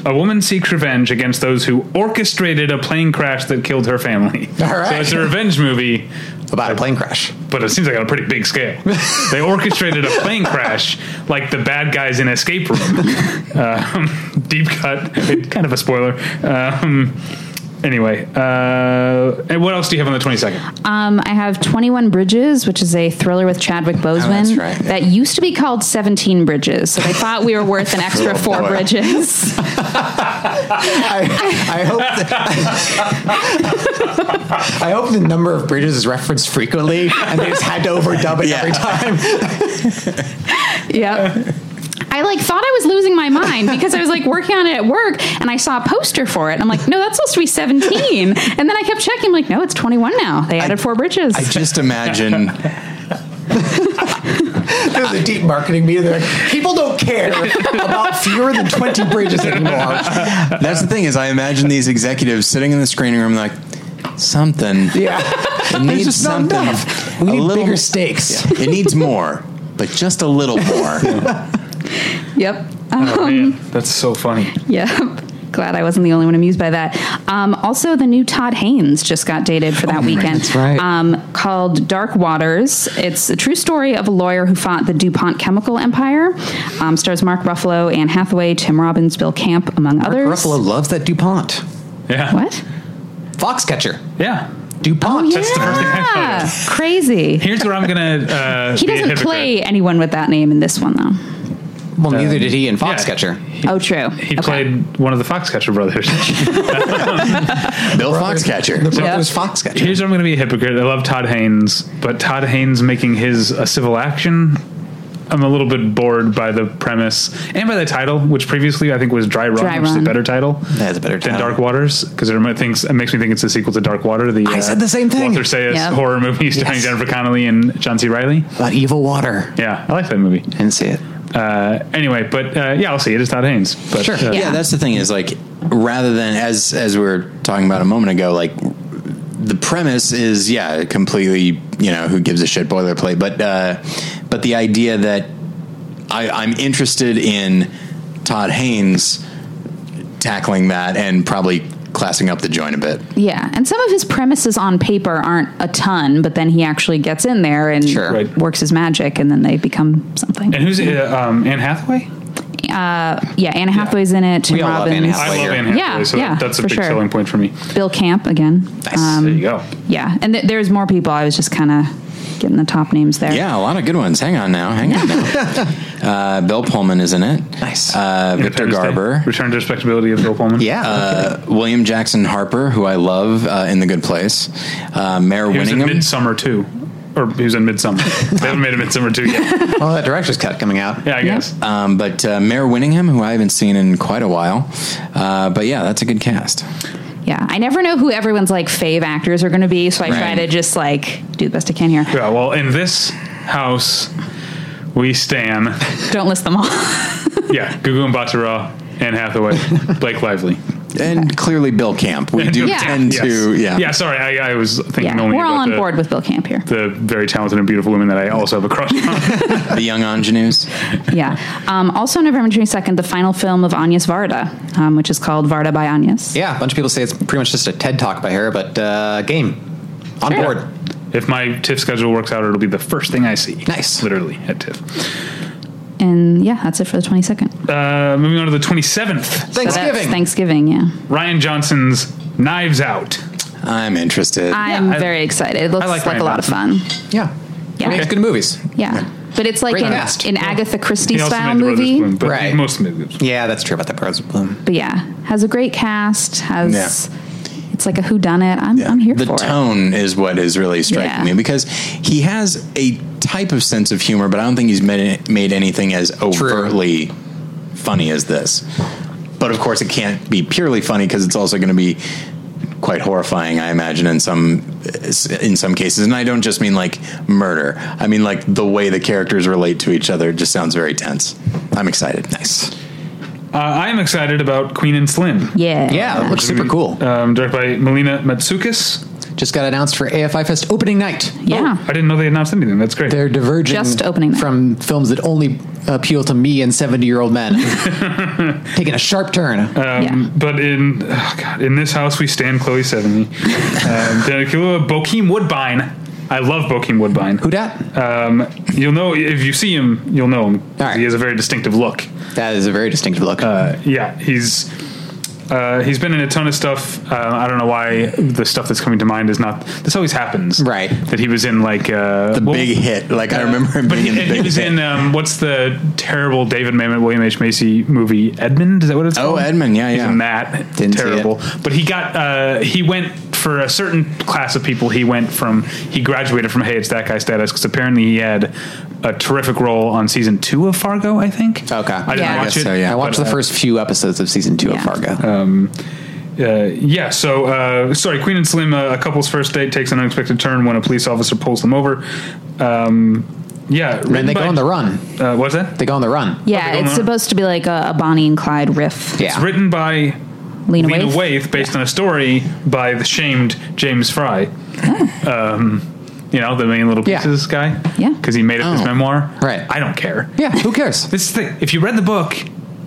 [SPEAKER 2] A woman seeks revenge against those who orchestrated a plane crash that killed her family.
[SPEAKER 4] All right.
[SPEAKER 2] So it's a revenge movie.
[SPEAKER 4] about a plane crash.
[SPEAKER 2] but it seems like on a pretty big
[SPEAKER 5] (laughs)
[SPEAKER 2] scale. they orchestrated a plane crash like the bad guys in Escape Room. um, deep cut, kind of a spoiler. Um, Anyway, uh, and what else do you have on the twenty second?
[SPEAKER 5] Um, I have 21 Bridges, which is a thriller with Chadwick Boseman
[SPEAKER 4] that's right, yeah.
[SPEAKER 5] that used to be called 17 Bridges. So they thought we were worth an extra four
[SPEAKER 1] boy.
[SPEAKER 5] bridges.
[SPEAKER 4] I, I hope. (laughs) I hope the number of bridges is referenced frequently, and they just had to overdub it every time. (laughs)
[SPEAKER 5] yep. I like thought I was losing my mind because I was like working on it at work and I saw a poster for it. And I'm like, no, that's supposed to be 17. And then I kept checking, like, no, it's 21 now. They added four bridges.
[SPEAKER 1] I just imagine
[SPEAKER 4] There's a deep marketing meeting. They're like, people don't care about fewer than twenty bridges anymore.
[SPEAKER 1] that's the thing is I imagine these executives sitting in the screening room like something.
[SPEAKER 4] Yeah,
[SPEAKER 1] It needs
[SPEAKER 4] just not
[SPEAKER 1] something.
[SPEAKER 4] enough. We
[SPEAKER 1] a
[SPEAKER 4] need
[SPEAKER 1] little
[SPEAKER 4] bigger stakes.
[SPEAKER 1] It needs more, but just a little
[SPEAKER 4] (laughs)
[SPEAKER 1] more.
[SPEAKER 5] yep.
[SPEAKER 2] Oh
[SPEAKER 5] Um,
[SPEAKER 2] man, that's so funny.
[SPEAKER 5] Yep. (laughs) Glad I wasn't the only one amused by that. Um, also, the new Todd Haynes just got dated for that weekend.
[SPEAKER 4] that's Oh, right.
[SPEAKER 5] Um, called Dark Waters. It's a true story of a lawyer who fought the DuPont chemical empire. Um, stars Mark Ruffalo, Anne Hathaway, Tim Robbins, Bill Camp, among others.
[SPEAKER 4] Ruffalo loves that Dupont
[SPEAKER 2] Yeah.
[SPEAKER 5] What?
[SPEAKER 4] foxcatcher.
[SPEAKER 2] yeah.
[SPEAKER 4] Dupont.
[SPEAKER 2] That's the first thing I thought
[SPEAKER 5] Yeah. Crazy.
[SPEAKER 2] Here's where I'm gonna. Uh,
[SPEAKER 5] He
[SPEAKER 2] be a
[SPEAKER 5] doesn't
[SPEAKER 2] hypocrite.
[SPEAKER 5] play anyone with that name in this one, though.
[SPEAKER 4] Well, neither did he in
[SPEAKER 2] yeah.
[SPEAKER 4] Foxcatcher.
[SPEAKER 5] oh, true.
[SPEAKER 2] He
[SPEAKER 5] Okay.
[SPEAKER 2] played one of the Foxcatcher brothers. (laughs)
[SPEAKER 1] Bill
[SPEAKER 4] The
[SPEAKER 1] Foxcatcher.
[SPEAKER 4] brothers Foxcatcher.
[SPEAKER 2] Here's where I'm going to be a hypocrite. I love Todd Haynes, but Todd Haynes making his a civil action. I'm a little bit bored by the premise and by the title, which previously I think was Dry Run,
[SPEAKER 5] Dry
[SPEAKER 2] which is a
[SPEAKER 5] Run.
[SPEAKER 2] better title
[SPEAKER 4] That's a better
[SPEAKER 2] than
[SPEAKER 4] title.
[SPEAKER 2] Dark Waters because it remi- thinks it makes me think it's a sequel to Dark Water. The uh,
[SPEAKER 4] I said the same thing.
[SPEAKER 2] Walter Sayas
[SPEAKER 5] Yeah.
[SPEAKER 2] horror movie starring
[SPEAKER 4] Yes.
[SPEAKER 2] Jennifer Connelly and John C.
[SPEAKER 4] (laughs)
[SPEAKER 2] Riley.
[SPEAKER 4] About evil water.
[SPEAKER 2] Yeah, I like that movie.
[SPEAKER 4] Didn't see it.
[SPEAKER 2] Uh, anyway, but uh, yeah, I'll see it. It's Todd Haynes. But,
[SPEAKER 4] Sure.
[SPEAKER 2] uh,
[SPEAKER 5] Yeah.
[SPEAKER 1] yeah. that's the thing is like rather than as as we were talking about a moment ago like the premise is yeah completely you know who gives a shit boilerplate but uh but the idea that i i'm interested in todd haynes tackling that and probably classing up the joint a bit
[SPEAKER 5] Yeah, and some of his premises on paper aren't a ton, but then he actually gets in there and
[SPEAKER 4] Sure.
[SPEAKER 2] Right.
[SPEAKER 5] works his magic, and then they become something.
[SPEAKER 2] And who's uh, um, Anne Hathaway?
[SPEAKER 5] yeah, Anna Hathaway's in it. Tim
[SPEAKER 4] We all love
[SPEAKER 5] Robbins,
[SPEAKER 4] Anne
[SPEAKER 2] I
[SPEAKER 4] Hathaway.
[SPEAKER 2] love
[SPEAKER 4] Player.
[SPEAKER 2] Anne Hathaway,
[SPEAKER 5] Yeah,
[SPEAKER 2] so
[SPEAKER 5] yeah,
[SPEAKER 2] that, that's a
[SPEAKER 5] for
[SPEAKER 2] big
[SPEAKER 5] sure.
[SPEAKER 2] selling point for me.
[SPEAKER 5] Bill Camp again. Um,
[SPEAKER 2] there you go.
[SPEAKER 5] yeah, and th- there's more people. I was just kind of getting the top names there.
[SPEAKER 1] yeah a lot of good ones hang on now hang on now
[SPEAKER 4] (laughs)
[SPEAKER 1] uh bill pullman is in it
[SPEAKER 4] Nice.
[SPEAKER 1] uh victor
[SPEAKER 2] Independence Day.
[SPEAKER 1] garber
[SPEAKER 2] Return to Respectability of Bill Pullman.
[SPEAKER 4] Yeah.
[SPEAKER 1] uh, William Jackson Harper, who I love uh, in The Good Place, uh, Mayor
[SPEAKER 2] He was in
[SPEAKER 1] Winningham.
[SPEAKER 2] Midsummer too, or he was in
[SPEAKER 4] (laughs)
[SPEAKER 2] Midsummer. they haven't made a Midsummer too yet.
[SPEAKER 4] well, that director's cut coming out.
[SPEAKER 2] Yeah, I guess.
[SPEAKER 1] Um, but uh, Mayor Winningham, who I haven't seen in quite a while. Uh, but yeah, that's a good cast.
[SPEAKER 5] yeah. I never know who everyone's like fave actors are going to be, so I try
[SPEAKER 1] Right.
[SPEAKER 5] to just like do the best I can here.
[SPEAKER 2] Yeah. Well, in this house, we stand.
[SPEAKER 5] Don't list them all.
[SPEAKER 2] Yeah, Gugu and Batara, Anne Hathaway, Blake
[SPEAKER 4] (laughs)
[SPEAKER 2] Lively.
[SPEAKER 1] And clearly Bill Camp.
[SPEAKER 2] (laughs)
[SPEAKER 1] We do
[SPEAKER 5] Yeah.
[SPEAKER 1] tend to, yeah.
[SPEAKER 2] Yeah. Sorry, I, I was thinking
[SPEAKER 5] yeah,
[SPEAKER 2] only
[SPEAKER 5] we're all
[SPEAKER 2] about
[SPEAKER 5] on
[SPEAKER 2] the,
[SPEAKER 5] board with Bill Camp here.
[SPEAKER 2] the very talented and beautiful women that I also have a crush on. (laughs)
[SPEAKER 1] The young ingenues.
[SPEAKER 5] yeah. Um, also, November 22nd, the final film of Agnes Varda, um, which is called Varda by Agnes.
[SPEAKER 4] Yeah, a bunch of people say it's pretty much just a TED talk by her, but uh, game on
[SPEAKER 5] Sure.
[SPEAKER 4] board.
[SPEAKER 2] if my TIFF schedule works out, it'll be the first thing I see.
[SPEAKER 4] Nice.
[SPEAKER 2] Literally at TIFF.
[SPEAKER 5] And yeah, that's it for the 22nd.
[SPEAKER 2] Uh, moving on to the 27th,
[SPEAKER 5] So that's
[SPEAKER 4] Thanksgiving.
[SPEAKER 5] Thanksgiving, yeah.
[SPEAKER 2] Ryan Johnson's Knives Out.
[SPEAKER 1] I'm interested.
[SPEAKER 5] I'm
[SPEAKER 2] I-
[SPEAKER 5] very excited. It looks
[SPEAKER 2] I like
[SPEAKER 5] like,
[SPEAKER 2] Ryan
[SPEAKER 5] a lot of fun.
[SPEAKER 4] yeah.
[SPEAKER 5] Yeah.
[SPEAKER 4] I mean, it's good movies.
[SPEAKER 5] Yeah. But it's like
[SPEAKER 4] Great
[SPEAKER 5] an,
[SPEAKER 4] cast.
[SPEAKER 5] an Agatha Christie
[SPEAKER 2] He also made
[SPEAKER 5] style
[SPEAKER 2] The Brothers Bloom,
[SPEAKER 5] movie.
[SPEAKER 2] but
[SPEAKER 4] Right.
[SPEAKER 2] Most of the
[SPEAKER 4] Yeah, that's true about the Brothers Bloom.
[SPEAKER 5] But yeah, has a great cast, has
[SPEAKER 1] Yeah.
[SPEAKER 5] it's like a whodunit. I'm
[SPEAKER 1] Yeah.
[SPEAKER 5] I'm here
[SPEAKER 1] the
[SPEAKER 5] for it.
[SPEAKER 1] tone is what is really striking
[SPEAKER 5] Yeah.
[SPEAKER 1] me because he has a type of sense of humor, but I don't think he's made, made anything as overtly funny as this. But of course, it can't be purely funny because it's also going to be quite horrifying, I imagine, in some in some cases. And I don't just mean like murder. I mean like the way the characters relate to each other just sounds very tense. I'm excited. Nice.
[SPEAKER 2] Uh, I am excited about Queen and Slim,
[SPEAKER 5] Yeah.
[SPEAKER 4] Yeah, it looks super cool.
[SPEAKER 2] um, directed by Melina Matsoukas.
[SPEAKER 4] Just got announced for AFI Fest opening night.
[SPEAKER 5] Yeah.
[SPEAKER 2] I didn't know they announced anything. That's great.
[SPEAKER 4] They're diverging
[SPEAKER 5] Just opening night.
[SPEAKER 4] from films that only appeal to me and 70 year old men.
[SPEAKER 1] (laughs)
[SPEAKER 4] Taking a sharp turn.
[SPEAKER 2] Um,
[SPEAKER 5] yeah.
[SPEAKER 2] But in oh God, in this house we stand Chloe Sevigny, um, (laughs) Daniel Kaluuya, Bokeem Woodbine. I love Bokeem Woodbine.
[SPEAKER 4] Who dat?
[SPEAKER 2] Um, you'll know if you see him. You'll know him.
[SPEAKER 4] All right.
[SPEAKER 2] He has a very distinctive look.
[SPEAKER 4] That is a very distinctive look.
[SPEAKER 2] Uh, yeah, he's. Uh, he's been in a ton of stuff. Uh, I don't know why the stuff that's coming to mind is not. This always happens,
[SPEAKER 1] Right.
[SPEAKER 2] That he was in like uh,
[SPEAKER 1] The
[SPEAKER 2] well, uh,
[SPEAKER 1] big hit. Like I remember him
[SPEAKER 2] But
[SPEAKER 1] being
[SPEAKER 2] he,
[SPEAKER 1] in the
[SPEAKER 2] and
[SPEAKER 1] big
[SPEAKER 2] he was
[SPEAKER 1] hit.
[SPEAKER 2] in um, what's the terrible David Mamet William H Macy movie Edmund? Is that what it's
[SPEAKER 1] Oh,
[SPEAKER 2] called?
[SPEAKER 1] Edmund, yeah,
[SPEAKER 2] He's
[SPEAKER 1] yeah.
[SPEAKER 2] in that
[SPEAKER 1] Didn't see it.
[SPEAKER 2] terrible. But he got uh, he went for a certain class of people. He went from he graduated from Hey, it's that guy status because apparently he had a terrific role on season two of Fargo. I think.
[SPEAKER 1] Okay.
[SPEAKER 2] I didn't
[SPEAKER 5] Yeah. I
[SPEAKER 2] watch
[SPEAKER 1] guess
[SPEAKER 2] it.
[SPEAKER 1] so, yeah. uh,
[SPEAKER 4] I watched
[SPEAKER 2] but,
[SPEAKER 4] the first few episodes of season two of
[SPEAKER 5] Yeah.
[SPEAKER 4] Fargo.
[SPEAKER 2] Uh, yeah, so uh, sorry, Queen and Slim, uh, a couple's first date takes an unexpected turn when a police officer pulls them over. Um, yeah,
[SPEAKER 4] and they go on the run.
[SPEAKER 2] Uh, what's that?
[SPEAKER 4] They go on the run.
[SPEAKER 5] Yeah,
[SPEAKER 2] they
[SPEAKER 5] it's
[SPEAKER 2] don't know.
[SPEAKER 5] supposed to be like a, a Bonnie and Clyde riff.
[SPEAKER 4] Yeah.
[SPEAKER 2] It's written by
[SPEAKER 5] Lena,
[SPEAKER 2] Lena
[SPEAKER 5] Waithe.
[SPEAKER 2] Waithe, based on a story by the shamed James Fry. um, you know, the main little
[SPEAKER 4] Yeah.
[SPEAKER 2] pieces guy.
[SPEAKER 5] Yeah.
[SPEAKER 2] because he made up his
[SPEAKER 1] Oh.
[SPEAKER 2] memoir.
[SPEAKER 4] Right.
[SPEAKER 2] I don't care.
[SPEAKER 4] Yeah, who cares?
[SPEAKER 2] This is the thing. If you read the book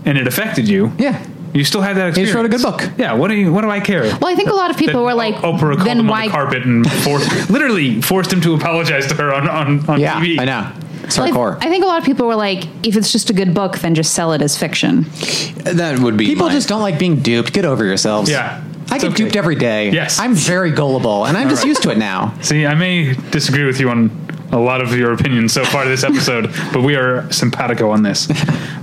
[SPEAKER 2] and it affected you,
[SPEAKER 4] yeah.
[SPEAKER 2] you still had that.
[SPEAKER 4] He
[SPEAKER 2] Experience.
[SPEAKER 4] just wrote a good book.
[SPEAKER 2] Yeah. What do you? What do I care?
[SPEAKER 5] Well, I think a lot of people
[SPEAKER 2] that
[SPEAKER 5] were like,
[SPEAKER 2] Oprah called
[SPEAKER 5] then
[SPEAKER 2] him
[SPEAKER 5] why?
[SPEAKER 2] on the carpet and
[SPEAKER 5] (laughs)
[SPEAKER 2] forced, literally forced him to apologize to her on on, on
[SPEAKER 4] Yeah,
[SPEAKER 2] TV.
[SPEAKER 4] I know. It's
[SPEAKER 5] I,
[SPEAKER 4] hardcore.
[SPEAKER 5] I think a lot of people were like, if it's just a good book, then just sell it as fiction.
[SPEAKER 1] That would be
[SPEAKER 4] People
[SPEAKER 1] mine.
[SPEAKER 4] just don't like being duped. Get over yourselves.
[SPEAKER 2] Yeah.
[SPEAKER 4] I
[SPEAKER 2] It's
[SPEAKER 4] get
[SPEAKER 2] okay.
[SPEAKER 4] duped every day.
[SPEAKER 2] Yes.
[SPEAKER 4] I'm very gullible, and I'm just used to
[SPEAKER 1] (laughs)
[SPEAKER 4] it now.
[SPEAKER 2] See, I may disagree with you on a lot of your opinions so far this
[SPEAKER 4] (laughs)
[SPEAKER 2] episode, but we are simpatico on this.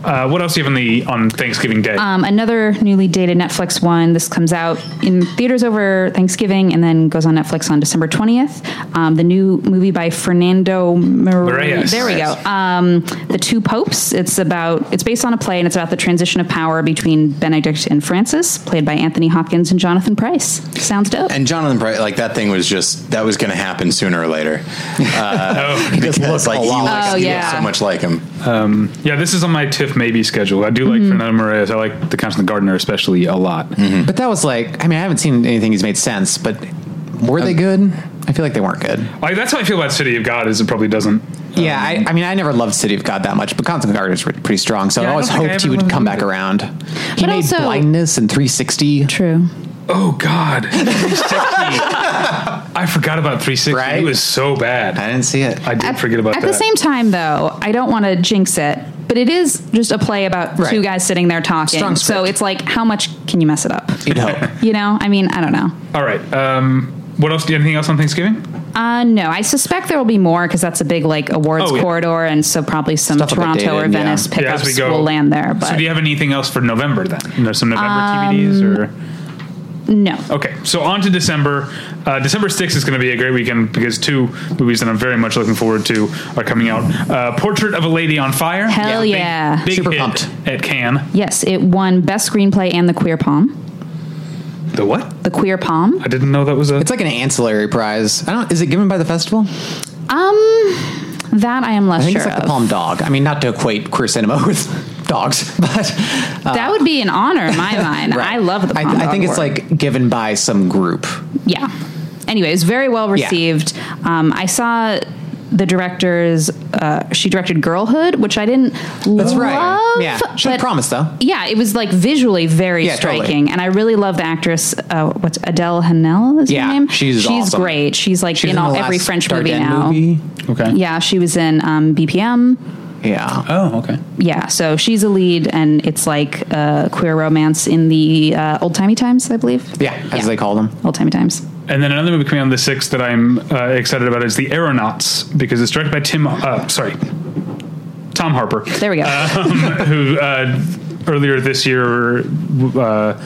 [SPEAKER 2] Uh, what else do you have on the on Thanksgiving Day?
[SPEAKER 5] Um, another newly dated Netflix one. This comes out in theaters over Thanksgiving and then goes on Netflix on December 20th. Um, the new movie by Fernando Mir-
[SPEAKER 2] Reyes.
[SPEAKER 5] There we go. Um, the Two Popes. It's about, it's based on a play and it's about the transition of power between Benedict and Francis, played by Anthony Hopkins and Jonathan Price. Sounds dope.
[SPEAKER 1] And Jonathan, Price, like that thing was just that was going to happen sooner or later. Uh,
[SPEAKER 2] Oh,
[SPEAKER 1] he just
[SPEAKER 4] looks
[SPEAKER 1] like
[SPEAKER 4] a
[SPEAKER 1] he
[SPEAKER 4] lot
[SPEAKER 1] looks-
[SPEAKER 5] like
[SPEAKER 1] he looks
[SPEAKER 5] him. Oh, yeah.
[SPEAKER 1] so much like him.
[SPEAKER 2] yeah, this is on my TIFF maybe schedule. I do
[SPEAKER 5] Mm-hmm.
[SPEAKER 2] like Fernando Moraes. I like The Constant Gardener especially a lot.
[SPEAKER 4] But that was like, I mean, I haven't seen anything he's made sense, but were they good? I feel like they weren't good.
[SPEAKER 2] Like that's how I feel about City of God. Is it probably doesn't.
[SPEAKER 4] Yeah, I, I mean, I never loved City of God that much, but Constant Gardeners were pretty strong, so
[SPEAKER 2] Yeah,
[SPEAKER 4] I
[SPEAKER 2] I
[SPEAKER 4] always
[SPEAKER 2] don't think I
[SPEAKER 4] hoped he
[SPEAKER 2] ever
[SPEAKER 4] would
[SPEAKER 2] really
[SPEAKER 4] come
[SPEAKER 2] loved
[SPEAKER 4] back
[SPEAKER 2] it.
[SPEAKER 4] around. He
[SPEAKER 5] But
[SPEAKER 4] made
[SPEAKER 5] also-
[SPEAKER 4] Blindness and 360.
[SPEAKER 5] True.
[SPEAKER 2] Oh
[SPEAKER 4] (laughs)
[SPEAKER 2] God, 360. I forgot about 360.
[SPEAKER 4] Right?
[SPEAKER 2] It was so bad.
[SPEAKER 4] I didn't see it.
[SPEAKER 2] I did
[SPEAKER 5] At-
[SPEAKER 2] forget about
[SPEAKER 5] at
[SPEAKER 2] that.
[SPEAKER 5] the same time, though, I don't want to jinx it, but it is just a play about
[SPEAKER 4] Right.
[SPEAKER 5] two guys sitting there
[SPEAKER 4] Strong
[SPEAKER 5] talking. So
[SPEAKER 4] script.
[SPEAKER 5] it's like, how much can you mess it up?
[SPEAKER 4] You'd hope.
[SPEAKER 5] You know, I mean, I don't know.
[SPEAKER 2] All right. Um, what else? Do you anything else on Thanksgiving?
[SPEAKER 5] Uh, no, I suspect there will be more because that's a big like awards
[SPEAKER 2] Oh, yeah.
[SPEAKER 5] corridor, and so probably some
[SPEAKER 4] Stuff will get
[SPEAKER 5] Toronto or
[SPEAKER 4] dated, yeah.
[SPEAKER 5] Venice
[SPEAKER 2] Yeah, as we
[SPEAKER 5] pickups
[SPEAKER 2] go.
[SPEAKER 5] will land there. But
[SPEAKER 2] So do you have anything else for November then? You know, some November TVDs or.
[SPEAKER 5] Um, no,
[SPEAKER 2] Okay, so on to December. Uh, December 6th is going to be a great weekend because two movies that I'm very much looking forward to are coming out. Uh, Portrait of a Lady on Fire.
[SPEAKER 5] Hell
[SPEAKER 2] Big-
[SPEAKER 5] yeah.
[SPEAKER 2] Big,
[SPEAKER 4] Super
[SPEAKER 2] hit
[SPEAKER 4] pumped.
[SPEAKER 2] At Cannes.
[SPEAKER 5] yes, it won best screenplay and the queer palm.
[SPEAKER 2] The what?
[SPEAKER 5] The queer palm.
[SPEAKER 2] I didn't know that was a.
[SPEAKER 4] It's like an ancillary prize. I don't. Is it given by the festival?
[SPEAKER 5] Um, that I am less
[SPEAKER 4] I think
[SPEAKER 5] sure
[SPEAKER 4] it's like
[SPEAKER 5] of.
[SPEAKER 4] the Palm Dog. I mean, not to equate queer cinema (laughs) with dogs, but uh,
[SPEAKER 5] that would be an honor in
[SPEAKER 4] (laughs)
[SPEAKER 5] my mind. I love the.
[SPEAKER 4] I,
[SPEAKER 5] Palm
[SPEAKER 4] I
[SPEAKER 5] Dog
[SPEAKER 4] think it's
[SPEAKER 5] Award.
[SPEAKER 4] like given by some group.
[SPEAKER 5] yeah. Anyways, very well received. Um, I saw the director's. Uh, she directed Girlhood, which I didn't.
[SPEAKER 4] That's
[SPEAKER 5] love,
[SPEAKER 4] right. Yeah, she
[SPEAKER 5] but-
[SPEAKER 4] promised though.
[SPEAKER 5] Yeah, it was like visually very
[SPEAKER 4] Yeah, totally.
[SPEAKER 5] striking, and I really love the actress. Uh, what's Adele Hanel is
[SPEAKER 4] Yeah,
[SPEAKER 5] her name?
[SPEAKER 4] she's
[SPEAKER 5] she's
[SPEAKER 4] awesome.
[SPEAKER 5] great. She's like
[SPEAKER 4] She's
[SPEAKER 5] in,
[SPEAKER 4] the
[SPEAKER 5] all
[SPEAKER 4] last
[SPEAKER 5] every French movie
[SPEAKER 4] Dardenne
[SPEAKER 5] now.
[SPEAKER 4] movie.
[SPEAKER 2] okay.
[SPEAKER 5] Yeah, she was in um, BPM.
[SPEAKER 4] Yeah,
[SPEAKER 2] Oh, okay.
[SPEAKER 5] Yeah, so she's a lead, and it's like a queer romance in the uh, old timey times, I believe.
[SPEAKER 4] yeah, as they call them.
[SPEAKER 5] old timey times.
[SPEAKER 2] And then another movie coming out on the 6th that I'm uh, excited about is The Aeronauts because it's directed by Tim. Uh, sorry. Tom Harper.
[SPEAKER 5] There we go.
[SPEAKER 2] who uh, earlier this year uh,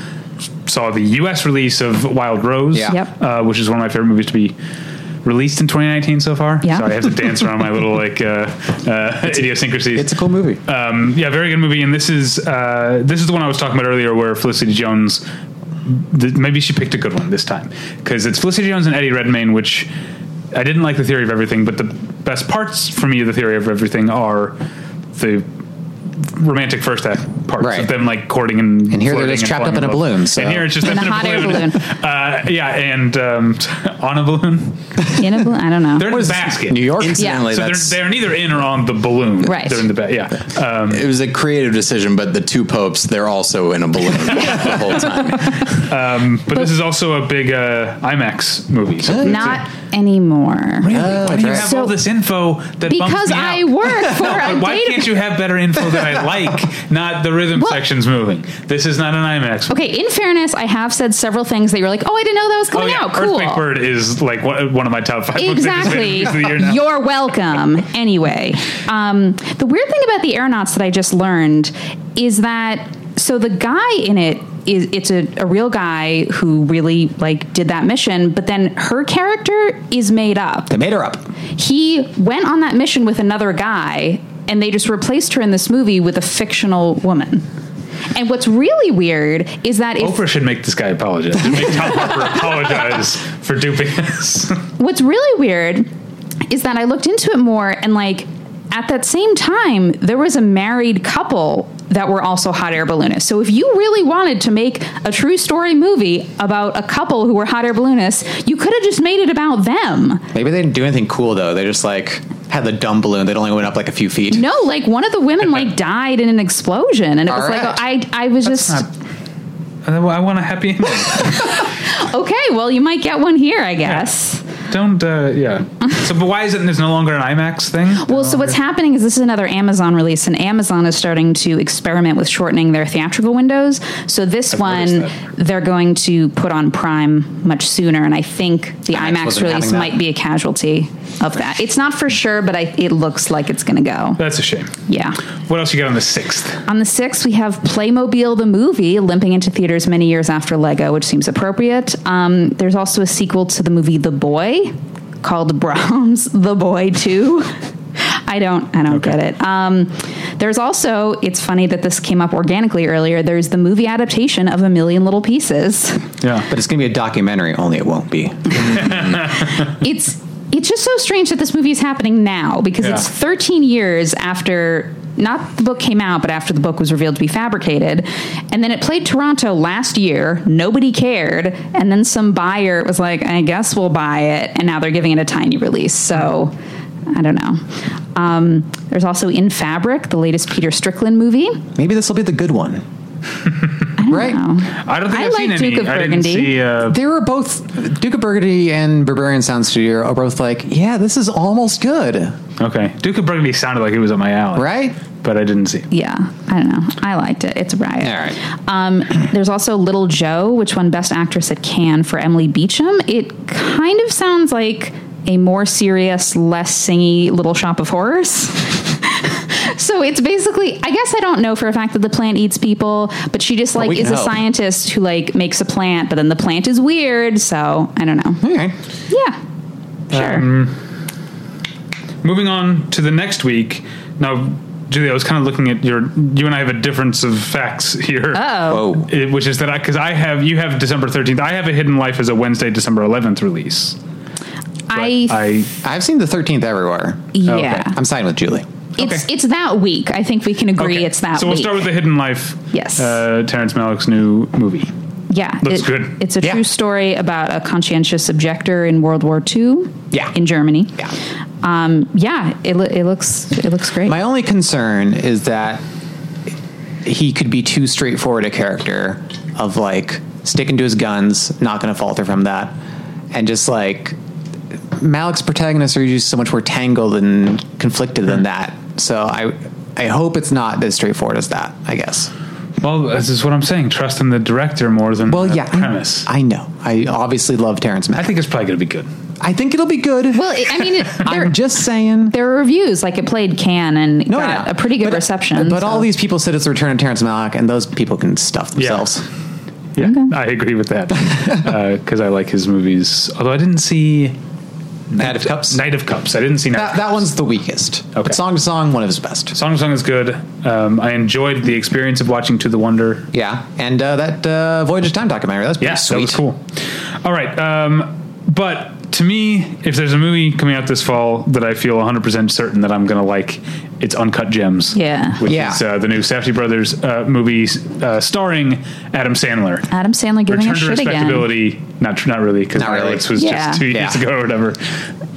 [SPEAKER 2] saw the U.S. release of Wild Rose,
[SPEAKER 4] Yeah.
[SPEAKER 5] Yep.
[SPEAKER 2] uh, which is one of my favorite movies to be released in 2019 so far.
[SPEAKER 5] Yeah.
[SPEAKER 2] Sorry, I have to dance around my little like uh, uh, idiosyncrasies.
[SPEAKER 4] It's a cool movie.
[SPEAKER 2] um, yeah, very good movie. And this is uh, this is the one I was talking about earlier, where Felicity Jones. Th- maybe she picked a good one this time because it's Felicity Jones and Eddie Redmayne, which I didn't like the theory of everything, but the best parts for me of the theory of everything are the romantic first act parts
[SPEAKER 4] Right.
[SPEAKER 2] of them like courting and
[SPEAKER 4] And here they're
[SPEAKER 2] flirting
[SPEAKER 4] just trapped
[SPEAKER 2] falling
[SPEAKER 4] up in a
[SPEAKER 2] love.
[SPEAKER 4] balloon, so-
[SPEAKER 2] and here it's just (laughs)
[SPEAKER 5] In
[SPEAKER 2] them
[SPEAKER 5] a hot air balloon.
[SPEAKER 2] uh, yeah and um, (laughs) on a balloon
[SPEAKER 5] in a, bl- I don't know.
[SPEAKER 2] they're in a basket
[SPEAKER 4] New York.
[SPEAKER 1] Incidentally,
[SPEAKER 2] so they're,
[SPEAKER 1] that's
[SPEAKER 2] they're neither in or on the balloon
[SPEAKER 5] Right.
[SPEAKER 2] they're in the back yeah
[SPEAKER 1] it was a creative decision, but the two popes they're also in a
[SPEAKER 5] (laughs)
[SPEAKER 1] balloon the whole time.
[SPEAKER 2] But this is also a big uh, IMAX movie. So it's
[SPEAKER 5] Not anymore.
[SPEAKER 2] a- why do you have
[SPEAKER 5] So-
[SPEAKER 2] all this info that bumps
[SPEAKER 5] Because
[SPEAKER 2] me
[SPEAKER 5] I
[SPEAKER 2] out? (laughs) Uh,
[SPEAKER 5] work for a
[SPEAKER 2] Why
[SPEAKER 5] data. (laughs)
[SPEAKER 2] can't you have better info that I like? Not the rhythm
[SPEAKER 5] What?
[SPEAKER 2] section's moving. This is not an IMAX.
[SPEAKER 5] Okay, in fairness, I have said several things that you're like, oh, I didn't know that was
[SPEAKER 2] Oh
[SPEAKER 5] coming
[SPEAKER 2] yeah,
[SPEAKER 5] out. Cool.
[SPEAKER 2] Earthquake Bird is like one one of my top five. most
[SPEAKER 5] Exactly.
[SPEAKER 2] anticipated movies of the year now.
[SPEAKER 5] You're welcome. anyway, um, the weird thing about the aeronauts that I just learned is that so the guy in it is it's a, a real guy who really like did that mission, but then her character is made up.
[SPEAKER 4] They made her up.
[SPEAKER 5] He went on that mission with another guy, and they just replaced her in this movie with a fictional woman. And what's really weird is that if
[SPEAKER 2] Oprah should make this guy apologize. Make Tom
[SPEAKER 5] (laughs)
[SPEAKER 2] Harper apologize for Uh, duping us.
[SPEAKER 5] what's really weird is that I looked into it more and like at that same time there was a married couple that were also hot air balloonists. So if you really wanted to make a true story movie about a couple who were hot air balloonists, you could have just made it about them.
[SPEAKER 4] Maybe they didn't do anything cool though. They just like had the dumb balloon that only went up like a few feet.
[SPEAKER 5] No, like one of the women
[SPEAKER 4] (laughs)
[SPEAKER 5] like died in an explosion and it was
[SPEAKER 4] All
[SPEAKER 5] like
[SPEAKER 4] right.
[SPEAKER 5] I I was just
[SPEAKER 2] I I want a happy ending.
[SPEAKER 5] okay, well you might get one here, I guess.
[SPEAKER 2] Don't. Uh, yeah. So, but why is it there's no longer an IMAX thing?
[SPEAKER 5] Well, so what's happening is this is another Amazon release, and Amazon is starting to experiment with shortening their theatrical windows. So this one,
[SPEAKER 2] noticed
[SPEAKER 5] they're going to put on Prime much sooner, and I think the IMAX
[SPEAKER 4] wasn't
[SPEAKER 5] release
[SPEAKER 4] having that.
[SPEAKER 5] might be a casualty of that. It's not for sure, but I, it looks like it's going to go.
[SPEAKER 2] That's a shame.
[SPEAKER 5] Yeah.
[SPEAKER 2] What else you got on the sixth?
[SPEAKER 5] On the sixth, we have Playmobil the movie limping into theaters many years after Lego, which seems appropriate. Um, there's also a sequel to the movie The Boy called (laughs) Brahms The Boy Two. (laughs) I don't, I don't get it. Um, there's also, it's funny that this came up organically earlier. There's the movie adaptation of A Million Little Pieces. (laughs)
[SPEAKER 2] Yeah.
[SPEAKER 4] But it's gonna be a documentary. Only it won't be.
[SPEAKER 5] (laughs) it's it's just so strange that this movie is happening now because
[SPEAKER 2] Yeah.
[SPEAKER 5] it's 13 years after not the book came out but after the book was revealed to be fabricated and then it played toronto last year nobody cared and then some buyer was like i guess we'll buy it and now they're giving it a tiny release so i don't know um, there's also in fabric the latest peter strickland movie
[SPEAKER 4] Maybe this will be the good one. right?
[SPEAKER 2] I don't think
[SPEAKER 5] I
[SPEAKER 2] have seen
[SPEAKER 5] like
[SPEAKER 2] any.
[SPEAKER 5] Duke of
[SPEAKER 2] I didn't
[SPEAKER 5] Burgundy.
[SPEAKER 2] see. Uh,
[SPEAKER 4] They were both Duke of Burgundy and Barbarian Sound Studio are both like, yeah, this is almost good,
[SPEAKER 2] okay. Duke of Burgundy sounded like it was on my alley.
[SPEAKER 4] right?
[SPEAKER 2] But I didn't see.
[SPEAKER 5] yeah i don't know i liked it it's a riot
[SPEAKER 4] All right.
[SPEAKER 5] Um, there's also Little Joe, which won Best Actress at Cannes for Emily Beecham. It kind of sounds like a more serious, less singy Little Shop of Horrors. (laughs) so it's basically, I guess I don't know for a fact that the plant eats people, but she just like
[SPEAKER 4] we
[SPEAKER 5] is
[SPEAKER 4] can
[SPEAKER 5] a
[SPEAKER 4] hope.
[SPEAKER 5] scientist who like makes a plant, but then the plant is weird. So I don't know.
[SPEAKER 4] Okay.
[SPEAKER 5] Yeah. Sure.
[SPEAKER 2] Um, Moving on to the next week. Now, Julia, I was kind of looking at your. You and I have a difference of facts (laughs) here.
[SPEAKER 4] Oh.
[SPEAKER 2] It- which is that I because I have you have December thirteenth. I have a Hidden Life as a Wednesday, December eleventh release.
[SPEAKER 5] I,
[SPEAKER 2] I oh, Um,
[SPEAKER 4] I've seen the 13th everywhere.
[SPEAKER 5] yeah.
[SPEAKER 4] I'm siding with Julie.
[SPEAKER 5] It's it's that week. I think we can agree
[SPEAKER 2] okay.
[SPEAKER 5] it's that
[SPEAKER 2] So
[SPEAKER 5] week.
[SPEAKER 2] we'll start with the Hidden Life.
[SPEAKER 5] Yes.
[SPEAKER 2] uh, Terrence Malick's new movie.
[SPEAKER 5] Yeah,
[SPEAKER 2] Looks
[SPEAKER 5] it-
[SPEAKER 2] good.
[SPEAKER 5] It's a
[SPEAKER 4] Yeah.
[SPEAKER 5] true story about a conscientious objector in World War II.
[SPEAKER 4] Yeah.
[SPEAKER 5] in Germany.
[SPEAKER 4] Yeah.
[SPEAKER 5] um, yeah. It, lo- it looks it looks great.
[SPEAKER 4] My only concern is that he could be too straightforward a character of like sticking to his guns, not going to falter from that, and just like Malik's protagonists are usually so much more tangled and conflicted than that. So I, I hope it's not as straightforward as that. I guess.
[SPEAKER 2] Well, this is what I'm saying. Trust in the director more than
[SPEAKER 4] Well,
[SPEAKER 2] the
[SPEAKER 4] yeah, I-
[SPEAKER 2] premise. I,
[SPEAKER 4] I, know. I obviously love Terrence Malick.
[SPEAKER 2] think it's probably going to be good.
[SPEAKER 4] I think it'll be good.
[SPEAKER 5] well, it, I mean, it, there,
[SPEAKER 4] I'm just saying.
[SPEAKER 5] there are reviews like it played Cannes and it
[SPEAKER 4] No, I
[SPEAKER 5] got
[SPEAKER 4] know.
[SPEAKER 5] a pretty good
[SPEAKER 4] But- uh,
[SPEAKER 5] reception.
[SPEAKER 4] But all
[SPEAKER 5] so-
[SPEAKER 4] these people said it's the return of Terrence Malick, and those people can stuff themselves.
[SPEAKER 2] Yeah, I agree with that because I like his movies. Although I didn't see
[SPEAKER 4] Knight of Cups.
[SPEAKER 2] Knight of Cups. I didn't see Knight of
[SPEAKER 4] That, that one's the weakest.
[SPEAKER 2] Okay.
[SPEAKER 4] But song to song, one of his best.
[SPEAKER 2] Song of Song is good. Um, I enjoyed the experience of watching To the Wonder.
[SPEAKER 4] Yeah, and uh, that uh, Voyage of Time documentary. That's pretty
[SPEAKER 2] Yeah,
[SPEAKER 4] sweet.
[SPEAKER 2] that was cool. All right, um, but to me, if there's a movie coming out this fall that I feel 100 percent certain that I'm going to like, it's Uncut Gems.
[SPEAKER 5] Yeah.
[SPEAKER 2] which
[SPEAKER 4] Yeah.
[SPEAKER 2] is uh, the new Safety Brothers uh, movie uh, starring Adam Sandler.
[SPEAKER 5] Adam Sandler giving
[SPEAKER 2] Return
[SPEAKER 5] a
[SPEAKER 2] to
[SPEAKER 5] shit again.
[SPEAKER 2] respectability. Not tr- not really because
[SPEAKER 4] Not really.
[SPEAKER 2] This was
[SPEAKER 5] Yeah.
[SPEAKER 2] just two years
[SPEAKER 4] Yeah.
[SPEAKER 2] ago or whatever.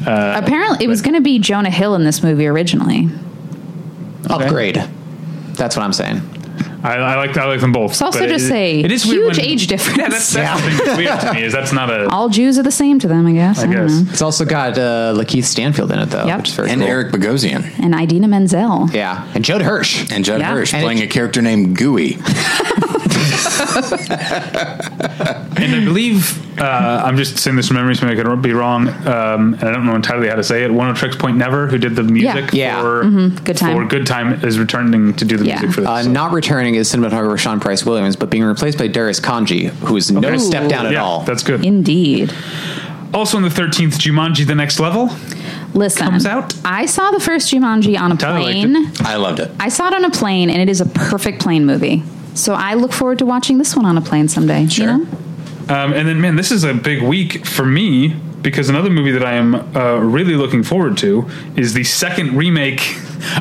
[SPEAKER 5] Apparently, it was going to be Jonah Hill in this movie originally.
[SPEAKER 4] Upgrade. That's what I'm saying.
[SPEAKER 2] I, I like I like them both. It's
[SPEAKER 5] also just a huge age difference.
[SPEAKER 2] Yeah, that's, that's the thing that's weird to me is that's not a.
[SPEAKER 5] All Jews are the same to them, I guess. I,
[SPEAKER 2] I
[SPEAKER 5] don't
[SPEAKER 2] guess.
[SPEAKER 5] know.
[SPEAKER 4] It's also got uh, Lakeith Stanfield in it though,
[SPEAKER 5] Yep.
[SPEAKER 4] which is very
[SPEAKER 1] and
[SPEAKER 4] cool.
[SPEAKER 1] Eric Bogosian
[SPEAKER 5] And Idina Menzel.
[SPEAKER 4] Yeah, and Judd Hirsch.
[SPEAKER 1] and Judd
[SPEAKER 5] Yeah.
[SPEAKER 1] Hirsch
[SPEAKER 4] And
[SPEAKER 1] playing
[SPEAKER 4] it-
[SPEAKER 1] a character named Gooey.
[SPEAKER 2] And I believe uh, I'm just saying this from memory, so maybe I could be wrong. Um, and I don't know entirely how to say it. One of Tricks Point Never, who did the music
[SPEAKER 4] Yeah.
[SPEAKER 2] for
[SPEAKER 5] Mm-hmm. Good Time.
[SPEAKER 2] for Good Time, is returning to do the
[SPEAKER 5] Yeah.
[SPEAKER 2] music for this.
[SPEAKER 4] Uh, not returning is cinematographer Sean Price Williams, but being replaced by Darius Kanji, who is no
[SPEAKER 5] Ooh.
[SPEAKER 4] step down at
[SPEAKER 2] yeah,
[SPEAKER 4] all.
[SPEAKER 2] that's good.
[SPEAKER 5] Indeed.
[SPEAKER 2] also on the 13th, Jumanji: The Next Level.
[SPEAKER 5] Listen.
[SPEAKER 2] Comes out?
[SPEAKER 5] I saw the first Jumanji on a
[SPEAKER 2] Tyler liked
[SPEAKER 5] plane.
[SPEAKER 1] I loved it.
[SPEAKER 5] I saw it on a plane, and it is a perfect plane movie. So I look forward to watching this one on a plane someday.
[SPEAKER 1] Sure.
[SPEAKER 5] You know?
[SPEAKER 2] Um, and then, man, this is a big week for me because another movie that I am uh, really looking forward to is the second remake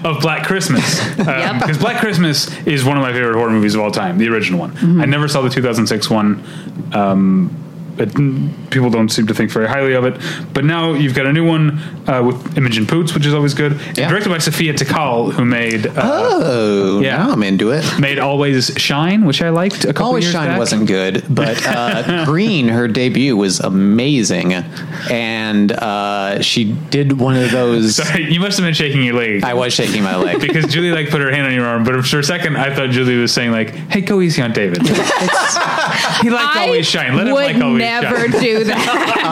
[SPEAKER 2] of Black
[SPEAKER 4] (laughs)
[SPEAKER 2] Christmas. Um,
[SPEAKER 5] Yep.
[SPEAKER 2] Because Black Christmas is one of my favorite horror movies of all time, the original one.
[SPEAKER 4] Mm-hmm.
[SPEAKER 2] I never saw the 2006 one. Um, but mm, people don't seem to think very highly of it. But now you've got a new one uh, with Imogen Poots, which is always good. And
[SPEAKER 4] Yeah.
[SPEAKER 2] Directed by Sophia Takal, who made uh,
[SPEAKER 4] oh,
[SPEAKER 2] Yeah.
[SPEAKER 4] yeah, I'm into it.
[SPEAKER 2] made Always Shine, which I liked. A couple
[SPEAKER 4] Always
[SPEAKER 2] years
[SPEAKER 4] Shine
[SPEAKER 2] back.
[SPEAKER 4] wasn't good, but uh, Green, her debut was amazing, and uh, she did one of
[SPEAKER 2] (laughs) (laughs)
[SPEAKER 4] those.
[SPEAKER 2] Sorry, you must have been shaking your leg.
[SPEAKER 4] I was shaking my
[SPEAKER 2] (laughs)
[SPEAKER 4] leg.
[SPEAKER 2] because Julie like put her hand on your arm, but for a second I thought Julie was saying like, "Hey, go easy on David. (laughs) he likes always shine. Let him
[SPEAKER 5] would
[SPEAKER 2] like always
[SPEAKER 5] never
[SPEAKER 2] shine." (laughs)
[SPEAKER 5] do that.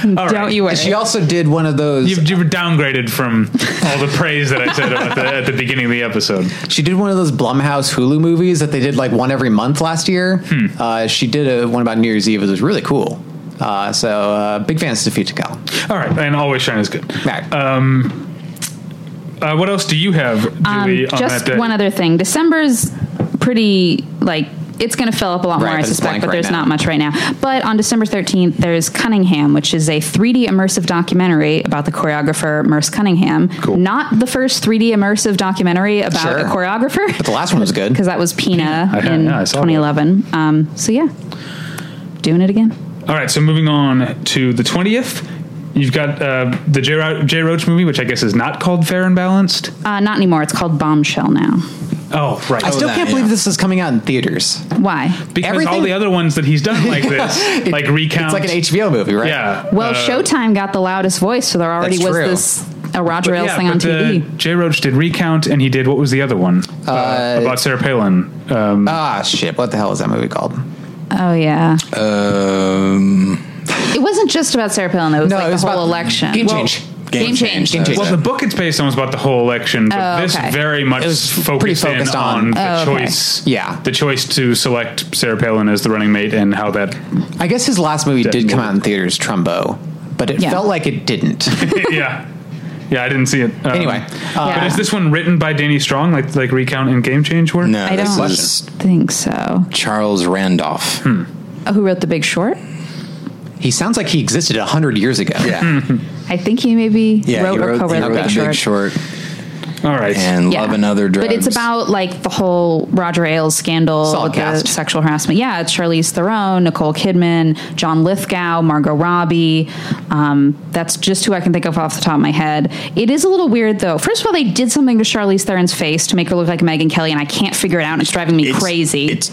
[SPEAKER 5] (laughs)
[SPEAKER 2] All
[SPEAKER 5] Don't
[SPEAKER 2] right.
[SPEAKER 5] you worry.
[SPEAKER 4] Um, She also did one of those.
[SPEAKER 2] You've, you've downgraded from all the praise that I said about the, at the beginning of the episode.
[SPEAKER 4] She did one of those Blumhouse Hulu movies that they did like one every month last year.
[SPEAKER 2] Hmm.
[SPEAKER 4] Uh, she did a, one about New Year's Eve. It was really cool. Uh, so uh, big fans of Sophia Takal.
[SPEAKER 2] All right, and always shine is good.
[SPEAKER 4] Right.
[SPEAKER 2] Uh, what else do you have,
[SPEAKER 4] Um,
[SPEAKER 2] Julie? on that
[SPEAKER 5] Um, Just
[SPEAKER 2] day?
[SPEAKER 5] one other thing. December's pretty like it's going to fill up a lot
[SPEAKER 4] Right,
[SPEAKER 5] more, I
[SPEAKER 4] but it's
[SPEAKER 5] suspect,
[SPEAKER 4] blank
[SPEAKER 5] but
[SPEAKER 4] right
[SPEAKER 5] there's
[SPEAKER 4] now.
[SPEAKER 5] not much right now. But on December 13th, there's Cunningham, which is a 3D immersive documentary about the choreographer Merce Cunningham. Not the first 3D immersive documentary about
[SPEAKER 4] Sure.
[SPEAKER 5] a choreographer.
[SPEAKER 4] but the last one was good.
[SPEAKER 5] because that was Pina,
[SPEAKER 2] I-
[SPEAKER 5] in
[SPEAKER 2] yeah, I saw that.
[SPEAKER 5] 2011. Um, so yeah, doing it again.
[SPEAKER 2] All right, so moving on to the twentieth. You've got uh, the J. Ro- J. Roach movie, which I guess is not called Fair and Balanced.
[SPEAKER 5] Uh, not anymore. It's called Bombshell now.
[SPEAKER 2] Oh, right.
[SPEAKER 4] Um, I still
[SPEAKER 1] that,
[SPEAKER 4] can't
[SPEAKER 1] yeah.
[SPEAKER 4] believe this is coming out in theaters.
[SPEAKER 5] Why?
[SPEAKER 2] because all
[SPEAKER 4] everything-
[SPEAKER 2] the other ones that he's done
[SPEAKER 4] (laughs)
[SPEAKER 2] like this, like recount,
[SPEAKER 4] It's like an HBO movie, right?
[SPEAKER 2] yeah.
[SPEAKER 5] Well,
[SPEAKER 2] uh,
[SPEAKER 5] Showtime got the loudest voice, so there already
[SPEAKER 4] That's
[SPEAKER 5] was
[SPEAKER 4] true.
[SPEAKER 5] this a Roger
[SPEAKER 2] But
[SPEAKER 5] Ailes
[SPEAKER 2] yeah,
[SPEAKER 5] thing
[SPEAKER 2] but
[SPEAKER 5] on
[SPEAKER 2] the-
[SPEAKER 5] TV.
[SPEAKER 2] Jay Roach did Recount, and he did what was the other one uh, about Sarah Palin? Um,
[SPEAKER 4] Ah, shit. What the hell is that movie called?
[SPEAKER 5] Oh yeah,
[SPEAKER 1] Uh, Um,
[SPEAKER 5] it wasn't just about Sarah Palin. It was
[SPEAKER 4] No,
[SPEAKER 5] like
[SPEAKER 4] it was
[SPEAKER 5] the whole
[SPEAKER 4] about
[SPEAKER 5] election.
[SPEAKER 4] Game Change.
[SPEAKER 1] Game Change.
[SPEAKER 5] Game
[SPEAKER 1] Game
[SPEAKER 5] change.
[SPEAKER 1] Change.
[SPEAKER 2] well, the book it's based on was about the whole election, but
[SPEAKER 5] Oh,
[SPEAKER 2] this
[SPEAKER 5] okay.
[SPEAKER 2] very much
[SPEAKER 4] It was pretty
[SPEAKER 2] focused,
[SPEAKER 4] focused
[SPEAKER 2] in
[SPEAKER 4] on-
[SPEAKER 2] on, the
[SPEAKER 5] Oh, okay.
[SPEAKER 2] choice,
[SPEAKER 4] Yeah.
[SPEAKER 2] the choice to select Sarah Palin as the running mate and how that. (laughs)
[SPEAKER 4] I guess his last movie did come out in theaters, Trumbo, but it
[SPEAKER 5] Yeah.
[SPEAKER 4] felt like it didn't.
[SPEAKER 2] (laughs) yeah, yeah, I didn't see it. Um,
[SPEAKER 4] anyway, uh,
[SPEAKER 2] but
[SPEAKER 5] Yeah.
[SPEAKER 2] is this one written by Danny Strong, like like Recount and Game Change were?
[SPEAKER 1] No,
[SPEAKER 5] I
[SPEAKER 1] this
[SPEAKER 5] don't
[SPEAKER 1] is
[SPEAKER 5] think so.
[SPEAKER 1] Charles Randolph.
[SPEAKER 5] Oh, who wrote The Big Short?
[SPEAKER 4] he sounds like he existed 100 years ago.
[SPEAKER 1] Yeah,
[SPEAKER 5] I think he maybe
[SPEAKER 1] yeah.
[SPEAKER 5] Hmm. wrote,
[SPEAKER 1] he
[SPEAKER 5] or
[SPEAKER 1] wrote,
[SPEAKER 5] co-wrote
[SPEAKER 1] he wrote
[SPEAKER 5] The Big Short.
[SPEAKER 1] Short
[SPEAKER 2] All right,
[SPEAKER 1] and
[SPEAKER 5] Yeah.
[SPEAKER 1] Love and Other Drugs.
[SPEAKER 5] But it's about like the whole Roger Ailes scandal,
[SPEAKER 4] Solid
[SPEAKER 5] with the
[SPEAKER 4] cast.
[SPEAKER 5] sexual harassment. Yeah, it's Charlize Theron, Nicole Kidman, John Lithgow, Margot Robbie. Um, that's just who I can think of off the top of my head. It is a little weird though. First of all, they did something to Charlize Theron's face to make her look like Megan Kelly, and I can't figure it out. and It's driving me
[SPEAKER 1] It's-
[SPEAKER 5] crazy.
[SPEAKER 1] It's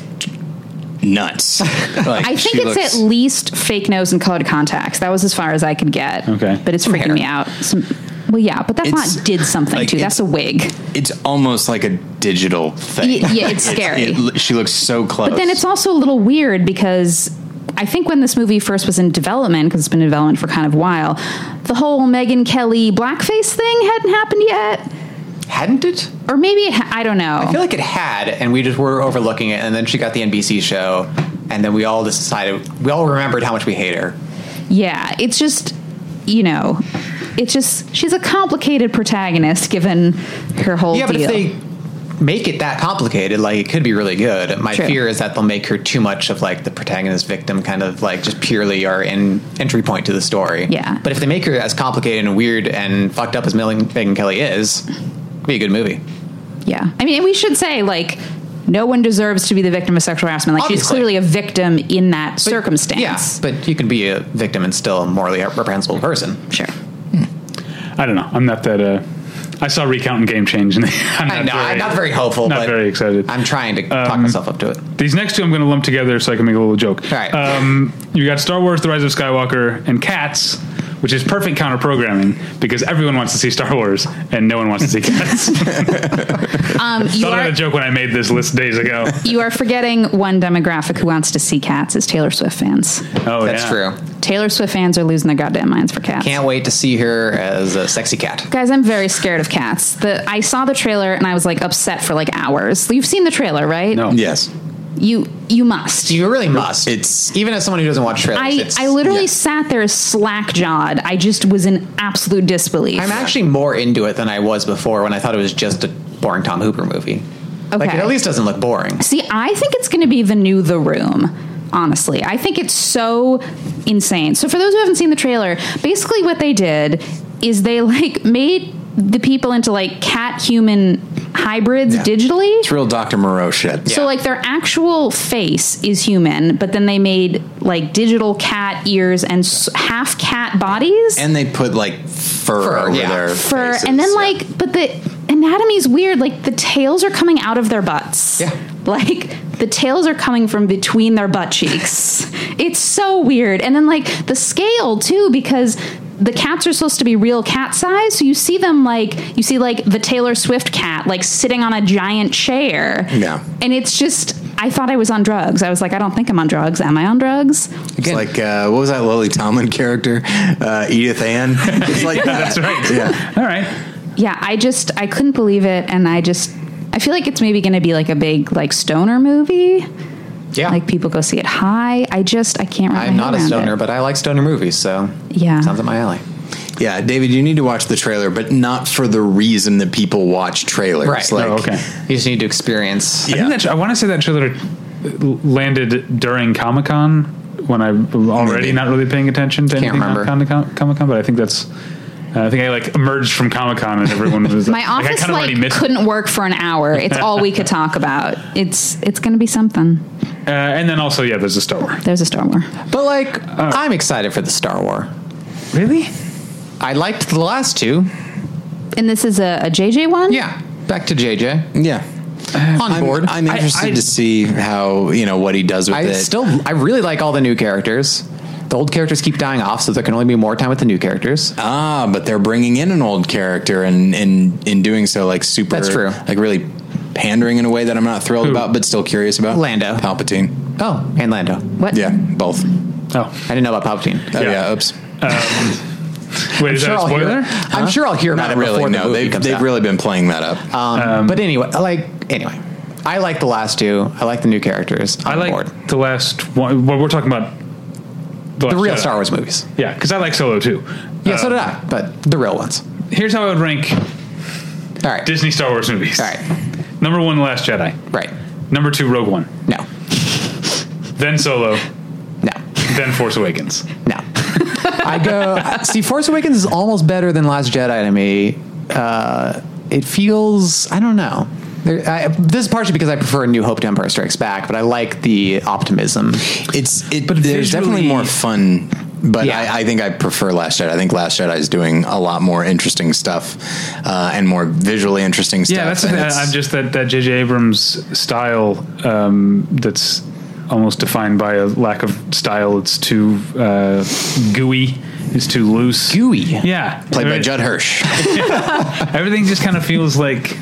[SPEAKER 1] nuts. Like,
[SPEAKER 5] (laughs) I
[SPEAKER 1] she
[SPEAKER 5] think it's
[SPEAKER 1] looks-
[SPEAKER 5] at least fake nose and colored contacts. That was as far as I could get.
[SPEAKER 2] Okay.
[SPEAKER 5] but it's freaking me out. Some, well, yeah, but that's
[SPEAKER 1] It's-
[SPEAKER 5] not did something
[SPEAKER 1] like,
[SPEAKER 5] to.
[SPEAKER 1] it's-
[SPEAKER 5] That's a wig.
[SPEAKER 1] It's almost like a digital thing.
[SPEAKER 5] Y-
[SPEAKER 1] (laughs)
[SPEAKER 5] yeah, it's
[SPEAKER 1] It-
[SPEAKER 5] scary.
[SPEAKER 1] it- she looks so close.
[SPEAKER 5] But then it's also a little weird because I think when this movie first was in development, because it's been in development for kind of a while, the whole Megan Kelly blackface thing hadn't happened yet.
[SPEAKER 4] Hadn't it?
[SPEAKER 5] Or maybe, it ha- I don't know.
[SPEAKER 4] I feel like it had, and we just were overlooking it. And then she got the NBC show, and then we all just decided we all remembered how much we hate her.
[SPEAKER 5] yeah, it's just, you know, it's just, she's a complicated protagonist given her whole
[SPEAKER 4] yeah, but
[SPEAKER 5] deal.
[SPEAKER 4] if they make it that complicated, like it could be really good. My
[SPEAKER 5] True.
[SPEAKER 4] fear is that they'll make her too much of like the protagonist victim, kind of like just purely our in entry point to the story.
[SPEAKER 5] Yeah.
[SPEAKER 4] But if they make her as complicated and weird and fucked up as Megan Megan Kelly is, it'd be a good movie.
[SPEAKER 5] yeah. I mean, and we should say, like, no one deserves to be the victim of sexual harassment. Like, she's
[SPEAKER 4] Obviously.
[SPEAKER 5] clearly a victim in that
[SPEAKER 4] But-
[SPEAKER 5] circumstance.
[SPEAKER 4] Yeah, but you can be a victim and still a morally reprehensible person.
[SPEAKER 5] Sure.
[SPEAKER 2] I don't know. I'm not that. Uh, I saw Recount and Game Change, and (laughs) I'm not,
[SPEAKER 4] I know,
[SPEAKER 2] very,
[SPEAKER 4] I'm not very hopeful.
[SPEAKER 2] not
[SPEAKER 4] but
[SPEAKER 2] very excited. Um,
[SPEAKER 4] I'm trying to talk myself up to it.
[SPEAKER 2] These next two I'm going to lump together so I can make a little joke.
[SPEAKER 4] All right.
[SPEAKER 2] Um, you got Star Wars: The Rise of Skywalker and Cats, which is perfect counter programming because everyone wants to see Star Wars and no one wants to
[SPEAKER 4] (laughs)
[SPEAKER 2] see Cats.
[SPEAKER 5] Um,
[SPEAKER 2] (laughs)
[SPEAKER 5] you,
[SPEAKER 2] Thought I had
[SPEAKER 5] are,
[SPEAKER 2] a joke when I made this list days
[SPEAKER 4] (laughs)
[SPEAKER 2] ago.
[SPEAKER 5] you are forgetting one demographic who wants to see cats is Taylor Swift fans.
[SPEAKER 2] Oh,
[SPEAKER 4] That's
[SPEAKER 2] yeah.
[SPEAKER 4] true.
[SPEAKER 5] Taylor Swift fans are losing their goddamn minds for cats.
[SPEAKER 4] Can't wait to see her as a sexy cat.
[SPEAKER 5] Guys, I'm very scared of cats. The I saw the trailer and I was like upset for like hours. You've seen the trailer, right?
[SPEAKER 2] No.
[SPEAKER 1] Yes.
[SPEAKER 5] You you must.
[SPEAKER 4] You really must.
[SPEAKER 1] It's-
[SPEAKER 4] even as someone who doesn't watch trailers.
[SPEAKER 5] I,
[SPEAKER 4] it's-
[SPEAKER 5] I literally
[SPEAKER 4] yeah.
[SPEAKER 5] sat there slack jawed. I just was in absolute disbelief.
[SPEAKER 4] I'm actually more into it than I was before when I thought it was just a boring Tom Hooper movie. Like
[SPEAKER 5] Okay.
[SPEAKER 4] it at least doesn't look boring.
[SPEAKER 5] See, I think it's going to be the new The Room. Honestly, I think it's so insane. So for those who haven't seen the trailer, basically what they did is they like made the people into like cat human hybrids digitally.
[SPEAKER 1] It's real Dr. Moreau shit.
[SPEAKER 5] So like their actual face is human, but then they made like digital cat ears and s- half cat bodies
[SPEAKER 1] And they put like fur,
[SPEAKER 4] Fur,
[SPEAKER 1] over
[SPEAKER 4] yeah.
[SPEAKER 1] their
[SPEAKER 5] for
[SPEAKER 1] faces.
[SPEAKER 5] and then
[SPEAKER 1] Yeah.
[SPEAKER 5] like but the anatomy's weird like the tails are coming out of their butts
[SPEAKER 4] Yeah.
[SPEAKER 5] (laughs) like the tails are coming from between their butt
[SPEAKER 1] (laughs)
[SPEAKER 5] cheeks it's so weird and then like the scale too because the cats are supposed to be real cat size so you see them like you see like the taylor swift cat like sitting on a giant chair
[SPEAKER 1] Yeah.
[SPEAKER 5] and it's just i thought i was on drugs i was like i don't think i'm on drugs am i on drugs
[SPEAKER 1] It's like uh, what was that Lily Tomlin character? Uh, Edith
[SPEAKER 5] (laughs)
[SPEAKER 1] Ann. It's like
[SPEAKER 2] That's right.
[SPEAKER 1] Yeah.
[SPEAKER 2] All right.
[SPEAKER 5] yeah i just i couldn't believe it and i just i feel like it's maybe going to be like a big like stoner movie
[SPEAKER 4] Yeah.
[SPEAKER 5] like people go see it high i just i can't remember
[SPEAKER 4] I'm not a stoner, but I like stoner movies, so
[SPEAKER 5] Yeah.
[SPEAKER 4] sounds up my alley.
[SPEAKER 1] Yeah, David, you need to watch the trailer, but not for the reason that people watch trailers.
[SPEAKER 4] Right.
[SPEAKER 1] Like,
[SPEAKER 2] Oh, okay.
[SPEAKER 4] You just need to experience.
[SPEAKER 2] I think that I want to say that trailer landed during Comic Con when I'm already
[SPEAKER 1] Maybe.
[SPEAKER 2] not really paying attention to anything
[SPEAKER 4] remember.
[SPEAKER 2] on Comic Con, but I think that's. uh, I think I like emerged from Comic Con and everyone was
[SPEAKER 5] (laughs) my
[SPEAKER 2] like, I
[SPEAKER 5] office
[SPEAKER 2] kinda already
[SPEAKER 5] like
[SPEAKER 2] missed it.
[SPEAKER 5] couldn't work for an hour it's all we could talk about it's it's going to be something
[SPEAKER 2] Uh, and then also, yeah, there's a Star Wars.
[SPEAKER 5] there's a star war
[SPEAKER 4] But like, I'm excited for the Star War.
[SPEAKER 2] Really?
[SPEAKER 4] I liked the last two.
[SPEAKER 5] and this is a, a jj one
[SPEAKER 4] Yeah, back to JJ
[SPEAKER 1] Yeah.
[SPEAKER 4] on
[SPEAKER 1] I'm,
[SPEAKER 4] board.
[SPEAKER 1] I'm interested
[SPEAKER 2] I-
[SPEAKER 1] to see how you know what he does with
[SPEAKER 4] I
[SPEAKER 1] it.
[SPEAKER 4] still, I really like all the new characters. The old characters keep dying off, so there can only be more time with the new characters.
[SPEAKER 1] ah, but they're bringing in an old character and in in doing so like super.
[SPEAKER 4] That's true.
[SPEAKER 1] Like really pandering in a way that I'm not thrilled
[SPEAKER 2] Who?
[SPEAKER 1] about, but still curious about.
[SPEAKER 4] Lando.
[SPEAKER 1] Palpatine.
[SPEAKER 4] Oh, and Lando.
[SPEAKER 5] what
[SPEAKER 1] Yeah, both. Oh
[SPEAKER 2] Oh,
[SPEAKER 4] I didn't know about Palpatine.
[SPEAKER 1] yeah,
[SPEAKER 2] Yeah.
[SPEAKER 1] oops.
[SPEAKER 2] wait, is that a
[SPEAKER 4] I'll
[SPEAKER 2] spoiler?
[SPEAKER 4] hear, I'm sure I'll hear about
[SPEAKER 1] Not
[SPEAKER 4] it
[SPEAKER 1] really.
[SPEAKER 4] before the
[SPEAKER 1] No,
[SPEAKER 4] movie
[SPEAKER 1] they've,
[SPEAKER 4] comes
[SPEAKER 1] they've
[SPEAKER 4] out.
[SPEAKER 1] really been playing that up.
[SPEAKER 4] Um, but anyway, I like anyway. I like the last two. I like the new characters. I'm
[SPEAKER 2] I like
[SPEAKER 4] bored.
[SPEAKER 2] the last one. Well, we're talking about
[SPEAKER 4] the
[SPEAKER 2] Last
[SPEAKER 4] real
[SPEAKER 2] Jedi.
[SPEAKER 4] Star Wars movies.
[SPEAKER 2] Yeah, because I like Solo too.
[SPEAKER 4] Yeah,
[SPEAKER 2] Uh,
[SPEAKER 4] so did I. But the real ones.
[SPEAKER 2] Here's how I would rank
[SPEAKER 4] All right.
[SPEAKER 2] Disney Star Wars movies.
[SPEAKER 4] All right.
[SPEAKER 2] Number one, The Last Jedi.
[SPEAKER 4] Right.
[SPEAKER 2] Number two, Rogue One.
[SPEAKER 4] No.
[SPEAKER 2] Then Solo.
[SPEAKER 4] No.
[SPEAKER 2] then Force Awakens.
[SPEAKER 4] No. (laughs) I go. See, Force Awakens is almost better than Last Jedi to me. Uh, it feels. I don't know. There, I, this is partially because I prefer New Hope to Empire Strikes Back, but I like the optimism.
[SPEAKER 1] It's it.
[SPEAKER 2] But
[SPEAKER 1] there's definitely
[SPEAKER 2] visually-
[SPEAKER 1] more fun. But
[SPEAKER 4] Yeah.
[SPEAKER 1] I, I think I prefer Last Jedi. I think Last Jedi is doing a lot more interesting stuff uh, and more visually interesting stuff.
[SPEAKER 2] Yeah, that's the
[SPEAKER 1] and
[SPEAKER 2] thing.
[SPEAKER 1] it's-
[SPEAKER 2] I'm just that that J.J. Abrams style um, that's almost defined by a lack of style. It's too uh, gooey. It's too loose.
[SPEAKER 4] Gooey.
[SPEAKER 2] Yeah,
[SPEAKER 1] played by
[SPEAKER 2] Every-
[SPEAKER 1] Judd
[SPEAKER 2] (laughs)
[SPEAKER 1] Hirsch.
[SPEAKER 2] Everything just kind of feels like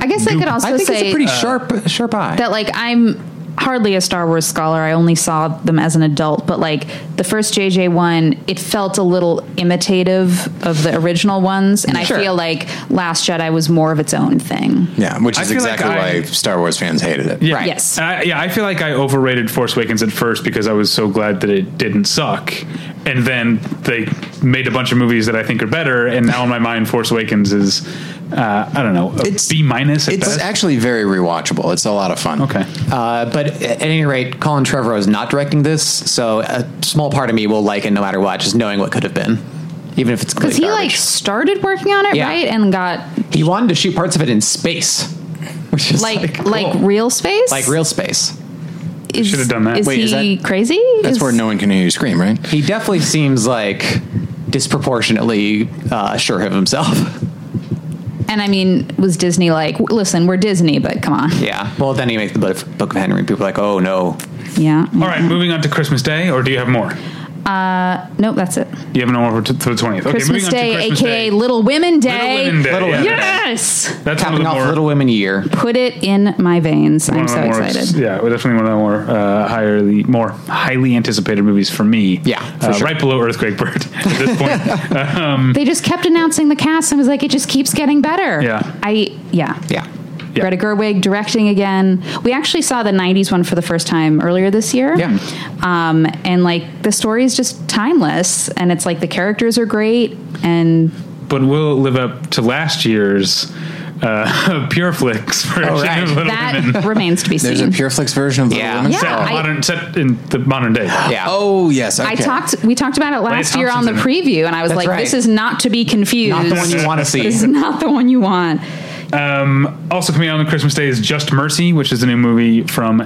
[SPEAKER 5] i guess i could also
[SPEAKER 4] I think
[SPEAKER 5] say
[SPEAKER 4] it's a pretty
[SPEAKER 2] Uh,
[SPEAKER 4] sharp, sharp eye.
[SPEAKER 5] that like I'm hardly a Star Wars scholar. I only saw them as an adult, but like the first JJ one, it felt a little imitative of the original ones, and
[SPEAKER 4] Sure.
[SPEAKER 5] I feel like Last Jedi was more of its own thing.
[SPEAKER 1] yeah, which
[SPEAKER 2] I
[SPEAKER 1] is
[SPEAKER 2] feel like
[SPEAKER 1] exactly
[SPEAKER 2] I-
[SPEAKER 1] why Star Wars fans hated it.
[SPEAKER 2] yeah.
[SPEAKER 4] Right.
[SPEAKER 5] Yes.
[SPEAKER 2] And I, yeah, I feel like I overrated Force Awakens at first because I was so glad that it didn't suck, and then they made a bunch of movies that I think are better, and now in my mind, Force Awakens is uh, I don't know a
[SPEAKER 1] It's-
[SPEAKER 2] B minus. at
[SPEAKER 1] It's
[SPEAKER 2] best.
[SPEAKER 1] actually very rewatchable. It's a lot of fun.
[SPEAKER 2] okay.
[SPEAKER 4] Uh, but at any rate, Colin Trevorrow is not directing this, so a small part of me will like it no matter what, just knowing what could have been, even if it's
[SPEAKER 5] Because he like
[SPEAKER 4] garbage.
[SPEAKER 5] started working on it
[SPEAKER 4] Yeah.
[SPEAKER 5] right and got
[SPEAKER 4] he wanted to shoot parts of it in space, which is
[SPEAKER 5] like
[SPEAKER 4] like
[SPEAKER 5] like,
[SPEAKER 4] cool.
[SPEAKER 5] real space.
[SPEAKER 4] like real space.
[SPEAKER 5] is,
[SPEAKER 2] Should have done that.
[SPEAKER 5] Is
[SPEAKER 1] Wait,
[SPEAKER 5] he
[SPEAKER 1] is that-
[SPEAKER 5] crazy?
[SPEAKER 1] That's
[SPEAKER 5] Is-
[SPEAKER 1] where no one can hear you scream, right?
[SPEAKER 4] He definitely seems like disproportionately uh, sure of himself.
[SPEAKER 5] And I mean, was Disney like, "W- listen, we're Disney, but come on.
[SPEAKER 4] Yeah. Well, then he makes the Book Book of Henry, and people are like, oh no.
[SPEAKER 5] Yeah.
[SPEAKER 2] All right, moving on to Christmas Day, or do you have more?
[SPEAKER 5] Nope, that's it.
[SPEAKER 2] You have an over to, to the twentieth. Okay,
[SPEAKER 5] Christmas
[SPEAKER 2] moving
[SPEAKER 5] Day,
[SPEAKER 2] on to Christmas
[SPEAKER 5] aka
[SPEAKER 2] Day.
[SPEAKER 5] Little Women Day.
[SPEAKER 2] Women Day.
[SPEAKER 4] Little
[SPEAKER 2] yeah.
[SPEAKER 4] Women.
[SPEAKER 5] Yes.
[SPEAKER 2] That's one of
[SPEAKER 4] Capping
[SPEAKER 2] the
[SPEAKER 4] off
[SPEAKER 2] more.
[SPEAKER 4] Little Women year.
[SPEAKER 5] Put it in my veins.
[SPEAKER 2] one
[SPEAKER 5] I'm
[SPEAKER 2] of
[SPEAKER 5] so
[SPEAKER 2] the more,
[SPEAKER 5] excited.
[SPEAKER 2] Yeah, we're definitely one of the more uh, highly more highly anticipated movies for me.
[SPEAKER 4] Yeah, for
[SPEAKER 2] Uh,
[SPEAKER 4] sure.
[SPEAKER 2] right below Earthquake Bird (laughs) at this point.
[SPEAKER 5] They just kept announcing the cast. I was like, it just keeps getting better.
[SPEAKER 2] Yeah.
[SPEAKER 5] I yeah.
[SPEAKER 4] Yeah.
[SPEAKER 2] Yeah.
[SPEAKER 5] Greta Gerwig directing again. We actually saw the '90s one for the first time earlier this year.
[SPEAKER 4] Yeah.
[SPEAKER 5] Um, and like the story is just timeless, and it's like the characters are great,
[SPEAKER 2] (laughs)
[SPEAKER 5] and
[SPEAKER 2] but will it live up to last year's uh, (laughs) Pureflix version
[SPEAKER 4] right.
[SPEAKER 2] of Little
[SPEAKER 5] (laughs)
[SPEAKER 2] Women.
[SPEAKER 5] that remains to be
[SPEAKER 1] There's a
[SPEAKER 5] seen.
[SPEAKER 1] Pureflix version of Little
[SPEAKER 4] Yeah.
[SPEAKER 1] Women.
[SPEAKER 5] Yeah.
[SPEAKER 2] Set,
[SPEAKER 5] I-
[SPEAKER 2] modern, set in the modern day.
[SPEAKER 4] Yeah.
[SPEAKER 1] Oh yes, okay.
[SPEAKER 5] I talked. We talked about it last year on the
[SPEAKER 2] Thompson's in
[SPEAKER 5] preview, and I was
[SPEAKER 4] That's
[SPEAKER 5] like,
[SPEAKER 4] right.
[SPEAKER 5] "This is not to be confused.
[SPEAKER 4] Not the one you want to see.
[SPEAKER 5] this is not the one you want."
[SPEAKER 2] Um, also coming out on Christmas Day is Just Mercy, which is a new movie from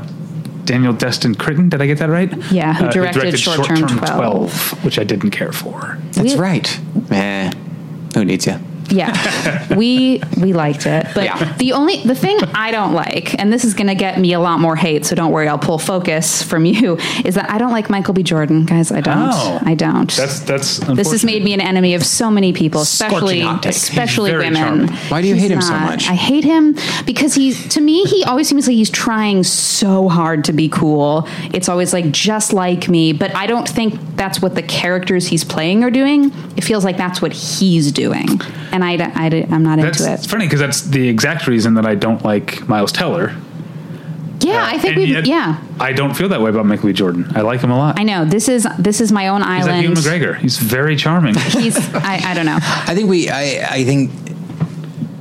[SPEAKER 2] Daniel Destin Critton. Did I get that right? Uh,
[SPEAKER 5] Yeah, who directed Short Term 12,
[SPEAKER 2] which I didn't care for.
[SPEAKER 4] That's
[SPEAKER 5] We-
[SPEAKER 4] right. Meh. Who needs you?
[SPEAKER 2] (laughs)
[SPEAKER 5] Yeah, we we liked it, but
[SPEAKER 4] Yeah.
[SPEAKER 5] the only the thing I don't like, and this is going to get me a lot more hate, so don't worry, I'll pull focus from you. Is that I don't like Michael B. Jordan, guys? I don't.
[SPEAKER 2] Oh.
[SPEAKER 5] I don't.
[SPEAKER 2] That's that's.
[SPEAKER 5] this has made me an enemy of so many people, especially
[SPEAKER 4] Scorching hot take.
[SPEAKER 5] especially
[SPEAKER 2] He's very
[SPEAKER 5] women.
[SPEAKER 2] charming.
[SPEAKER 1] Why do you hate him so much?
[SPEAKER 5] I hate him because he's to me he always seems like he's trying so hard to be cool. It's always like just like me, but I don't think that's what the characters he's playing are doing. It feels like that's what he's doing, and I, I am not
[SPEAKER 2] That's
[SPEAKER 5] into
[SPEAKER 2] it's
[SPEAKER 5] it.
[SPEAKER 2] funny because that's the exact reason that I don't like Miles Teller.
[SPEAKER 5] Yeah, I
[SPEAKER 2] And
[SPEAKER 5] think we
[SPEAKER 2] yet,
[SPEAKER 5] yeah.
[SPEAKER 2] I don't feel that way about Michael B. Jordan. I like him a lot.
[SPEAKER 5] I know this is this is my own
[SPEAKER 2] He's like
[SPEAKER 5] island.
[SPEAKER 2] Ewan McGregor. He's very charming.
[SPEAKER 5] He's (laughs) I, I don't know.
[SPEAKER 1] I think we. I, I think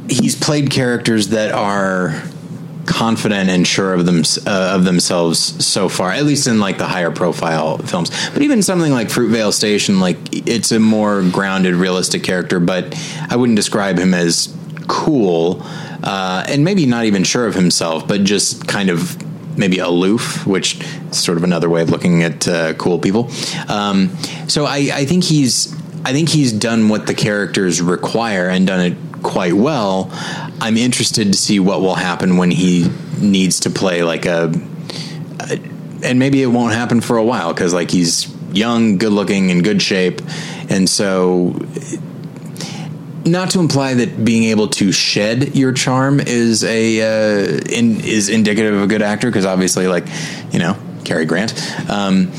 [SPEAKER 1] he's played characters that are confident and sure of them uh, of themselves so far, at least in like the higher profile films. But even something like Fruitvale Station, like it's a more grounded, realistic character. But I wouldn't describe him as cool, uh, and maybe not even sure of himself, but just kind of. Maybe aloof, which is sort of another way of looking at uh, cool people. Um, so I, I think he's I think he's done what the characters require and done it quite well. I'm interested to see what will happen when he needs to play like a, and maybe it won't happen for a while because like he's young, good looking, in good shape, and so. Not to imply that being able to shed your charm is a uh, in, is indicative of a good actor, because obviously, like you know, Cary Grant. Um,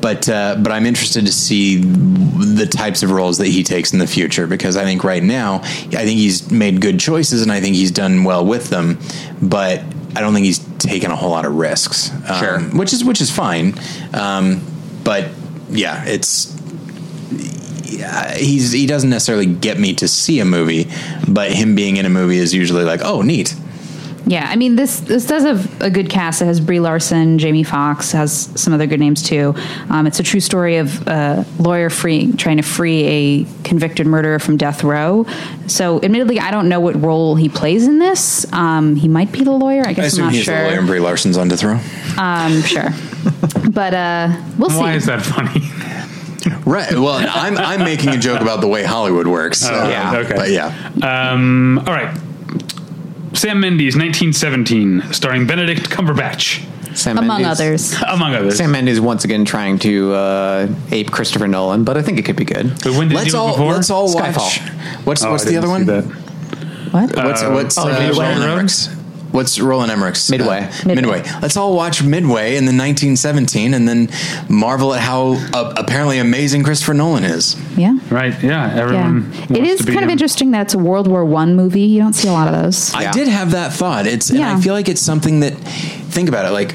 [SPEAKER 1] but uh, but I'm interested to see the types of roles that he takes in the future because I think right now I think he's made good choices and I think he's done well with them, but I don't think he's taken a whole lot of risks. Um,
[SPEAKER 4] Sure.
[SPEAKER 1] which is which is fine, um, but yeah, it's yeah, he's he doesn't necessarily get me to see a movie, but him being in a movie is usually like oh neat.
[SPEAKER 5] Yeah, I mean this this does have a good cast. It has Brie Larson, Jamie Foxx, has some other good names too. Um, it's a true story of a lawyer free trying to free a convicted murderer from death row. So, admittedly, I don't know what role he plays in this. Um, he might be the lawyer. I
[SPEAKER 1] I
[SPEAKER 5] guess I am
[SPEAKER 1] assume
[SPEAKER 5] not
[SPEAKER 1] he's
[SPEAKER 5] sure.
[SPEAKER 1] the lawyer and Brie Larson's on to throw.
[SPEAKER 5] I'm sure,
[SPEAKER 1] (laughs)
[SPEAKER 5] but uh, we'll
[SPEAKER 2] Why
[SPEAKER 5] see.
[SPEAKER 2] is that funny? (laughs)
[SPEAKER 1] Right. Well, I'm I'm making a joke about the way Hollywood works. Uh,
[SPEAKER 4] yeah.
[SPEAKER 2] Oh, Okay.
[SPEAKER 1] But yeah,
[SPEAKER 2] Um, all right. Sam Mendes, 1917, starring Benedict Cumberbatch,
[SPEAKER 4] Sam
[SPEAKER 5] Among
[SPEAKER 4] Mendes-
[SPEAKER 5] others,
[SPEAKER 1] Uh,
[SPEAKER 2] among others.
[SPEAKER 4] Sam Mendes once again trying to uh, ape Christopher Nolan, but I think it could be good.
[SPEAKER 2] But when did he
[SPEAKER 1] let's
[SPEAKER 2] do it
[SPEAKER 1] all
[SPEAKER 2] before?
[SPEAKER 1] let's all
[SPEAKER 4] Skyfall.
[SPEAKER 1] watch. What's
[SPEAKER 2] Oh,
[SPEAKER 1] what's
[SPEAKER 2] I
[SPEAKER 1] the
[SPEAKER 2] didn't
[SPEAKER 1] other one?
[SPEAKER 2] see that.
[SPEAKER 5] what?
[SPEAKER 1] What's what's
[SPEAKER 4] oh,
[SPEAKER 1] uh,
[SPEAKER 4] Midway
[SPEAKER 1] Roland
[SPEAKER 2] Road?
[SPEAKER 1] Emmerich's? What's Roland Emmerich's? uh,
[SPEAKER 4] Midway.
[SPEAKER 5] Midway.
[SPEAKER 1] Midway. Let's all watch Midway in the 1917, and then marvel at how uh, apparently amazing Christopher Nolan is.
[SPEAKER 5] yeah.
[SPEAKER 2] Right. Yeah.
[SPEAKER 5] Yeah,
[SPEAKER 2] Everyone.
[SPEAKER 5] it
[SPEAKER 2] wants
[SPEAKER 5] is
[SPEAKER 2] to be
[SPEAKER 5] kind of
[SPEAKER 2] him.
[SPEAKER 5] interesting that it's a World War One movie. You don't see a lot of those.
[SPEAKER 1] I
[SPEAKER 4] Yeah.
[SPEAKER 1] did have that thought. It's
[SPEAKER 5] Yeah.
[SPEAKER 1] and I feel like it's something that think about it like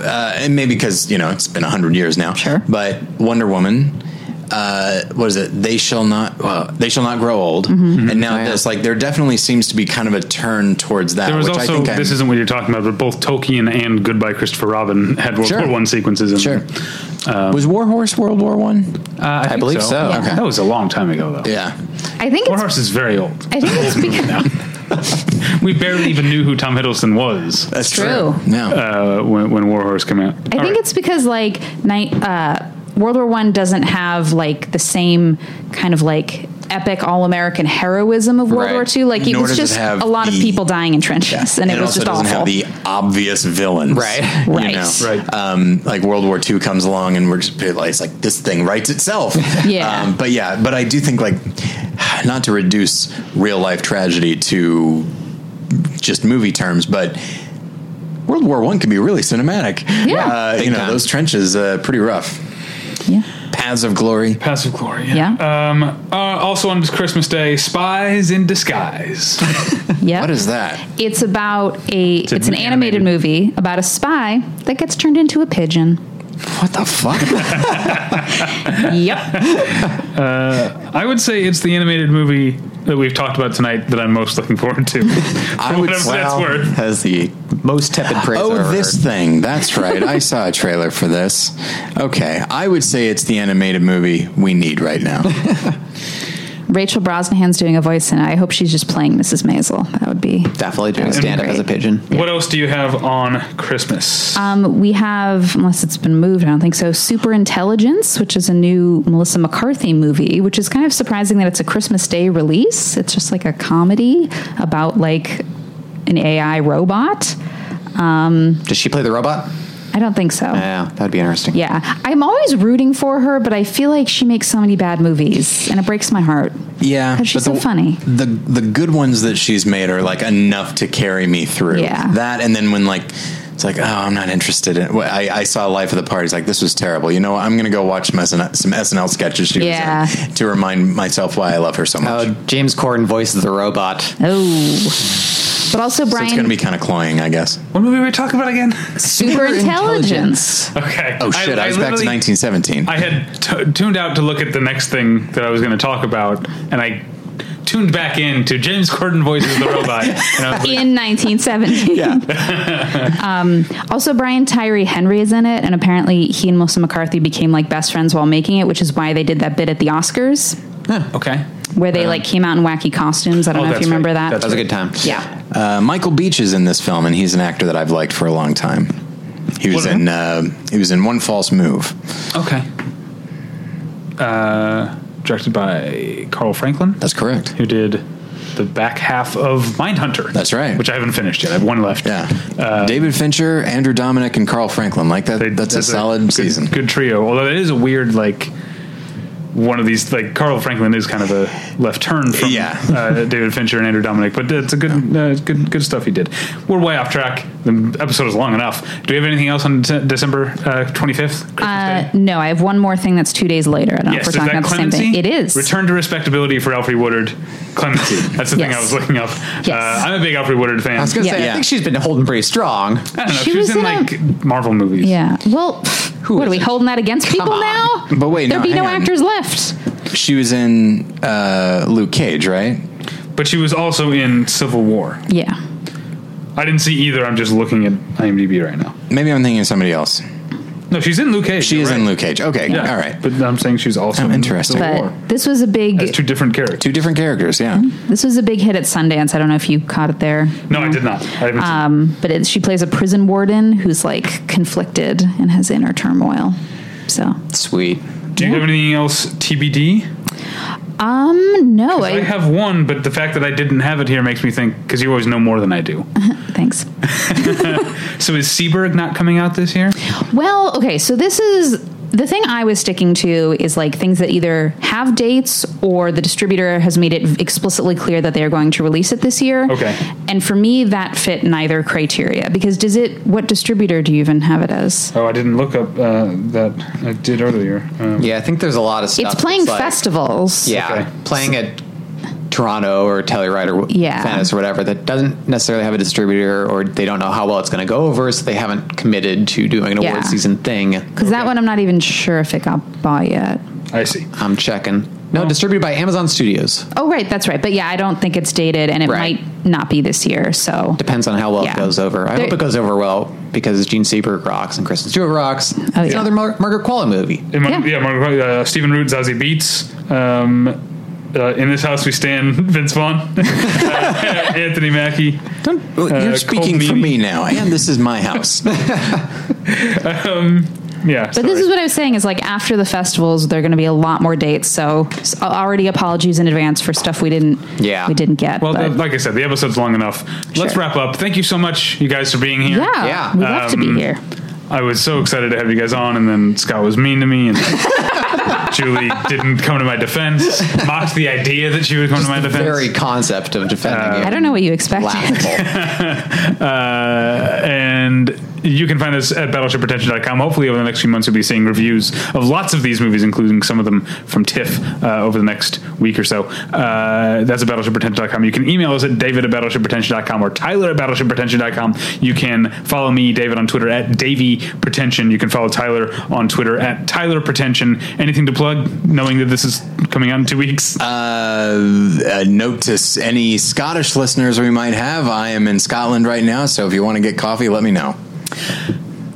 [SPEAKER 1] uh, and maybe because you know it's been hundred years now.
[SPEAKER 5] Sure.
[SPEAKER 1] but Wonder Woman. Uh, what is it? They shall not. Well, they shall not grow old.
[SPEAKER 5] Mm-hmm.
[SPEAKER 2] Mm-hmm.
[SPEAKER 1] And now
[SPEAKER 5] Oh,
[SPEAKER 4] yeah.
[SPEAKER 1] this, like, there definitely seems to be kind of a turn towards that,
[SPEAKER 2] There was
[SPEAKER 1] which I
[SPEAKER 2] also
[SPEAKER 1] think I'm,
[SPEAKER 2] this isn't what you're talking about, but both Tolkien and Goodbye Christopher Robin had World
[SPEAKER 1] Sure.
[SPEAKER 2] War One sequences. In
[SPEAKER 1] sure.
[SPEAKER 2] them.
[SPEAKER 1] was War Horse World War One?
[SPEAKER 2] Um, Uh, I, think
[SPEAKER 4] believe so. Yeah.
[SPEAKER 2] That was a long time ago, though.
[SPEAKER 1] Yeah,
[SPEAKER 5] I think
[SPEAKER 2] War
[SPEAKER 5] it's.
[SPEAKER 2] Horse is very old.
[SPEAKER 5] (laughs) I think
[SPEAKER 2] (laughs)
[SPEAKER 5] it's because
[SPEAKER 2] We barely even knew who Tom Hiddleston was
[SPEAKER 1] that's
[SPEAKER 5] True.
[SPEAKER 1] Yeah,
[SPEAKER 2] uh, when, when War Horse came out.
[SPEAKER 5] I think it's because like night. Uh, World War One doesn't have like the same kind of like epic all American heroism of World
[SPEAKER 6] Right.
[SPEAKER 5] War Two. Like it
[SPEAKER 1] Nor
[SPEAKER 5] was
[SPEAKER 1] does it
[SPEAKER 5] just
[SPEAKER 1] have
[SPEAKER 5] a lot of
[SPEAKER 1] the-
[SPEAKER 5] people dying in trenches, and it, was
[SPEAKER 1] also
[SPEAKER 5] just
[SPEAKER 1] doesn't
[SPEAKER 5] awful.
[SPEAKER 1] have the obvious villains,
[SPEAKER 4] Right.
[SPEAKER 1] You
[SPEAKER 5] Right.
[SPEAKER 1] know?
[SPEAKER 2] Right.
[SPEAKER 1] Um, like World War II comes along, and we're just like, it's like this thing writes itself.
[SPEAKER 5] Yeah.
[SPEAKER 1] Um, but yeah, but I do think like not to reduce real life tragedy to just movie terms, but. World War One can be really cinematic.
[SPEAKER 5] Yeah.
[SPEAKER 1] uh, you know those trenches uh, pretty rough.
[SPEAKER 5] yeah.
[SPEAKER 1] Paths of Glory.
[SPEAKER 2] Paths of Glory.
[SPEAKER 5] Yeah.
[SPEAKER 2] Um, uh, also on Christmas Day, Spies in Disguise.
[SPEAKER 5] Yeah.
[SPEAKER 1] What is (laughs) that?
[SPEAKER 5] It's about a. It's, an animated, movie about a spy that gets turned into a pigeon.
[SPEAKER 1] What the fuck?
[SPEAKER 5] (laughs) Yep.
[SPEAKER 2] I would say it's the animated movie that we've talked about tonight that I'm most looking
[SPEAKER 1] (laughs)
[SPEAKER 2] forward to. I
[SPEAKER 1] would
[SPEAKER 2] whatever that's
[SPEAKER 1] well,
[SPEAKER 2] worth.
[SPEAKER 1] Has the
[SPEAKER 4] Most tepid praise. I've
[SPEAKER 1] Oh,
[SPEAKER 4] ever
[SPEAKER 1] this
[SPEAKER 4] heard.
[SPEAKER 1] thing. That's right. I saw a trailer for this. Okay. I would say it's the animated movie we need right now.
[SPEAKER 5] Rachel Brosnahan's doing a voice, and I hope she's just playing Mrs. Maisel. That would be.
[SPEAKER 4] definitely doing stand up as a pigeon.
[SPEAKER 2] What else do you have on Christmas?
[SPEAKER 5] Um, we have, unless it's been moved, I don't think so. Super Intelligence, which is a new Melissa McCarthy movie, which is kind of surprising that it's a Christmas Day release. It's just like a comedy about like an AI robot.
[SPEAKER 4] Does she play the robot?
[SPEAKER 5] I don't think so.
[SPEAKER 1] Uh.
[SPEAKER 4] Yeah, that'd be interesting.
[SPEAKER 5] Yeah, I'm always rooting for her, but I feel like she makes so many bad movies, and it breaks my heart.
[SPEAKER 1] Yeah.
[SPEAKER 5] 'Cause she's
[SPEAKER 1] but
[SPEAKER 5] so funny.
[SPEAKER 1] The the good ones that she's made are like enough to carry me through.
[SPEAKER 5] Yeah.
[SPEAKER 1] That and then when like it's like, oh, I'm not interested in. Well, I, I saw Life of the Party. It's like this was terrible. You know, what? I'm gonna go watch some SNL, some SNL sketches she
[SPEAKER 5] Yeah.
[SPEAKER 1] was in to remind myself why I love her so much.
[SPEAKER 4] Oh, James Corden voices the robot.
[SPEAKER 5] Oh, but also
[SPEAKER 1] so
[SPEAKER 5] Brian,
[SPEAKER 1] it's gonna be kind of cloying, I guess.
[SPEAKER 2] what movie were we talking about
[SPEAKER 1] (laughs)
[SPEAKER 2] again?
[SPEAKER 5] super intelligence.
[SPEAKER 2] Okay.
[SPEAKER 1] Oh shit! I, was back to
[SPEAKER 2] literally-
[SPEAKER 1] 1917.
[SPEAKER 2] I had t- tuned out to look at the next thing that I was going to talk about, and I tuned back in to James Corden voices
[SPEAKER 1] (laughs)
[SPEAKER 2] the robot. And I was like,
[SPEAKER 5] (laughs) In
[SPEAKER 2] (laughs)
[SPEAKER 5] 1917. um, also, Brian Tyree Henry is in it, and apparently he and Melissa McCarthy became like best friends while making it, which is why they did that bit at the Oscars
[SPEAKER 2] okay.
[SPEAKER 5] where they like came out in wacky costumes. I don't
[SPEAKER 2] Oh,
[SPEAKER 5] know if you
[SPEAKER 2] that's
[SPEAKER 5] remember
[SPEAKER 2] right.
[SPEAKER 5] that.
[SPEAKER 2] That's
[SPEAKER 4] That was a good time.
[SPEAKER 5] yeah,
[SPEAKER 1] Uh, Michael Beach is in this film, and he's an actor that I've liked for a long time. He was
[SPEAKER 2] What-
[SPEAKER 1] in uh, he was in One False Move.
[SPEAKER 2] Okay. Uh, directed by Carl Franklin.
[SPEAKER 1] That's correct.
[SPEAKER 2] who did the back half of Mindhunter.
[SPEAKER 1] That's right.
[SPEAKER 2] Which I haven't finished yet. I have one left.
[SPEAKER 1] Yeah, David Fincher, Andrew Dominic, and Carl Franklin. Like that.
[SPEAKER 2] Uh, They-
[SPEAKER 1] that's, a solid
[SPEAKER 2] good,
[SPEAKER 1] season.
[SPEAKER 2] Good trio. Although that is a weird like one of these like Carl Franklin is kind of a left turn from
[SPEAKER 1] Yeah. (laughs)
[SPEAKER 2] uh, David Fincher and Andrew Dominic, but it's a good uh, good good stuff he did. We're way off track. The episode is long enough. Do we have anything else on De- December twenty fifth? uh, 25th, Christmas
[SPEAKER 5] uh,
[SPEAKER 2] Day?
[SPEAKER 5] no, I have one more thing that's two days later. I don't know
[SPEAKER 2] Yes, is
[SPEAKER 5] if we're talking
[SPEAKER 2] that
[SPEAKER 5] about
[SPEAKER 2] clemency?
[SPEAKER 5] the same thing. It is.
[SPEAKER 2] Return to respectability for Alfred Woodard. Clemency.
[SPEAKER 5] (laughs)
[SPEAKER 2] That's the thing I
[SPEAKER 5] Yes.
[SPEAKER 2] was looking up. Uh,
[SPEAKER 5] Yes.
[SPEAKER 2] I'm a big Alfred Woodard fan.
[SPEAKER 4] I was gonna
[SPEAKER 5] Yeah.
[SPEAKER 4] say,
[SPEAKER 1] Yeah.
[SPEAKER 4] I think she's been holding pretty strong.
[SPEAKER 2] I don't know.
[SPEAKER 5] She
[SPEAKER 2] She, was,
[SPEAKER 5] was
[SPEAKER 2] in,
[SPEAKER 5] in
[SPEAKER 2] like Marvel movies.
[SPEAKER 5] Yeah. Well, what are we
[SPEAKER 4] is it?
[SPEAKER 5] holding that against people
[SPEAKER 4] on.
[SPEAKER 5] now?
[SPEAKER 1] But wait,
[SPEAKER 5] there'd
[SPEAKER 1] no,
[SPEAKER 5] be no
[SPEAKER 1] hang on.
[SPEAKER 5] actors left.
[SPEAKER 1] She was in uh, Luke Cage, right?
[SPEAKER 2] But she was also in Civil War.
[SPEAKER 5] Yeah.
[SPEAKER 2] I didn't see either. I'm just looking at IMDb right now.
[SPEAKER 1] Maybe I'm thinking of somebody else.
[SPEAKER 2] No, she's in Luke Cage.
[SPEAKER 1] She
[SPEAKER 2] you're
[SPEAKER 1] is
[SPEAKER 2] right.
[SPEAKER 1] in Luke Cage. Okay,
[SPEAKER 2] Yeah.
[SPEAKER 1] all right.
[SPEAKER 2] But I'm saying she's also
[SPEAKER 1] Oh,
[SPEAKER 2] in
[SPEAKER 1] interesting.
[SPEAKER 2] Civil
[SPEAKER 5] But
[SPEAKER 2] War.
[SPEAKER 5] this was a big
[SPEAKER 2] That's two different characters.
[SPEAKER 1] Two different characters. Yeah.
[SPEAKER 5] this was a big hit at Sundance. I don't know if you caught it there.
[SPEAKER 2] No, I did not. I haven't seen
[SPEAKER 5] Um, but it, she plays a prison warden who's like conflicted and has inner turmoil. So,
[SPEAKER 4] Sweet.
[SPEAKER 2] Do you have anything else TBD?
[SPEAKER 5] um, no,
[SPEAKER 2] I
[SPEAKER 5] I,
[SPEAKER 2] have one, but the fact that I didn't have it here makes me think because you always know more than I
[SPEAKER 5] (laughs)
[SPEAKER 2] do.
[SPEAKER 5] thanks.
[SPEAKER 2] so is Seberg not coming out this
[SPEAKER 5] (laughs)
[SPEAKER 2] year?
[SPEAKER 5] Well, okay, so this is the thing I was sticking to is like things that either have dates or the distributor has made it explicitly clear that they are going to release it this year.
[SPEAKER 2] Okay.
[SPEAKER 5] And for me, that fit neither criteria because does it? What distributor do you even have it as?
[SPEAKER 2] Oh, I didn't look up uh, that. I did earlier. Um,
[SPEAKER 4] Yeah, I think there's a lot of stuff.
[SPEAKER 5] It's playing
[SPEAKER 4] that's like-
[SPEAKER 5] festivals.
[SPEAKER 4] Yeah,
[SPEAKER 2] Okay.
[SPEAKER 4] playing at Toronto or Telluride or wh-
[SPEAKER 5] Yeah.
[SPEAKER 4] Venice or whatever that doesn't necessarily have a distributor or they don't know how well it's going to go over, so they haven't committed to doing an
[SPEAKER 5] Yeah.
[SPEAKER 4] award season thing.
[SPEAKER 5] Because that one, I'm not even sure if it got bought yet.
[SPEAKER 2] I see.
[SPEAKER 4] I'm checking. No, distributed by Amazon Studios.
[SPEAKER 5] Oh, right, that's right. But yeah, I don't think it's dated, and it
[SPEAKER 4] Right.
[SPEAKER 5] might not be this year. So
[SPEAKER 4] Depends on how well
[SPEAKER 5] Yeah.
[SPEAKER 4] it goes over. I
[SPEAKER 5] There-
[SPEAKER 4] hope it goes over well because Gene Seberg rocks and Kristen Stewart rocks.
[SPEAKER 5] Oh,
[SPEAKER 4] it's
[SPEAKER 5] yeah.
[SPEAKER 4] another Mar- Margaret Qualley movie.
[SPEAKER 2] And my-
[SPEAKER 5] Yeah.
[SPEAKER 2] yeah, my- uh, Stephen Root, Zazie Beats. Um, uh, in this house we stand, (laughs) Vince Vaughn, Uh, Anthony Mackie.
[SPEAKER 1] Well,
[SPEAKER 2] Uh,
[SPEAKER 1] you're
[SPEAKER 2] Cole
[SPEAKER 1] speaking for
[SPEAKER 2] (laughs)
[SPEAKER 1] Uh, me
[SPEAKER 2] Meany.
[SPEAKER 1] now, and this is my house.
[SPEAKER 2] Yeah.
[SPEAKER 5] But this is what I was saying is like after the festivals, there are going to be a lot more dates. So s- already apologies in advance for stuff we didn't
[SPEAKER 4] Yeah.
[SPEAKER 5] we didn't get.
[SPEAKER 2] Well,
[SPEAKER 5] but-
[SPEAKER 2] the- like I said, the episode's long enough. Let's
[SPEAKER 5] Sure.
[SPEAKER 2] wrap up. Thank you so much, you guys, for being here.
[SPEAKER 5] yeah,
[SPEAKER 4] yeah,
[SPEAKER 5] we love to be
[SPEAKER 2] um,
[SPEAKER 5] here.
[SPEAKER 2] I was so excited to have you guys on, and then Scott was mean to me,
[SPEAKER 5] (laughs)
[SPEAKER 2] and Julie didn't come to my defense, mocked the idea that she would come to my
[SPEAKER 4] the
[SPEAKER 2] defense.
[SPEAKER 4] very concept of defending it.
[SPEAKER 5] I don't know what you expected.
[SPEAKER 2] uh, and you can find us at battleshipretention.com. Hopefully, over the next few months, you'll be seeing reviews of lots of these movies, including some of them from TIFF uh, over the next week or so. Uh, that's at battleshipretention.com. You can email us at david at battleshipretention.com or tyler at battleshipretention.com. You can follow me, David, on Twitter at Davy Pretension. You can follow Tyler on Twitter at Tyler Pretension. Anything to plug, knowing that this is coming out in two weeks?
[SPEAKER 4] Uh,
[SPEAKER 7] a note to s- any Scottish listeners we might have. I am in Scotland right now, so if you want to get coffee, let me know.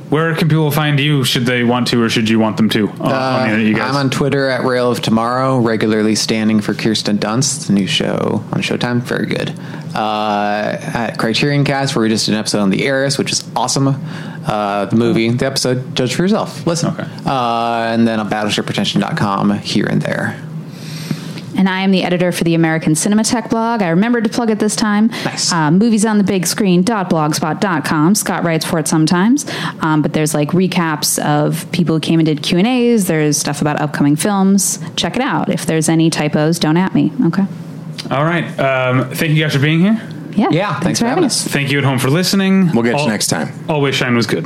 [SPEAKER 2] Where can people find you? Should they want to, or should you want them to? Uh, on the internet, you guys.
[SPEAKER 4] I'm on Twitter at Rail of Tomorrow, regularly standing for Kirsten Dunst, It's a new show on Showtime. Very good. Uh, at Criterion Cast, where we just did an episode on The Heiress, which is awesome. Uh, the movie, the episode, judge for yourself. Listen.
[SPEAKER 2] Okay.
[SPEAKER 4] Uh, and then on BattleshipRetention.com here and there.
[SPEAKER 5] and I am the editor for the American Cinematech blog. I remembered to plug it this time.
[SPEAKER 4] Nice.
[SPEAKER 5] Uh, movies on the big screen.blogspot.com. Scott writes for it sometimes, um, but there's like recaps of people who came and did Q and A's. There's stuff about upcoming films. Check it out. If there's any typos, don't at me. Okay.
[SPEAKER 2] All right. Um, thank you guys for being here.
[SPEAKER 5] Yeah.
[SPEAKER 4] Yeah, thanks, for having us.
[SPEAKER 2] Thank you at home for listening.
[SPEAKER 7] We'll get you next time.
[SPEAKER 2] Always Shine was good.